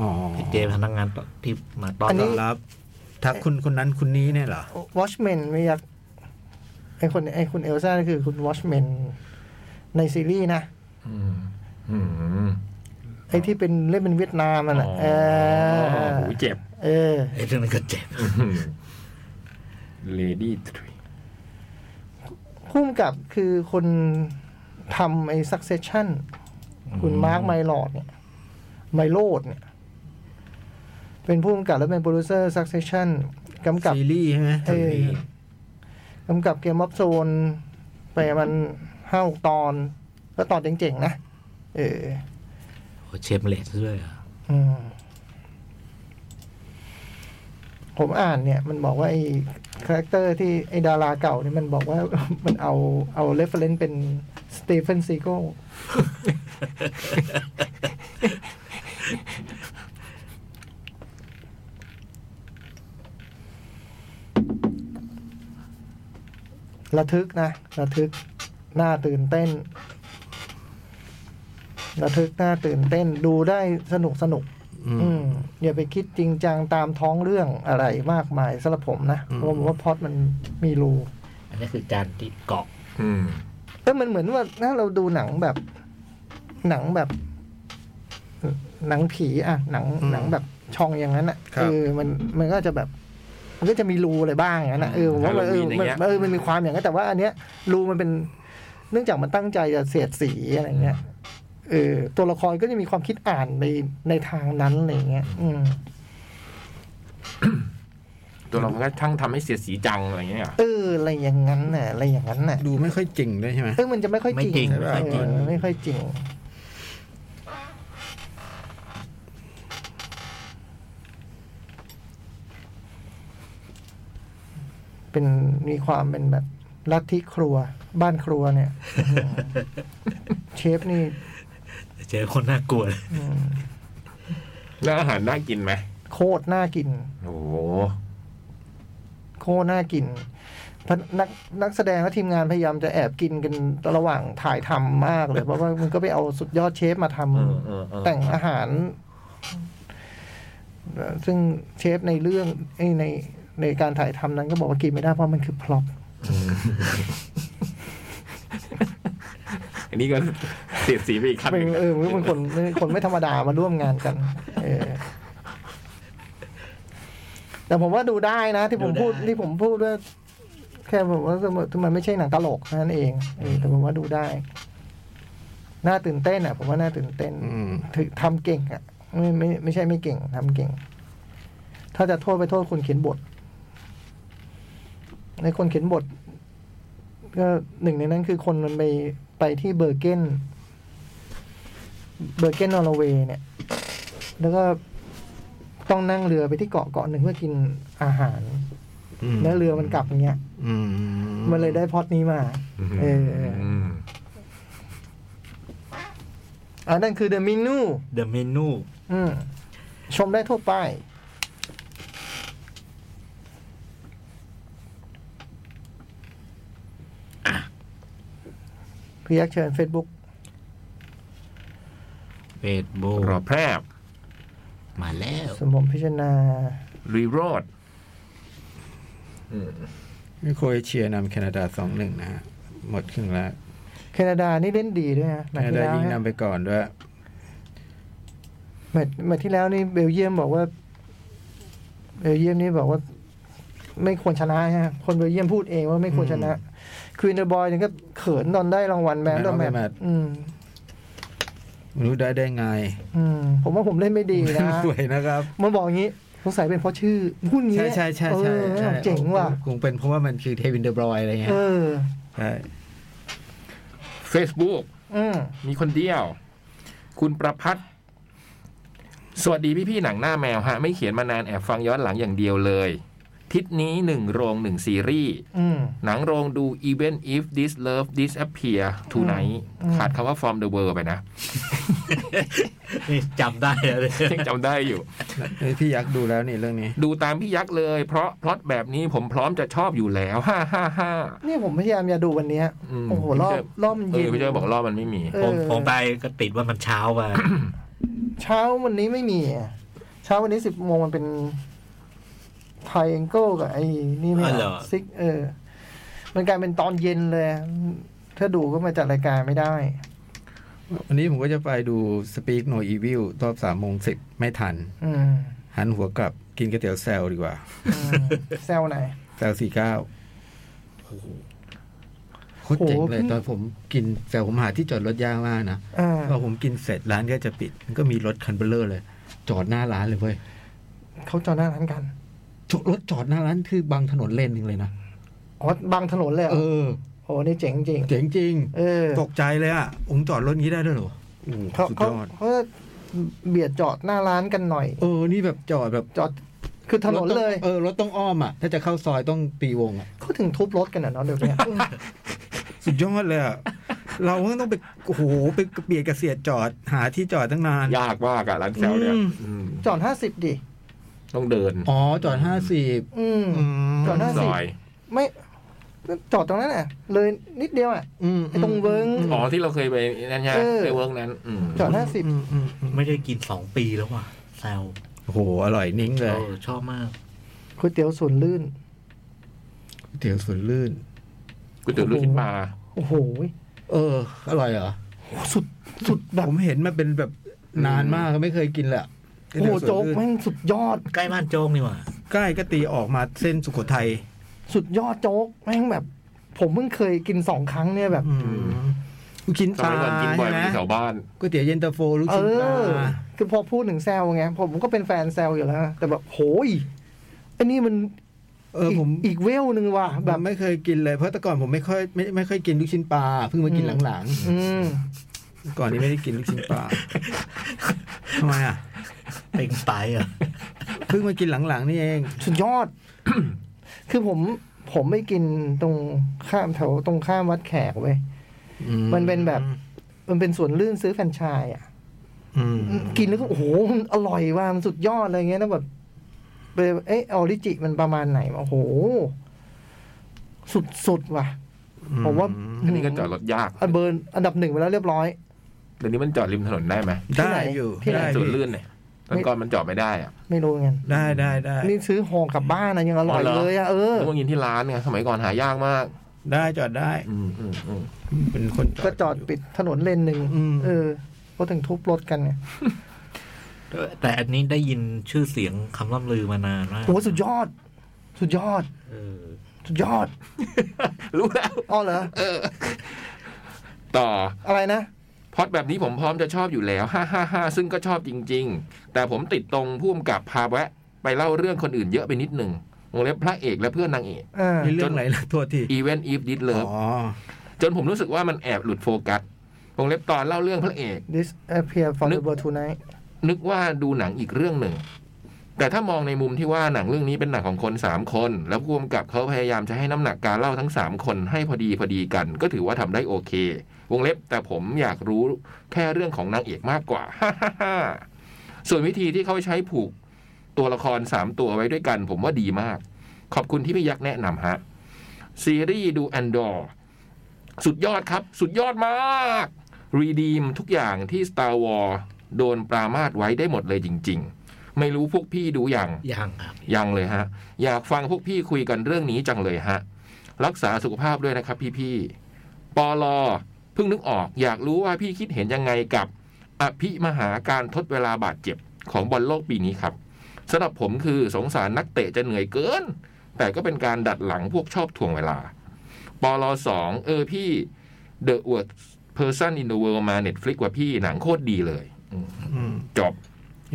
Speaker 2: อ๋อ
Speaker 3: เป็นเจพนักงานที่มาต้อนรั
Speaker 2: ต้อบ นรับทักคุณคนนั้นคุณนี้เนี่ยเหรอ
Speaker 6: วอชแมนไม่อยากไอคนไอคุณเอลซ่าคือคุณวอชแมนในซีรีส์นะ
Speaker 4: อืมอืม
Speaker 6: ไอที่เป็นเล่นเป็นเวียดนามอ่ะนะ
Speaker 4: อ๋อ
Speaker 6: เออ
Speaker 4: โหเจ็บ
Speaker 6: เออ
Speaker 3: ไอ้เรื่องนั้นก็เจ็บ
Speaker 4: เลดี้ทรี
Speaker 6: พุ่มกับคือคนทำไอ้ succession คุณมาร์คไมลอดเนี่ย ไมโลดเนี่ย เป็นพุ่มกับแล้วเป็นโปรดิวเซอร์ succession กำกับ
Speaker 2: ซีรีส์ใช่ไหม
Speaker 6: เออ
Speaker 2: ซีรีส์
Speaker 6: กำกับเกมออฟโซนไปมันห้าหกตอน ก็ตอนเจ๋งๆ นะ เออ
Speaker 3: โอ้เชมเลสด้วยเหรอ
Speaker 6: อืม ผมอ่านเนี่ย มันบอกว่าไอ้คาแรคเตอร์ที่ไอ้ดาราเก่าเนี่ยมันบอกว่า <laughs> มันเอาเอาเรฟเฟรนซ์เป็นสเตเฟนซีโก <laughs> ระทึกนะ ระทึกน่าตื่นเต้น ระทึกน่าตื่นเต้นดูได้สนุกสนุก
Speaker 2: อืม
Speaker 6: อืมอย่าไปคิดจริงจังตามท้องเรื่องอะไรมากมายสำหรับผมนะ
Speaker 2: อืม
Speaker 6: ผมว่าพล็อดมันมีรู
Speaker 3: อันนี้คือจานที่เกาะ
Speaker 4: อืม
Speaker 6: เออมันเหมือนว่าถ้าเราดูหนังแบบ หนังแบบหนังผีอะหนัง
Speaker 2: อืม
Speaker 6: หนังแบบชองอย่างนั้นอะ
Speaker 2: ครับ
Speaker 6: เออมันมันก็จะแบบ มันก็จะมีรูอะไรบ้างอย่างนั้นนะเออผมว่ามันเอ
Speaker 4: อา
Speaker 6: อ
Speaker 4: รมณ์ดีอย่าง
Speaker 6: มัน
Speaker 4: เงี้ย
Speaker 6: เออมันมีความอย่างนั้นแต่ว่าอันเนี้ยรูมันเป็น เนื่องจากมันตั้งใจจะเสียดสีอะไรเงี้ย เออตัวละครก็จะมีความคิดอ่านในในทางนั้นอะไรเงี้ย อืม
Speaker 4: ตัวเราก็ช่างทำให้เสียสีจังอะไรอย่างเงี้ย
Speaker 6: เอออะไรอย่างนั้นน่ะอะไรอย่างนั้นน่ะ
Speaker 2: ดูไม่ค่อยจริงด้วยใช่ไหม
Speaker 6: เออมันจะไม่ค่อยจริง
Speaker 3: ไม่จริง
Speaker 6: ใช่ปะ
Speaker 2: ไม่จริง
Speaker 6: เออไม่ค่อยจริง เป็นมีความเป็นแบบลัทธิครัว บ้านครัวเนี่ย <laughs> อื้อหือเชฟนี่
Speaker 3: เจอคนน่ากลัวเลย
Speaker 6: อืม
Speaker 4: แล้วอาหารน่ากินไหม
Speaker 6: โคตรน่ากิน
Speaker 4: โอ้โห
Speaker 6: โคตรน่ากินพนักนักแสดงและทีมงานพยายามจะแอบกินกันระหว่างถ่ายทำมากเลย เพราะว่ามันก็ไปเอาสุดยอดเชฟมาทำ
Speaker 4: เออเออเออ
Speaker 6: แต่งอาหารเอ่อซึ่งเชฟในเรื่องเอ้ยในในการถ่ายทำนั้นก็บอกว่ากินไม่ได้เพราะมันคือพล็อป
Speaker 4: อันนี้ก็เสียดสีไปอีกขั้นห
Speaker 6: เป็น
Speaker 4: นึ่ง
Speaker 6: เออเป็นคนเป็นคนไม่ธรรมดามาร่วมงานกัน เออ แต่ผมว่าดูได้นะที่ผมพูด
Speaker 5: ดูได้
Speaker 6: ที่ผมพูดว่าแค่ผมว่ามันไม่ใช่หนังตลกเท่านั่นเองเออแต่ผมว่าดูได้ น่าตื่นเต้นอ่ะ ผมว่าน่าตื่นเต้น
Speaker 2: อืม
Speaker 6: ถือทำเก่งอ่ะไม่ไม่ไม่ใช่ไม่เก่งทำเก่ง ถ้าจะโทษไปโทษคนเขียนบท ในคนเขียนบท ก็หนึ่งในนั้นคือคนมันไปไปที่เบอร์เกนเบอร์เกนนอร์เวย์เนี่ย แล้วก็ต้องนั่งเรือไปที่เกาะเกาะหนึ่งเพื่อกินอาหาร
Speaker 2: ม
Speaker 6: แล้วเรือมันกลับอย่างเงี้ย
Speaker 2: อืม
Speaker 6: มันเลยได้พล็อดนี้มา เออเออ
Speaker 4: ม
Speaker 6: อันนั้นคือเดอะมินู
Speaker 3: เดอะเมนู
Speaker 6: อืม ชมได้ทั่วไป พี่ยักษ์เชิญ Facebook
Speaker 3: เฟซบุ๊ก
Speaker 4: รอแพรบ
Speaker 3: มาแล้ว
Speaker 6: สมผมพิจารณา
Speaker 4: รีโรด
Speaker 2: นี่โครเอเชียนำแคนาดาสองหนึ่งนะฮะหมดครึ่งแล้ว
Speaker 6: แคนาดานี่เล่นดีด้วยนะ
Speaker 2: แคนาดายิงนำไปก่อนด้วย
Speaker 6: แมตช์แมตช์ที่แล้วนี่เบลเยียมบอกว่า เบลเยียมนี่บอกว่า ไม่ควรชนะฮะ คนเบลเยียมพูดเองว่าไม่ควรชนะ ควีนเดอร์บอยเนี่ยก็เขินตอนได้รางวัลแมน
Speaker 2: Man
Speaker 6: ดอ
Speaker 2: of
Speaker 6: แม
Speaker 2: the
Speaker 6: น
Speaker 2: Match
Speaker 6: อืม
Speaker 2: มนุษย์ได้ได้ไง
Speaker 6: อืม ผมว่าผมเล่นไม่ดีนะ
Speaker 2: <laughs> สวยนะครับ
Speaker 6: มันบอกอย่างนี้สงสัยเป็นเพราะชื่อพูดอย่างงี้
Speaker 2: ใช่ใช่ใช่
Speaker 6: เอ
Speaker 2: ใช่
Speaker 6: อ
Speaker 2: ใช่
Speaker 6: เจ๋งว่ะ
Speaker 2: คงเป็นเพราะว่ามันคือเทวินเดอร์บรอยอะไรเงี้ย
Speaker 6: เออ
Speaker 2: ใช่
Speaker 4: เฟซบุ๊ก
Speaker 6: อืม
Speaker 4: มีคนเดียว คุณประพัฒน์สวัสดีพี่ๆหนังหน้าแมวฮะ ไม่เขียนมานานแอบฟังย้อนหลังอย่างเดียวเลย ทิศนี้หนึ่งโรงหนึ่งซีรีส์
Speaker 6: อืม
Speaker 4: หนังโรงดู Even if this love disappear tonight
Speaker 6: อืม
Speaker 4: ขาดคำว่า from the world ไป <laughs> นะ
Speaker 3: นี่จำได้เลย
Speaker 4: ยังจำได้อยู่
Speaker 2: นี่พี่ยักษ์ดูแล้วนี่เรื่องนี้
Speaker 4: ดูตามพี่ยักษ์เลย เพราะพล็อตแบบนี้ผมพร้อมจะชอบอยู่แล้ว <laughs> ฮ่าฮ่าฮ่า
Speaker 6: เนี่ยผมพยายามจะดูวันเนี้ย
Speaker 4: ม
Speaker 6: โอ้โหรอบ
Speaker 4: พี่เจ้ย
Speaker 6: รอบมัน
Speaker 4: เอ
Speaker 6: เย็น
Speaker 4: อพี่เจ้ยบอกรอบมันไม่มี
Speaker 6: เออ
Speaker 3: ผมผมไปก็ติดว่ามันเช้ามา
Speaker 6: เช้าวันนี้ไม่มีอะเช้าวันนี้สิบโมงมันเป็นไทเองโก้กับไอ้นี่ไม่
Speaker 3: อ๋อเหรอ
Speaker 6: ซิก เออ มันกลายเป็นตอนเย็นเลย ถ้าดูก็มาจัดรายการไม่ได้
Speaker 2: วันนี้ผมก็จะไปดู Speak No Evil ตอนสามโมงสิบไม่ทัน
Speaker 6: อืม
Speaker 2: หันหัวกลับกินก๋วยเตี๋ยวแซลดีกว่า
Speaker 6: อืมแซวไหนอย
Speaker 2: แซลสี่เก้าโคตรเจ๋งเลย
Speaker 6: โอ้โห
Speaker 2: ตอนผมกินแซลผมหาที่จอดรถยากมากนะ
Speaker 6: อ่า
Speaker 2: พอผมกินเสร็จร้านก็จะปิด มันก็มีรถคันเบลเลอร์เลย จอดหน้าร้านเลยเว้ย
Speaker 6: เขาจอหน้าร้านกัน
Speaker 2: จอดรถจอดหน้าร้านคือบางถนนเลนหนึ่งเลยนะ
Speaker 6: อ๋อบางถนนเลยเหรอ
Speaker 2: เออ
Speaker 6: โอ้นี่เจ๋งจริง
Speaker 2: เจ๋งจริง
Speaker 6: เออ
Speaker 2: ตกใจเลยอ่ะผมจอดรถงี้ได้ด้วยเหรอโอ้โห
Speaker 6: เขา
Speaker 2: สุด
Speaker 6: เขา
Speaker 2: ยอด
Speaker 6: เขาจะเบียดจอดหน้าร้านกันหน่อย
Speaker 2: เออ นี่แบบจอดแบบ
Speaker 6: จอดคือถนนเลย
Speaker 2: รถต้องเออ รถต้องอ้อมอ่ะ ถ้าจะเข้าซอยต้องตีวงอ่ะ
Speaker 6: เขาถึงทุบรถกันนะเนาะเดี๋ยวเนี้ย
Speaker 2: สุดยอดเลยอ่ะ เราก็ต้องไป โอ้โห ไปเบียดกระเสียดจอด หาที่จอดตั้งนาน
Speaker 4: ยากมากอะร้านแซวเนี่ย
Speaker 2: อืม
Speaker 4: อืม
Speaker 6: จอดห้าสิบดิ
Speaker 4: ต้องเดิน
Speaker 2: อ๋อ จอดห้าสิบ
Speaker 6: อืม
Speaker 2: อืม
Speaker 6: จอดห้า
Speaker 4: ซ
Speaker 6: สิบ
Speaker 4: อย
Speaker 6: ไม่จอดตรงนั้นอ่ะ เลยนิดเดียวอ่ะ ไอ้ตรงเวิ้ง
Speaker 4: อ๋อที่เราเคยไปนั่นใช่ไหม
Speaker 6: เออ
Speaker 4: ในเวิร์กนั้นอืม
Speaker 6: จอดห้าสิบ
Speaker 3: ไม่ได้กินสองปีแล้วว่ะแซว
Speaker 2: โอ้โห อร่อยนิ้งเล
Speaker 3: เอย อชอบมาก
Speaker 6: ก๋วยเตี๋ยวสวนลื่น
Speaker 2: ก๋วยเตี๋ยวสวนลื่น
Speaker 4: ก๋วยเตี๋ยวลูกชิ้นปลา
Speaker 6: โอ้โห
Speaker 2: เออ อร่อยเหรอ
Speaker 6: สุดสุดแบบ
Speaker 2: ผมเห็นมาเป็นแบบนานมากไม่เคยกินแหลยอะ
Speaker 6: โอ้โห
Speaker 2: ก๋วยเตี๋ยวส
Speaker 6: โจ๊
Speaker 2: วน
Speaker 6: ก
Speaker 2: ลื่น
Speaker 6: แม่งสุดยอด
Speaker 3: ใกล้บ้านโจ๊กนี่หว่า
Speaker 2: ใกล้ก็ตีออกมาเส้นสุโขทัย
Speaker 6: สุดยอดโจ๊กแม่งแบบ ผมเพิ่งเคยกินสองครั้งเนี่ยแบบ
Speaker 2: อืมลูกชิ้น
Speaker 4: ส
Speaker 2: ปลา
Speaker 4: มัยก่อนกินบ่อย
Speaker 2: ใช่ไหม
Speaker 4: มีแถวบ้าน
Speaker 2: ก๋วยเตี๋ยวเย็นตาโฟลูก
Speaker 6: เอ
Speaker 2: ชิ้นป
Speaker 6: อ
Speaker 2: ลา
Speaker 6: คือพอพูดถึงแซวไงผมก็เป็นแฟนแซวอยู่แล้ว แต่แบบโหยอันนี้มัน
Speaker 2: เออผม
Speaker 6: อีกเวลหนึ่งว่ะ
Speaker 2: แบ
Speaker 6: แบบ บ
Speaker 2: ไม่เคยกินเลย เพราะแต่ก่อนผมไม่ค่อยไม่ไม่ค่อยกินลูกชิ้นปลาเพิ่งมากิน
Speaker 6: อืม
Speaker 2: หลัง
Speaker 6: อืม
Speaker 2: ๆก่อนนี้ไม่ได้กินลูกชิ้นปลา <laughs> ทำไมอ่ะ
Speaker 3: เป็นไตอ่ะ
Speaker 2: เพิ่งมากินหลังๆนี่เอง
Speaker 6: สุดยอด คือผมผมไม่กินตรงข้ามแถวตรงข้ามวัดแขกเว้ย
Speaker 2: อื
Speaker 6: มันเป็นแบบ มันเป็นสวนลื่นซื้อแฟรนไชส์อ่ะ
Speaker 2: อืม
Speaker 6: กินแล้วก็โอ้โหมันอร่อยว่ะมันสุดยอดอะไรเงี้ยแล้วแบบไปเอ๊ะออริจิ มันประมาณไหนวะโอ้โห สุดสุดๆว่ะ ผมว่า
Speaker 4: อันนี้ก็จอดรถยาก
Speaker 6: อันเบอร์อันดับหนึ่งไปแล้วเรียบร้อย
Speaker 4: เดี๋ยวนี้มันจอดริมถนนได้ไหม
Speaker 2: ได้อยู่
Speaker 6: ที่ไห
Speaker 2: ได้
Speaker 4: สวน
Speaker 2: พี่
Speaker 4: ลื่นเนี่ยตอนก่อนมันจอดไม่ได้อะ
Speaker 6: ไม่รู้เงี้ย
Speaker 2: ได้ได้ได้
Speaker 6: นี่ซื้อห่อกลับบ้านนะยังอร่อยเลยอ่ะเออ
Speaker 4: แล้วมากินที่ร้านไงสมัยก่อนหายากมาก
Speaker 2: ได้จอดได้
Speaker 4: อืมอืมอืม
Speaker 2: เป็นคน
Speaker 6: ก็จอดปิดถนนเลนหนึ่ง
Speaker 2: อืม
Speaker 6: เออเพราะถึงทุบรถกันเนี่ย
Speaker 3: แต่อันนี้ได้ยินชื่อเสียงคำล่ำลือมานานมาก
Speaker 6: โอ้โหสุดยอด สุดยอด
Speaker 3: เออ
Speaker 6: สุดยอด
Speaker 4: รู้แล้ว
Speaker 6: อ๋อเหรอ
Speaker 4: <laughs> ต่อ
Speaker 6: อะไรนะ
Speaker 4: พล็อดแบบนี้ผมพร้อมจะชอบอยู่แล้วฮ่าฮ่าฮ่าซึ่งก็ชอบจริง ๆ แต่ผมติดตรงพ่วมกับพาแวะ ไปเล่าเรื่องคนอื่นเยอะไปนิดหนึ่งวงเล็บพระเอกและเพื่อนนางเอก
Speaker 6: อ่า
Speaker 2: นี่เรื่องไหนล่ะโทษที
Speaker 4: อีเวนต์อีฟดิสเลิฟ
Speaker 2: อ๋อ
Speaker 4: จนผมรู้สึกว่ามันแอบหลุดโฟกัสวงเล็บตอนเล่าเรื่องพระเอก
Speaker 6: this appear for
Speaker 4: นึ
Speaker 6: the
Speaker 4: ก
Speaker 6: world tonight
Speaker 4: นึกว่าดูหนังอีกเรื่องหนึ่ง แต่ถ้ามองในมุมที่ว่าหนังเรื่องนี้เป็นหนังของคนสามคน แล้วพ่วมกับเขาพยายามจะให้น้ำหนักการเล่าทั้งสามคนให้พอดีพอดีกัน ก็ถือว่าทำได้โอเค วงเล็บแต่ผมอยากรู้แค่เรื่องของนางเอกมากกว่า <laughs> ส่วนวิธีที่เขาใช้ผูกตัวละครสามตัวไว้ด้วยกัน ผมว่าดีมาก ขอบคุณที่พี่ยักษ์แนะนำฮะ ซีรีส์ดูแอนดอร์สุดยอดครับ สุดยอดมาก รีดีมทุกอย่างที่ Star Wars โดนปรามาสไว้ได้หมดเลยจริง ๆ ไม่รู้พวกพี่ดูอย่าง
Speaker 3: ยังครับ <laughs>
Speaker 4: ยังเลยฮะ อยากฟังพวกพี่คุยกันเรื่องนี้จังเลยฮะ รักษาสุขภาพด้วยนะครับพี่ๆปอลอเพิ่งนึกออก อยากรู้ว่าพี่คิดเห็นยังไงกับ อภิมหาการทดเวลาบาดเจ็บของบอลโลกปีนี้ครับสำหรับผมคือสงสารนักเตะจะเหนื่อยเกิน แต่ก็เป็นการดัดหลังพวกชอบถ่วงเวลาปอลอสองเออพี่ The Worst Person in the World มา Netflix ว่าพี่หนังโคตรดีเลยอืม
Speaker 2: อืม
Speaker 4: จบ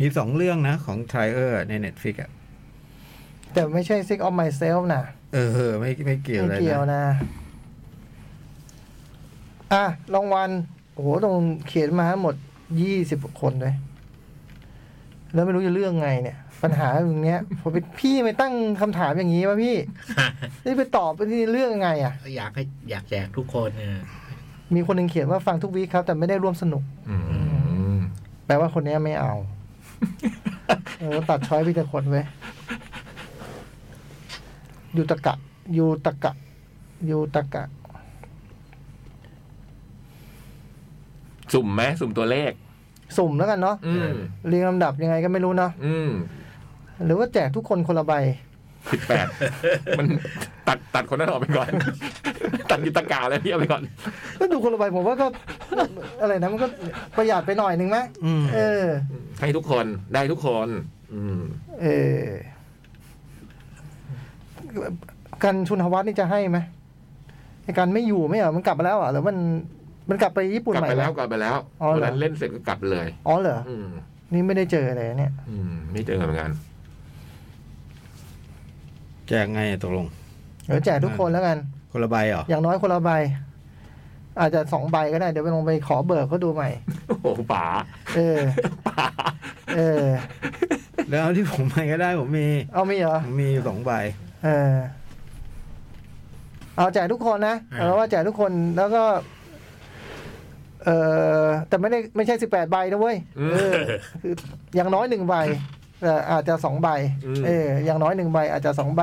Speaker 2: มีสองเรื่องนะของไทเออร์ในเน็ตฟิกอ่ะ
Speaker 6: แต่ไม่ใช่ sick of myself นะ
Speaker 2: เออไม่ไม่เกี่ยว
Speaker 6: ไม่
Speaker 2: เลย
Speaker 6: เกี่ยว
Speaker 2: นะ
Speaker 6: นะ อ่ะรางวัลโอ้โหตรงเขียนมาทั้งหมดยี่สิบคนเลย แล้วไม่รู้จะเรื่องไงเนี่ย ปัญหาอย่างเนี้ย <laughs> ผมเป็นพี่ไม่ตั้งคำถามอย่างนี้วะพี่ นี่ไปตอบไปที่เรื่องไง อ่ะ
Speaker 3: อยากให้อยากแจกทุกคนเนี่ย
Speaker 6: มีคนหนึ่งเขียนว่าฟังทุกวีคครับ แต่ไม่ได้ร่วมสนุก
Speaker 4: อืม
Speaker 6: แปลว่าคนเนี้ยไม่เอา เออตัดช้อยพี่แต่คนไว้ยยูตะกะยูตะกะยูตะกะ
Speaker 4: สุ่มไหมสุ่มตัวเลข
Speaker 6: สุ่มแล้วกันเนาะ
Speaker 4: อืม
Speaker 6: เรียงลำดับยังไงก็ไม่รู้เนาะ
Speaker 4: อืม
Speaker 6: หรือว่าแจกทุกคนคนละใบ
Speaker 4: สิบแป
Speaker 2: <laughs>
Speaker 4: ดมันตัดตัดคนนั้นออกไปก่อน ตัดยุตธกาแล้วพี่เอาไปก่อน
Speaker 6: ก็ดูคนละใบผมว่าก็ อะไรนะมันก็ประหยัดไปหน่อยหนึ่งไหม
Speaker 2: อืม
Speaker 6: เออ
Speaker 4: ให้ทุกคนได้ทุกคน อืม
Speaker 6: เออ กันชุนทวัฒน์นี่จะให้ไหมไอ้การไม่อยู่ไม่เหรอมันกลับมาแล้วเหรอ่ะหรือมันมันกลับไปญี่ปุ่น
Speaker 4: กลับ
Speaker 6: ใหม่
Speaker 4: ไป
Speaker 6: เหร
Speaker 4: แล้
Speaker 6: อ
Speaker 4: วกลับไปแล้ว
Speaker 6: อ๋อเหร
Speaker 4: วัน
Speaker 6: อ
Speaker 4: นั้นเล่นเสร็จก็กลับเลย
Speaker 6: อ๋อเหรอ
Speaker 4: อืม
Speaker 6: นี่ไม่ได้เจอเลยเนี่ย
Speaker 4: อืมไม่เจอเหมือนกัน
Speaker 2: แจกไงอะตกลง
Speaker 6: เดี๋ยวแจกทุกคนแล้วกัน
Speaker 2: คนละใบเหรอ
Speaker 6: อย่างน้อยคนละใบ อาจจะสองใบก็ได้ เดี๋ยวไปลงไปขอเบิกเขาดูใหม่
Speaker 4: โอ้โหป๋า
Speaker 6: เออ
Speaker 4: ป๋า
Speaker 6: เออ
Speaker 2: แล้วเอาที่ผมไปก็ได้ผมมี
Speaker 6: เอามีเหรอ
Speaker 2: ผมมีอยู่สองใบ
Speaker 6: เออ เอาแจกทุกคนนะ
Speaker 3: อ่า
Speaker 6: เราว่าแจกทุกคนแล้วก็ เออแต่ไม่ได้ไม่ใช่สิบแปดใบนะเว้ย
Speaker 4: อืม
Speaker 6: คืออย่างน้อยหนึ่งใบแต่อาจจะสองใบ
Speaker 4: อืม
Speaker 6: เออ อย่างน้อยหนึ่งใบ อาจจะสองใบ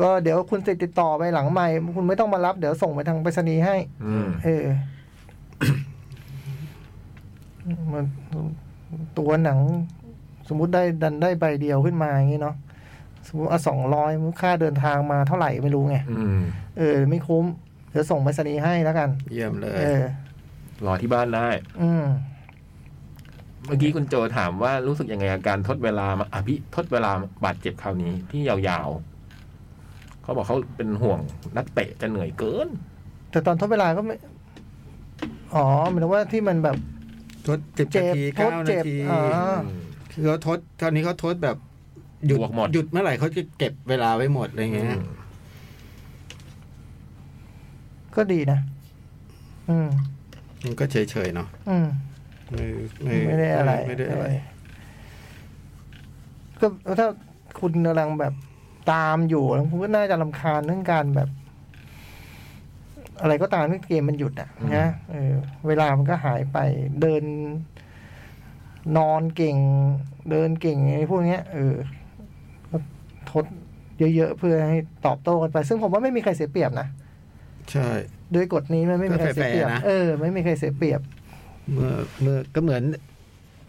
Speaker 6: ก็เดี๋ยวคุณติดติดต่อไปหลังใหม่ คุณไม่ต้องมารับ เดี๋ยวส่งไปทางไปรษณีย์ให้
Speaker 4: อืม
Speaker 6: เออ มันตัวหนัง สมมติได้ดันได้ใบเดียวขึ้นมาอย่างนี้เนาะ สมมติเอาสองร้อยค่าเดินทางมาเท่าไหร่ไม่รู้ไง
Speaker 4: อืม
Speaker 6: เออ ไม่คุ้ม เดี๋ยวส่งไปรษณีย์ให้แล้วกัน
Speaker 2: เยี่ยมเลย
Speaker 6: เออ
Speaker 4: รอที่บ้านได้
Speaker 6: อืม
Speaker 4: เมื่อกี้คุณโจถามว่ารู้สึกยังไงกับการทดเวลามาอภิทดเวลาบาดเจ็บคราวนี้ที่ยาวๆเขาบอกเขาเป็นห่วงนักเตะจะเหนื่อยเกิน
Speaker 6: แต่ตอนทดเวลาก็ไม่ อ๋อหมายถึงว่าที่มันแบบ
Speaker 2: ทดสิบ
Speaker 6: เจ็
Speaker 2: นา
Speaker 6: บ
Speaker 2: ที
Speaker 6: ทด
Speaker 2: เก้า
Speaker 6: เจ็
Speaker 2: นา
Speaker 6: บ
Speaker 2: ที
Speaker 6: อ่า
Speaker 2: คือเขาทดตอนนี้เขาทดแบบ หยุด
Speaker 4: บวกหมด
Speaker 2: หยุดเมื่อไหร่เขาจะเก็บเวลาไว้หมดอะไรเงี้ย
Speaker 6: ก็ดีนะ อืม
Speaker 2: มันก็เฉยๆเนาะ
Speaker 6: อืม
Speaker 2: ไม่
Speaker 6: ไม่ได้อะไร
Speaker 2: ไม่ได้อะไร
Speaker 6: เก็ถ้าคุณกำลังแบบตามอยู่แล้วคุณก็น่าจะลำคาญเรื่องการแบบ อะไรก็ตามที่เกมมันหยุดอ่ะนะเออ เวลามันก็หายไป เดิน นอนเก่ง เดินเก่งไอ้พวกเนี้ย เออก็ทดเยอะๆเพื่อให้ตอบโต้กันไป ซึ่งผมว่าไม่มีใครเสียเปรียบนะ
Speaker 2: ใช่
Speaker 6: โดยกฎนี้มันไม่มีใครเสียเปรียบ
Speaker 2: ก็แฟร์ๆนะ
Speaker 6: เออไม่มีใครเสียเปรียบ
Speaker 2: เมื่อเมื่อก็เหมือน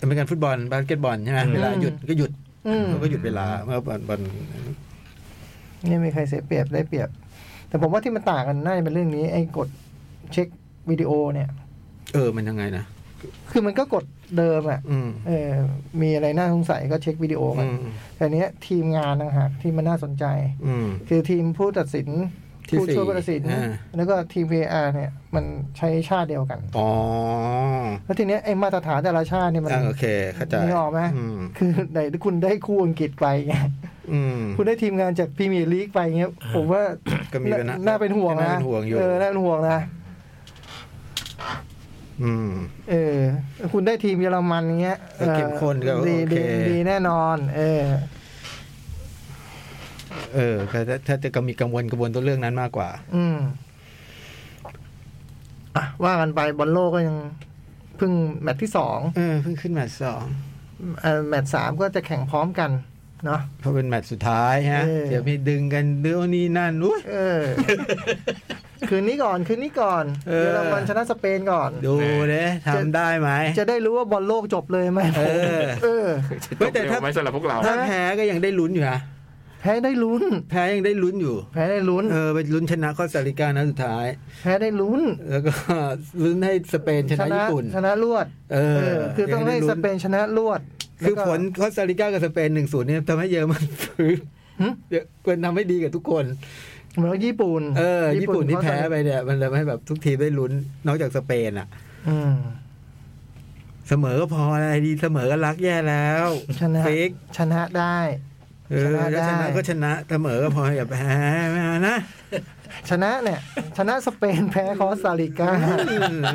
Speaker 2: เป็นการฟุตบอลบาสเกตบอลใช่ไหม
Speaker 3: อืม
Speaker 2: เวลาหยุดก็หยุด
Speaker 6: อืม
Speaker 2: เขาก็หยุดเวลาเมื่อบอลบอล
Speaker 6: ไม่มีใครเสียเปรียบได้เปรียบ แต่ผมว่าที่มันต่างกันน่าจะเป็นเรื่องนี้ ไอ้กดเช็ควิดีโอเนี่ย
Speaker 2: เออมันยังไงนะ
Speaker 6: คือมันก็กดเดิมอะ่ะ
Speaker 2: อืม
Speaker 6: เออมีอะไรน่าสงสัยก็เช็ควิดีโอมั
Speaker 2: อื
Speaker 6: น
Speaker 2: ม
Speaker 6: แต่เนี้ยทีมงานต่างหากที่มันน่าสนใจ
Speaker 2: อืม
Speaker 6: คือทีมผู้ตัดสิน
Speaker 2: ที่
Speaker 6: ผู้ช่วยผู้ตัดสิน
Speaker 2: สี่อ่า
Speaker 6: แล้วก็ทีม VR เนี่ย มันใช้ชาติเดียวกัน
Speaker 2: อ๋อ
Speaker 6: แล้วทีเนี้ยไอ้มาตรฐานแต่ละชาติเนี่ยมัน
Speaker 2: อ่ะโอเคเข้าใจ
Speaker 6: นึกออกไหม
Speaker 2: ม
Speaker 6: คือไหนคุณได้คู่อังกฤษไปไง
Speaker 2: อืม
Speaker 6: คุณได้ทีมงานจากพรีเมียร์ลีกไปเงี้ยผมว่า
Speaker 2: ก็มีปัญหา
Speaker 6: น่าเป็นห่วงนะ
Speaker 2: น่าเป็นห่วงอยู่
Speaker 6: เออ น่าเป็นห่วงนะ
Speaker 2: อืม
Speaker 6: เออ คุณได้ทีมเยอรมันเงี้ย
Speaker 2: ก็เข้มข้นก็
Speaker 6: เออดี
Speaker 2: โอเค
Speaker 6: ดีดีแน่นอน เออ
Speaker 2: เออถ้าถ้าถ้าจะก็มีกังวลกังวลตัวเรื่องนั้นมากกว่า
Speaker 6: อืมอ่ะว่ากันไปบอลโลกก็ยังเพิ่งแมตช์ที่สอง
Speaker 2: เออเพิ่งขึ้นแมตช์สอง
Speaker 6: เอ่อแมตช์สามก็จะแข่งพร้อมกัน เนาะ
Speaker 2: เพราะเป็นแมตช์สุดท้ายฮะ
Speaker 6: เออ
Speaker 2: เดี๋ยวมีดึงกันเดี๋ยวนี้นั่นอุ้ย
Speaker 6: เอ
Speaker 2: <laughs>
Speaker 6: อ คืนนี้ก่อน คืนนี้ก่อน
Speaker 2: เออ
Speaker 6: เยอรมันชนะสเปนก่อน
Speaker 2: ดูเด้ทำได้ไหม
Speaker 6: จะได้รู้ว่าบอลโลกจบเลยไหม
Speaker 2: เออ
Speaker 6: เออ
Speaker 2: เฮ้ยแต่ถ้า
Speaker 4: ไม่สำหรับพวกเรา
Speaker 2: ถ้าแพ้ก็ยังได้ลุ้นอยู่นะ
Speaker 6: แพ้ได้ลุ้น
Speaker 2: แพ้ยังได้ลุ้นอยู่
Speaker 6: แพ้ได้ลุ้น
Speaker 2: เออไปลุ้นชนะคอสตาริกานะสุดท้าย
Speaker 6: แพ้ได้ลุ้น
Speaker 2: แล้วก็ ลุ้นให้สเปนชนะญี่ปุ่น
Speaker 6: ชนะลวด
Speaker 2: เออ
Speaker 6: คือต้องให้
Speaker 2: ยัได้
Speaker 6: ส
Speaker 2: ลุ้
Speaker 6: เปนชนะลวด
Speaker 2: คือ
Speaker 6: แวก็
Speaker 2: ผลคอสตาริกากับสเปนหนึ่งศูนย์เนี่ยทำให้เยอรมันฟื้น
Speaker 6: หึ
Speaker 2: เยอะมันทำให้ดีกับทุกคน
Speaker 6: เหมือนว่าญี่ปุ่น
Speaker 2: เออ ญี่ปุ่นที่แพ้ไป
Speaker 6: เขา
Speaker 2: เนี่ย มันทำให้แบบทุกทีมได้ลุ้น นอกจากสเปนอะ
Speaker 6: อืม
Speaker 2: เสมอก็พออะไรดีเสมอก็รักแย่แล้ว
Speaker 6: ชนะ
Speaker 2: ฟิก
Speaker 6: ชนะได้
Speaker 2: เออ
Speaker 6: ชนะได้
Speaker 2: แล้วชนะก็ชนะเสมอก็พออย่าแพ้ไม่เอา
Speaker 6: <laughs>
Speaker 2: นะ
Speaker 6: ชนะเนี่ย ชนะสเปนแพ้คอสตาริกา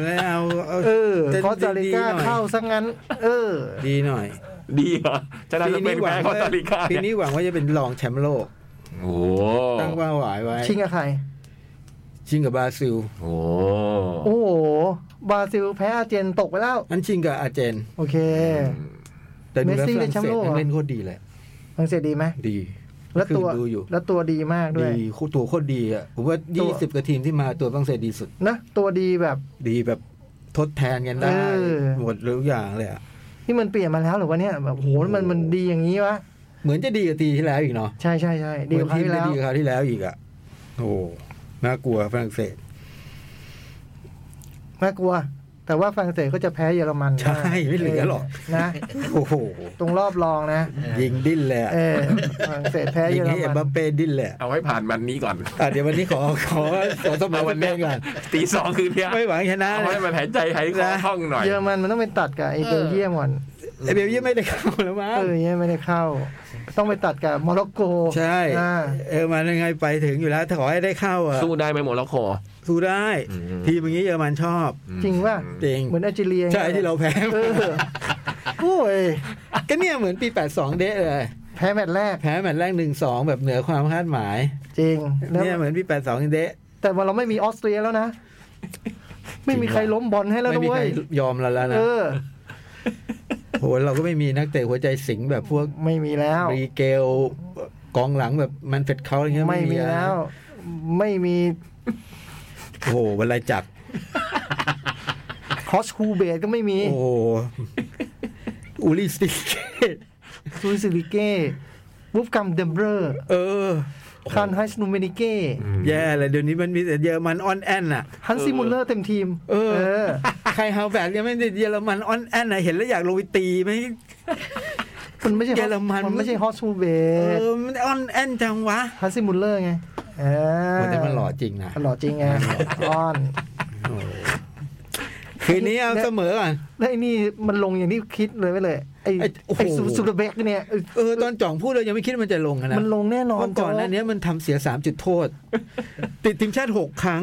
Speaker 2: ไม่เอาเอา
Speaker 6: เออ
Speaker 2: จะ
Speaker 6: คอสตาริ
Speaker 2: ดีๆห
Speaker 6: กา
Speaker 2: น่อย
Speaker 6: เข้าซะงั้น เออ
Speaker 2: ดีหน่อย
Speaker 4: ดีเหรอจะได้สเปนแพ้คอสตาริกา
Speaker 2: ปี
Speaker 4: เนี่ย
Speaker 2: นี้หวังว่าจะเป็นรองแชมป์โลก
Speaker 4: โอ้โห
Speaker 2: ตั้งเป้าหมายไว้
Speaker 6: ชิงกับใคร
Speaker 2: ชิงกับบราซิล
Speaker 4: โอ้โห
Speaker 6: โอ้โหบราซิลแพ้อาร์เจนตกไปแล้ว
Speaker 2: อันชิงกับอาร์เจน
Speaker 6: โอเค
Speaker 2: แต่ดูแล้ว
Speaker 6: เมสซี่
Speaker 2: ฝรั่ง
Speaker 6: ได้แชมป์
Speaker 2: เศส
Speaker 6: โลกเหรอ
Speaker 2: เล่นโคตรดีเลย
Speaker 6: ฝรั่งเศสดีไหม
Speaker 2: ดี
Speaker 6: แล้วตัว
Speaker 2: ดูอยู่
Speaker 6: แล้วตัวดีมากด้วย
Speaker 2: ดีคู่ตัวโคตรดีอ่ะผมว่า
Speaker 6: ตัว
Speaker 2: 20กว่าทีมที่มาตัวฝรั่งเศสดีสุด
Speaker 6: นะตัวดีแบบ
Speaker 2: ดีแบบทดแทนกันได้
Speaker 6: เออ
Speaker 2: หมดทุกอย่างเลยอ่ะ
Speaker 6: ที่มันเปลี่ยนมาแล้วเหรือวะเนี่ยแบบโหมันมันดีอย่างนี้วะ
Speaker 2: เหมือนจะดีกว่าทีที่แล้วอีกเนาะ
Speaker 6: ใช่ใช่ใช่ดีกว่าค
Speaker 2: เหมือ
Speaker 6: รั้ง
Speaker 2: นทีม
Speaker 6: ที่
Speaker 2: จะดีกว่าค
Speaker 6: แล้ว
Speaker 2: ราวที่แล้วอีกอ่ะโอ้โหน่ากลัวฝรั่งเศส
Speaker 6: น่ากลัว แต่ว่าฝรั่งเศสก็จะแพ้เยอรมัน
Speaker 2: ใช่ไม่เหลือหรอก
Speaker 6: นะ
Speaker 2: โอ้โห
Speaker 6: ตรงรอบรองนะ
Speaker 2: ยิงดิ้นเลยอะ
Speaker 6: เออฝรั่งเศสแพ้
Speaker 2: ยิ
Speaker 6: เย
Speaker 2: ง
Speaker 6: อร
Speaker 2: ให้เอ็ม
Speaker 6: มั
Speaker 2: บั
Speaker 6: น
Speaker 2: ปเป้ดิ้นเลยอะ
Speaker 4: เอาให้ผ่านวันนี้ก่อน
Speaker 2: อ่ะเดี๋ยววันนี้ขอขอขอสมั
Speaker 4: เอา
Speaker 2: ย
Speaker 4: วั
Speaker 2: วัน น
Speaker 4: เนี้
Speaker 2: เป้
Speaker 4: ย
Speaker 2: ก่อน
Speaker 4: ตีสองคืนเนี้ย
Speaker 2: ไม่หวังชนะ
Speaker 4: เอา
Speaker 2: นะ
Speaker 4: ให้มันหายใจหายคอคล่องหน่อย
Speaker 6: เยอรมันมันต้องไปตัดกับไอ้เบลเยียมก่อน
Speaker 2: ไอเบลเยี่ยมไม่ได้เข้าแล้วมั้ง
Speaker 6: เออเนี่ยไม่ได้เข้า ต้องไปตัดกับโมร็อกโก
Speaker 2: ใช่
Speaker 6: อ่า
Speaker 2: เออมันยังไงไปถึงอยู่แล้วถ้าขอให้ได้เข้าอ่ะ
Speaker 4: สู้ได้ไหมโมร็อกโก
Speaker 2: สู้ได้
Speaker 4: อืม
Speaker 2: ทีมอย่างนี้เยอรมันชอบ
Speaker 6: จริงป่ะ
Speaker 2: จริง
Speaker 6: เหมือนอาจิเลีย
Speaker 2: ใช่ที่เราแพ้
Speaker 6: เออโอ้ย
Speaker 2: ก็เนี่ยเหมือนปี 82 เดะเลย
Speaker 6: แพ้แมตช์แรก
Speaker 2: แพ้แมตช์แรก 1-2 แบบเหนือความคาดหมาย
Speaker 6: จริงแล้ว
Speaker 2: เนี่ยเหมือนปี 82 เดะ
Speaker 6: แต่ว่าเราไม่มีออสเตรียแล้วนะ ไม่มีใครล้มบอลให้แล้ว
Speaker 2: ไม่
Speaker 6: นะ
Speaker 2: มีใค
Speaker 6: เว้
Speaker 2: ร
Speaker 6: ย
Speaker 2: ยอมเราแล้วนะ
Speaker 6: เออ
Speaker 2: โหเราก็ไม่มีนักเตะหัวใจสิงห์แบบพวก
Speaker 6: ไม่มีแล้ว
Speaker 2: บรีเกลกองหลังแบบมันเฟ็ดเขาอะไรเงี้ย
Speaker 6: ไม่มี
Speaker 2: อะ
Speaker 6: แล้ว ไม่มี
Speaker 2: โอ้โหบรรลัยจักร
Speaker 6: คอสคูเบตก็ไม่มี
Speaker 2: โอ้โหอูลิสติเกต
Speaker 6: ซูซิลิเก้บุฟกัมเดมเบอร์
Speaker 2: <laughs> เออ
Speaker 6: คานไฮสนูเมนิเก้
Speaker 2: แย่เลยเดี๋ยวนี้มันมีแต่เยอรมันออนแอนน่ะ
Speaker 6: ฮันซิมูลเลอร์เต็มทีม
Speaker 2: เออ ใครฮาวแวร์ยังไม่ได้เยอรมันออนแอนน่ะเห็นแล้วอยากลงไปตีไหม
Speaker 6: มันไม่ใช่
Speaker 2: เยอรมัน
Speaker 6: มันไม่ใช่ฮอสคูเบ
Speaker 2: เอ
Speaker 6: ต
Speaker 2: อ มันออนแอนจังวะ
Speaker 6: ฮันซิมูลเลอร์ไงเออ
Speaker 2: วันนี้มันหล่อจริงนะ
Speaker 6: มันหล่อจริงไงอ้อน
Speaker 2: โอ้โหคืนนี้เอาเสมอก่อน
Speaker 6: แล้วไอ้นี่มันลงอย่างที่คิดเลยไปเลย ไอ้
Speaker 2: ไอ้โอ้โห
Speaker 6: ไอ้ซูซูเบกเนี่ยเออ
Speaker 2: เออตอนจ่องพูดเรายังไม่คิดว่ามันจะลงอะนะ
Speaker 6: มันลงแน่นอน
Speaker 2: เพราะก่อนหน้านี้มันทำเสียสามจุดโทษ ติดทีมชาติหกครั้ง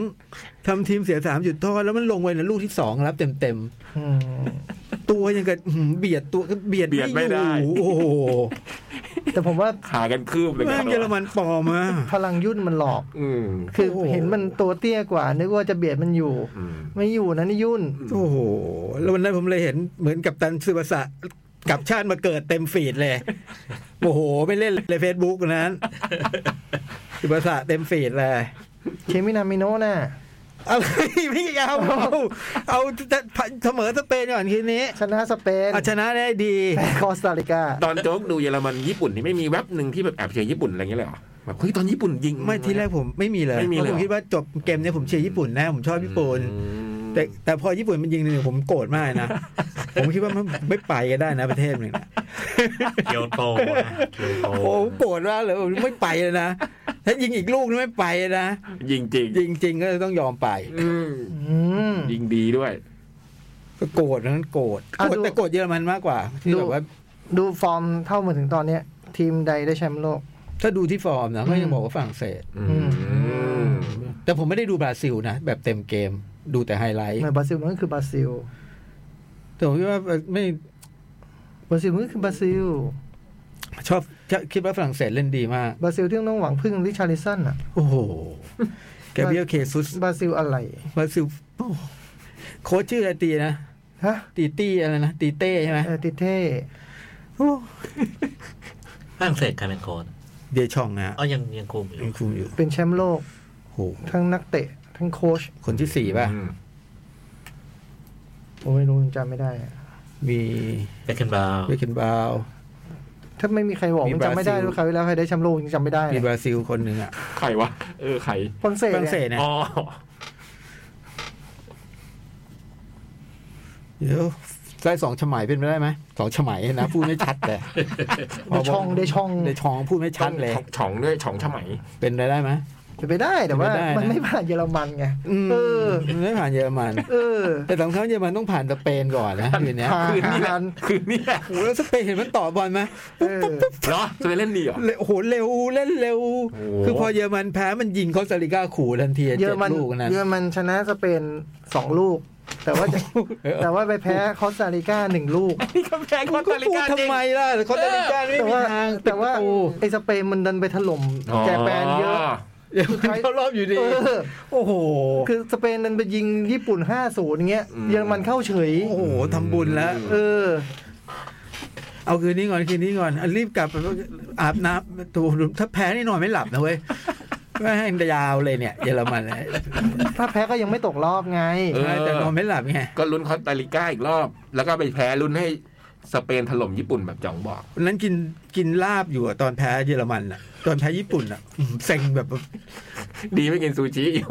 Speaker 2: ทำทีมเสียสามจุดโทษแล้วมันลงไว้นะลูกที่สองรับเต็มเต็มๆ
Speaker 6: อืม
Speaker 2: ตัวยังกับอื้อหือเบียดตัวเบียด
Speaker 4: เบียดไม่ได้
Speaker 2: อยู่โอ้โห
Speaker 6: แต่ผมว่า
Speaker 4: ขากันคืบเลย
Speaker 2: แม่งเยอรมันปลอมอะ
Speaker 6: พลังยุ่นมันหลอก
Speaker 4: อืม
Speaker 6: คือ
Speaker 2: โอ้โห
Speaker 6: เห็นมันตัวเตี้ยกว่า นึกว่าจะเบียดมันอยู่
Speaker 4: อืม
Speaker 6: ไม่อยู่นะนี่ยุ่น
Speaker 2: โอ้โห แล้ววันนั้นผมเลยเห็นเหมือนกับตันซูบาสะกลับชาติมาเกิดเต็มฟีดเลย โอ้โห ไม่เล่นเลยเฟซบุ๊กนั้นซูบาสะเต็มฟีดเลย
Speaker 6: เคมินามิโนะน่ะ
Speaker 2: อะไรไม่เอาเอาเอาเสมอสเปนก่อนทีนี้
Speaker 6: ชนะสเปน
Speaker 2: เอาชนะได้ดี
Speaker 6: แพ้คอสตาริกา
Speaker 4: ตอนโจ๊กดูเยอรมันญี่ปุ่นนี่ไม่มีแว็บหนึ่งที่แบบแอบเชียร์ญี่ปุ่นอะไรอย่างเงี้ยเลยเหรอแบบเฮ้ยตอนญี่ปุ่นยิง
Speaker 2: ไม่ทีแรกผมไม่มีเลย
Speaker 4: ไม่มี
Speaker 2: เพ
Speaker 4: เลย
Speaker 2: ราะผมคิดว่าจบเกมเนี้ยผมเชียร์ญี่ปุ่นแน่ผมชอบญี่ปุ่น แต่แต่พอญี่ปุ่นมันยิงหนึ่งผมโกรธมากนะ <laughs> ผมคิดว่ามันไม่ไปก็ได้นะประเทศหนึ่งนะ
Speaker 3: เกียวโตนะเกียวโต
Speaker 2: โอ้โหผมโกรธมากเลยผมไม่ไปเลยนะ ถ้ายิงอีกลูกนี่ไม่ไปนะ
Speaker 4: ยิงจริง
Speaker 2: ยิงจริงก็ต้องยอมไป
Speaker 4: อืม
Speaker 6: อืม
Speaker 4: ยิงดีด้วย
Speaker 2: ก็โกรธนั้นโกรธ
Speaker 6: อ่ะ
Speaker 2: โกรธ
Speaker 6: ดู
Speaker 2: แต่โกรธเยอรมันมากกว่า ที่
Speaker 6: ดู
Speaker 2: แบบว่า
Speaker 6: ดูฟอร์มเท่ามาถึงตอนเนี้ย ทีมใดได้แชมป์โลก
Speaker 2: ถ้าดูที่ฟอร์มนะก็ยังบอกว่าฝรั่งเศส
Speaker 4: อื
Speaker 6: อื
Speaker 4: ม
Speaker 2: แต่ผมไม่ได้ดูบราซิลนะแบบเต็มเกมดูแต่ไฮไลท์
Speaker 6: ในบราซิลมันก็คือบราซิล
Speaker 2: แต่ผมคิดว่าไม่
Speaker 6: บราซิลมันก็คือบราซิล
Speaker 2: ชอบคิดว่าฝรั่งเศสเล่นดีมาก
Speaker 6: บราซิลที่ต้องหวังพึ่งริชาร์ลิสันอ่ะ
Speaker 2: โอ้โหแกเบียลเคซุส
Speaker 6: บราซิลอะไร
Speaker 2: บราซิลโอ้โหโค้ชชื่ออะไรตีนะ
Speaker 6: ฮะ
Speaker 2: ตีตี้อะไรนะตีเต้ใช่ไหม
Speaker 6: เออติเท่
Speaker 2: โอ้
Speaker 3: ฝรั่งเศสใครเป็นโค้ช
Speaker 2: เดชองนะ
Speaker 3: อ๋อยังยังคุมอยู่
Speaker 2: ยังคุมอยู่
Speaker 6: เป็นแชมป์โลก
Speaker 2: โห
Speaker 6: ทั้งนักเตะ ทั้งโค้ช
Speaker 2: คนที่สี่ป่ะ
Speaker 4: อืม
Speaker 6: ผมไม่รู้ผมจำไม่ได้อะ
Speaker 2: มี
Speaker 3: เบคเคนบราวน์
Speaker 2: เบคเคนบาว
Speaker 6: ถ้าไม่มีใครบอก
Speaker 2: มี
Speaker 6: ผมจำไม่
Speaker 2: บรา
Speaker 6: ได้
Speaker 2: ซิล
Speaker 6: ด้วยคราวที่แล้วใครได้แชมป์โลกยังจำไม่ได้
Speaker 2: มี
Speaker 6: เลย
Speaker 2: บราซิลคนหนึ่งอะ
Speaker 4: ใครวะ เออใคร
Speaker 6: ฝรั่งเศส
Speaker 2: ฝรั่งเศ
Speaker 6: เนี่ย
Speaker 2: สนะ
Speaker 4: อ๋อ
Speaker 2: เดี๋ยวได้สองฉมัยเป็นไปได้ไหมสองฉมัยนะ พูดไม่ชัดเลย
Speaker 6: <laughs> เดชองเดชอง
Speaker 2: เดชองพูดไม่ชัดเลย
Speaker 4: ต้องฉ่องด้วยฉ่องฉมัย
Speaker 2: เป็นไปได้ไหม
Speaker 6: จะไปได้แต่ว่า
Speaker 2: เป็นไปได้นะ
Speaker 6: มันไม่ผ่านเยอรมันไง
Speaker 2: อืม
Speaker 6: เออ
Speaker 2: มันไม่ผ่านเยอรมัน
Speaker 6: เออ
Speaker 2: แต่สำคัญเยอรมันต้องผ่านสเปนก่อน
Speaker 6: <laughs>
Speaker 2: นะคืนเนี้ย
Speaker 6: ผ่า
Speaker 4: คืนนี้แหละ
Speaker 6: น
Speaker 4: คือนี่แหละ
Speaker 2: โอ้โหแล้วสเปนเห็นมันต่อบอลไหม
Speaker 6: เอ
Speaker 2: ปุ๊บ
Speaker 6: อ
Speaker 2: ปุ๊บปุ๊บ
Speaker 4: เหรอจะไปเล่นดีเหรอ
Speaker 2: เลยโอ้โหเร็วเล่นเร็ว
Speaker 4: โอ้โห
Speaker 2: คือพอเยอรมันแพ้มันยิงคอสตาริกาขู่ทันที
Speaker 6: เยอ
Speaker 2: เจ็
Speaker 6: ร
Speaker 2: ด
Speaker 6: มัน
Speaker 2: ลูกนะ
Speaker 6: เยอรมันชนะสเปนสองลูก แต่ว่าจะ
Speaker 2: เออ
Speaker 6: แต่ว่าไปแพ้คอสตาริกาหนึ่งลูก
Speaker 4: นี่ก็แพ้ค
Speaker 2: คุ
Speaker 4: อ
Speaker 2: ณ
Speaker 4: ส
Speaker 2: ก็
Speaker 4: ตาริ
Speaker 2: พูด
Speaker 4: กาจริ
Speaker 2: ทำ
Speaker 4: ง
Speaker 2: ไมล่ะคอสตาริกาไม่
Speaker 6: แต่
Speaker 2: มี
Speaker 6: ว่า
Speaker 2: ทาง
Speaker 6: แต่ว่า
Speaker 2: ปิดประตู
Speaker 6: ไอ้สเปนมันดันไปถล่มแจแปนเยอะ
Speaker 2: เยอรมัน <laughs> เข้ารอบอยู่ดี
Speaker 6: เออ
Speaker 2: โอ้โห
Speaker 6: คือสเปนดันไปยิงญี่ปุ่นห้าศูนย์เงี้ย
Speaker 4: อืม
Speaker 6: เยอรมันเข้าเฉย
Speaker 2: โอ้โหทำบุญแล้ว
Speaker 6: เออ
Speaker 2: เอาคืนนี้ก่อนคืนนี้ก่อนอ่ะรีบกลับไปอาบน้ำตัวถ้าแพ้นี่นอนไม่หลับนะเว้ย <laughs> แม่งยาวเลยเนี่ย เยอรมันเนี่ย
Speaker 6: ถ้าแพ้ก็ยังไม่ตกรอบไง
Speaker 4: เออ
Speaker 2: แต่นอนไม่หลับไง
Speaker 4: ก็ลุ้นคอสตาริกาอีกรอบ แล้วก็ไปแพ้ลุ้นให้สเปนถล่มญี่ปุ่นแบบจ่องบอก
Speaker 2: วันนั้นกินกินลาบอยู่อะตอนแพ้เยอรมันอะตอนแพ้ญี่ปุ่นอะอืมเซ็งแบบ
Speaker 4: ดีไม่กินซูชิอยู่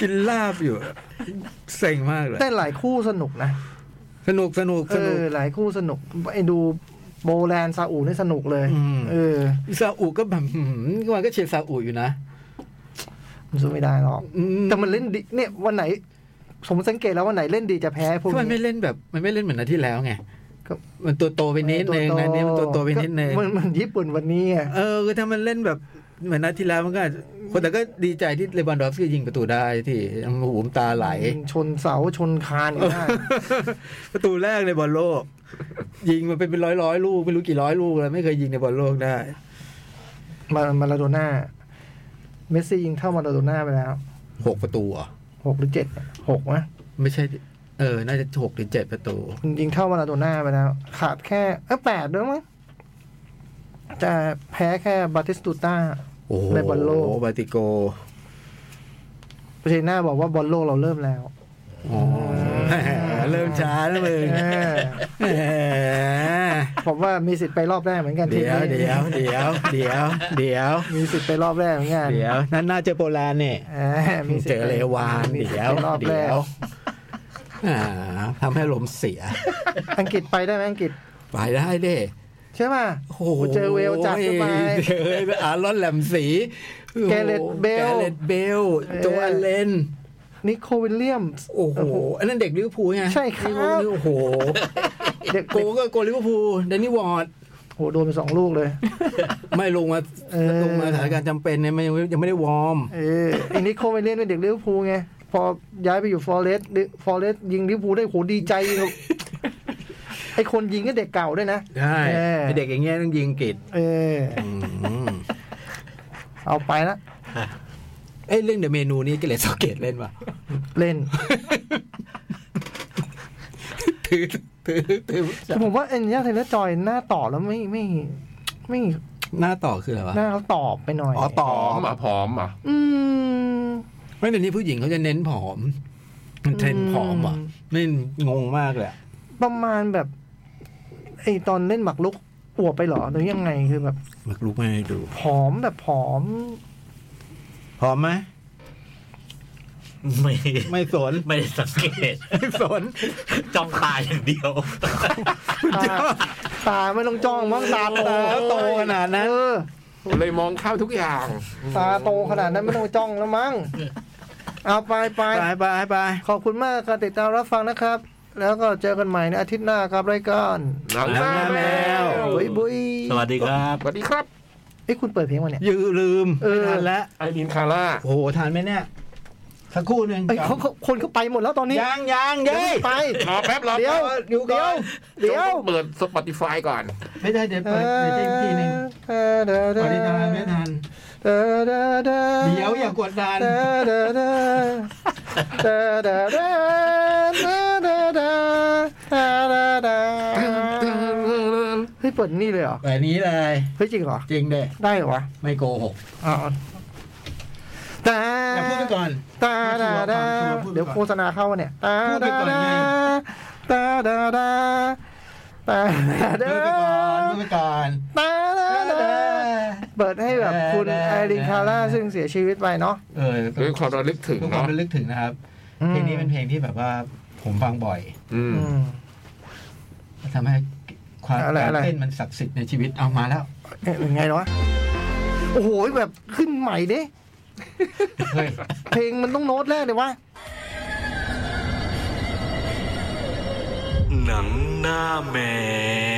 Speaker 2: กินลาบอยู่เซ็งมากเลย
Speaker 6: แต่หลายคู่สนุกนะ
Speaker 2: สนุกสนุก
Speaker 6: เอ
Speaker 2: สนุ
Speaker 6: อก หลายคู่สนุกไอ้ดูโบแลนด์ซาอุนี่สนุกเลย
Speaker 2: อืม
Speaker 6: เออ
Speaker 2: ซาอุก็แบบหืมวันก็เชียร์ซาอุอยู่นะ
Speaker 6: มันสู้ไม่ได้หรอก
Speaker 2: อื
Speaker 6: แต่มันเล่นดีเนี่ยวันไหน ผมสังเกตแล้ววันไหนเล่นดีจะแพ้พวก
Speaker 2: ก็มันไม่
Speaker 6: นี้
Speaker 2: เล่นแบบ มันไม่เล่นเหมือนนัดที่แล้วไง
Speaker 6: ก็
Speaker 2: มันตัวโตไปนิดนึงนะนี่มันตัวโตไปนิดนึง
Speaker 6: มันมันญี่ปุ่นวันนี้อะ
Speaker 2: เออคือถ้ามันเล่นแบบเหมือนนัดที่แล้วมันก็อาจจะคนแต่ก็ดีใจที่เลบานดอฟสกี้ยิงประตูได้ที่หูมตา
Speaker 6: <laughs>
Speaker 2: ไหล
Speaker 6: ชนเสาชนคานอยู่ได้
Speaker 2: ประตูแรกในบอลโลก ยิงมันเป็นเป็นร้อยร้อยๆลูกไม่รู้กี่ร้อยลูกแล้วไม่เคยยิงในบอลโลกได้
Speaker 6: มามาลาโดน่า เมสซี่ยิงเท่ามาลาโดน่าไปแล้ว
Speaker 2: หกประตูเหรอ่ะ
Speaker 6: หกหรือเจ็ดหกนะ
Speaker 2: ไม่ใช่ เออ น่าจะหกหรือเจ็ดประตู
Speaker 6: มันยิงเท่ามาลาโดน่าไปแล้ว ขาดแค่เออแปดด้วยมั้งจะแพ้แค่บาติสตูต้า
Speaker 2: โอ้โห
Speaker 6: ในบอลโลก
Speaker 2: บาติโก
Speaker 6: เปอร์เซ็นต์หน้าบอกว่าบอลโลกเราเริ่มแล้ว
Speaker 2: อ๋อแหมเริ่มช้าแล้ว
Speaker 6: <laughs>
Speaker 2: มึง
Speaker 6: เออ
Speaker 2: แหม
Speaker 6: ผมว่ามีสิทธิ์ไปรอบแรกเหมือนกันทีม
Speaker 2: เดี๋ยว
Speaker 6: นี้
Speaker 2: เดี๋ยวเดี๋ยวเดี๋ยวเดี๋ยว
Speaker 6: มีสิทธิ์ไปรอบแรกเหมือนกัน
Speaker 2: เดี๋ยวนั่นน่าเจอโปแลนด์เนี่ย
Speaker 6: เออมีสิท
Speaker 2: เจ
Speaker 6: ธิ์
Speaker 2: อ
Speaker 6: ไป
Speaker 2: เลวาน
Speaker 6: มีสิท
Speaker 2: เดี๋ยว
Speaker 6: ธิ์ไปรอบแร
Speaker 2: เดี๋
Speaker 6: ก
Speaker 2: ยวอ่าทำให้ลมณ์เสีย
Speaker 6: อังกฤษไปได้ไหมอังกฤษ
Speaker 2: ไปได้เด้
Speaker 6: ใช่ป่ะ
Speaker 2: โอ้โห
Speaker 6: เจอเวลจัดเข้าไป
Speaker 2: เจออารอนแหลมสี
Speaker 6: แกเรตเบล
Speaker 2: แกเรตเบลโจอันเลน
Speaker 6: นิโควิลเลียมส์
Speaker 3: โอ้โห อันนั้นเด็กลิเวอร์พูลไง
Speaker 6: ใช่ครับ
Speaker 3: ลิเวอพูลโอ้โห
Speaker 6: เด็ก
Speaker 3: โกก็โกลิเวอร์พูลเดนนี่วอร์ด
Speaker 6: โหโดนไปสองลูกเลย
Speaker 3: ไม่ลงมา
Speaker 6: เออ
Speaker 3: ลงมาสถานการณ์จำเป็นเนี่ยมันยังไม่ยังไม่ได้วอร์ม
Speaker 6: เออไอ้นิโควิลเลียมเป็นเด็กลิเวอร์พูลไง พอย้ายไปอยู่ฟอเรสต์ฟอเรสต์ยิงลิเวอร์พูลได้โหดีใจครับไอ้คนยิงก็เด็กเก่าด้วยนะ
Speaker 3: ใช่
Speaker 6: เออ
Speaker 3: ไอ้เด็กอย่างเงี้ยต้องยิงอังกฤษ
Speaker 6: เออ เอาไปละ
Speaker 3: เอ้ยเรื่องเดอะเมนูนี้กิเลสซอกเกตเล่นป่ะ
Speaker 6: เล่น
Speaker 3: ถือถือถือ
Speaker 6: แต่ผมว่าเอ็นยาไทเลอร์จอยหน้าต่อแล้วไม่ไม่ไม่
Speaker 3: หน้าต่อคืออะไรวะ
Speaker 6: หน้าเขาตอบไปหน่อย
Speaker 3: อ๋อต่อ
Speaker 4: พร้อมอ่ะพร้อมอ่ะ
Speaker 6: อืม
Speaker 3: ไม่เดี๋ยวนี้ผู้หญิงเขาจะเน้นผอม มันเทรนด์ผอมเหรอ่ะ
Speaker 6: อืม
Speaker 3: นี่งงมากเลยอะ
Speaker 6: ประมาณแบบไอตอนเล่นหมากลุกอวบไปเหรอหรือยังไงคือแบบ
Speaker 2: มักลุกไม่ให้ดู
Speaker 6: ผอมแบบผอม
Speaker 2: พร้อมไหม
Speaker 3: ไม่
Speaker 2: ไม่สน
Speaker 3: ไม่สังเกต <laughs>
Speaker 2: ไม่สน
Speaker 3: จ้องตาอย่างเดียว <laughs>
Speaker 6: ตาตาไม่ต้องจ้องมั้งตาโต
Speaker 2: ตาโตขนาดนั้น
Speaker 6: เออ
Speaker 4: เลยมองข้ามทุกอย่าง
Speaker 6: ตาโตขนาดนั้นไม่ต้องจ้องแล้วมั้งเอาไปไป
Speaker 2: ไปไปไป
Speaker 6: ขอบคุณมากการติดตามรับฟังนะครับ แล้วก็เจอกันใหม่ในอาทิตย์หน้าครับรายการ
Speaker 4: หลังหน้าแมว
Speaker 6: บุยบุย
Speaker 3: สวัสดีครับ
Speaker 4: สวัสดีครับ
Speaker 6: ไอ้ยคุณเปิดเพลงมาเนี่ย
Speaker 2: อย่าลืม
Speaker 6: เออ
Speaker 2: ไม่ทันแล้ว
Speaker 4: ไอรินคาร่า
Speaker 2: โอ้โหทานไหมเนี่ย สักครู่หนึ่ง
Speaker 6: เอ้ยเขาเขาคนเขาไปหมดแล้วตอนนี้
Speaker 2: ยังยัง
Speaker 6: เดี๋ยว
Speaker 2: เย้ย
Speaker 6: ไป
Speaker 4: รอแป๊บรอ
Speaker 6: เดี๋
Speaker 4: แป๊
Speaker 6: ยว
Speaker 4: บ
Speaker 2: อยู่ก่
Speaker 6: เดี๋ย
Speaker 2: อ
Speaker 6: ว
Speaker 2: น
Speaker 6: เดี๋ยว
Speaker 4: เปิด Spotify ก่อน
Speaker 2: ไม่ได้เดี๋ยวเปิดเดี๋ยวอีกทีหนึ่งพอดีทานไม่ทานเดี๋ยวอย่ากดดัน
Speaker 6: เฮ้ยเปิดนี่เลยเหรอ
Speaker 2: แบบนี้เลย
Speaker 6: เฮ้ยจริงเหรอ
Speaker 2: จริงเด้
Speaker 6: ได้เหรอวะ
Speaker 2: ไม่โกหก
Speaker 6: อ๋อแต่
Speaker 2: แต่พูดไปก่อน
Speaker 6: ตาดาดาเดี๋ยวโฆษณาเข้าเนี่ยตาดาดาตาดาดาตาดาด
Speaker 2: พูดไปก่อนพู
Speaker 6: า
Speaker 2: ดไปก่อน
Speaker 6: ตาดาดาเปิดให้แบบคุณ
Speaker 2: ตาดาดา
Speaker 6: ไอรินคาร่าซึ่งเสียชีวิตไปเนาะ
Speaker 2: เออ
Speaker 4: ด้วยความระลึกถึง
Speaker 2: ด้วยความ
Speaker 4: เนาะ
Speaker 2: ระลึกถึงนะครับ
Speaker 6: อืม
Speaker 2: เพลงนี้เป็นเพลงที่แบบว่าผมฟังบ่อย
Speaker 4: อืม
Speaker 6: อืม
Speaker 2: ทำให้ความ
Speaker 6: อะไร
Speaker 2: การ
Speaker 6: อะไร
Speaker 2: เต้นมันศักดิ์สิทธิ์ในชีวิตเอามาแล้ว
Speaker 6: เอ๊ะยังไงเนาะโอ้โหแบบขึ้นใหม่ดิ
Speaker 2: เฮ้ย
Speaker 6: เพลงมันต้องโน้ตแรกเลยวะ
Speaker 1: หนังหน้าแมว